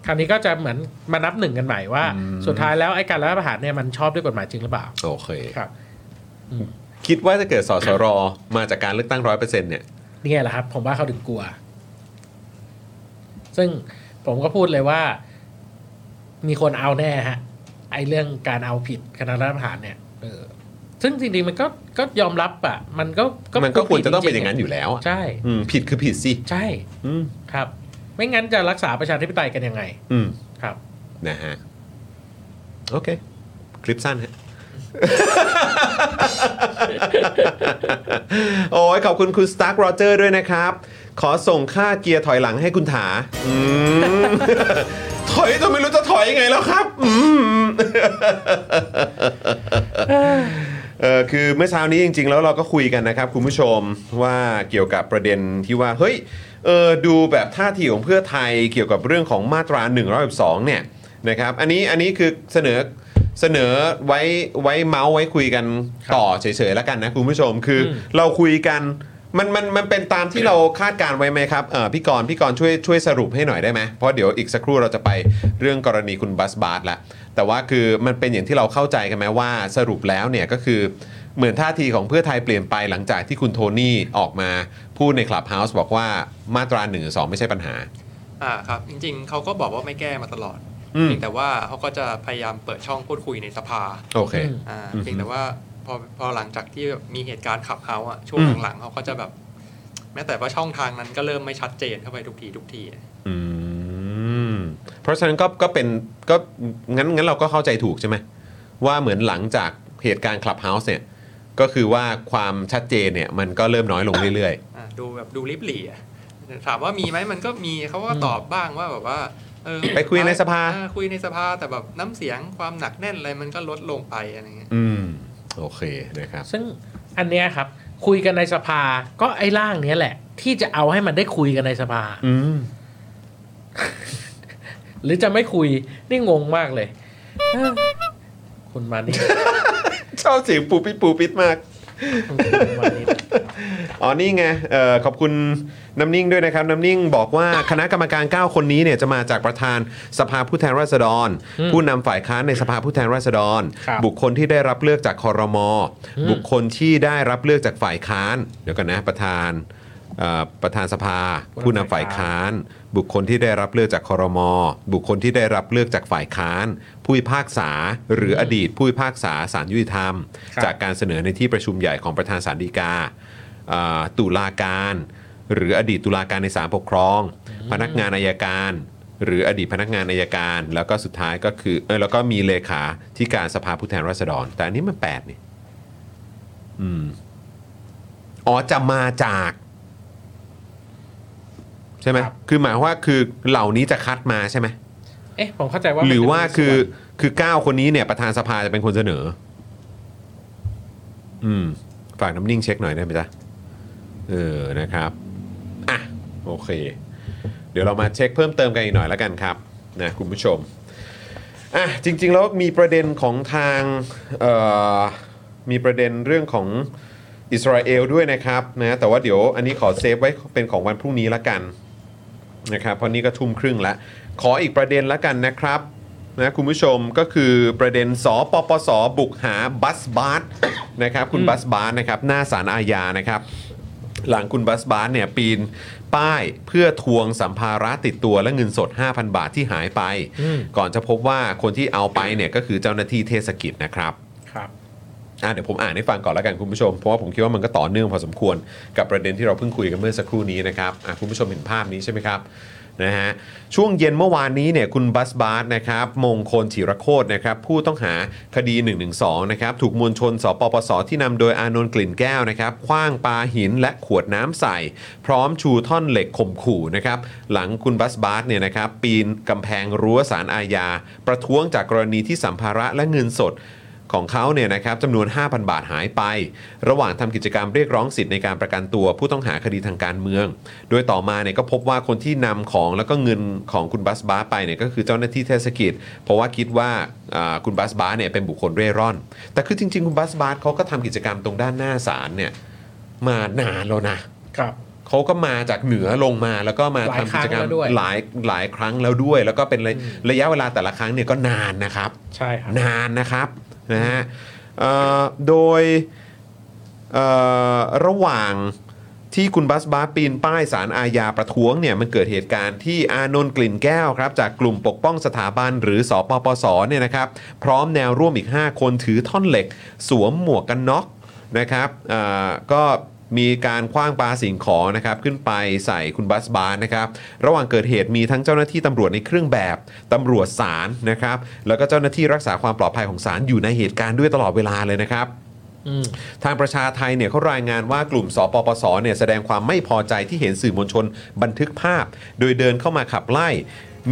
B: คราวนี้ก็จะเหมือนมานับหนึ่งกันใหม่ว่า
A: อืม
B: สุดท้ายแล้วไอ้การรัฐประหารเนี่ยมันชอบด้วยกฎหมายจริงหรือเปล่า
A: โอเค
B: ครับ
A: คิดว่าถ้าเกิดสสร มาจากการเลือกตั้งร้อยเปอร์เซ็นต์เนี่ย
B: นี่ไงล่ะครับ ผมว่าเขาถึงกลัว ซึ่งผมก็พูดเลยว่า มีคนเอาแน่ฮะ ไอ้เรื่องการเอาผิดคณะรัฐประหารเนี่ยเออซึ่งจริงๆมันก็ก็ยอมรับอ่ะ มันก็
A: มันก็ควรจะต้องเป็นอ
B: ผิด
A: ย่างนั้นอยู่แล้วอะ
B: ใช่
A: อืมผิดคือผิดสิ
B: ใช่
A: อืม
B: ครับ ไม่งั้นจะรักษาประชาธิปไตยกันยังไง
A: อืม
B: ครับ
A: นะฮะ โอเค คลิปสั้นฮะ *laughs* โอ้ยขอบคุณคุณสตาร์ r โรเจอร์ด้วยนะครับ ขอส่งค่าเกียร์ถอยหลังให้คุณถาอืม *laughs* ถอยจนไม่รู้จะถอยยังไงแล้วครับอืม เออคือเมื่อเช้านี้จริง ๆ แล้วเราก็คุยกันนะครับ คุณผู้ชมว่าเกี่ยวกับประเด็นที่ว่า เฮ้ยเออดูแบบท่าทีของเพื่อไทยเกี่ยวกับเรื่องของมาตรา1นึเนี่ยนะครับอันนี้อันนี้คือเสนอเสนอไว้ไว้เมาส์ไว้คุยกันต่อเฉยๆแล้วกันนะคุณผู้ชมคืออ
B: ม
A: เราคุยกันมันมันมันเป็นตามที่เราคาดการไว้ไหมครับเออพี่กรณ์พี่กรณ์ช่วยช่วยสรุปให้หน่อยได้ไหมเพราะเดี๋ยวอีกสักครู่เราจะไปเรื่องกรณีคุณบัสบาร์ละแต่ว่าคือมันเป็นอย่างที่เราเข้าใจกันไหมว่าสรุปแล้วเนี่ยก็คือ เหมือนท่าทีของเพื่อไทยเปลี่ยนไปหลังจากที่คุณโทนี่ออกมาพูดในคลับเฮาส์บอกว่ามาตรา1นึไม่ใช่ปัญหา
C: อ่าครับ จริง ๆเขาก็บอกว่าไม่แก้มาตลอด
A: อืม
C: เพียงแต่ว่าเขาก็จะพยายามเปิดช่องพูดคุยในสภา
A: โอเค
B: อืม
C: อ่า
A: อือฮึ
C: เพียงแต่ว่าพอพอหลังจากที่มีเหตุการณ์ขับเขาอะช่วงหลังๆเขาก็จะแบบ แม้แต่ว่าช่องทางนั้นก็เริ่มไม่ชัดเจนเข้าไปทุกทีทุกที
A: อืมเพราะฉะนั้นก็ก็เป็นก็งั้นงั้นเราก็เข้าใจถูกใช่ไหมว่าเหมือนหลังจากเหตุการณ์คลับเฮาส์เนี่ยก็คือว่าความชัดเจนเนี่ยมันก็เริ่มน้อยลงเรื่อย
C: อ่ะดูแบบดูริบหรี่อ่ะถามว่ามีไหมมันก็มีเขาก็ตอบบ้างว่าแบบว่าเออ
A: ไปคุยในสภา
C: อ่คุยในสภาแต่แบบน้ำเสียงความหนักแน่นอะไรมันก็ลดลงไปอะไรเงี้ย
A: ๆ อืมโอเคนะครับ
B: ซึ่งอันเนี้ยครับคุยกันในสภาก็ไอ้ร่างเนี้ยแหละ ที่จะเอาให้มันได้คุยกันในสภา
A: อืม
B: หรือจะไม่คุยนี่งงมากเลยเออคุณมานิด
A: ชอบเสียงปูปิดปูปิดมาก
B: คุณมานิด
A: อ๋อนี่ไงเออขอบคุณน้ำนิ่งด้วยนะครับ น้ำนิ่งบอกว่าคณะกรรมการ 9 คนนี้เนี่ยจะมาจากประธานสภาผู้แทนราษฎร ผู้นำฝ่ายค้านในสภาผู้แทนราษฎร
B: ครับ
A: บุคคลที่ได้รับเลือกจากคอรมอบุคคลที่ได้รับเลือกจากฝ่ายค้านเดี๋ยวกันนะประธานเอ่อประธานสภา
B: ผู้
A: ผู้นำฝ่า
B: นำฝ่าย ย
A: ค้า
B: ค้าน น
A: บุคคลที่ได้รับเลือกจากคอรมอบุคคลที่ได้รับเลือกจากฝ่ายค้าน ผู้พิพากษาหรืออดีตผู้พิพากษาศาลยุติธรรม
B: ครับ
A: จากการเสนอในที่ประชุมใหญ่ของประธานศาลฎีกาอ่าตุลาการ หรืออดีตตุลาการในศาลปกครอง พนักงานอายการ หรืออดีตพนักงานอายการ แล้วก็สุดท้ายก็คือเออแล้วก็มีเลขาที่การสภาผู้แทนราษฎร แต่อันนี้มันแปดนี่อืมอ๋อจะมาจาก ใช่ไหม
B: ครับ
A: คือหมายว่าคือเหล่านี้จะคัดมาใช่ไหม
B: เอ๊ะผมเข้าใจว่า
A: หรือว่า
B: มันจะมี
A: คือ
B: ส่น
A: คือเก้าคนนี้เนี่ยประธานสภาจะเป็นคนเสนอ อืม ฝากน้ำนิ่งเช็คหน่อยได้ไหมจ๊ะ เออนะครับ อ่ะ โอเค เดี๋ยวเรามาเช็คเพิ่มเติมกันอีกหน่อยแล้วกันครับ นะคุณผู้ชม อ่ะ จริง ๆ แล้วมีประเด็นของทางเอ่อมีประเด็นเรื่องของอิสราเอลด้วยนะครับนะแต่ว่าเดี๋ยวอันนี้ขอเซฟไว้เป็นของวันพรุ่งนี้ละกัน นะครับเพราะนี่ก็ทุ่มครึ่งแล้ว ขออีกประเด็นแล้วกันนะครับนะคุณผู้ชมก็คือประเด็นสปปส บุกหาบัสบาร์นะครับคุณบัสบาร์นะครับหน้าศาลอาญานะครับ หลังคุณบัสบาร์เนี่ยปีนป้ายเพื่อทวงสัมภาระติดตัวและเงินสด 5,000 บาทที่หายไป
B: อืม
A: ก่อนจะพบว่าคนที่เอาไปเนี่ยก็คือเจ้าหน้าที่เทศกิจนะครับ
B: ครับ
A: อ่ะเดี๋ยวผมอ่านให้ฟังก่อนแล้วกันคุณผู้ชม เพราะว่าผมคิดว่ามันก็ต่อเนื่องพอสมควรกับประเด็นที่เราเพิ่งคุยกันเมื่อสักครู่นี้นะครับอ่ะคุณผู้ชมเห็นภาพนี้ใช่ไหมครับนะฮะช่วงเย็นเมื่อวานนี้เนี่ยคุณบัสบาร์นะครับมงคลธีรโคตรนะครับผู้ต้องหาคดี 112นะครับถูกมวลชนสปปส ที่นำโดยอานนท์กลิ่นแก้วนะครับคว้างปาหินและขวดน้ำใส่ พร้อมชูท่อนเหล็กข่มขู่นะครับหลังคุณบัสบาร์เนี่ยนะครับปีนกำแพงรั้วศาลอาญา ประท้วงจากกรณีที่สัมภาระและเงินสด ของเขาเนี่ยนะครับจำนวน 5,000 บาทหายไป ระหว่างทำกิจกรรมเรียกร้องสิทธิ์ในการประกันตัวผู้ต้องหาคดีทางการเมือง โดยต่อมาเนี่ยก็พบว่าคนที่นำของแล้วก็เงินของคุณบัสบาไปเนี่ยก็คือเจ้าหน้าที่เทศกิจ เพราะว่าคิดว่าอ่าคุณบัสบาเนี่ยเป็นบุคคลเร่ร่อน แต่คือจริง ๆ คุณบัสบาเขาก็ทำกิจกรรมตรงด้านหน้าศาลเนี่ยมานานแล้วนะ
B: ครับ
A: เขาก็มาจากเหนือลงมาแล้วก็มา
B: หลาย
A: ทำกิจกรรม
B: ครั้งแล้วด้วย
A: หลายหลายครั้งแล้วด้วย แล้วก็เป็นระระยะเวลาแต่ละครั้งเนี่ยก็นานนะครับ
B: ใช่ครับ
A: นานนะครับนะฮะเอ่อโดยเอ่อระหว่างที่คุณบัสบาปีนป้ายสารอาญาประท้วงเนี่ยมันเกิดเหตุการณ์ที่อานนท์กลิ่นแก้วครับจากกลุ่มปกป้องสถาบันหรือสอปปสเนี่ยนะครับพร้อมแนวร่วมอีก 5 คนถือท่อนเหล็ก สวมหมวกกันน็อกนะครับเอ่อก็มีการคว้างปาสิ่งของนะครับขึ้นไปใส่คุณบัสบานะครับระหว่างเกิดเหตุมีทั้งเจ้าหน้าที่ตำรวจในเครื่องแบบ ตำรวจศาลนะครับแล้วก็เจ้าหน้าที่รักษาความปลอดภัยของศาลอยู่ในเหตุการณ์ด้วยตลอดเวลาเลยนะครับ
B: อืม
A: ทางประชาไทยเนี่ยเขารายงานว่ากลุ่มสปปสเนี่ยแสดงความไม่พอใจที่เห็นสื่อมวลชนบันทึกภาพ โดยเดินเข้ามาขับไล่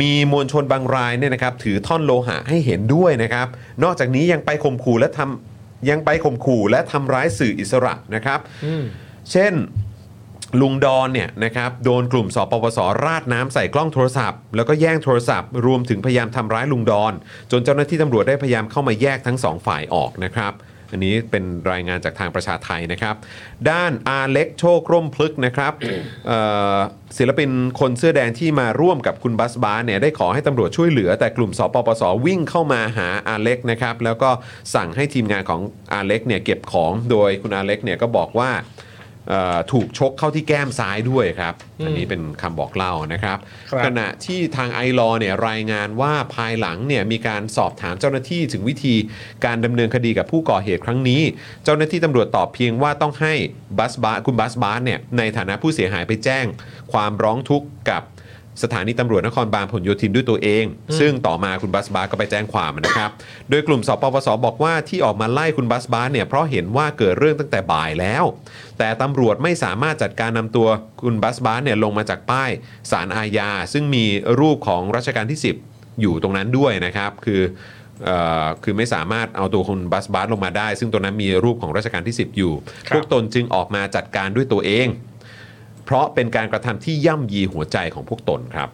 A: มีมวลชนบางรายเนี่ยนะครับถือท่อนโลหะให้เห็นด้วยนะครับ นอกจากนี้ยังไปข่มขู่และทำยังไปข่มขู่และทำร้ายสื่ออิสระนะครับ
B: อืม
A: เช่น ลุงดอนเนี่ยนะครับโดนกลุ่มสปปสราดน้ำใส่กล้องโทรศัพท์ แล้วก็แย่งโทรศัพท์ รวมถึงพยายามทำร้ายลุงดอน จนเจ้าหน้าที่ตำรวจได้พยายามเข้ามาแยกทั้งสองฝ่ายออกนะครับ อันนี้เป็นรายงานจากทางประชาไทยนะครับ ด้านอาเล็กโชคร่มพลึกนะครับ *coughs* เอ่อศิลปินคนเสื้อแดงที่มาร่วมกับคุณบัสบาสเนี่ยได้ขอให้ตำรวจช่วยเหลือ แต่กลุ่มสปปสวิ่งเข้ามาหาอาเล็กนะครับแล้วก็สั่งให้ทีมงานของอาเล็กเนี่ยเก็บของโดยคุณอาเล็กเนี่ยก็บอกว่า เอ่อถูกชกเข้าที่แก้มซ้ายด้วยครับ อันนี้เป็นคำบอกเล่านะครับ
B: ครับ
A: ขณะที่ทางไอรอเนี่ยรายงานว่าภายหลังเนี่ยมีการสอบถามเจ้าหน้าที่ถึงวิธีการดำเนินคดีกับผู้ก่อเหตุครั้งนี้ เจ้าหน้าที่ตำรวจตอบเพียงว่าต้องให้บัสบาคุณบัสบาเนี่ยในฐานะผู้เสียหายไปแจ้ง ความร้องทุกข์กับสถานีตำรวจนครบาลผลโยธินด้วยตัวเอง ซึ่งต่อมาคุณบัสบาก็ไปแจ้งความนะครับ โดยกลุ่มสปปสบอกว่าที่ออกมาไล่คุณบัสบาเนี่ยเพราะเห็นว่าเกิดเรื่องตั้งแต่บ่ายแล้ว แต่ตำรวจไม่สามารถจัดการนำตัวคุณบัสบาสเนี่ยลงมาจากป้ายสารอาญา ซึ่งมีรูปของรัชกาลที่ 10 อยู่ตรงนั้นด้วยนะครับ คือเอ่อคือไม่สามารถเอาตัวคุณบัสบาสลงมาได้ ซึ่งตรงนั้นมีรูปของรัชกาลที่ 10 อยู่
B: ครับ
A: พวกตนจึงออกมาจัดการด้วยตัวเอง เพราะเป็นการกระทำที่ย่ำยีหัวใจของพวกตนครับ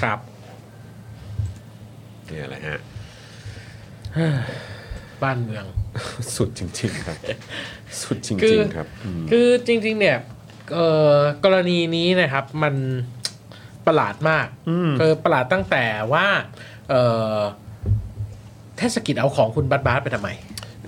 B: ครับ
A: เนี่ยแหละฮะ
B: บ้านเมือง
A: สุดจริงๆ *laughs* ครับ สุดจริ
B: คือ
A: งๆครับม
B: คือจริงๆเนี่ยเอ่อกรณีนี้นะครับมันประหลาดมากคือประหลาดตั้งแต่ว่าเอ่อเทศกิจเอาของคุณบัตบาสไปทำไม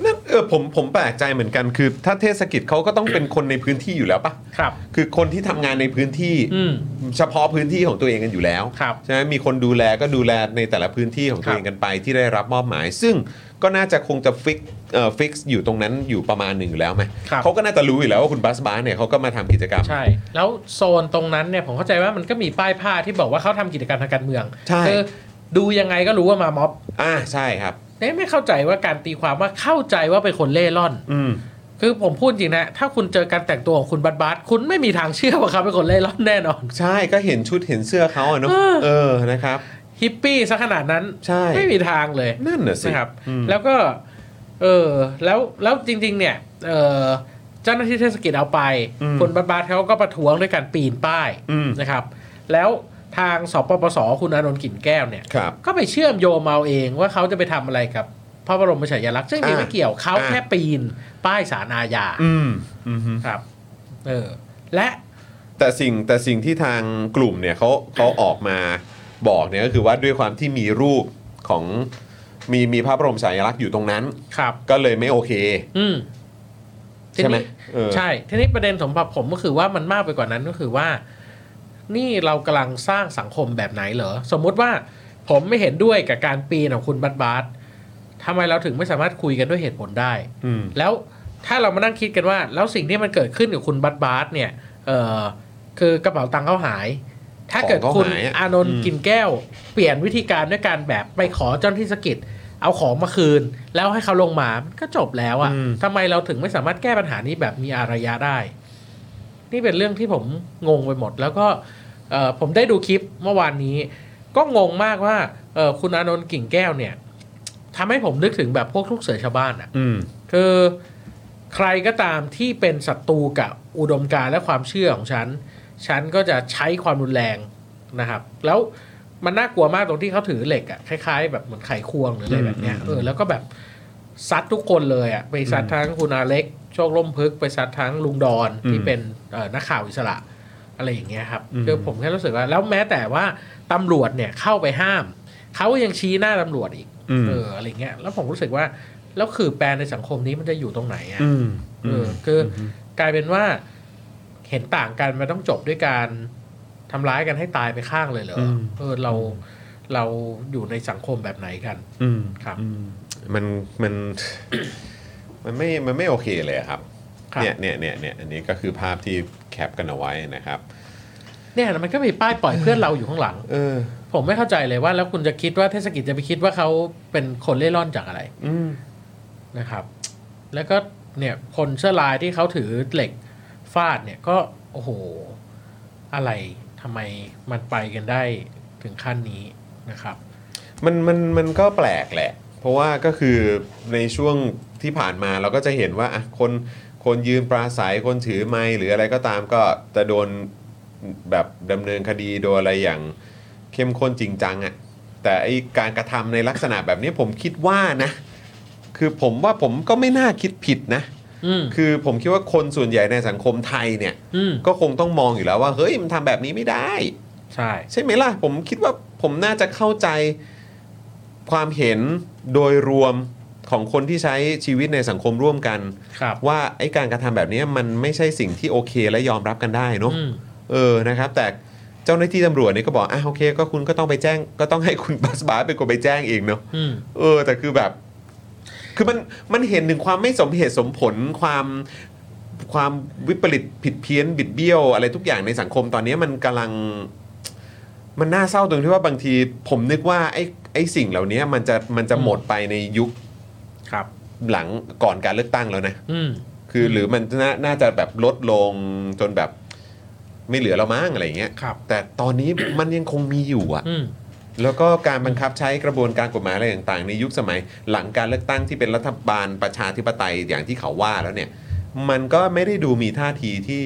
A: นั่นเออผมผมแปลกใจเหมือนกันคือ ถ้าเทศกิจเขาก็ต้องเป็นคนในพื้นที่อยู่แล้วปะ
B: ครับ
A: คือคนที่ทำงานในพื้นที่
B: อืม
A: เฉพาะพื้นที่ของตัวเองกันอยู่แล้ว
B: ครับ
A: ใช่ไหมมีคนดูแลก็ดูแลในแต่ละพื้นที่ของตัวเองกันไปที่ได้รับมอบหมาย ซึ่งก็น่าจะคงจะฟิกเอ่อฟิกอยู่ตรงนั้นอยู่ประมาณหนึ่งอยู่แล้วไหม
B: ครับ
A: เขาก็น่าจะรู้อยู่แล้วว่าคุณบัสบาสเนี่ยเขาก็มาทำกิจกรรม
B: ใช่ แล้วโซนตรงนั้นเนี่ยผมเข้าใจว่ามันก็มีป้ายผ้าที่บอกว่าเขาทำกิจการมทางการเมือง
A: ใช่
B: คือดูยังไงก็รู้ว่ามาม็อบ
A: อ่าใช่ครับ
B: เนี่ยไม่เข้าใจว่าการตีความว่าเข้าใจว่าเป็นคนเล่ร่อน
A: อืม
B: คือผมพูดจริงนะ ถ้าคุณเจอการแต่งตัวของคุณบัตบัตคุณไม่มีทางเชื่อว่าเขาเป็นคนเล่ร่อนแน่นอน
A: ใช่ก็เห็นชุดเห็นเสื้อเขาอะเนาะ
B: เออ
A: เออนะครับ
B: ฮิปปี้ซะขนาดนั้น
A: ใช่
B: ไม่มีทางเลย
A: นั่นน่ะสิ
B: นะครับ
A: อืม
B: แล้วก็เออแล้วแล้วจริงๆ เนี่ยเออเจ้าหน้าที่เทศกิจเอาไปคนบัตบาทเขาก็ประท้วงด้วยการปีนป้าย
A: อืม
B: นะครับ แล้วทางสปปสคุณอานนท์กลิ่นแก้วเนี่ย
A: ครับ
B: ก็ไปเชื่อมโยมเอาเองว่าเขาจะไปทำอะไรกับพระบรมฉายาลักษณ์ซึ่งจริงๆ
A: อ่า
B: ไม่เกี่ยวเขา
A: อ่า
B: แค่ปีนป้ายสารอาญา
A: อืมอืมฮึ
B: ครับเออและ
A: แต่สิ่งแต่สิ่งที่ทางกลุ่มเนี่ยเขาเขาออกมาบอกเนี่ยก็คือว่าด้วยความที่มีรูปของมีมีพระบรมฉายาลักษณ์อยู่ตรงนั้น
B: ครับ
A: ก็เลยไม่โอเค
B: อืม
A: ใช่ไหม
B: ทีนี้
A: เออ
B: ใช่ ทีนี้ประเด็นสำหรับผมก็คือว่ามันมากไปกว่านั้นก็คือว่า นี่เรากำลังสร้างสังคมแบบไหนเหรอ สมมุติว่าผมไม่เห็นด้วยกับการปีนของคุณบัตบัตทำไมเราถึงไม่สามารถคุยกันด้วยเหตุผลได้
A: อืม
B: แล้วถ้าเรามานั่งคิดกันว่า แล้วสิ่งที่มันเกิดขึ้นกับคุณบัตบาสเนี่ยเออคือกระเป๋าตังค์เขาหาย ถ้าเกิด
A: ของเขา
B: คุณ
A: หายอะ
B: อานนท์
A: อืม
B: กินแก้ว เปลี่ยนวิธีการด้วยการแบบไปขอเจ้าหน้าที่สกิจเอาของมาคืน แล้วให้เขาลงมามันก็จบแล้วอะ่ะทำไมเราถึงไม่สามารถแก้ปัญหานี้แบบมีอารยะได้ นี่เป็นเรื่องที่ผมงงไปหมด แล้วก็เอ่อผมได้ดูคลิปเมื่อวานนี้ ก็งงมากว่าเอ่อคุณอานนท์กิ่งแก้วเนี่ยทำให้ผมนึกถึงแบบพวกลูกเสือชาวบ้านอ่ะ
A: อืม
B: คือใครก็ตามที่เป็นศัตรูกับอุดมการณ์และความเชื่อของฉัน ฉันก็จะใช้ความรุนแรงนะครับ แล้วมันน่ากลัวมากตรงที่เขาถือเหล็กอะคล้ายๆ แบบเหมือนไขควงหรืออะไรแบบเนี้ยเออแล้วก็แบบซัดทุกคนเลยอะไปซัดทั้งคุณอาเล็ก โชคล่มพึกษ์ไปซัดทั้งลุงดอนที่เป็นเอ่อนักข่าวอิสระ อะไรอย่างเงี้ยครับคือผมแค่รู้สึกว่าแล้วแม้แต่ว่าตำรวจเนี่ยเข้าไปห้ามเขายังชี้หน้าตำรวจอีก
A: อืม
B: เอออะไรเงี้ยแล้วผมรู้สึกว่า แล้วคือแปลในสังคมนี้มันจะอยู่ตรงไหนอ่ะ
A: อืม
B: เออคือกลายเป็นว่าเห็นต่างกันมันต้องจบด้วยการทำร้ายกันให้ตายไปข้างเลยเหรออเออเราเราอยู่ในสังคมแบบไหนกัน
A: อืม
B: ครับ
A: มันมัน *coughs* มันไม่มันไม่โอเคเลยอะครับ
B: ครับ
A: เนี่ยเนี่ยเนี่ยเนี่ยอันนี้ก็คือภาพที่แคปกันเอาไว้นะครับ
B: เนี่ยมันก็มีป้ายปล่อยเพื่อนเราอยู่ข้างหลัง
A: เออ
B: ผมไม่เข้าใจเลยว่า แล้วคุณจะคิดว่าเทศกิจจะไปคิดว่าเขาเป็นคนเล่ร่อนจากอะไร
A: อืม
B: นะครับ แล้วก็เนี่ยคนเสื้อลายที่เขาถือเหล็กฟาดเนี่ยก็โอ้โห อะไรทำไมมันไปกันได้ถึงขั้นนี้นะครับ
A: มันมันมันก็แปลกแหละ เพราะว่าก็คือในช่วงที่ผ่านมาเราก็จะเห็นว่าอ่ะคนคนยืนปราศัยคนถือไม้หรืออะไรก็ตามก็จะโดนแบบดำเนินคดีโดยอะไรอย่างเข้มข้นจริงจังอะ่ะแต่ไอการกระทำในลักษณะแบบนี้ผมคิดว่านะ คือผมว่าผมก็ไม่น่าคิดผิดนะ
B: อืม
A: คือผมคิดว่าคนส่วนใหญ่ในสังคมไทยเนี่ย
B: อืม
A: ก็คงต้องมองอยู่แล้วว่าเฮ้ยมันทำแบบนี้ไม่ได้
B: ใช่
A: ใช่ไหมล่ะ ผมคิดว่าผมน่าจะเข้าใจความเห็นโดยรวมของคนที่ใช้ชีวิตในสังคมร่วมกัน
B: ครับ
A: ว่าไอ้การกระทำแบบนี้มันไม่ใช่สิ่งที่โอเคและยอมรับกันได้เนอะ
B: อืม
A: เออนะครับ แต่เจ้าหน้าที่ตำรวจเนี่ยก็บอกอ่ะโอเค ก็คุณก็ต้องไปแจ้ง ก็ต้องให้คุณ *laughs* บัสบาสเป็นคนไปแจ้งเองเนอะ
B: อืม
A: เออ แต่คือแบบ คือมันมันเห็นถึงความไม่สมเหตุสมผลความความวิปริตผิดเพี้ยนบิดเบี้ยว อะไรทุกอย่างในสังคมตอนนี้มันกำลัง มันน่าเศร้าตรงที่ว่าบางทีผมนึกว่าไอ้ไอ้สิ่งเหล่านี้มันจะมันจะหมดไปในยุค
B: ครับ
A: หลังก่อนการเลือกตั้งแล้วนะ
B: อืม
A: คือหรือมันนาน่าจะแบบลดลงจนแบบไม่เหลือเรามั้งอะไรอย่างเงี้ย
B: ครับ
A: แต่ตอนนี้ มันยังคงมีอยู่อะ
B: อืม
A: แล้วก็การบังคับใช้กระบวนการกฎหมายอะไรต่างๆ ในยุคสมัย หลังการเลือกตั้งที่เป็นรัฐบาลประชาธิปไตยอย่างที่เขาว่าแล้วเนี่ย มันก็ไม่ได้ดูมีท่าทีที่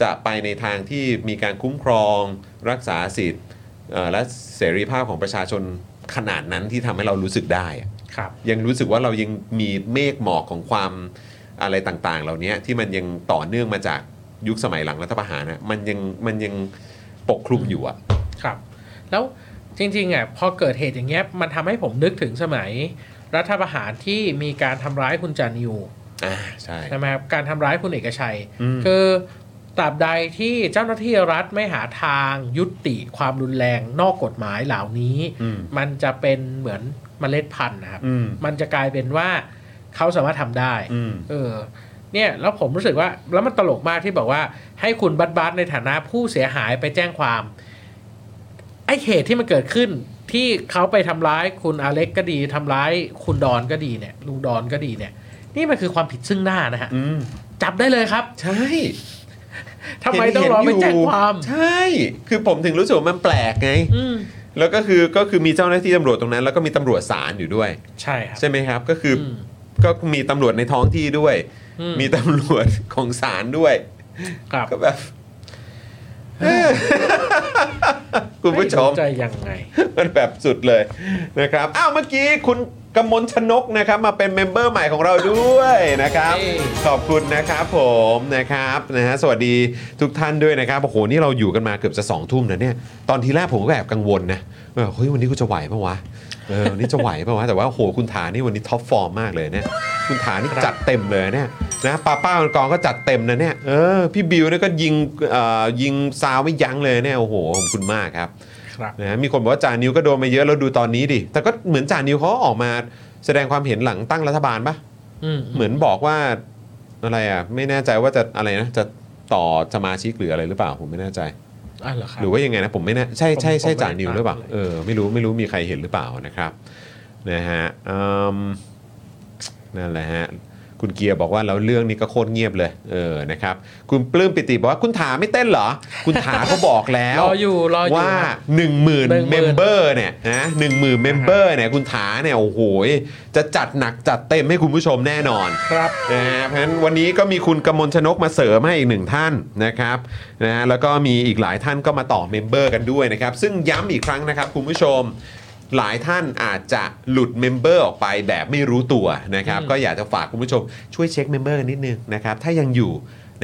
A: จะไปในทางที่มีการคุ้มครอง รักษาสิทธิ์เอ่อและเสรีภาพของประชาชนขนาดนั้นที่ทำให้เรารู้สึกได้อะ
B: ครับ
A: ยังรู้สึกว่าเรายังมีเมฆหมอกของความอะไรต่างๆ เหล่านี้ที่มันยังต่อเนื่องมาจากยุคสมัยหลังรัฐประหารนะมันยังมันยังปกคลุมอยู่อะ
B: ครับแล้วจริงๆอ่ะพอเกิดเหตุอย่างเงี้ยมันทำให้ผมนึกถึงสมัย รัฐประหารที่มีการทำร้ายคุณจานิว
A: อ่าใช่
B: ใช่ไหมครับการทำร้ายคุณเอกชัย
A: อืม
B: คือตราบใดที่เจ้าหน้าที่รัฐไม่หาทางยุติความรุนแรงนอกกฎหมายเหล่านี้
A: อืม
B: มันจะเป็นเหมือนมเมล็ดพันธุ์นะครับ
A: อืม
B: มันจะกลายเป็นว่าเขาสามารถทำได้
A: อืม
B: เออเนี่ยแล้วผมรู้สึกว่าแล้วมันตลกมากที่บอกว่าให้คุณบัตบัตในฐานะผู้เสียหายไปแจ้งความ ไอ้เหตุที่มันเกิดขึ้น ที่เขาไปทำร้ายคุณอเล็กก็ดีทำร้ายคุณดอนก็ดีเนี่ยลุงดอนก็ดีเนี่ย นี่มันคือความผิดซึ่งหน้านะฮะ
A: อืม
B: จับได้เลยครับ
A: ใช่
B: ทำไม
A: เห็น
B: ต้องรอไป
A: เห็นยู่
B: แจ้งความ
A: ใช่ คือผมถึงรู้สึกว่ามันแปลกไง
B: อืม
A: แล้วก็คือก็คือมีเจ้าหน้าที่ตำรวจตรงนั้น แล้วก็มีตำรวจศาลอยู่ด้วย
B: ใช่ครับ
A: ใช่ไหมครับ ก็คืออ
B: อืม
A: ก็มีตำรวจในท้องที่ด้วย
B: อื
A: มีตำรวจของศาลด้วย
B: ครับ
A: ก็แบบเอ้ยคุณผู้ชม
B: ไรู้จะยังไง
A: มันแบบสุดเลยนะครับ อ้าวเมื่อกี้คุณกมลชนกนะครับ มาเป็นเมมเบอร์ใหม่ของเราด้วยนะครับ
B: เย้
A: ขอบคุณนะครับผมนะครับนะฮะสวัสดีทุกท่านด้วยนะครับโอ้โหนี่เราอยู่กันมาเกือบจะ2องทุ่มนะเนี่ยตอนทีแรกผมก็แอบกังวลนะแบบเฮ้ยวันนี้กูจะไหวปะวะเออวันนี้จะไหวปะวะแต่ว่าโอ้โหคุณฐานนี่วันนี้ท็อปฟอร์มมากเลยเนี่ยคุณฐานนี่จัดเต็มเลยเนี่ยนะป้าป้ามันกองก็จัดเต็มนะเนี่ยเออพี่บิวเนี่ยก็ยิงเอ่อยิงซาวไม่ยั้งเลยเนี่ยโอ้โหขอบคุณมากครับ
B: ครับ
A: นะฮะมีคนบอกว่าจานิวก็โดนมาเยอะแล้วดูตอนนี้ดิ แต่ก็เหมือนจานิวเขาออกมาแสดงความเห็นหลังตั้งรัฐบาลปะ
B: อืม
A: เหมือนบอกว่าอะไรอ่ะ ไม่แน่ใจว่าจะอะไรนะ จะต่อสมาชิกหรืออะไรหรือเปล่าผมไม่แน่ใจ
B: อ่ะเหรอครับ
A: หรือว่ายังไงนะผมไม่แน่ใช่ใช่ใช่
B: ผมไม่
A: จานิวหรือเปล่า
B: ตามเลย
A: เออไม่รู้ไม่รู้มีใครเห็นหรือเปล่านะครับนะฮะอืมนั่นแหละฮะคุณเกียร์บอกว่าแล้วเรื่องนี้ก็โคตรเงียบเลยเออนะครับคุณปลื้มปิติบอกว่าคุณถาไม่เต้นเหรอ คุณถาเขาบอกแล้ว
B: รออยู่รออยู่
A: ว่า
B: ครับ
A: 10,000
B: 10,000
A: เมมเบอร์เนี่ยนะหนึ่งหมื่นเมมเบอร์เนี่ยคุณถาเนี่ยโอ้โหจะจัดหนักจัดเต็มให้คุณผู้ชมแน่นอน
B: ครับ
A: นะฮะเพราะฉะนั้นวันนี้ก็มีคุณกมลชนกมาเสริมให้อีกหนึ่งท่านนะครับนะฮะแล้วก็มีอีกหลายท่านก็มาต่อเมมเบอร์กันด้วยนะครับ ซึ่งย้ำอีกครั้งนะครับคุณผู้ชม หลายท่านอาจจะหลุดเมมเบอร์ออกไปแบบไม่รู้ตัวนะครับ ก็อยากจะฝากคุณผู้ชมช่วยเช็คเมมเบอร์กันนิดนึงนะครับ ถ้ายังอยู่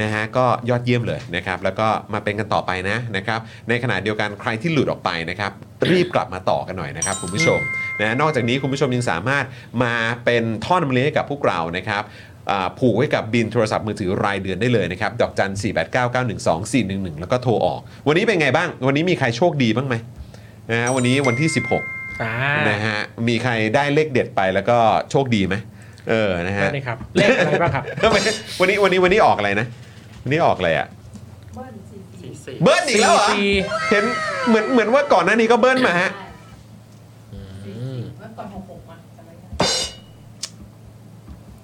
A: นะฮะก็ยอดเยี่ยมเลยนะครับ แล้วก็มาเป็นกันต่อไปนะนะครับ ในขณะเดียวกันใครที่หลุดออกไปนะครับ รีบกลับมาต่อกันหน่อยนะครับคุณผู้ชมนะนอกจากนี้คุณผู้ชมยังสามารถมาเป็นท่อนำเลี้ยงให้กับพวกเรานะครับอ่าผูกไว้กับบินโทรศัพท์มือถือรายเดือนได้เลยนะครับดอกจัน 4 8 9 9 1 2 4 1 1 แล้วก็โทรออก วันนี้เป็นไงบ้าง วันนี้มีใครโชคดีบ้างไหมนะฮะวันนี้วันที่ 16
B: อ่า
A: นะฮะ มีใครได้เลขเด็ดไปแล้วก็โชคดีไหมเออ นะฮะ
B: ได้เลยครับเลขอะไรบ้างครับ
A: *laughs* วันนี้วันนี้วันนี้ออกอะไรนะ วันนี้ออกอะไรอ่ะ
D: บ้านสี่สี่
C: สี่สี่
A: เบิ้ลอีกแล้วเหรอ
B: สี่สี่
A: เห็นเหมือนเหมือนว่าก่อนหน้านี้ก็เบิ้ลมาฮะ
D: สี่สี่เมื่อก่อนหกหกมาจำไม่ได้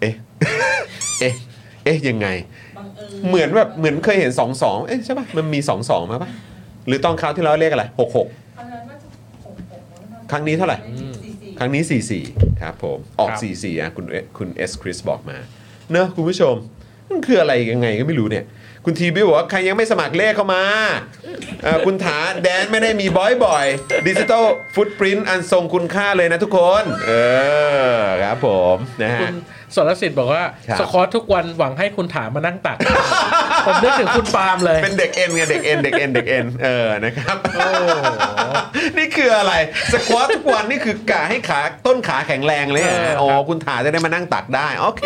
A: เอ๊ะ เอ๊ะ เอ๊ะ ยังไง
D: บังเอิญ
A: เหมือนแบบเหมือนเคยเห็น 2 2 เอ๊ะใช่ป่ะ มันมี 2 2มาป่ะ หรือตอนคราวที่เราเลขอะไร 66
D: อันนั้นน่าจะหกหกมั้งะ
A: ครั้งนี้เท่าไหร่
D: สี่สี่
A: ครั้งนี้ 44 ครับผม ออก 44อ่ะคุณเอคุณเอสคริสบอกมา เนอะคุณผู้ชม มันคืออะไรยังไงก็ไม่รู้เนี่ย คุณทีบิวบอกว่า ใครยังไม่สมัครเลขเข้ามาเอ่อคุณถาแดนไม่ได้มีบ่อยๆดิจิตอลฟุตปรินต์อันทรงคุณค่าเลยนะทุกคน เออครับผมนะ
B: คุ
A: ฮะ
B: ณสรสิทธิ์บอกว่า
A: ครับ
B: สคอตทุกวันหวังให้คุณถามมานั่งตัก ผมนึกถึงคุณปาล์มเลย
A: เป็นเด็กเอ็นไงเด็กเอ็นเด็กเอ็นเด็กเอ็นเออนะครับ *laughs*
B: โอ้โห
A: นี่คืออะไรสควอตทุกวันนี่คือกะให้ขาต้นขาแข็งแรงเลยเหรอ
B: เออครับ
A: อ๋อคุณถาจะได้มานั่งตักได้ โอเค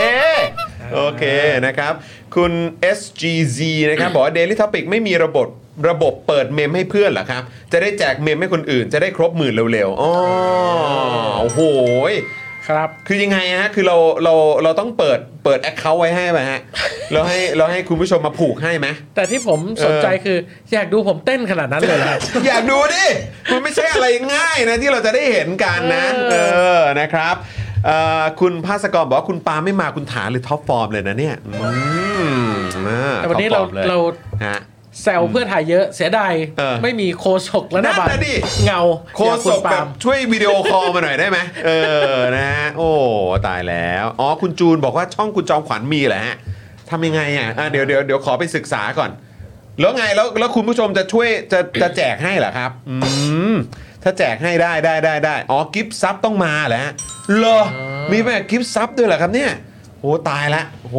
A: โอเคนะครับ คุณ SGZ นะครับ บอกว่า Daily Topic ไม่มีระบบระบบเปิดเมมให้เพื่อนเหรอครับ จะได้แจกเมมให้คนอื่น จะได้ครบหมื่นเร็วๆอ๋อโอ้โหย
B: ครับ
A: คือยังไงฮะ คือเราเราเราต้องเปิดเปิดแอคเคาท์ไว้ให้ไหมฮะเราให้เราให้คุณผู้ชมมาผูกให้ไหม
B: แต่ที่ผมสนใจคือ อยากดูผมเต้นขนาดนั้นเลยเหรอ
A: อยากดูดิ มันไม่ใช่อะไรง่ายนะที่เราจะได้เห็นกันนะ เอ
B: เออ
A: อ นะครับเอ่อคุณภาสกรบอกว่าคุณปาไม่มาคุณถาเลยท็อปฟอร์มเลยนะเนี่ย อืมอ่า
B: แต่วันนี้เรา
A: ท็อปฟอมลย
B: เรา
A: ฮะ
B: แซวเพื่อไทยเยอะเสียดาย
A: เออ
B: ไม่มีโคศกแล้วนะบัต
A: นั่นน่ะ
B: ร
A: ดิ
B: เงา
A: โคศก
B: อยาณ
A: แบ
B: ปาล์
A: บ
B: ม
A: ช่วยวิดีโอคอลมาหน่อยได้ไหมเออ นะฮะ โอ้ ตายแล้ว อ๋อ คุณจูนบอกว่าช่องคุณจอมขวัญมีแหละฮะทำยังไงอ่ะอ่ะเดี๋ยวเดี๋ยวเดี๋ยวขอไปศึกษาก่อน แล้วไงแล้วแล้วคุณผู้ชมจะช่วยจะจะแจกให้เหรอครับ อืม ถ้าแจกให้ได้ได้ได้ได้อ๋อกิฟต์ซับต้องมาแหละเหรอมีแบบกิฟต์ซับด้วยเหรอครับเนี่ยโหตายละโห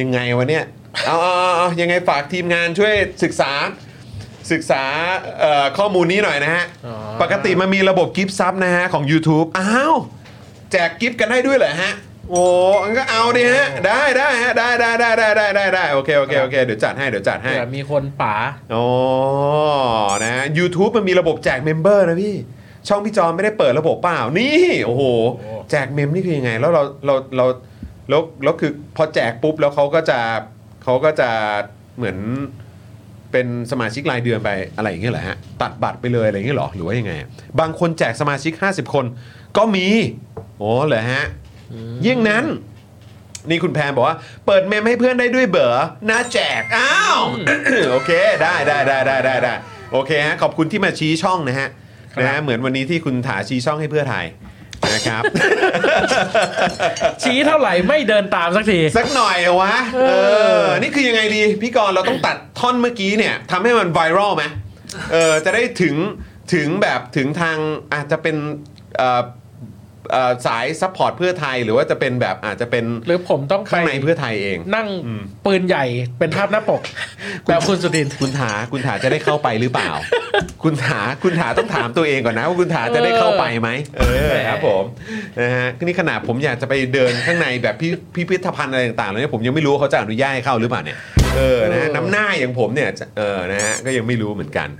A: ยังไงวะเนี่ยเอาเอาเอาเอายังไงฝากทีมงานช่วยศึกษาศึกษาเอ่อข้อมูลนี้หน่อยนะฮะ
B: อ๋อ
A: ปกติมันมีระบบกิฟต์ซับนะฮะ ของ YouTube อ้าว แจกกิฟต์กันได้ด้วยเหรอฮะ โอ้งั้นก็เอาดิฮะ ได้ได้ฮะ ได้ได้ได้ได้ได้ได้ได้โอเคโอเคโอเคเดี๋ยวจัดให้เดี๋ยวจัดให้
B: เผื่อมีคนป๋า
A: อ๋อ นะ YouTube มันมีระบบแจกเมมเบอร์นะพี่ ช่องพี่จอมไม่ได้เปิดระบบเปล่า นี่ โอ้โห
B: โอ้
A: แจกเมมนี่คือยังไง แล้วเราเราเราแล้วแล้วคือพอแจกปุ๊บแล้วเขาก็จะเขาก็จะเหมือนเป็นสมาชิกรายเดือนไปอะไรอย่างเงี้ยเหรอฮะ ตัดบัตรไปเลยอะไรอย่างเงี้ยเหรอ หรือว่ายังไง บางคนแจกสมาชิก 50 คนก็มี โอ้เหรอฮะ ยิ่งนั้น นี่คุณแพนบอกว่าเปิดเมมให้เพื่อนได้ด้วยเบอร์น่าแจก อ้าว *coughs* โอเค ได้ได้ได้ได้ได้ได้โอเคฮะ ขอบคุณที่มาชี้ช่องนะฮะ
B: ครับ
A: นะฮะเหมือนวันนี้ที่คุณถาชี้ช่องให้เพื่อไทยนะครับ *coughs*
B: ชี้เท่าไหร่ไม่เดินตามสักที
A: สักหน่อยวะ เออ นี่คือยังไงดี พี่กรณ์เราต้องตัดท่อนเมื่อกี้เนี่ยทำให้มันไวรัลไหมเออ จะได้ถึงถึงแบบถึงทางอาจจะเป็นเอ่อเอ่อสายซัพพอร์ตเพื่อไทย หรือว่าจะเป็นแบบอาจจะเป็น
B: หรือผมต้องไป
A: ข้างในเพื่อไทยเอง
B: นั่งปืนใหญ่เป็นภาพหน้าปก แบบคุณสุดิน
A: คุณถาคุณถาจะได้เข้าไปหรือเปล่า คุณถาคุณถาต้องถามตัวเองก่อนนะว่าคุณถาจะได้เข้าไปไหมเออครับผมนะฮะนี่ขนาดผมอยากจะไปเดินข้างในแบบพิพิพิธภัณฑ์อะไรต่างๆแล้วเนี่ยผมยังไม่รู้ว่าเขาจะอนุญาตให้เข้าหรือเปล่าเนี่ยเออนะฮะ
B: เออ
A: น้ำหน้าอย่างผมเนี่ยจะเออนะฮะก็ยังไม่รู้เหมือนกัน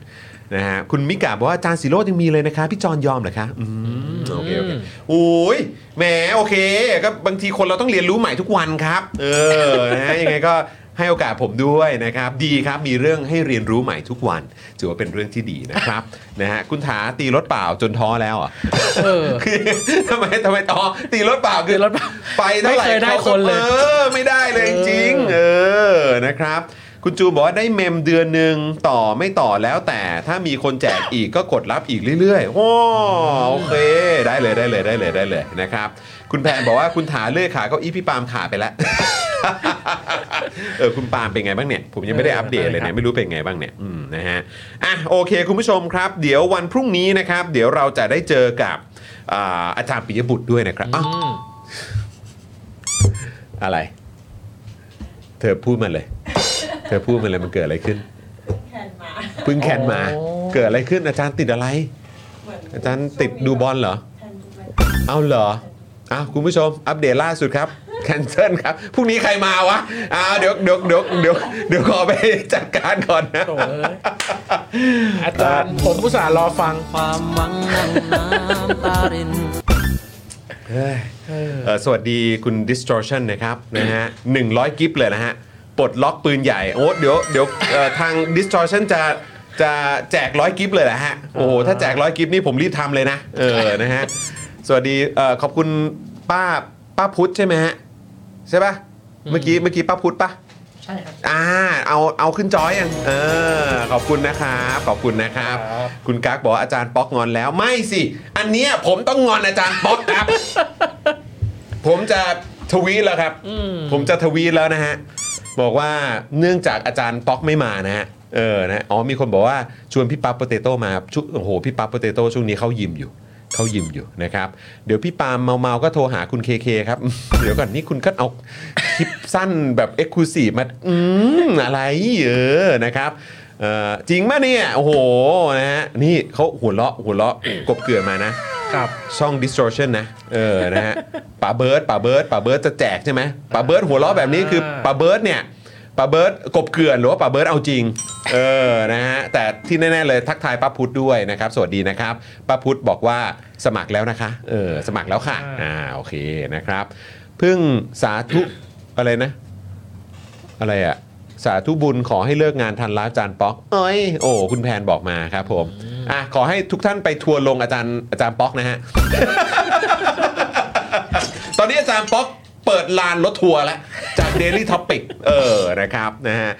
A: นะฮะคุณมิกาบอกว่าอาจารย์สิโรจน์ยังมีเลยนะคะ พี่จอนยอมเหรอคะอืมโอเคโอเคโอ้ยแหมโอเคก็บางทีคนเราต้องเรียนรู้ใหม่ทุกวันครับ เออนะฮะยังไงก็ ให้โอกาสผมด้วยนะครับ ดีครับมีเรื่องให้เรียนรู้ใหม่ทุกวัน ถือว่าเป็นเรื่องที่ดีนะครับ นะฮะคุณถาตีรถเปล่าจนท้อแล้วเหรอ่ะ *laughs*
B: เออ
A: คือทำไมทำไมท้อตีรถเปล่าคือ
B: ตีรถเปล่า
A: ไปเท่าไหร่
B: ไม่เคยได้
A: ขาก็
B: คนเลย
A: เออไม่ได้เลยจริงๆเออนะครับ คุณจูนบอกว่าได้เมมเดือนหนึ่งต่อไม่ต่อแล้วแต่ถ้ามีคนแจกอีกก็กดรับอีกเรื่อยๆโอ้โอเค ได้เลยได้เลยได้เลยได้เลยนะครับ คุณแพนบอกว่าคุณถาเลื่อยขาเก้าอี้พี่ปาล์มขาดไปแล้ว *laughs* เออคุณปาล์มเป็นไงบ้างเนี่ยผมยังไม่ได้อัปเดตเลยเนี่ยไม่รู้เป็นไงบ้างเนี่ยอืมนะฮะอ่ะโอเค คุณผู้ชมครับ เดี๋ยววันพรุ่งนี้นะครับ เดี๋ยวเราจะได้เจอกับอ่าอาจารย์ปิยบุตรด้วยนะครับอ้าว
B: อืม
A: อะไร เธอพูดมาเลย เธอพูดมาเลยมันเกิดอะไรขึ้น
D: แข่งมา
A: เพึ่งแคนมา เกิดอะไรขึ้นอาจารย์ติดอะไร
D: เหมือน
A: อาจารย์ติดดูบอลเหรอ
D: แทนดูบอล
A: เอาเหรออ่ะคุณผู้ชม อัปเดตล่าสุดครับ แคนเซิลครับ พรุ่งนี้ใครมาวะอ่าเดี๋ยวเดี๋ยวเดี๋ยวเดี๋ยวเดี๋ยวขอไปจัดการก่อนนะ
B: โถ่เอ้ยอาจารย์ผมผู้สาห์รอฟัง
F: ความหวังนั่งน้ำตาริน
A: เอ่อสวัสดีคุณ distortion นะครับ นะฮะ100 กิฟเลยนะฮะ ปลดล็อกปืนใหญ่ โอ้เดี๋ยวเดี๋ยวเอ่อทาง distortion จะจะแจกร้อยกิฟเลยนะฮะ โอ้โห ถ้าแจกร้อยกิฟนี่ผมรีบทำเลยนะ เออ นะฮะ สวัสดีเอ่อขอบคุณป้าป้าพุทธใช่ไหมฮะ ใช่ปะเมื่อกี้เมื่อกี้ป้าพุทธปะ
D: ใช่ครับ
A: อ่าเอาเอาขึ้นจอยังเออขอบคุณนะครับขอบคุณนะครับ คุณกั๊กบอกว่าอาจารย์ป๊อกงอนแล้วไม่สิ อันเนี้ยผมต้องงอนอาจารย์ป๊อกครับ ผมจะทวีตแล้วครับ ผมจะทวีตแล้วนะฮะ บอกว่าเนื่องจากอาจารย์ป๊อกไม่มานะฮะเออนะอ๋อมีคนบอกว่าชวนพี่ปั๊บโปเตโต้มาชุโอ้โหพี่ปั๊บโปเตโต้ช่วงนี้เขายิมอยู่เขายิมอยู่นะครับ เดี๋ยวพี่ปาล์มเมาๆก็โทรหาคุณเคเคครับ *laughs* เดี๋ยวก่อนนี่คุณก็เอาคลิปสั้นแบบเอ็กซ์คลูซีฟมาอืมอะไรเออนะครับเอ่อจริงมะเนี่ยโอ้โหนะฮะนี่เขาหัวเราะหัวเราะกบเกลื่อนมานะ
B: ครับ
A: ช่อง distortion นะ เออ นะฮะ ป่าเบิร์ดป่าเบิร์ดป่าเบิร์ดจะแจกใช่ไหมป่าเบิร์ดหัวล้อแบบนี้คือป่าเบิร์ดเนี่ยป่าเบิร์ดกบเกลื่อนหรือว่าป่าเบิร์ดเอาจริง เออ นะฮะ แต่ที่แน่ๆเลยทักทายป้าพุธด้วยนะครับ สวัสดีนะครับ ป้าพุธบอกว่าสมัครแล้วนะคะ เออ สมัครแล้วค่ะ อ่า โอเค นะครับ เพึ่งสาธุ อะไรนะ อะไรอะสาธุบุญขอให้เลิกงานทันร้านอาจารย์ป๊อกเอ้ยโอ้คุณแพนบอกมาครับผมอ่ะขอให้ทุกท่านไปทัวร์ลงอาจารย์อาจารย์ป๊อกนะฮะ ตอนนี้อาจารย์ป๊อกเปิดลานรถทัวร์แล้ว จาก Daily Topic เออนะครับนะฮะ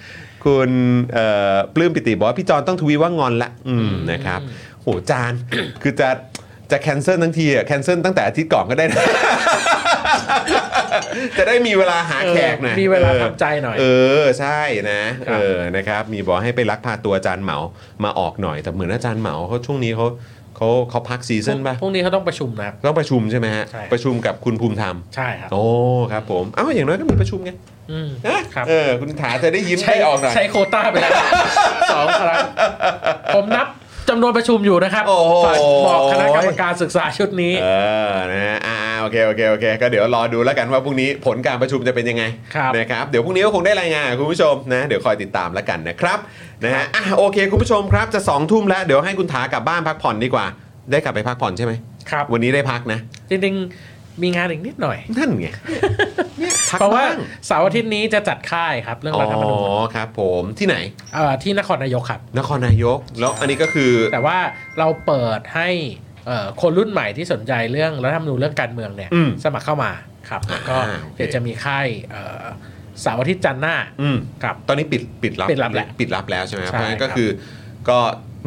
A: คุณเอ่อปลื้มปิติบอกว่าพี่จอนต้องทวีว่างอนละอืมนะครับโหจาน คือจะจะแคนเซิลทั้งทีอะแคนเซิลตั้งแต่อาทิตย์ก่อนก็ได้นะ *laughs* จะได้มีเวลาหาแขกหน่อย
B: เออมีเวลา
A: ออ
B: ทำใจหน่อย
A: เออใช่นะเออนะครับมีบอกให้ไปลักพาตัวอาจารย์เหมามาออกหน่อยแต่เหมือนอาจารย์เหมาเขาช่วงนี้เขา เขาเขาพักซีซั่นป่ะ
B: พรุ่งนี้เขาต้องประชุมนะครับ
A: ต้องประชุมใช่ไหมฮะ
B: ใช่
A: ประชุมกับคุณภูมิธรรม
B: ใช่ครับ
A: โอ้ครับผมเอ้าอย่างน้อยก็มีประชุมไง
B: อืม
A: นะครับ เออคุณถาจะได้ยิ้ม
B: ใช้
A: ได้ออกหน่อย
B: ใช้โควต้าไป
A: *laughs*
B: แล้ว สองครั้งผมนับจำนวนประชุมอยู่นะครับ
A: โอ้โห
B: ฝากบอกคณะกรรมการศึกษาชุดนี้
A: เออ นะฮะอ่าโอเค โอเค โอเค ก็เดี๋ยวรอดูแล้วกันว่าพรุ่งนี้ผลการประชุมจะเป็นยังไง
B: ครับ
A: นะครับ เดี๋ยวพรุ่งนี้ก็คงได้รายงานคุณผู้ชมนะ เดี๋ยวคอยติดตามแล้วกันนะครับ นะฮะ อ่ะ โอเค คุณผู้ชมครับ จะ2องทุ่มแล้ว เดี๋ยวให้คุณถากลับบ้านพักผ่อนดีกว่า ได้กลับไปพักผ่อนใช่ไหม
B: ครับ
A: วันนี้ได้พักนะ
B: จริงๆ มีงานอีกนิดหน่อย
A: นั่นไงเนี่ยพัก
B: เพราะว่า
A: บ้ง
B: เสาร์อาทิตย์นี้จะจัดค่ายครับ เรื่อง
A: อ๋
B: รัฐธรรมนูญ
A: อ ครับ ผม ที่ไหน
B: เอ่อที่นครนายกครับ
A: นครนายก แล้วอันนี้ก็คือ
B: แต่ว่าเราเปิดให้เอ่อคนรุ่นใหม่ที่สนใจเรื่องรัฐธรรมนูญเรื่องการเมืองเนี่ย
A: อืม
B: สมัครเข้ามาครับแล้วก็
A: อ่าโอเค
B: เดี๋ยวจะมีค่ายเอ่อเสาร์อาทิตย์จันทร์หน้า
A: อืม
B: ครับ
A: ตอนนี้ปิด ปิดรับ
B: ปิดรับแล้ว
A: ปิดรับแล้วใช่ไหมครับ
B: ใช่
A: เพราะงั้นก็
B: ครับ
A: คือ ก็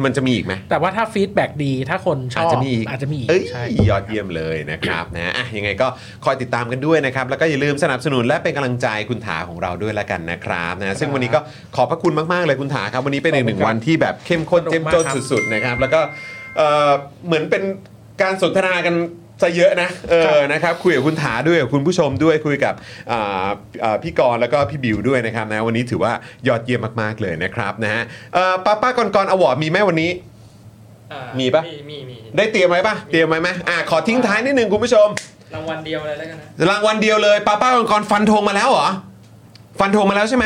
A: มันจะมีอีกไหม
B: แต่ว่าถ้าฟีดแบ็กดีถ้าคนชอบ
A: อาจจะมีอีก
B: อาจจะมีอีก
A: เอ้ย
B: ใช่
A: ยอดเยี่ยมเลยนะครับ นะอ่ะยังไงก็คอยติดตามกันด้วยนะครับ แล้วก็อย่าลืมสนับสนุนและเป็นกำลังใจคุณถาของเราด้วยละกันนะครับนะซึ่งวันนี้ก็ขอบพระคุณมาก ๆ เลยคุณถาครับ วันนี้เป็นอีกหนึ่งวันที่แบบเข้มข้น
B: ขอบคุ
A: เข้มจ
B: ณ
A: น
B: มากครับ
A: สุด ๆ นะครับ แล้วก็เอ่อเหมือนเป็นการสนทนากันซะเยอะนะเออนะครับคุยกับคุณถาด้วยกับคุณผู้ชมด้วยคุยกับอ่าอ่าพี่กรณ์แล้วก็พี่บิวด้วยนะครับนะวันนี้ถือว่ายอดเยี่ยมมากๆเลยนะครับนะฮะเอ่อป้าป้ากรกรอวอร์ดมีไหมวันนี้
C: อ่า
A: มีปะ
C: มีมีมี
A: ได้เตรียมไว้ปะเตรียมไว้ไหมอ่ะขอทิ้งท้ายนิดนึงคุณผู้ชม
C: รางวัลเดียวอะไรแล้วกันนะ
A: รางวัลเดียวเลยป้าป้าองค์กรฟันธงมาแล้วเหรอ ฟันธงมาแล้วใช่ไหม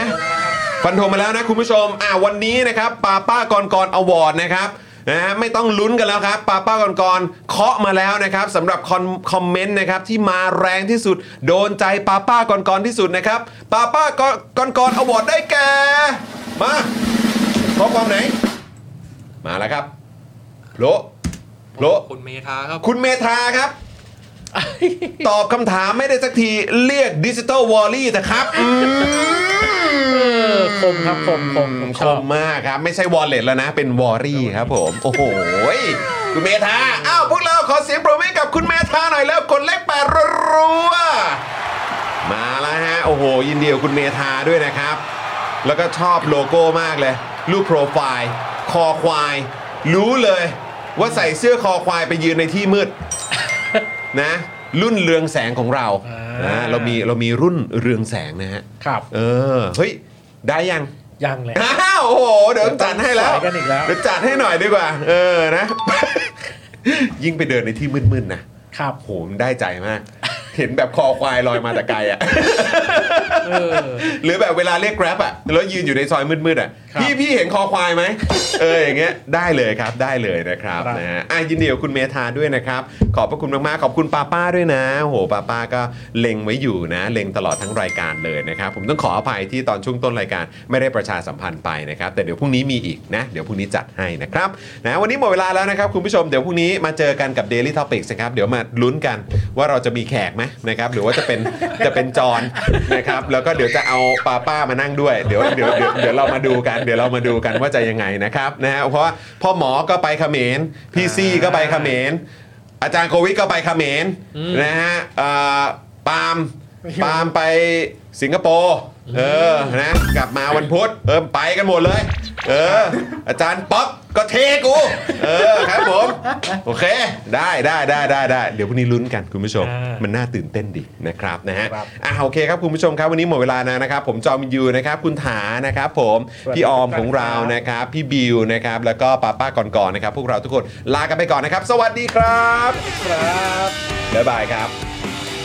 A: ฟันธงมาแล้วนะคุณผู้ชม อ่าวันนี้นะครับป้าป้ากรกรอวอร์ดนะครับนะฮะไม่ต้องลุ้นกันแล้วครับป้าป้ากรกรเคาะมาแล้วนะครับสำหรับคอมคอมเมนต์นะครับที่มาแรงที่สุด โดนใจป้าป้ากรกรที่สุดนะครับป้าป้ากรกรกรอวอร์ดได้แก่มาข้อความไหน มาแล้วครับโละโละ
C: คุณเมธาครับ
A: คุณเมธาครับ
C: *laughs*
A: ตอบคำถามไม่ได้สักทีเรียกดิจิตอลวอลลี่นะครับอื
B: เอ
A: ม
B: อคมครับคมคมผม
A: ค
B: ชอบ
A: มมากครับ ไม่ใช่วอลเล็ตแล้วนะ เป็นวอรี่ครับผม โอ้โหยคุณเมธาอ้าวพวกเราขอเสียงปรบมือให้กับคุณเมธาหน่อยแล้วกดเลขแปดรัวๆมาแล้วฮะ โอ้โห ยินดีกับคุณเมธาด้วยนะครับ แล้วก็ชอบโลโก้มากเลย รูปโปรไฟล์ คอควาย รู้เลยว่าใส่เสื้อคอควายไปยืนในที่มืด *laughs* นะรุ่นเรืองแสงของเรา
B: อ่า
A: นะเรามีเรามีรุ่นเรืองแสงนะฮะ
B: ครับ
A: เออ เฮ้ย ได้ยัง
B: ยังเลย
A: อ้าวโอ้โห เดี๋ยวจัดให้แล้ว
B: สายกันอีกแล้ว
A: เดี๋ยวจัดให้หน่อยดีกว่า เออนะ *laughs* ยิ่งไปเดินในที่มืดๆนะครับ โหมนได้ใจมาก เห็นแบบคอควายลอยมาแต่ไกลอ่ะ
B: เออ
A: หรือแบบเวลาเรียกแกร็บอ่ะแล้วยืนอยู่ในซอยมืดๆอ่ะ
B: ครับ
A: พี่พี่เห็นคอควายไหม เอออย่างเงี้ยได้เลยครับได้เลยนะครับนะฮะอ่ะยินดีกับคุณเมธาด้วยนะครับ ขอบพระคุณมากๆขอบคุณป้าป้าด้วยนะโอ้โหป้าป้าก็เล็งไว้อยู่นะ เล็งตลอดทั้งรายการเลยนะครับผมต้องขออภัยที่ตอนช่วงต้นรายการไม่ได้ประชาสัมพันธ์ไปนะครับ แต่เดี๋ยวพรุ่งนี้มีอีกนะ เดี๋ยวพรุ่งนี้จัดให้นะครับนะวันนี้หมดเวลาแล้วนะครับคุณผู้ชมเดี๋ยวพรุ่งนี้มาเจอกันกับ Daily Topics นะครับเดี๋ยวมาลุ้นกันว่าเราจะมีแขกไหมนะครับหรือว่าจะเป็น *laughs* จะเป็นจอนนะครับแล้วก็เดี๋ยวจะเอาป้าป้ามานั่งด้วยเดี๋ยวเดี๋ยวเดี๋ยวเดี๋ยวเรามาดูกันเดี๋ยวเรามาดูกันว่าจะยังไงนะครับนะฮะเพราะว่าพ่อหมอก็ไปเขมรพี่ซี่ก็ไปเขมรอาจารย์โควิดก็ไปเขมรนะฮะเอ่อปาล์มปาล์มไปสิงคโปร์เออนะกลับมาวันพุธเออไปกันหมดเลย เออ อาจารย์ป๊อกก็เทกู เออครับผม โอเค ได้ได้ได้ได้ได้เดี๋ยวพรุ่งนี้ลุ้นกันคุณผู้ชม
B: อ่า
A: มันน่าตื่นเต้นดีนะครับนะฮะอ่ะโอเคครับคุณผู้ชมครับ วันนี้หมดเวลาแล้วนะครับ ผมจอมยูนะครับ คุณถานะครับ ผมพี่ออมของเรานะครับ พี่บิวนะครับ แล้วก็ป้าป้าก่อนๆนะครับ พวกเราทุกคนลากันไปก่อนนะครับ สวัสดีครับครับบ๊ายบายครับ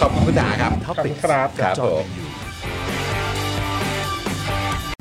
A: ขอบคุณคุณถาครับ
B: ขอบคุณครับ
A: ครับผม